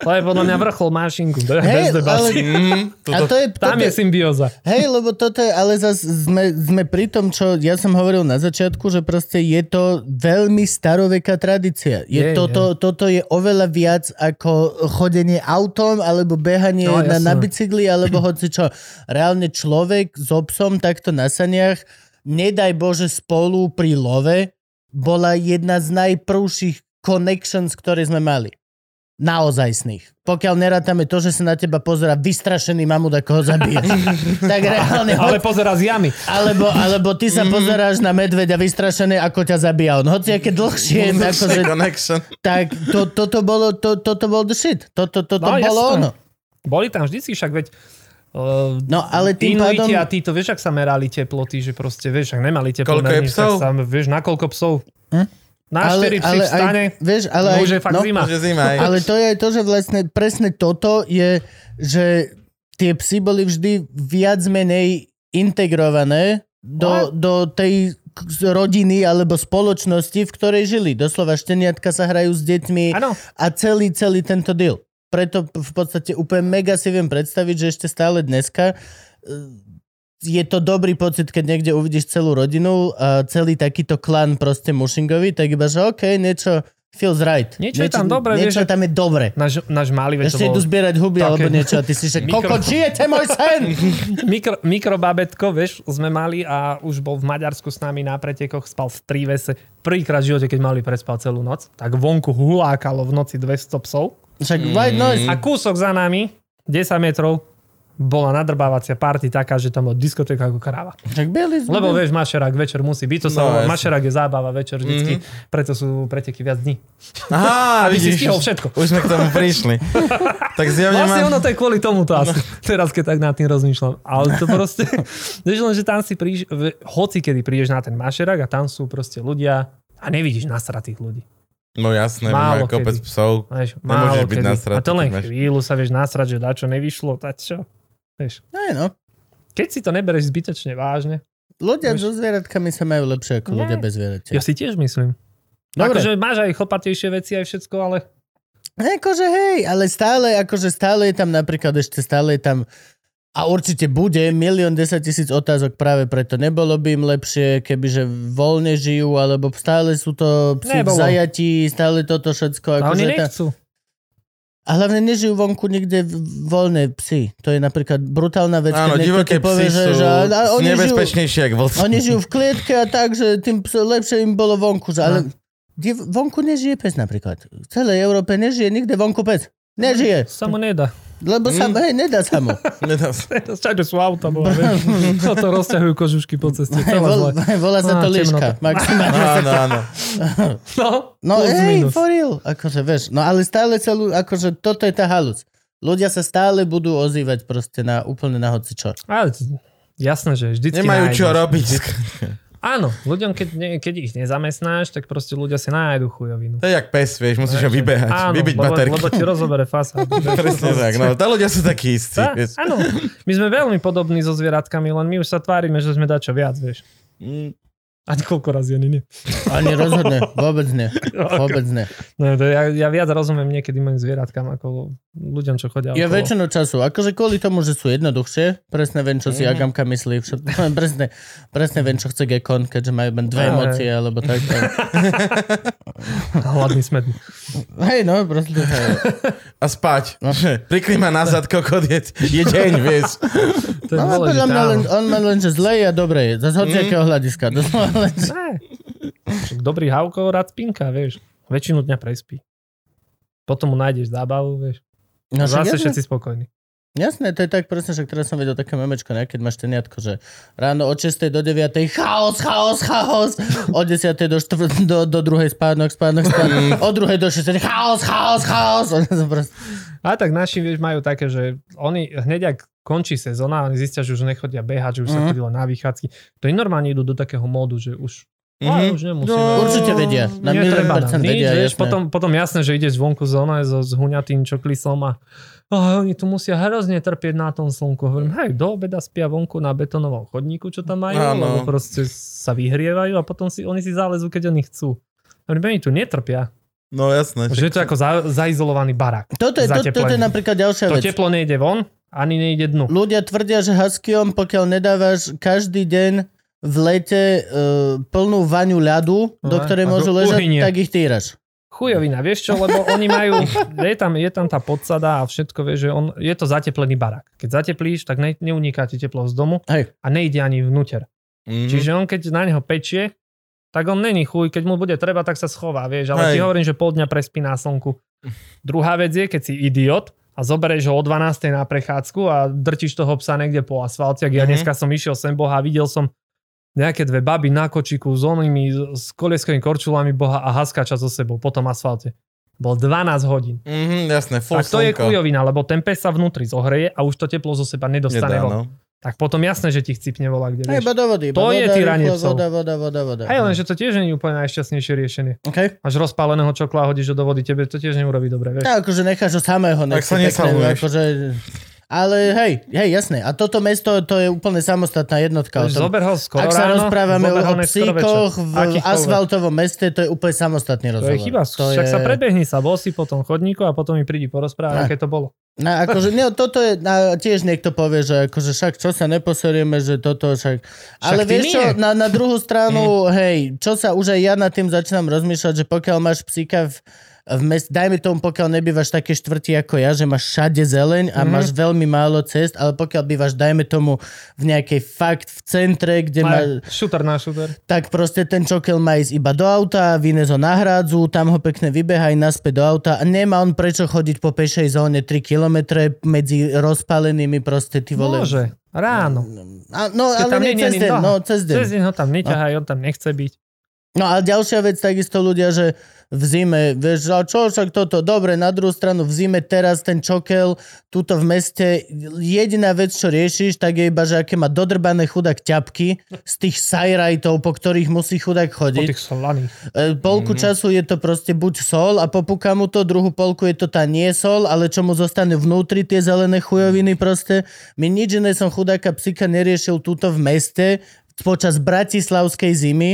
Speaker 3: To je podľa mňa vrchol mášinku.
Speaker 1: Hej,
Speaker 3: Hey, bez debaty.
Speaker 1: ale-
Speaker 2: Mhm.
Speaker 1: A
Speaker 2: Toto...
Speaker 1: to je,
Speaker 3: Tam
Speaker 1: toto-
Speaker 3: je symbióza.
Speaker 1: Hej, lebo toto je, ale zase sme, sme pri tom, čo ja som hovoril na začiatku, že proste je to veľmi staroveká tradícia. Je,
Speaker 3: Je,
Speaker 1: toto, toto je oveľa viac ako chodenie autom, alebo behanie
Speaker 3: No,
Speaker 1: no, na,
Speaker 3: jasné.
Speaker 1: na bicykli, alebo hoci čo. Reálne človek s obsom takto na saniach, nedaj Bože spolu pri love, bola jedna z najprvších connections, ktoré sme mali. Naozajstných. Pokiaľ nerátame to, že sa na teba pozera vystrašený mamut, ako ho zabije. tak reálne,
Speaker 3: Ale Mhm. pozera z jamy.
Speaker 1: alebo, alebo ty sa pozeráš na medveďa vystrašené, ako ťa zabíja on. Hoci aké dlhšie, akože,
Speaker 2: Connection.
Speaker 1: tak to, toto bolo, to, toto bol the shit. Toto, toto
Speaker 3: No,
Speaker 1: bolo
Speaker 3: jasné.
Speaker 1: ono.
Speaker 3: Boli tam vždycky však, veď uh,
Speaker 1: No, ale tým
Speaker 3: Inuiti
Speaker 1: pádom-
Speaker 3: a títo, vieš, ak sa merali teploty, že proste, vieš, ak nemali teploty,
Speaker 2: Koľko je psov?
Speaker 3: Sa, vieš, na koľko psov? Na
Speaker 1: Ale,
Speaker 3: 4 psy
Speaker 1: ale
Speaker 3: v stane,
Speaker 1: aj, vieš, ale
Speaker 3: ale
Speaker 1: aj,
Speaker 3: už je fakt
Speaker 1: no,
Speaker 3: zima.
Speaker 2: Že zima, hej.
Speaker 1: Ale to je aj to, že vlastne presne toto je, že tie psy boli vždy viac menej integrované do,
Speaker 3: Ale-
Speaker 1: do tej k- z rodiny alebo spoločnosti, v ktorej žili. Doslova šteniatka sa hrajú s deťmi
Speaker 3: Áno.
Speaker 1: a celý, celý tento deal. Preto p- v podstate úplne mega si viem predstaviť, že ešte stále dneska e, je to dobrý pocit, keď niekde uvidíš celú rodinu a celý takýto klan proste mušingový, tak iba, že OK, niečo Feels right.
Speaker 3: Niečo je tam dobré, vieš,
Speaker 1: Niečo
Speaker 3: že-
Speaker 1: tam je dobre.
Speaker 3: Náš, náš malý, veď to
Speaker 1: Ešte
Speaker 3: bol
Speaker 1: idú zbierať huby
Speaker 3: také-
Speaker 1: alebo niečo a ty si však,
Speaker 3: Mikro-
Speaker 1: koľko žijete môj sen?
Speaker 3: mikro, mikrobabetko, vieš, sme mali a už bol v Maďarsku s nami na pretekoch, spal v trívese. Prvýkrát v živote, keď mali prespal celú noc, tak vonku hulákalo v noci 200 psov.
Speaker 1: Však
Speaker 3: Mm.
Speaker 1: white noise.
Speaker 2: Mm.
Speaker 3: A kúsok za nami, 10 metrov, bola nadrbávacia party taká, že tam bola diskotéka ako kráva.
Speaker 1: Však bieli sme.
Speaker 3: Lebo vieš, mašerák večer musí byť, to
Speaker 2: Mhm. No,
Speaker 3: sa no,
Speaker 2: jasne. Mhm.
Speaker 3: mašerák je zábava večer vždycky, mm-hmm. preto sú preteky viac dní.
Speaker 2: Aha,
Speaker 3: Aby si
Speaker 2: vidíš,
Speaker 3: stihol všetko.
Speaker 2: Už sme k tomu prišli. tak zjavne
Speaker 3: Vlastne ono
Speaker 2: mám...
Speaker 3: to je kvôli tomu to asi. Teraz keď tak nad tým rozmýšľam. Ale to proste, vieš len, že tam si príš, v, hoci kedy prídeš na ten mašerak a tam sú proste ľudia a nevidíš nasratých ľudí.
Speaker 2: No jasné, máme
Speaker 3: Málo
Speaker 2: kopec
Speaker 3: kedy.
Speaker 2: psov.
Speaker 3: Vieš,
Speaker 2: Nemôžeš
Speaker 3: málo
Speaker 2: byť
Speaker 3: kedy.
Speaker 2: nasratý,
Speaker 3: a to len
Speaker 2: keď máš-
Speaker 3: chvíľu sa vieš nasrať, že dačo nevyšlo, tak čo. Vieš.
Speaker 1: Aj no.
Speaker 3: Keď si to nebereš zbytočne vážne,
Speaker 1: Ľudia
Speaker 3: Vieš-
Speaker 1: so zvieratkami sa majú lepšie ako
Speaker 3: Nie.
Speaker 1: ľudia bez zvierat.
Speaker 3: ja si tiež myslím.
Speaker 1: Dobre.
Speaker 3: Akože máš aj chlpatejšie veci aj všetko, ale
Speaker 1: Akože hej, ale stále, akože stále je tam napríklad ešte stále je tam a určite bude milión desať tisíc otázok práve preto. Nebolo by im lepšie, kebyže voľne žijú, alebo stále sú to psi v
Speaker 3: Nebolo.
Speaker 1: zajatí, stále toto všetko.
Speaker 3: a
Speaker 1: Akože
Speaker 3: oni
Speaker 1: tá-
Speaker 3: nechcú.
Speaker 1: A hlavne nežijú vonku nikde v- voľné psy. To je napríklad brutálna vec.
Speaker 2: Áno,
Speaker 1: keď niekto ti
Speaker 2: divoké
Speaker 1: povie,
Speaker 2: psy
Speaker 1: že-
Speaker 2: sú
Speaker 1: že- a- a oni žijú,
Speaker 2: nebezpečnejšie ako vlci.
Speaker 1: oni žijú v klietke a tak, že tým pso, lepšie im bolo vonku. Že, ale
Speaker 3: No.
Speaker 1: kde, v- vonku nežije pes napríklad. V celej Európe nežije nikde vonku pes. Nežije.
Speaker 3: Sa mu nedá.
Speaker 1: Lebo sa,
Speaker 3: Mm.
Speaker 1: hej, nedá sa mu.
Speaker 2: Nedá sa.
Speaker 3: Čakujú sú auta, bola, vieš. Toto rozťahujú kožušky po ceste.
Speaker 1: Hej,
Speaker 3: celé
Speaker 1: vol,
Speaker 3: zle.
Speaker 1: hej, volá sa
Speaker 3: Á,
Speaker 1: to
Speaker 3: temnota.
Speaker 1: liška. Maximálne.
Speaker 2: Áno, áno.
Speaker 3: No,
Speaker 1: No
Speaker 3: plus
Speaker 1: hej,
Speaker 3: minus.
Speaker 1: for real. Akože, vieš, no ale stále celú, akože toto je tá halus. Ľudia sa stále budú ozývať proste na úplne na hoci čo.
Speaker 3: Ale t- jasné, že vždycky
Speaker 2: Nemajú čo
Speaker 3: nájdeš.
Speaker 2: robiť.
Speaker 3: Áno, ľuďom, keď, ne, keď ich nezamestnáš, tak proste ľudia si nájdu chujovinu.
Speaker 2: To je jak pes, vieš, musíš ho vybehať,
Speaker 3: Áno,
Speaker 2: vybiť
Speaker 3: lebo,
Speaker 2: baterky.
Speaker 3: lebo ti rozobere fasa.
Speaker 2: Presne tak, no, tá ľudia sú takí istí,
Speaker 3: Tá?
Speaker 2: vieš.
Speaker 3: Áno, my sme veľmi podobní so zvieratkami, len my už sa tvárime, že sme dačo viac, vieš.
Speaker 2: Mm,
Speaker 3: A koľko razy ani nie.
Speaker 1: Ani rozhodne, vôbec nie. Vôbec nie.
Speaker 3: No, to ja, ja viac rozumiem niekedy mojim zvieratkám ako ľuďom, čo chodia
Speaker 1: Ja
Speaker 3: okolo.
Speaker 1: väčšinu času, akože kvôli tomu, že sú jednoduchšie, presne viem, čo si
Speaker 2: Mhm.
Speaker 1: Agamka myslí, všetko, presne, presne viem, čo chce Gekon, keďže majú len dve
Speaker 3: Aj.
Speaker 1: emócie, alebo tak.
Speaker 3: Hladný smetný.
Speaker 1: Hej, no, proste. hej.
Speaker 2: A spať.
Speaker 1: No.
Speaker 2: Prikli ma nazad, kokot, je, je deň, vieš.
Speaker 3: To je
Speaker 1: No, ale podľa
Speaker 3: dôležité,
Speaker 1: mňa len,
Speaker 3: áno. Mhm.
Speaker 1: on má len, že zle je a dobre je, z hociakého hľadiska. doslova len, že-
Speaker 3: Ne. Však Dobrý hávko rád spinka, vieš. Väčšinu dňa prespí. Potom mu nájdeš zábavu, vieš.
Speaker 1: No, však
Speaker 3: Zase
Speaker 1: jasné,
Speaker 3: všetci spokojní.
Speaker 1: jasné, to je tak presne, že teraz som videl také memečko, ne, keď máš ten jatko, že ráno od 6. do 9. chaos, chaos, chaos, od 10. do, 4, do, do 2. spánok, spánok,
Speaker 3: Mhm.
Speaker 1: spánok, od 2. do 6. chaos, chaos, chaos. Proste-
Speaker 3: A tak naši, vieš, majú také, že oni hneď ak končí sezóna, oni zistia, že už nechodia behať, že už sa
Speaker 1: Mhm.
Speaker 3: chodí len na vychádzky. To je normálne idú do takého módu, že už,
Speaker 2: Mhm.
Speaker 3: mm už nemusíme.
Speaker 2: No,
Speaker 1: Určite vedia. Na milión
Speaker 3: Netreba nám
Speaker 1: percent
Speaker 3: nič,
Speaker 1: vedia,
Speaker 3: vieš,
Speaker 1: jasné.
Speaker 3: potom, potom jasné, že ideš zvonku z oné so zhuňatým čoklisom a oh, oni tu musia hrozne trpieť na tom slnku. Hovorím, hej, do obeda spia vonku na betonovom chodníku, čo tam majú,
Speaker 2: Áno.
Speaker 3: lebo proste sa vyhrievajú a potom si, oni si zálezú, keď oni chcú. Hovorím, oni tu netrpia.
Speaker 2: No jasné.
Speaker 3: Že je to ako za, zaizolovaný barák.
Speaker 1: Toto je, to, toto je
Speaker 3: Zateplený.
Speaker 1: napríklad ďalšia
Speaker 3: To
Speaker 1: vec.
Speaker 3: teplo nejde von, ani nejde dnu.
Speaker 1: Ľudia tvrdia, že huskyom, pokiaľ nedávaš každý deň v lete e, plnú vaňu ľadu, do
Speaker 3: Aha,
Speaker 1: ktorej
Speaker 3: a to
Speaker 1: môžu ležať,
Speaker 3: uhynie.
Speaker 1: tak ich týraš.
Speaker 3: Chujovina, vieš čo, lebo oni majú, je tam, je tam tá podsada a všetko, vieš, že on, je to zateplený barák. Keď zateplíš, tak ne, neuniká ti teplo z domu
Speaker 1: Hej.
Speaker 3: a nejde ani vnúter.
Speaker 2: Mhm.
Speaker 3: Čiže on keď na neho pečie, tak on není chuj, keď mu bude treba, tak sa schová, vieš, ale
Speaker 2: Hej.
Speaker 3: ti hovorím, že pol dňa prespí na slnku. Druhá vec je, keď si idiot a zoberieš ho o 12. na prechádzku a drtiš toho psa niekde po asfalte. Ak Ja
Speaker 2: Mhm.
Speaker 3: dneska som išiel sem boha a videl som nejaké dve baby na kočiku s onými, s kolieskovými korčulami boha a haskača so sebou po tom asfalte. Bol 12 hodín.
Speaker 2: Mhm, jasné, full
Speaker 3: Tak to je
Speaker 2: slnko.
Speaker 3: kujovina, lebo ten pes sa vnútri zohreje a už to teplo zo seba nedostane.
Speaker 2: Nedá,
Speaker 3: von.
Speaker 2: no.
Speaker 3: Tak potom jasné, že ti chcipne volá, kde
Speaker 1: Hej,
Speaker 3: vieš.
Speaker 1: iba do vody. iba
Speaker 3: To je
Speaker 1: voda,
Speaker 3: tyranie
Speaker 1: rýchlo,
Speaker 3: psov.
Speaker 1: Voda, voda, voda, voda.
Speaker 3: Hej, lenže to tiež nie je úplne najšťastnejšie riešenie.
Speaker 1: Okay.
Speaker 3: Až rozpáleného čokla hodíš do vody, tebe to tiež neurobí dobre, vieš.
Speaker 1: Ja, akože necháš ho samého. nech
Speaker 2: Tak sa
Speaker 1: si pekne,
Speaker 2: nesaluješ.
Speaker 1: Akože... Ale hej, hej, jasné. A toto mesto, to je úplne samostatná jednotka. o
Speaker 3: Takže
Speaker 1: tom.
Speaker 3: Zober ho skoro
Speaker 1: Ak sa
Speaker 3: ráno,
Speaker 1: rozprávame
Speaker 3: zober ho
Speaker 1: o
Speaker 3: neskoro
Speaker 1: psíkoch
Speaker 3: večer.
Speaker 1: v
Speaker 3: Akýchkoľvek.
Speaker 1: asfaltovom meste, to je úplne samostatný
Speaker 3: To
Speaker 1: rozhovor.
Speaker 3: je chyba, však sa predbehni sa bosy po tom chodníku a potom mi prídi
Speaker 1: Tak.
Speaker 3: porozprávať, aké to bolo.
Speaker 1: Na, akože, ne, toto je, na, tiež niekto povie, že akože však čo sa neposerieme, že toto však... Ale
Speaker 3: ty
Speaker 1: vieš čo,
Speaker 3: nie. Mm.
Speaker 1: na, na druhú stranu, hej, čo sa už aj ja nad tým začínam rozmýšľať, že pokiaľ máš psíka v, v meste, dajme tomu, pokiaľ nebývaš také štvrti ako ja, že máš všade zeleň
Speaker 3: Mhm.
Speaker 1: a máš veľmi málo cest, ale pokiaľ bývaš, dajme tomu, v nejakej fakt v centre, kde máš
Speaker 3: Šuter na šuter.
Speaker 1: tak proste ten čokel má ísť iba do auta, vynes ho na hrádzu, tam ho pekne vybehaj naspäť do auta a nemá on prečo chodiť po pešej zóne 3 km medzi rozpalenými proste ty vole.
Speaker 3: Môže. Ráno.
Speaker 1: A, no,
Speaker 3: Že
Speaker 1: ale
Speaker 3: tam
Speaker 1: nie,
Speaker 3: nie je
Speaker 1: cez
Speaker 3: ani
Speaker 1: deň,
Speaker 3: noha.
Speaker 1: no, cez deň.
Speaker 3: Cez deň ho tam neťahaj, on tam nechce byť.
Speaker 1: No a ďalšia vec, takisto ľudia, že v zime, vieš, a čo však toto, dobre, na druhú stranu v zime teraz ten čokel, tuto v meste, jediná vec, čo riešiš, tak je iba, že aké má dodrbané chudák ťapky z tých sajrajtov, po ktorých musí chudák
Speaker 3: Po
Speaker 1: chodiť.
Speaker 3: tých slaných.
Speaker 1: E, Polku
Speaker 3: Mhm.
Speaker 1: času je to proste buď sol a popúka mu to, druhú polku je to tá nie sol, ale čo mu zostane vnútri tie zelené chujoviny proste. My nič iné som chudáka psika neriešil túto v meste počas bratislavskej zimy.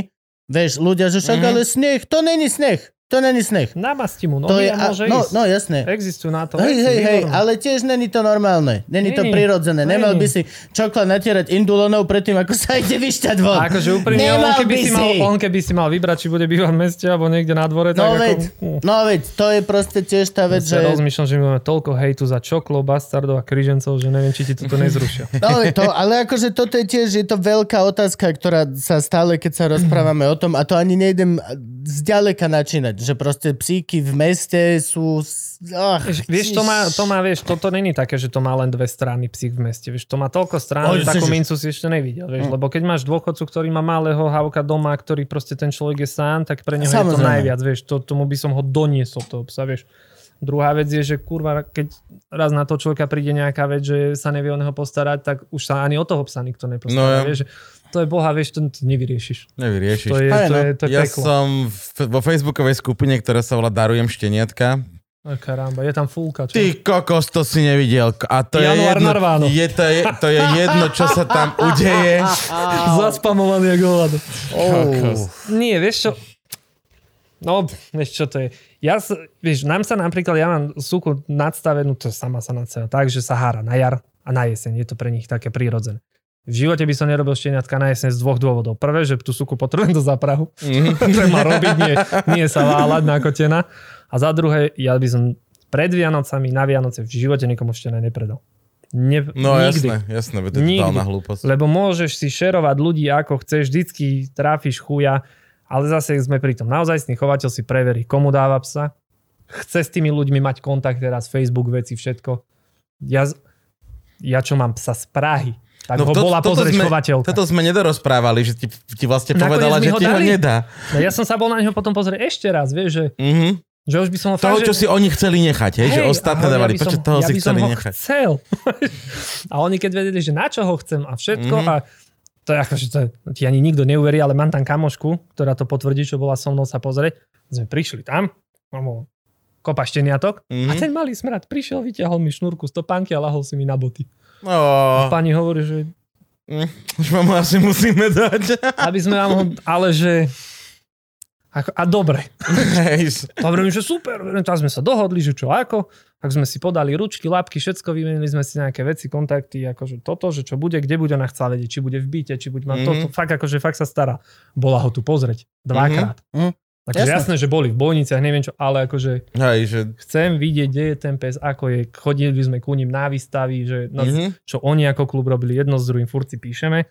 Speaker 1: Vieš, ľudia, že
Speaker 3: Mhm.
Speaker 1: však ale sneh, to není sneh, to není sneh.
Speaker 3: Namasti mu
Speaker 1: To je,
Speaker 3: nohy a môže
Speaker 1: no,
Speaker 3: ísť.
Speaker 1: no jasné.
Speaker 3: Existujú na to.
Speaker 1: Hej,
Speaker 3: veci,
Speaker 1: hej, hej,
Speaker 3: výborné.
Speaker 1: ale tiež není to normálne. Není to
Speaker 3: Není,
Speaker 1: prirodzené. Nemal
Speaker 3: není.
Speaker 1: by si čokla natierať indulonov predtým, ako sa ide vyšťať von.
Speaker 3: A akože úprimne, on
Speaker 1: Nemal
Speaker 3: keby,
Speaker 1: by
Speaker 3: si mal, on keby si mal vybrať, či bude bývať v meste alebo niekde na dvore, tak
Speaker 1: No
Speaker 3: ako...
Speaker 1: veď,
Speaker 3: Hm.
Speaker 1: no veď, to je proste tiež tá vec,
Speaker 3: Ja
Speaker 1: že...
Speaker 3: rozmýšľam, že my máme toľko hejtu za čoklo, bastardov a kryžencov, že neviem, či ti toto nezrušia.
Speaker 1: No ale, to, ale akože toto je tiež, je to veľká otázka, ktorá sa stále, keď sa rozprávame o tom, a to ani nejdem zďaleka načínať, že proste psíky v meste sú... s- Ach,
Speaker 3: Vieš, vieš, to má, to má, vieš, toto není také, že to má len dve strany psík v meste. Vieš, to má toľko strán,
Speaker 1: Oj,
Speaker 3: že takú
Speaker 1: seže-
Speaker 3: mincu si ešte nevidel. Vieš, lebo keď máš dôchodcu, ktorý má malého hávka doma, ktorý proste ten človek je sám, tak pre neho je to
Speaker 1: Samozrejme.
Speaker 3: najviac. Vieš, to, tomu by som ho doniesol toho psa, vieš. Druhá vec je, že kurva, keď raz na to človeka príde nejaká vec, že sa nevie o neho postarať, tak už sa ani o toho psa nikto nepostará.
Speaker 2: No ja.
Speaker 3: No, vieš, že to je boha, vieš, to, to nevyriešiš.
Speaker 2: Nevyriešiš.
Speaker 3: To je,
Speaker 1: Hej,
Speaker 3: to
Speaker 1: no.
Speaker 3: je, to je
Speaker 2: ja
Speaker 3: peklo.
Speaker 2: som v, vo facebookovej skupine, ktorá sa volá Darujem šteniatka.
Speaker 3: Aj Karamba, je tam fúlka. Čo?
Speaker 2: Ty kokos, to si nevidel. A to
Speaker 3: Január
Speaker 2: je jedno,
Speaker 3: Narváno.
Speaker 2: je to, je, to je jedno, čo sa tam udeje.
Speaker 3: Zaspamovaný ako hlado.
Speaker 1: Oh.
Speaker 3: Nie, vieš čo... No, vieš čo to je. Ja, s- vieš, nám sa napríklad, ja mám suku nadstavenú, to sama sa nadstavenú, tak, že sa hára na jar a na jeseň. Je to pre nich také prírodzené. V živote by som nerobil šteniatka na jeseň z dvoch dôvodov. Prvé, že tú suku potrebujem do záprahu.
Speaker 2: Mhm.
Speaker 3: Ktoré má robiť, nie, nie sa váľať na kotena. A za druhé, ja by som pred Vianocami, na Vianoce v živote nikomu štenia nepredal. Ne,
Speaker 2: No
Speaker 3: nikdy.
Speaker 2: jasné, jasné, veď to je
Speaker 3: Nikdy.
Speaker 2: totálna hlúposť.
Speaker 3: Lebo môžeš si šerovať ľudí ako chceš, vždycky tráfiš chuja, ale zase sme pri tom. Naozaj chovateľ si preverí, komu dáva psa. Chce s tými ľuďmi mať kontakt teraz, Facebook, veci, všetko. Ja, z- ja čo mám psa z Prahy, tak no, ho
Speaker 2: to-
Speaker 3: bola pozrieť
Speaker 2: sme,
Speaker 3: chovateľka.
Speaker 2: toto sme nedorozprávali, že ti, ti vlastne
Speaker 3: Nakoniec
Speaker 2: povedala,
Speaker 3: mi
Speaker 2: že
Speaker 3: ho
Speaker 2: ti ho
Speaker 3: dali.
Speaker 2: nedá.
Speaker 3: No, ja som sa bol na neho potom pozrieť ešte raz, vieš, že,
Speaker 2: Mhm.
Speaker 3: že už by som ho...
Speaker 2: Toho, čo
Speaker 3: fakt,
Speaker 2: si
Speaker 3: že-
Speaker 2: oni chceli nechať, hej, že
Speaker 3: Hej,
Speaker 2: ostatné
Speaker 3: ahoj,
Speaker 2: dávali,
Speaker 3: by
Speaker 2: prečo
Speaker 3: som-
Speaker 2: toho
Speaker 3: ja
Speaker 2: si
Speaker 3: by som
Speaker 2: chceli
Speaker 3: ho
Speaker 2: nechať.
Speaker 3: Chcel. a oni keď vedeli, že na čo ho chcem a všetko
Speaker 2: Mhm.
Speaker 3: mm-hmm. a to je ako, že to, ti ani nikto neuverí, ale mám tam kamošku, ktorá to potvrdí, čo bola so mnou sa pozrieť. Sme prišli tam, mám ho kopa šteniatok
Speaker 2: Mhm.
Speaker 3: a ten malý smrad prišiel, vyťahol mi šnúrku z topánky a lahol si mi na boty.
Speaker 2: No,
Speaker 3: Pani hovorí, že
Speaker 2: mm, už vám ho asi musíme dať.
Speaker 3: aby sme vám ho, ale že ako, a dobre.
Speaker 2: Hej,
Speaker 3: To hovorím, že super, hovorím, tam sme sa dohodli, že čo ako, tak sme si podali ručky, lapky, všetko, vymenili sme si nejaké veci, kontakty, akože toto, že čo bude, kde bude, ona chcela vedieť, či bude v byte, či bude mať
Speaker 2: Mhm.
Speaker 3: mm-hmm. toto, fakt akože fakt sa stará. Bola ho tu pozrieť, dvakrát.
Speaker 1: Mhm. Mhm.
Speaker 3: Takže
Speaker 1: Jasné.
Speaker 3: jasné. jasné, že boli v bojniciach, neviem čo, ale akože
Speaker 2: hej, že...
Speaker 3: chcem vidieť, kde je ten pes, ako je, chodili sme ku ním na výstavy, že nás,
Speaker 2: Mhm.
Speaker 3: čo oni ako klub robili, jedno s druhým, furt si píšeme.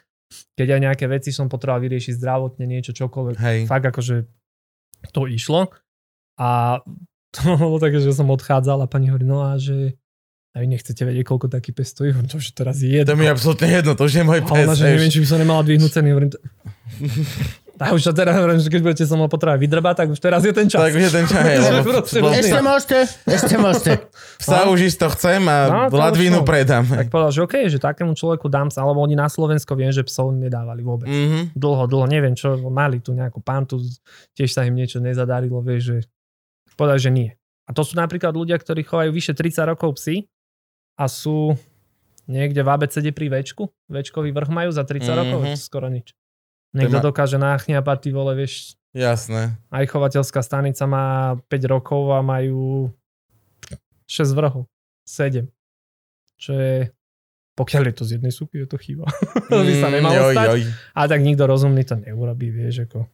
Speaker 3: Keď aj nejaké veci som potreboval vyriešiť zdravotne, niečo, čokoľvek,
Speaker 2: Hej.
Speaker 3: fakt akože to išlo. A to bolo také, že som odchádzal a pani hovorí, no a že a vy nechcete vedieť, koľko taký pes stojí, hovorím, to, že teraz je
Speaker 2: To
Speaker 3: jedno.
Speaker 2: mi je absolútne jedno, to už je môj
Speaker 3: A
Speaker 2: pes.
Speaker 3: ona, že
Speaker 2: vieš.
Speaker 3: neviem, či by som nemala dvihnúť ceny, hovorím, to... A už to teraz hovorím, že keď budete som mal potrebovať vydrbať, tak už teraz je ten čas.
Speaker 2: Tak je ten čaj, hej,
Speaker 3: Že
Speaker 2: lebo
Speaker 3: proste vlastne-
Speaker 2: lebo
Speaker 1: Ešte
Speaker 2: psa-
Speaker 1: môžete, ešte môžete.
Speaker 2: psa už isto chcem a
Speaker 3: No, to už
Speaker 2: Ladvínu
Speaker 3: no.
Speaker 2: predám.
Speaker 3: tak povedal, že OK, že takému človeku dám sa, alebo oni na Slovensko viem, že psov nedávali vôbec.
Speaker 2: Mhm.
Speaker 3: dlho, dlho, neviem čo, mali tu nejakú pantu, tiež sa im niečo nezadarilo, vieš, že povedali, že nie. A to sú napríklad ľudia, ktorí chovajú vyše 30 rokov psy a sú niekde v ABCD pri Včku, Včkový vrch majú za
Speaker 2: Mhm.
Speaker 3: 30 mm-hmm. rokov, skoro nič. Niekto
Speaker 2: ma-
Speaker 3: dokáže náchňapať, ty vole, vieš,
Speaker 2: Jasné.
Speaker 3: aj chovateľská stanica má 5 rokov a majú 6 vrhov, 7. čo je pokiaľ je to z jednej súpy, je to chyba. to by sa nemalo
Speaker 2: Mm, joj,
Speaker 3: stať.
Speaker 2: joj.
Speaker 3: A tak nikto rozumný to neurobí, vieš, ako.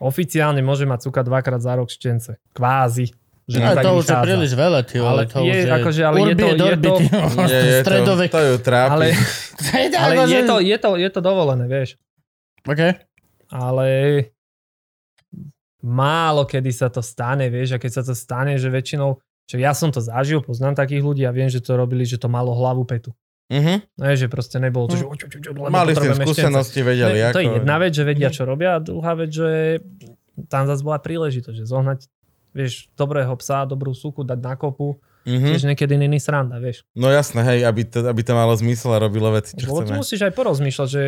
Speaker 3: Oficiálne môže mať cuka dvakrát za rok štence. Kvázi. Že
Speaker 1: Ale
Speaker 3: tak
Speaker 1: to už je
Speaker 3: vychádza.
Speaker 1: príliš veľa, ty,
Speaker 3: Ale
Speaker 1: ale to
Speaker 3: je,
Speaker 1: už je...
Speaker 3: akože, ale je
Speaker 1: urbi et
Speaker 3: to- je
Speaker 1: orbi,
Speaker 3: to-
Speaker 1: ty.
Speaker 2: Je, je to,
Speaker 1: Stredovek.
Speaker 2: to ju trápi.
Speaker 3: Ale, ale
Speaker 1: Akože-
Speaker 3: je, to, je, to, je to dovolené, vieš.
Speaker 1: OK.
Speaker 3: Ale málo kedy sa to stane, vieš, a keď sa to stane, že väčšinou, čo ja som to zažil, poznám takých ľudí a viem, že to robili, že to malo hlavu petu.
Speaker 2: Mhm.
Speaker 3: No je, že proste nebolo to, že...
Speaker 2: Hm.
Speaker 3: "O, čo, čo, čo, lebo
Speaker 2: Mali ste
Speaker 3: potrebujeme štence."
Speaker 2: skúsenosti, vedeli
Speaker 3: Ne,
Speaker 2: ako.
Speaker 3: To je jedna vec, že vedia, čo robia, a druhá vec, že tam zase bola príležitosť, že zohnať vieš, dobrého psa, dobrú suku, dať na kopu,
Speaker 2: Mhm.
Speaker 3: tiež niekedy není sranda, vieš.
Speaker 2: No jasné, hej, aby to, aby to malo zmysel a robilo veci, čo
Speaker 3: Lebo tu
Speaker 2: chceme.
Speaker 3: musíš aj porozmýšľať, že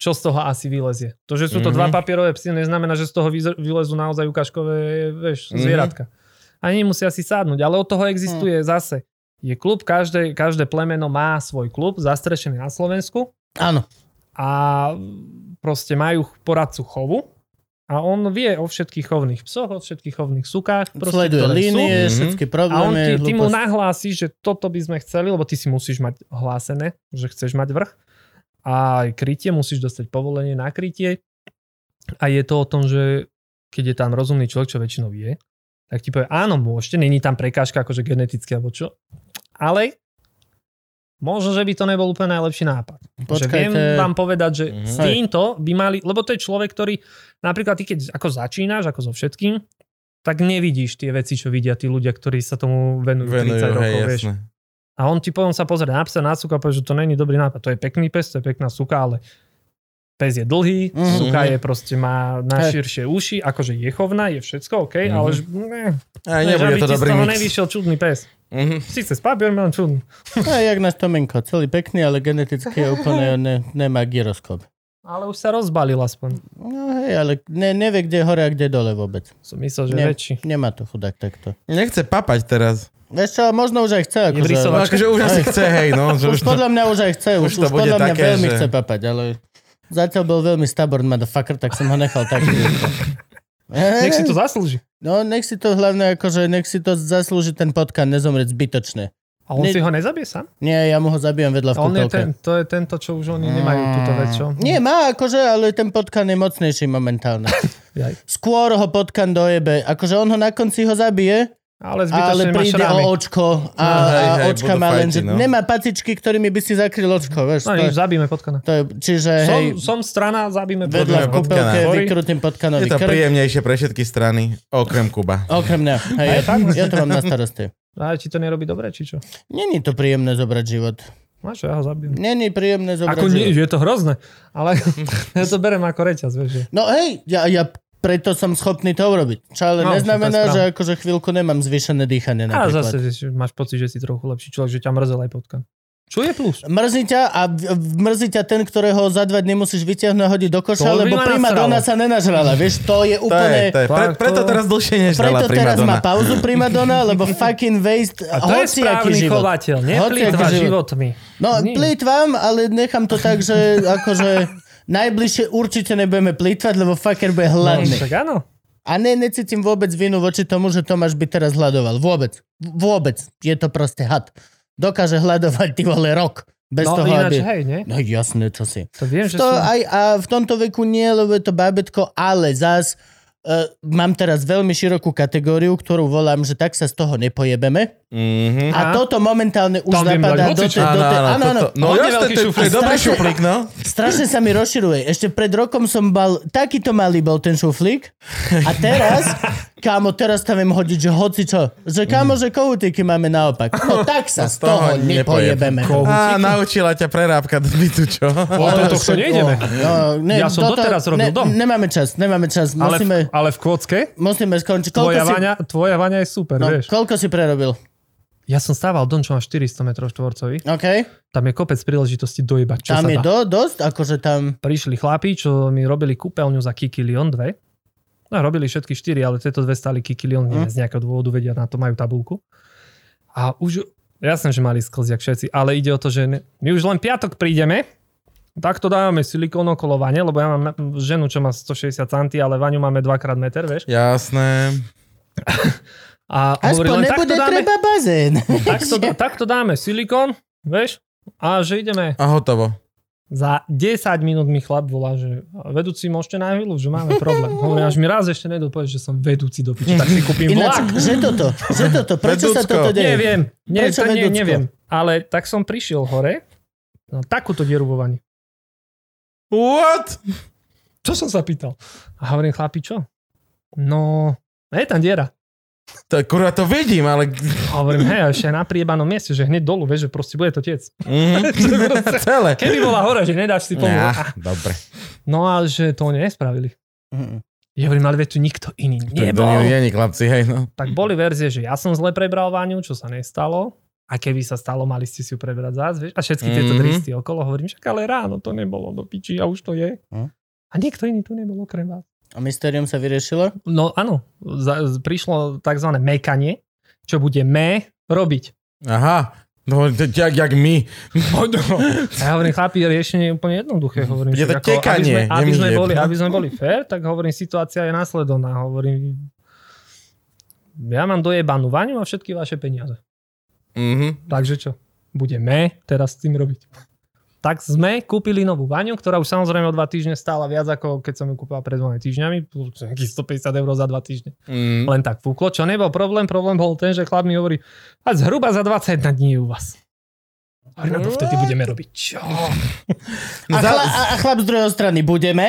Speaker 3: čo z toho asi vylezie. To, že sú to
Speaker 2: Mhm.
Speaker 3: dva papierové psy, neznamená, že z toho vyz- vylezú naozaj ukážkové, vieš,
Speaker 2: Mhm.
Speaker 3: zvieratka. Ani nemusia si sádnuť, ale od toho existuje
Speaker 2: Hm.
Speaker 3: zase. Je klub, každé, každé plemeno má svoj klub, zastrešený na Slovensku.
Speaker 1: Áno.
Speaker 3: a proste majú poradcu chovu a on vie o všetkých chovných psoch, o všetkých chovných sukách, proste,
Speaker 1: Sleduje
Speaker 3: ktoré sú.
Speaker 1: línie,
Speaker 2: sú.
Speaker 1: všetky
Speaker 3: A on
Speaker 1: problémy,
Speaker 3: ti, ty mu
Speaker 1: hlúposti.
Speaker 3: nahlási, že toto by sme chceli, lebo ty si musíš mať hlásené, že chceš mať vrch. A aj krytie, musíš dostať povolenie na krytie. A je to o tom, že keď je tam rozumný človek, čo väčšinou je, tak ti povie, áno, môžete, není tam prekážka akože genetické alebo čo, ale možno, že by to nebol úplne najlepší nápad. Že viem
Speaker 1: Počkajte.
Speaker 3: vám povedať, že
Speaker 2: Mhm.
Speaker 3: s týmto by mali, lebo to je človek, ktorý napríklad ty keď ako začínaš, ako so všetkým, tak nevidíš tie veci, čo vidia tí ľudia, ktorí sa tomu venujú,
Speaker 2: Venujú,
Speaker 3: 30
Speaker 2: hej,
Speaker 3: no, rokov, vieš.
Speaker 2: jasné.
Speaker 3: A on ti potom sa pozrie na psa, na suka, povie, že to není dobrý nápad. To je pekný pes, to je pekná suka, ale pes je dlhý,
Speaker 1: Mhm.
Speaker 3: suka je proste, má
Speaker 1: Hej.
Speaker 3: najširšie uši, akože je chovná, je všetko OK, ale
Speaker 2: Mhm.
Speaker 3: že, ne,
Speaker 2: Aj
Speaker 3: ne, že
Speaker 2: nebude
Speaker 3: aby
Speaker 2: to
Speaker 3: ti z
Speaker 2: dobrý
Speaker 3: toho
Speaker 2: mix.
Speaker 3: nevyšiel čudný pes.
Speaker 2: Mhm.
Speaker 3: Sice s papierom, ale čudný.
Speaker 1: No, jak náš Tominko, celý pekný, ale geneticky je úplne ne, nemá gyroskop.
Speaker 3: Ale už sa rozbalil aspoň.
Speaker 1: No hej, ale ne, nevie, kde je hore a kde je dole vôbec.
Speaker 3: Som myslel, že
Speaker 1: Ne.
Speaker 3: väčší.
Speaker 1: Nemá to chudák takto.
Speaker 2: Nechce papať teraz.
Speaker 1: Vieš čo, možno už aj chce. Akože,
Speaker 2: No
Speaker 3: vrisovať. Počkaj.
Speaker 2: akože už asi chce, hej, no. Že
Speaker 1: už
Speaker 2: už to...
Speaker 1: podľa mňa už aj chce. Už,
Speaker 2: už to
Speaker 1: už,
Speaker 2: bude
Speaker 1: podľa mňa
Speaker 2: také,
Speaker 1: veľmi
Speaker 2: že-
Speaker 1: chce papať, ale zatiaľ bol veľmi stubborn motherfucker, tak som ho nechal taký.
Speaker 3: Nech si to zaslúži.
Speaker 1: No, nech si to hlavne akože, nech si to zaslúži ten potkan, nezomrieť zbytočne.
Speaker 3: A on
Speaker 1: Ne-
Speaker 3: si ho nezabije sám?
Speaker 1: Nie, ja mu ho zabijem vedľa v
Speaker 3: A on je
Speaker 1: kúpeľke.
Speaker 3: ten, to je tento, čo už oni nemajú túto vec, čo?
Speaker 1: Nie, má akože, ale ten potkan je mocnejší momentálne.
Speaker 3: Jaj.
Speaker 1: Skôr ho potkan dojebe. Akože on ho na konci ho zabije, ale
Speaker 3: Ale zbytočne má
Speaker 1: príde
Speaker 3: šrámy.
Speaker 1: o očko a,
Speaker 2: No, hej,
Speaker 1: a
Speaker 2: hej,
Speaker 1: očka
Speaker 2: budú
Speaker 1: má len,
Speaker 2: fajty,
Speaker 1: že
Speaker 2: no.
Speaker 1: nemá pacičky, ktorými by si zakryl očko. Vieš,
Speaker 3: No
Speaker 1: to, je,
Speaker 3: nič, zabíme potkana.
Speaker 1: to je, čiže
Speaker 3: Som,
Speaker 1: hej,
Speaker 3: som strana, zabíme
Speaker 1: vedľa v
Speaker 2: Potkana.
Speaker 1: kúpeľke
Speaker 3: Sorry.
Speaker 1: vykrutím potkanovi
Speaker 2: Je to
Speaker 1: krk.
Speaker 2: príjemnejšie pre všetky strany, okrem Kuba.
Speaker 1: Okrem mňa. Hej, ja, ja to mám na starosti.
Speaker 3: A či to nerobí dobre, či čo?
Speaker 1: Není to príjemné zobrať život.
Speaker 3: No čo, ja ho zabijem.
Speaker 1: Není príjemné zobrať
Speaker 3: Ako nie,
Speaker 1: život.
Speaker 3: je to hrozné, ale ja to berem ako reťaz, vieš. že-
Speaker 1: No hej, ja, ja preto som schopný to urobiť. Čo ale
Speaker 3: No, to je
Speaker 1: neznamená,
Speaker 3: správne.
Speaker 1: že akože chvíľku nemám zvýšené dýchanie
Speaker 3: A
Speaker 1: napríklad.
Speaker 3: zase že máš pocit, že si trochu lepší človek, že ťa mrzel aj potkan. Čo je plus?
Speaker 1: Mrzí ťa a v- v- mrzí ťa ten, ktorého za dva dní musíš vyťahnuť a hodiť do koša,
Speaker 3: To by
Speaker 1: lebo
Speaker 3: ma
Speaker 1: prima
Speaker 3: nasralo.
Speaker 1: dona sa nenažrala. Vieš, to je
Speaker 2: To je,
Speaker 1: úplne...
Speaker 2: to je. Pre,
Speaker 3: Fakt,
Speaker 2: preto
Speaker 3: to-
Speaker 2: teraz dlhšie než dala
Speaker 1: Preto teraz má
Speaker 2: primadona.
Speaker 1: pauzu primadona, lebo fucking waste
Speaker 3: A to je
Speaker 1: hociaký
Speaker 3: správny
Speaker 1: život.
Speaker 3: chovateľ,
Speaker 1: Hociaký
Speaker 3: neplýtva
Speaker 1: život.
Speaker 3: životmi.
Speaker 1: No,
Speaker 3: Nie.
Speaker 1: plýtvam, ale nechám to tak, že akože najbližšie určite nebudeme plýtvať, lebo fucker bude
Speaker 3: No,
Speaker 1: hladný.
Speaker 3: tak áno.
Speaker 1: A ne, necítim vôbec vinu voči tomu, že Tomáš by teraz hľadoval. Vôbec. V- Vôbec. Je to proste had. Dokáže hľadovať ty vole rok. Bez
Speaker 3: No
Speaker 1: toho, aby...
Speaker 3: ináč, hej, nie?
Speaker 1: No jasné, čo si.
Speaker 3: To viem, že
Speaker 1: To
Speaker 3: sú...
Speaker 1: aj, a v tomto veku nie, lebo je to babetko, ale zás uh, mám teraz veľmi širokú kategóriu, ktorú volám, že tak sa z toho nepojebeme.
Speaker 2: Mhm.
Speaker 1: A,
Speaker 3: Aha.
Speaker 1: toto momentálne už
Speaker 3: Tam viem
Speaker 1: zapadá
Speaker 3: dať
Speaker 1: do tej...
Speaker 2: Áno,
Speaker 1: do tej-
Speaker 2: áno,
Speaker 1: áno, áno.
Speaker 2: toto- No
Speaker 3: On je
Speaker 2: jasné,
Speaker 3: veľký
Speaker 2: to je- to je
Speaker 1: šuflík.
Speaker 2: dobrý
Speaker 1: Strašne-
Speaker 2: šuplík, no.
Speaker 1: Strašne sa mi rozširuje. Ešte pred rokom som bol, takýto malý bol ten šuflík. A teraz, kámo, teraz tam viem hodiť, že hoci čo. Že kámo, že kohutiky máme naopak. No tak sa z toho nepojebeme.
Speaker 3: Ko-
Speaker 2: Á, naučila ťa prerábka do bytu, čo?
Speaker 3: O toto
Speaker 1: však-
Speaker 3: nejdeme.
Speaker 1: o, no, ne,
Speaker 3: Ja som
Speaker 1: toto-
Speaker 3: doteraz
Speaker 1: ne,
Speaker 3: robil dom.
Speaker 1: Nemáme čas, nemáme čas.
Speaker 3: Ale v,
Speaker 1: Musíme,
Speaker 3: ale v kôcke,
Speaker 1: musíme skončiť. Koľko
Speaker 3: tvoja,
Speaker 1: si,
Speaker 3: vaňa, tvoja vaňa je super,
Speaker 1: no,
Speaker 3: vieš.
Speaker 1: koľko si prerobil?
Speaker 3: Ja som stával dom, čo má 400 m štvorcových.
Speaker 1: OK.
Speaker 3: Tam je kopec príležitosti dojebať, čo
Speaker 1: Tam
Speaker 3: sa
Speaker 1: je
Speaker 3: dá.
Speaker 1: do, dosť, akože tam...
Speaker 3: Prišli chlapí, čo mi robili kúpeľňu za Kikilion 2. No, robili všetky 4, ale tieto dve stali Kikilion,
Speaker 1: Mhm.
Speaker 3: neviem, z nejakého dôvodu vedia, na to majú tabulku. A už, jasné, že mali sklz, jak všetci, ale ide o to, že ne, my už len piatok prídeme, takto dávame silikón okolo vane, lebo ja mám ženu, čo má 160 cm, ale vaňu máme 2x meter, vieš.
Speaker 2: Jasné.
Speaker 3: A
Speaker 1: Aspoň
Speaker 3: hovorí, len takto
Speaker 1: nebude
Speaker 3: dáme,
Speaker 1: treba bazén.
Speaker 3: Takto, takto dáme silikón, Vieš? A že ideme.
Speaker 2: A hotovo.
Speaker 3: Za 10 minút mi chlap volá, že vedúci môžete na chvíľu, že máme problém. Hovorím, až mi raz ešte nedopovieš, že som vedúci do piči, tak si kúpim vlak.
Speaker 1: Ináč, že toto, že toto, prečo sa
Speaker 2: Vedúcko.
Speaker 1: toto deje?
Speaker 3: Neviem, nie,
Speaker 1: Prečo
Speaker 3: to nie,
Speaker 1: vedúcko?
Speaker 3: neviem. Ale tak som prišiel hore, na takúto dieru vo vani.
Speaker 2: What?
Speaker 3: Čo som sa pýtal? A hovorím, chlapi, čo? No, je tam diera.
Speaker 2: To, kurva, to vidím, ale...
Speaker 3: A hovorím, hej, a ešte aj na priebanom mieste, že hneď dolu, vieš, že proste bude to tiec.
Speaker 2: Mhm. Celé.
Speaker 3: Keby bola hore, že nedáš si pomôcť.
Speaker 2: Ja, dobre.
Speaker 3: No a že to nespravili.
Speaker 1: Mm.
Speaker 3: Ja hovorím, ale veď tu nikto iný
Speaker 2: To nie
Speaker 3: nebol.
Speaker 2: je ani chlapci, hej, no.
Speaker 3: Tak boli verzie, že ja som zle prebral Váňu, čo sa nestalo. A keby sa stalo, mali ste si ju prebrať zás, vieš? A všetky tieto
Speaker 2: Mhm.
Speaker 3: tristy okolo. Hovorím, však ale ráno to nebolo do piči a už to je.
Speaker 1: Hm.
Speaker 3: A niekto iný tu nebol okrem vás.
Speaker 1: A mystérium sa vyriešilo?
Speaker 3: No áno, za, z- prišlo tzv. mekanie, čo bude me robiť.
Speaker 2: Aha. No, to, jak, jak my.
Speaker 1: No,
Speaker 3: A ja hovorím, chlapi, riešenie je úplne jednoduché. Hovorím,
Speaker 2: Mhm. Je to
Speaker 3: však ako, aby,
Speaker 2: tekanie,
Speaker 3: sme,
Speaker 2: je
Speaker 3: aby,
Speaker 2: mi
Speaker 3: sme
Speaker 2: jedno.
Speaker 3: boli, aby sme boli fair, tak hovorím, situácia je následovná. Hovorím, ja mám dojebanú vaňu a všetky vaše peniaze.
Speaker 2: Mhm.
Speaker 3: Takže čo? Budeme teraz s tým robiť. Tak sme kúpili novú vaňu, ktorá už samozrejme o dva týždne stála viac ako keď som ju kúpila pred dvoma týždňami. plus Nejakých 150 eur za dva týždne.
Speaker 2: Mm.
Speaker 3: Len tak fúklo, čo nebol problém. Problém bol ten, že chlap mi hovorí, a zhruba za 21 dní je u vás. A no, vtedy budeme robiť čo?
Speaker 1: A,
Speaker 2: No, Za-
Speaker 1: chla- a, a chlap z druhej strany, budeme?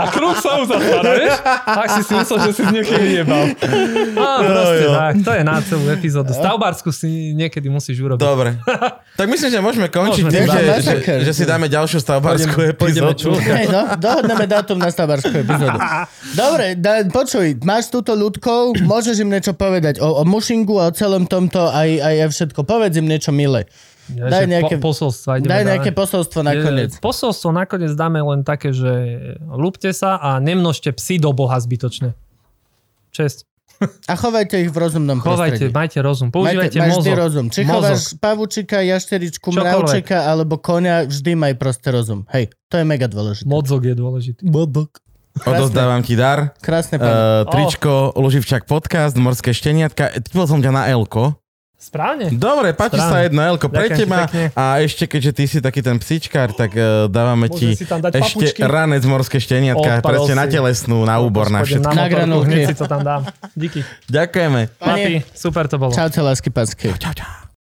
Speaker 3: A kruh sa uzatvára, vieš? Tak si si myslel, že si z niekým vyjebal. No, proste
Speaker 2: jo.
Speaker 3: tak. To je na celú epizódu. Stavbársku si niekedy musíš urobiť.
Speaker 2: Dobre. Tak myslím, že môžeme končiť
Speaker 3: Môžeme
Speaker 2: tým,
Speaker 1: si
Speaker 2: že,
Speaker 1: dať
Speaker 2: že,
Speaker 1: masaker.
Speaker 2: že si dáme ďalšiu stavbárskú
Speaker 3: Pôjdeme
Speaker 2: epizódu.
Speaker 3: čúkať.
Speaker 1: Hej, no, dohodneme dátum na stavárskú epizódu. Dobre, da, počuj, máš túto ľudkov, môžeš im niečo povedať o, o mušingu a o celom tomto aj, aj, aj všetko. Povedz im niečo milé. Daj nejaké-
Speaker 3: po, posolstva.
Speaker 1: Daj
Speaker 3: ideme dávať.
Speaker 1: nejaké posolstvo nakoniec.
Speaker 3: Je- Posolstvo nakoniec dáme len také, že lúpte sa a nemnožte psy do boha zbytočne. Čest.
Speaker 1: A chovajte ich v rozumnom prostredí.
Speaker 3: Chovajte, majte rozum,
Speaker 1: Majte-
Speaker 3: používajte
Speaker 1: máš vždy
Speaker 3: mozog.
Speaker 1: rozum. Či
Speaker 3: Mozog.
Speaker 1: chováš pavučika, jašteričku,
Speaker 3: Čokoľvek.
Speaker 1: mravčeka alebo konia, vždy maj proste rozum. Hej, to je mega dôležité.
Speaker 3: Mozog je dôležitý.
Speaker 1: Bobok.
Speaker 2: Odozdávam ti dar.
Speaker 1: Krásne pán.
Speaker 3: Eh,
Speaker 2: Uh,
Speaker 3: Oh.
Speaker 2: tričko, Luživčak podcast, Morské šteniatka. Typol som ťa na Elko.
Speaker 3: Správne.
Speaker 2: Dobre, páči
Speaker 3: Správne.
Speaker 2: sa jedno Elko pre
Speaker 3: Ďakujem ti
Speaker 2: teba.
Speaker 3: pekne.
Speaker 2: A ešte keďže ty si taký ten psíčkar, tak uh, dávame ti
Speaker 3: Môžem si tam dať
Speaker 2: ešte
Speaker 3: papučky.
Speaker 2: ranec morské šteniatka,
Speaker 3: Odpadol
Speaker 2: presne na
Speaker 3: si.
Speaker 2: telesnú, na úbor, na
Speaker 3: Pôjdem
Speaker 2: všetko.
Speaker 1: Na
Speaker 3: motorku,
Speaker 1: granulky.
Speaker 3: Hneď si to tam dám. Díky.
Speaker 2: Ďakujeme.
Speaker 1: Pane.
Speaker 3: Papi, super to bolo.
Speaker 1: Čaute, lásky pánske.
Speaker 2: Čau, čau.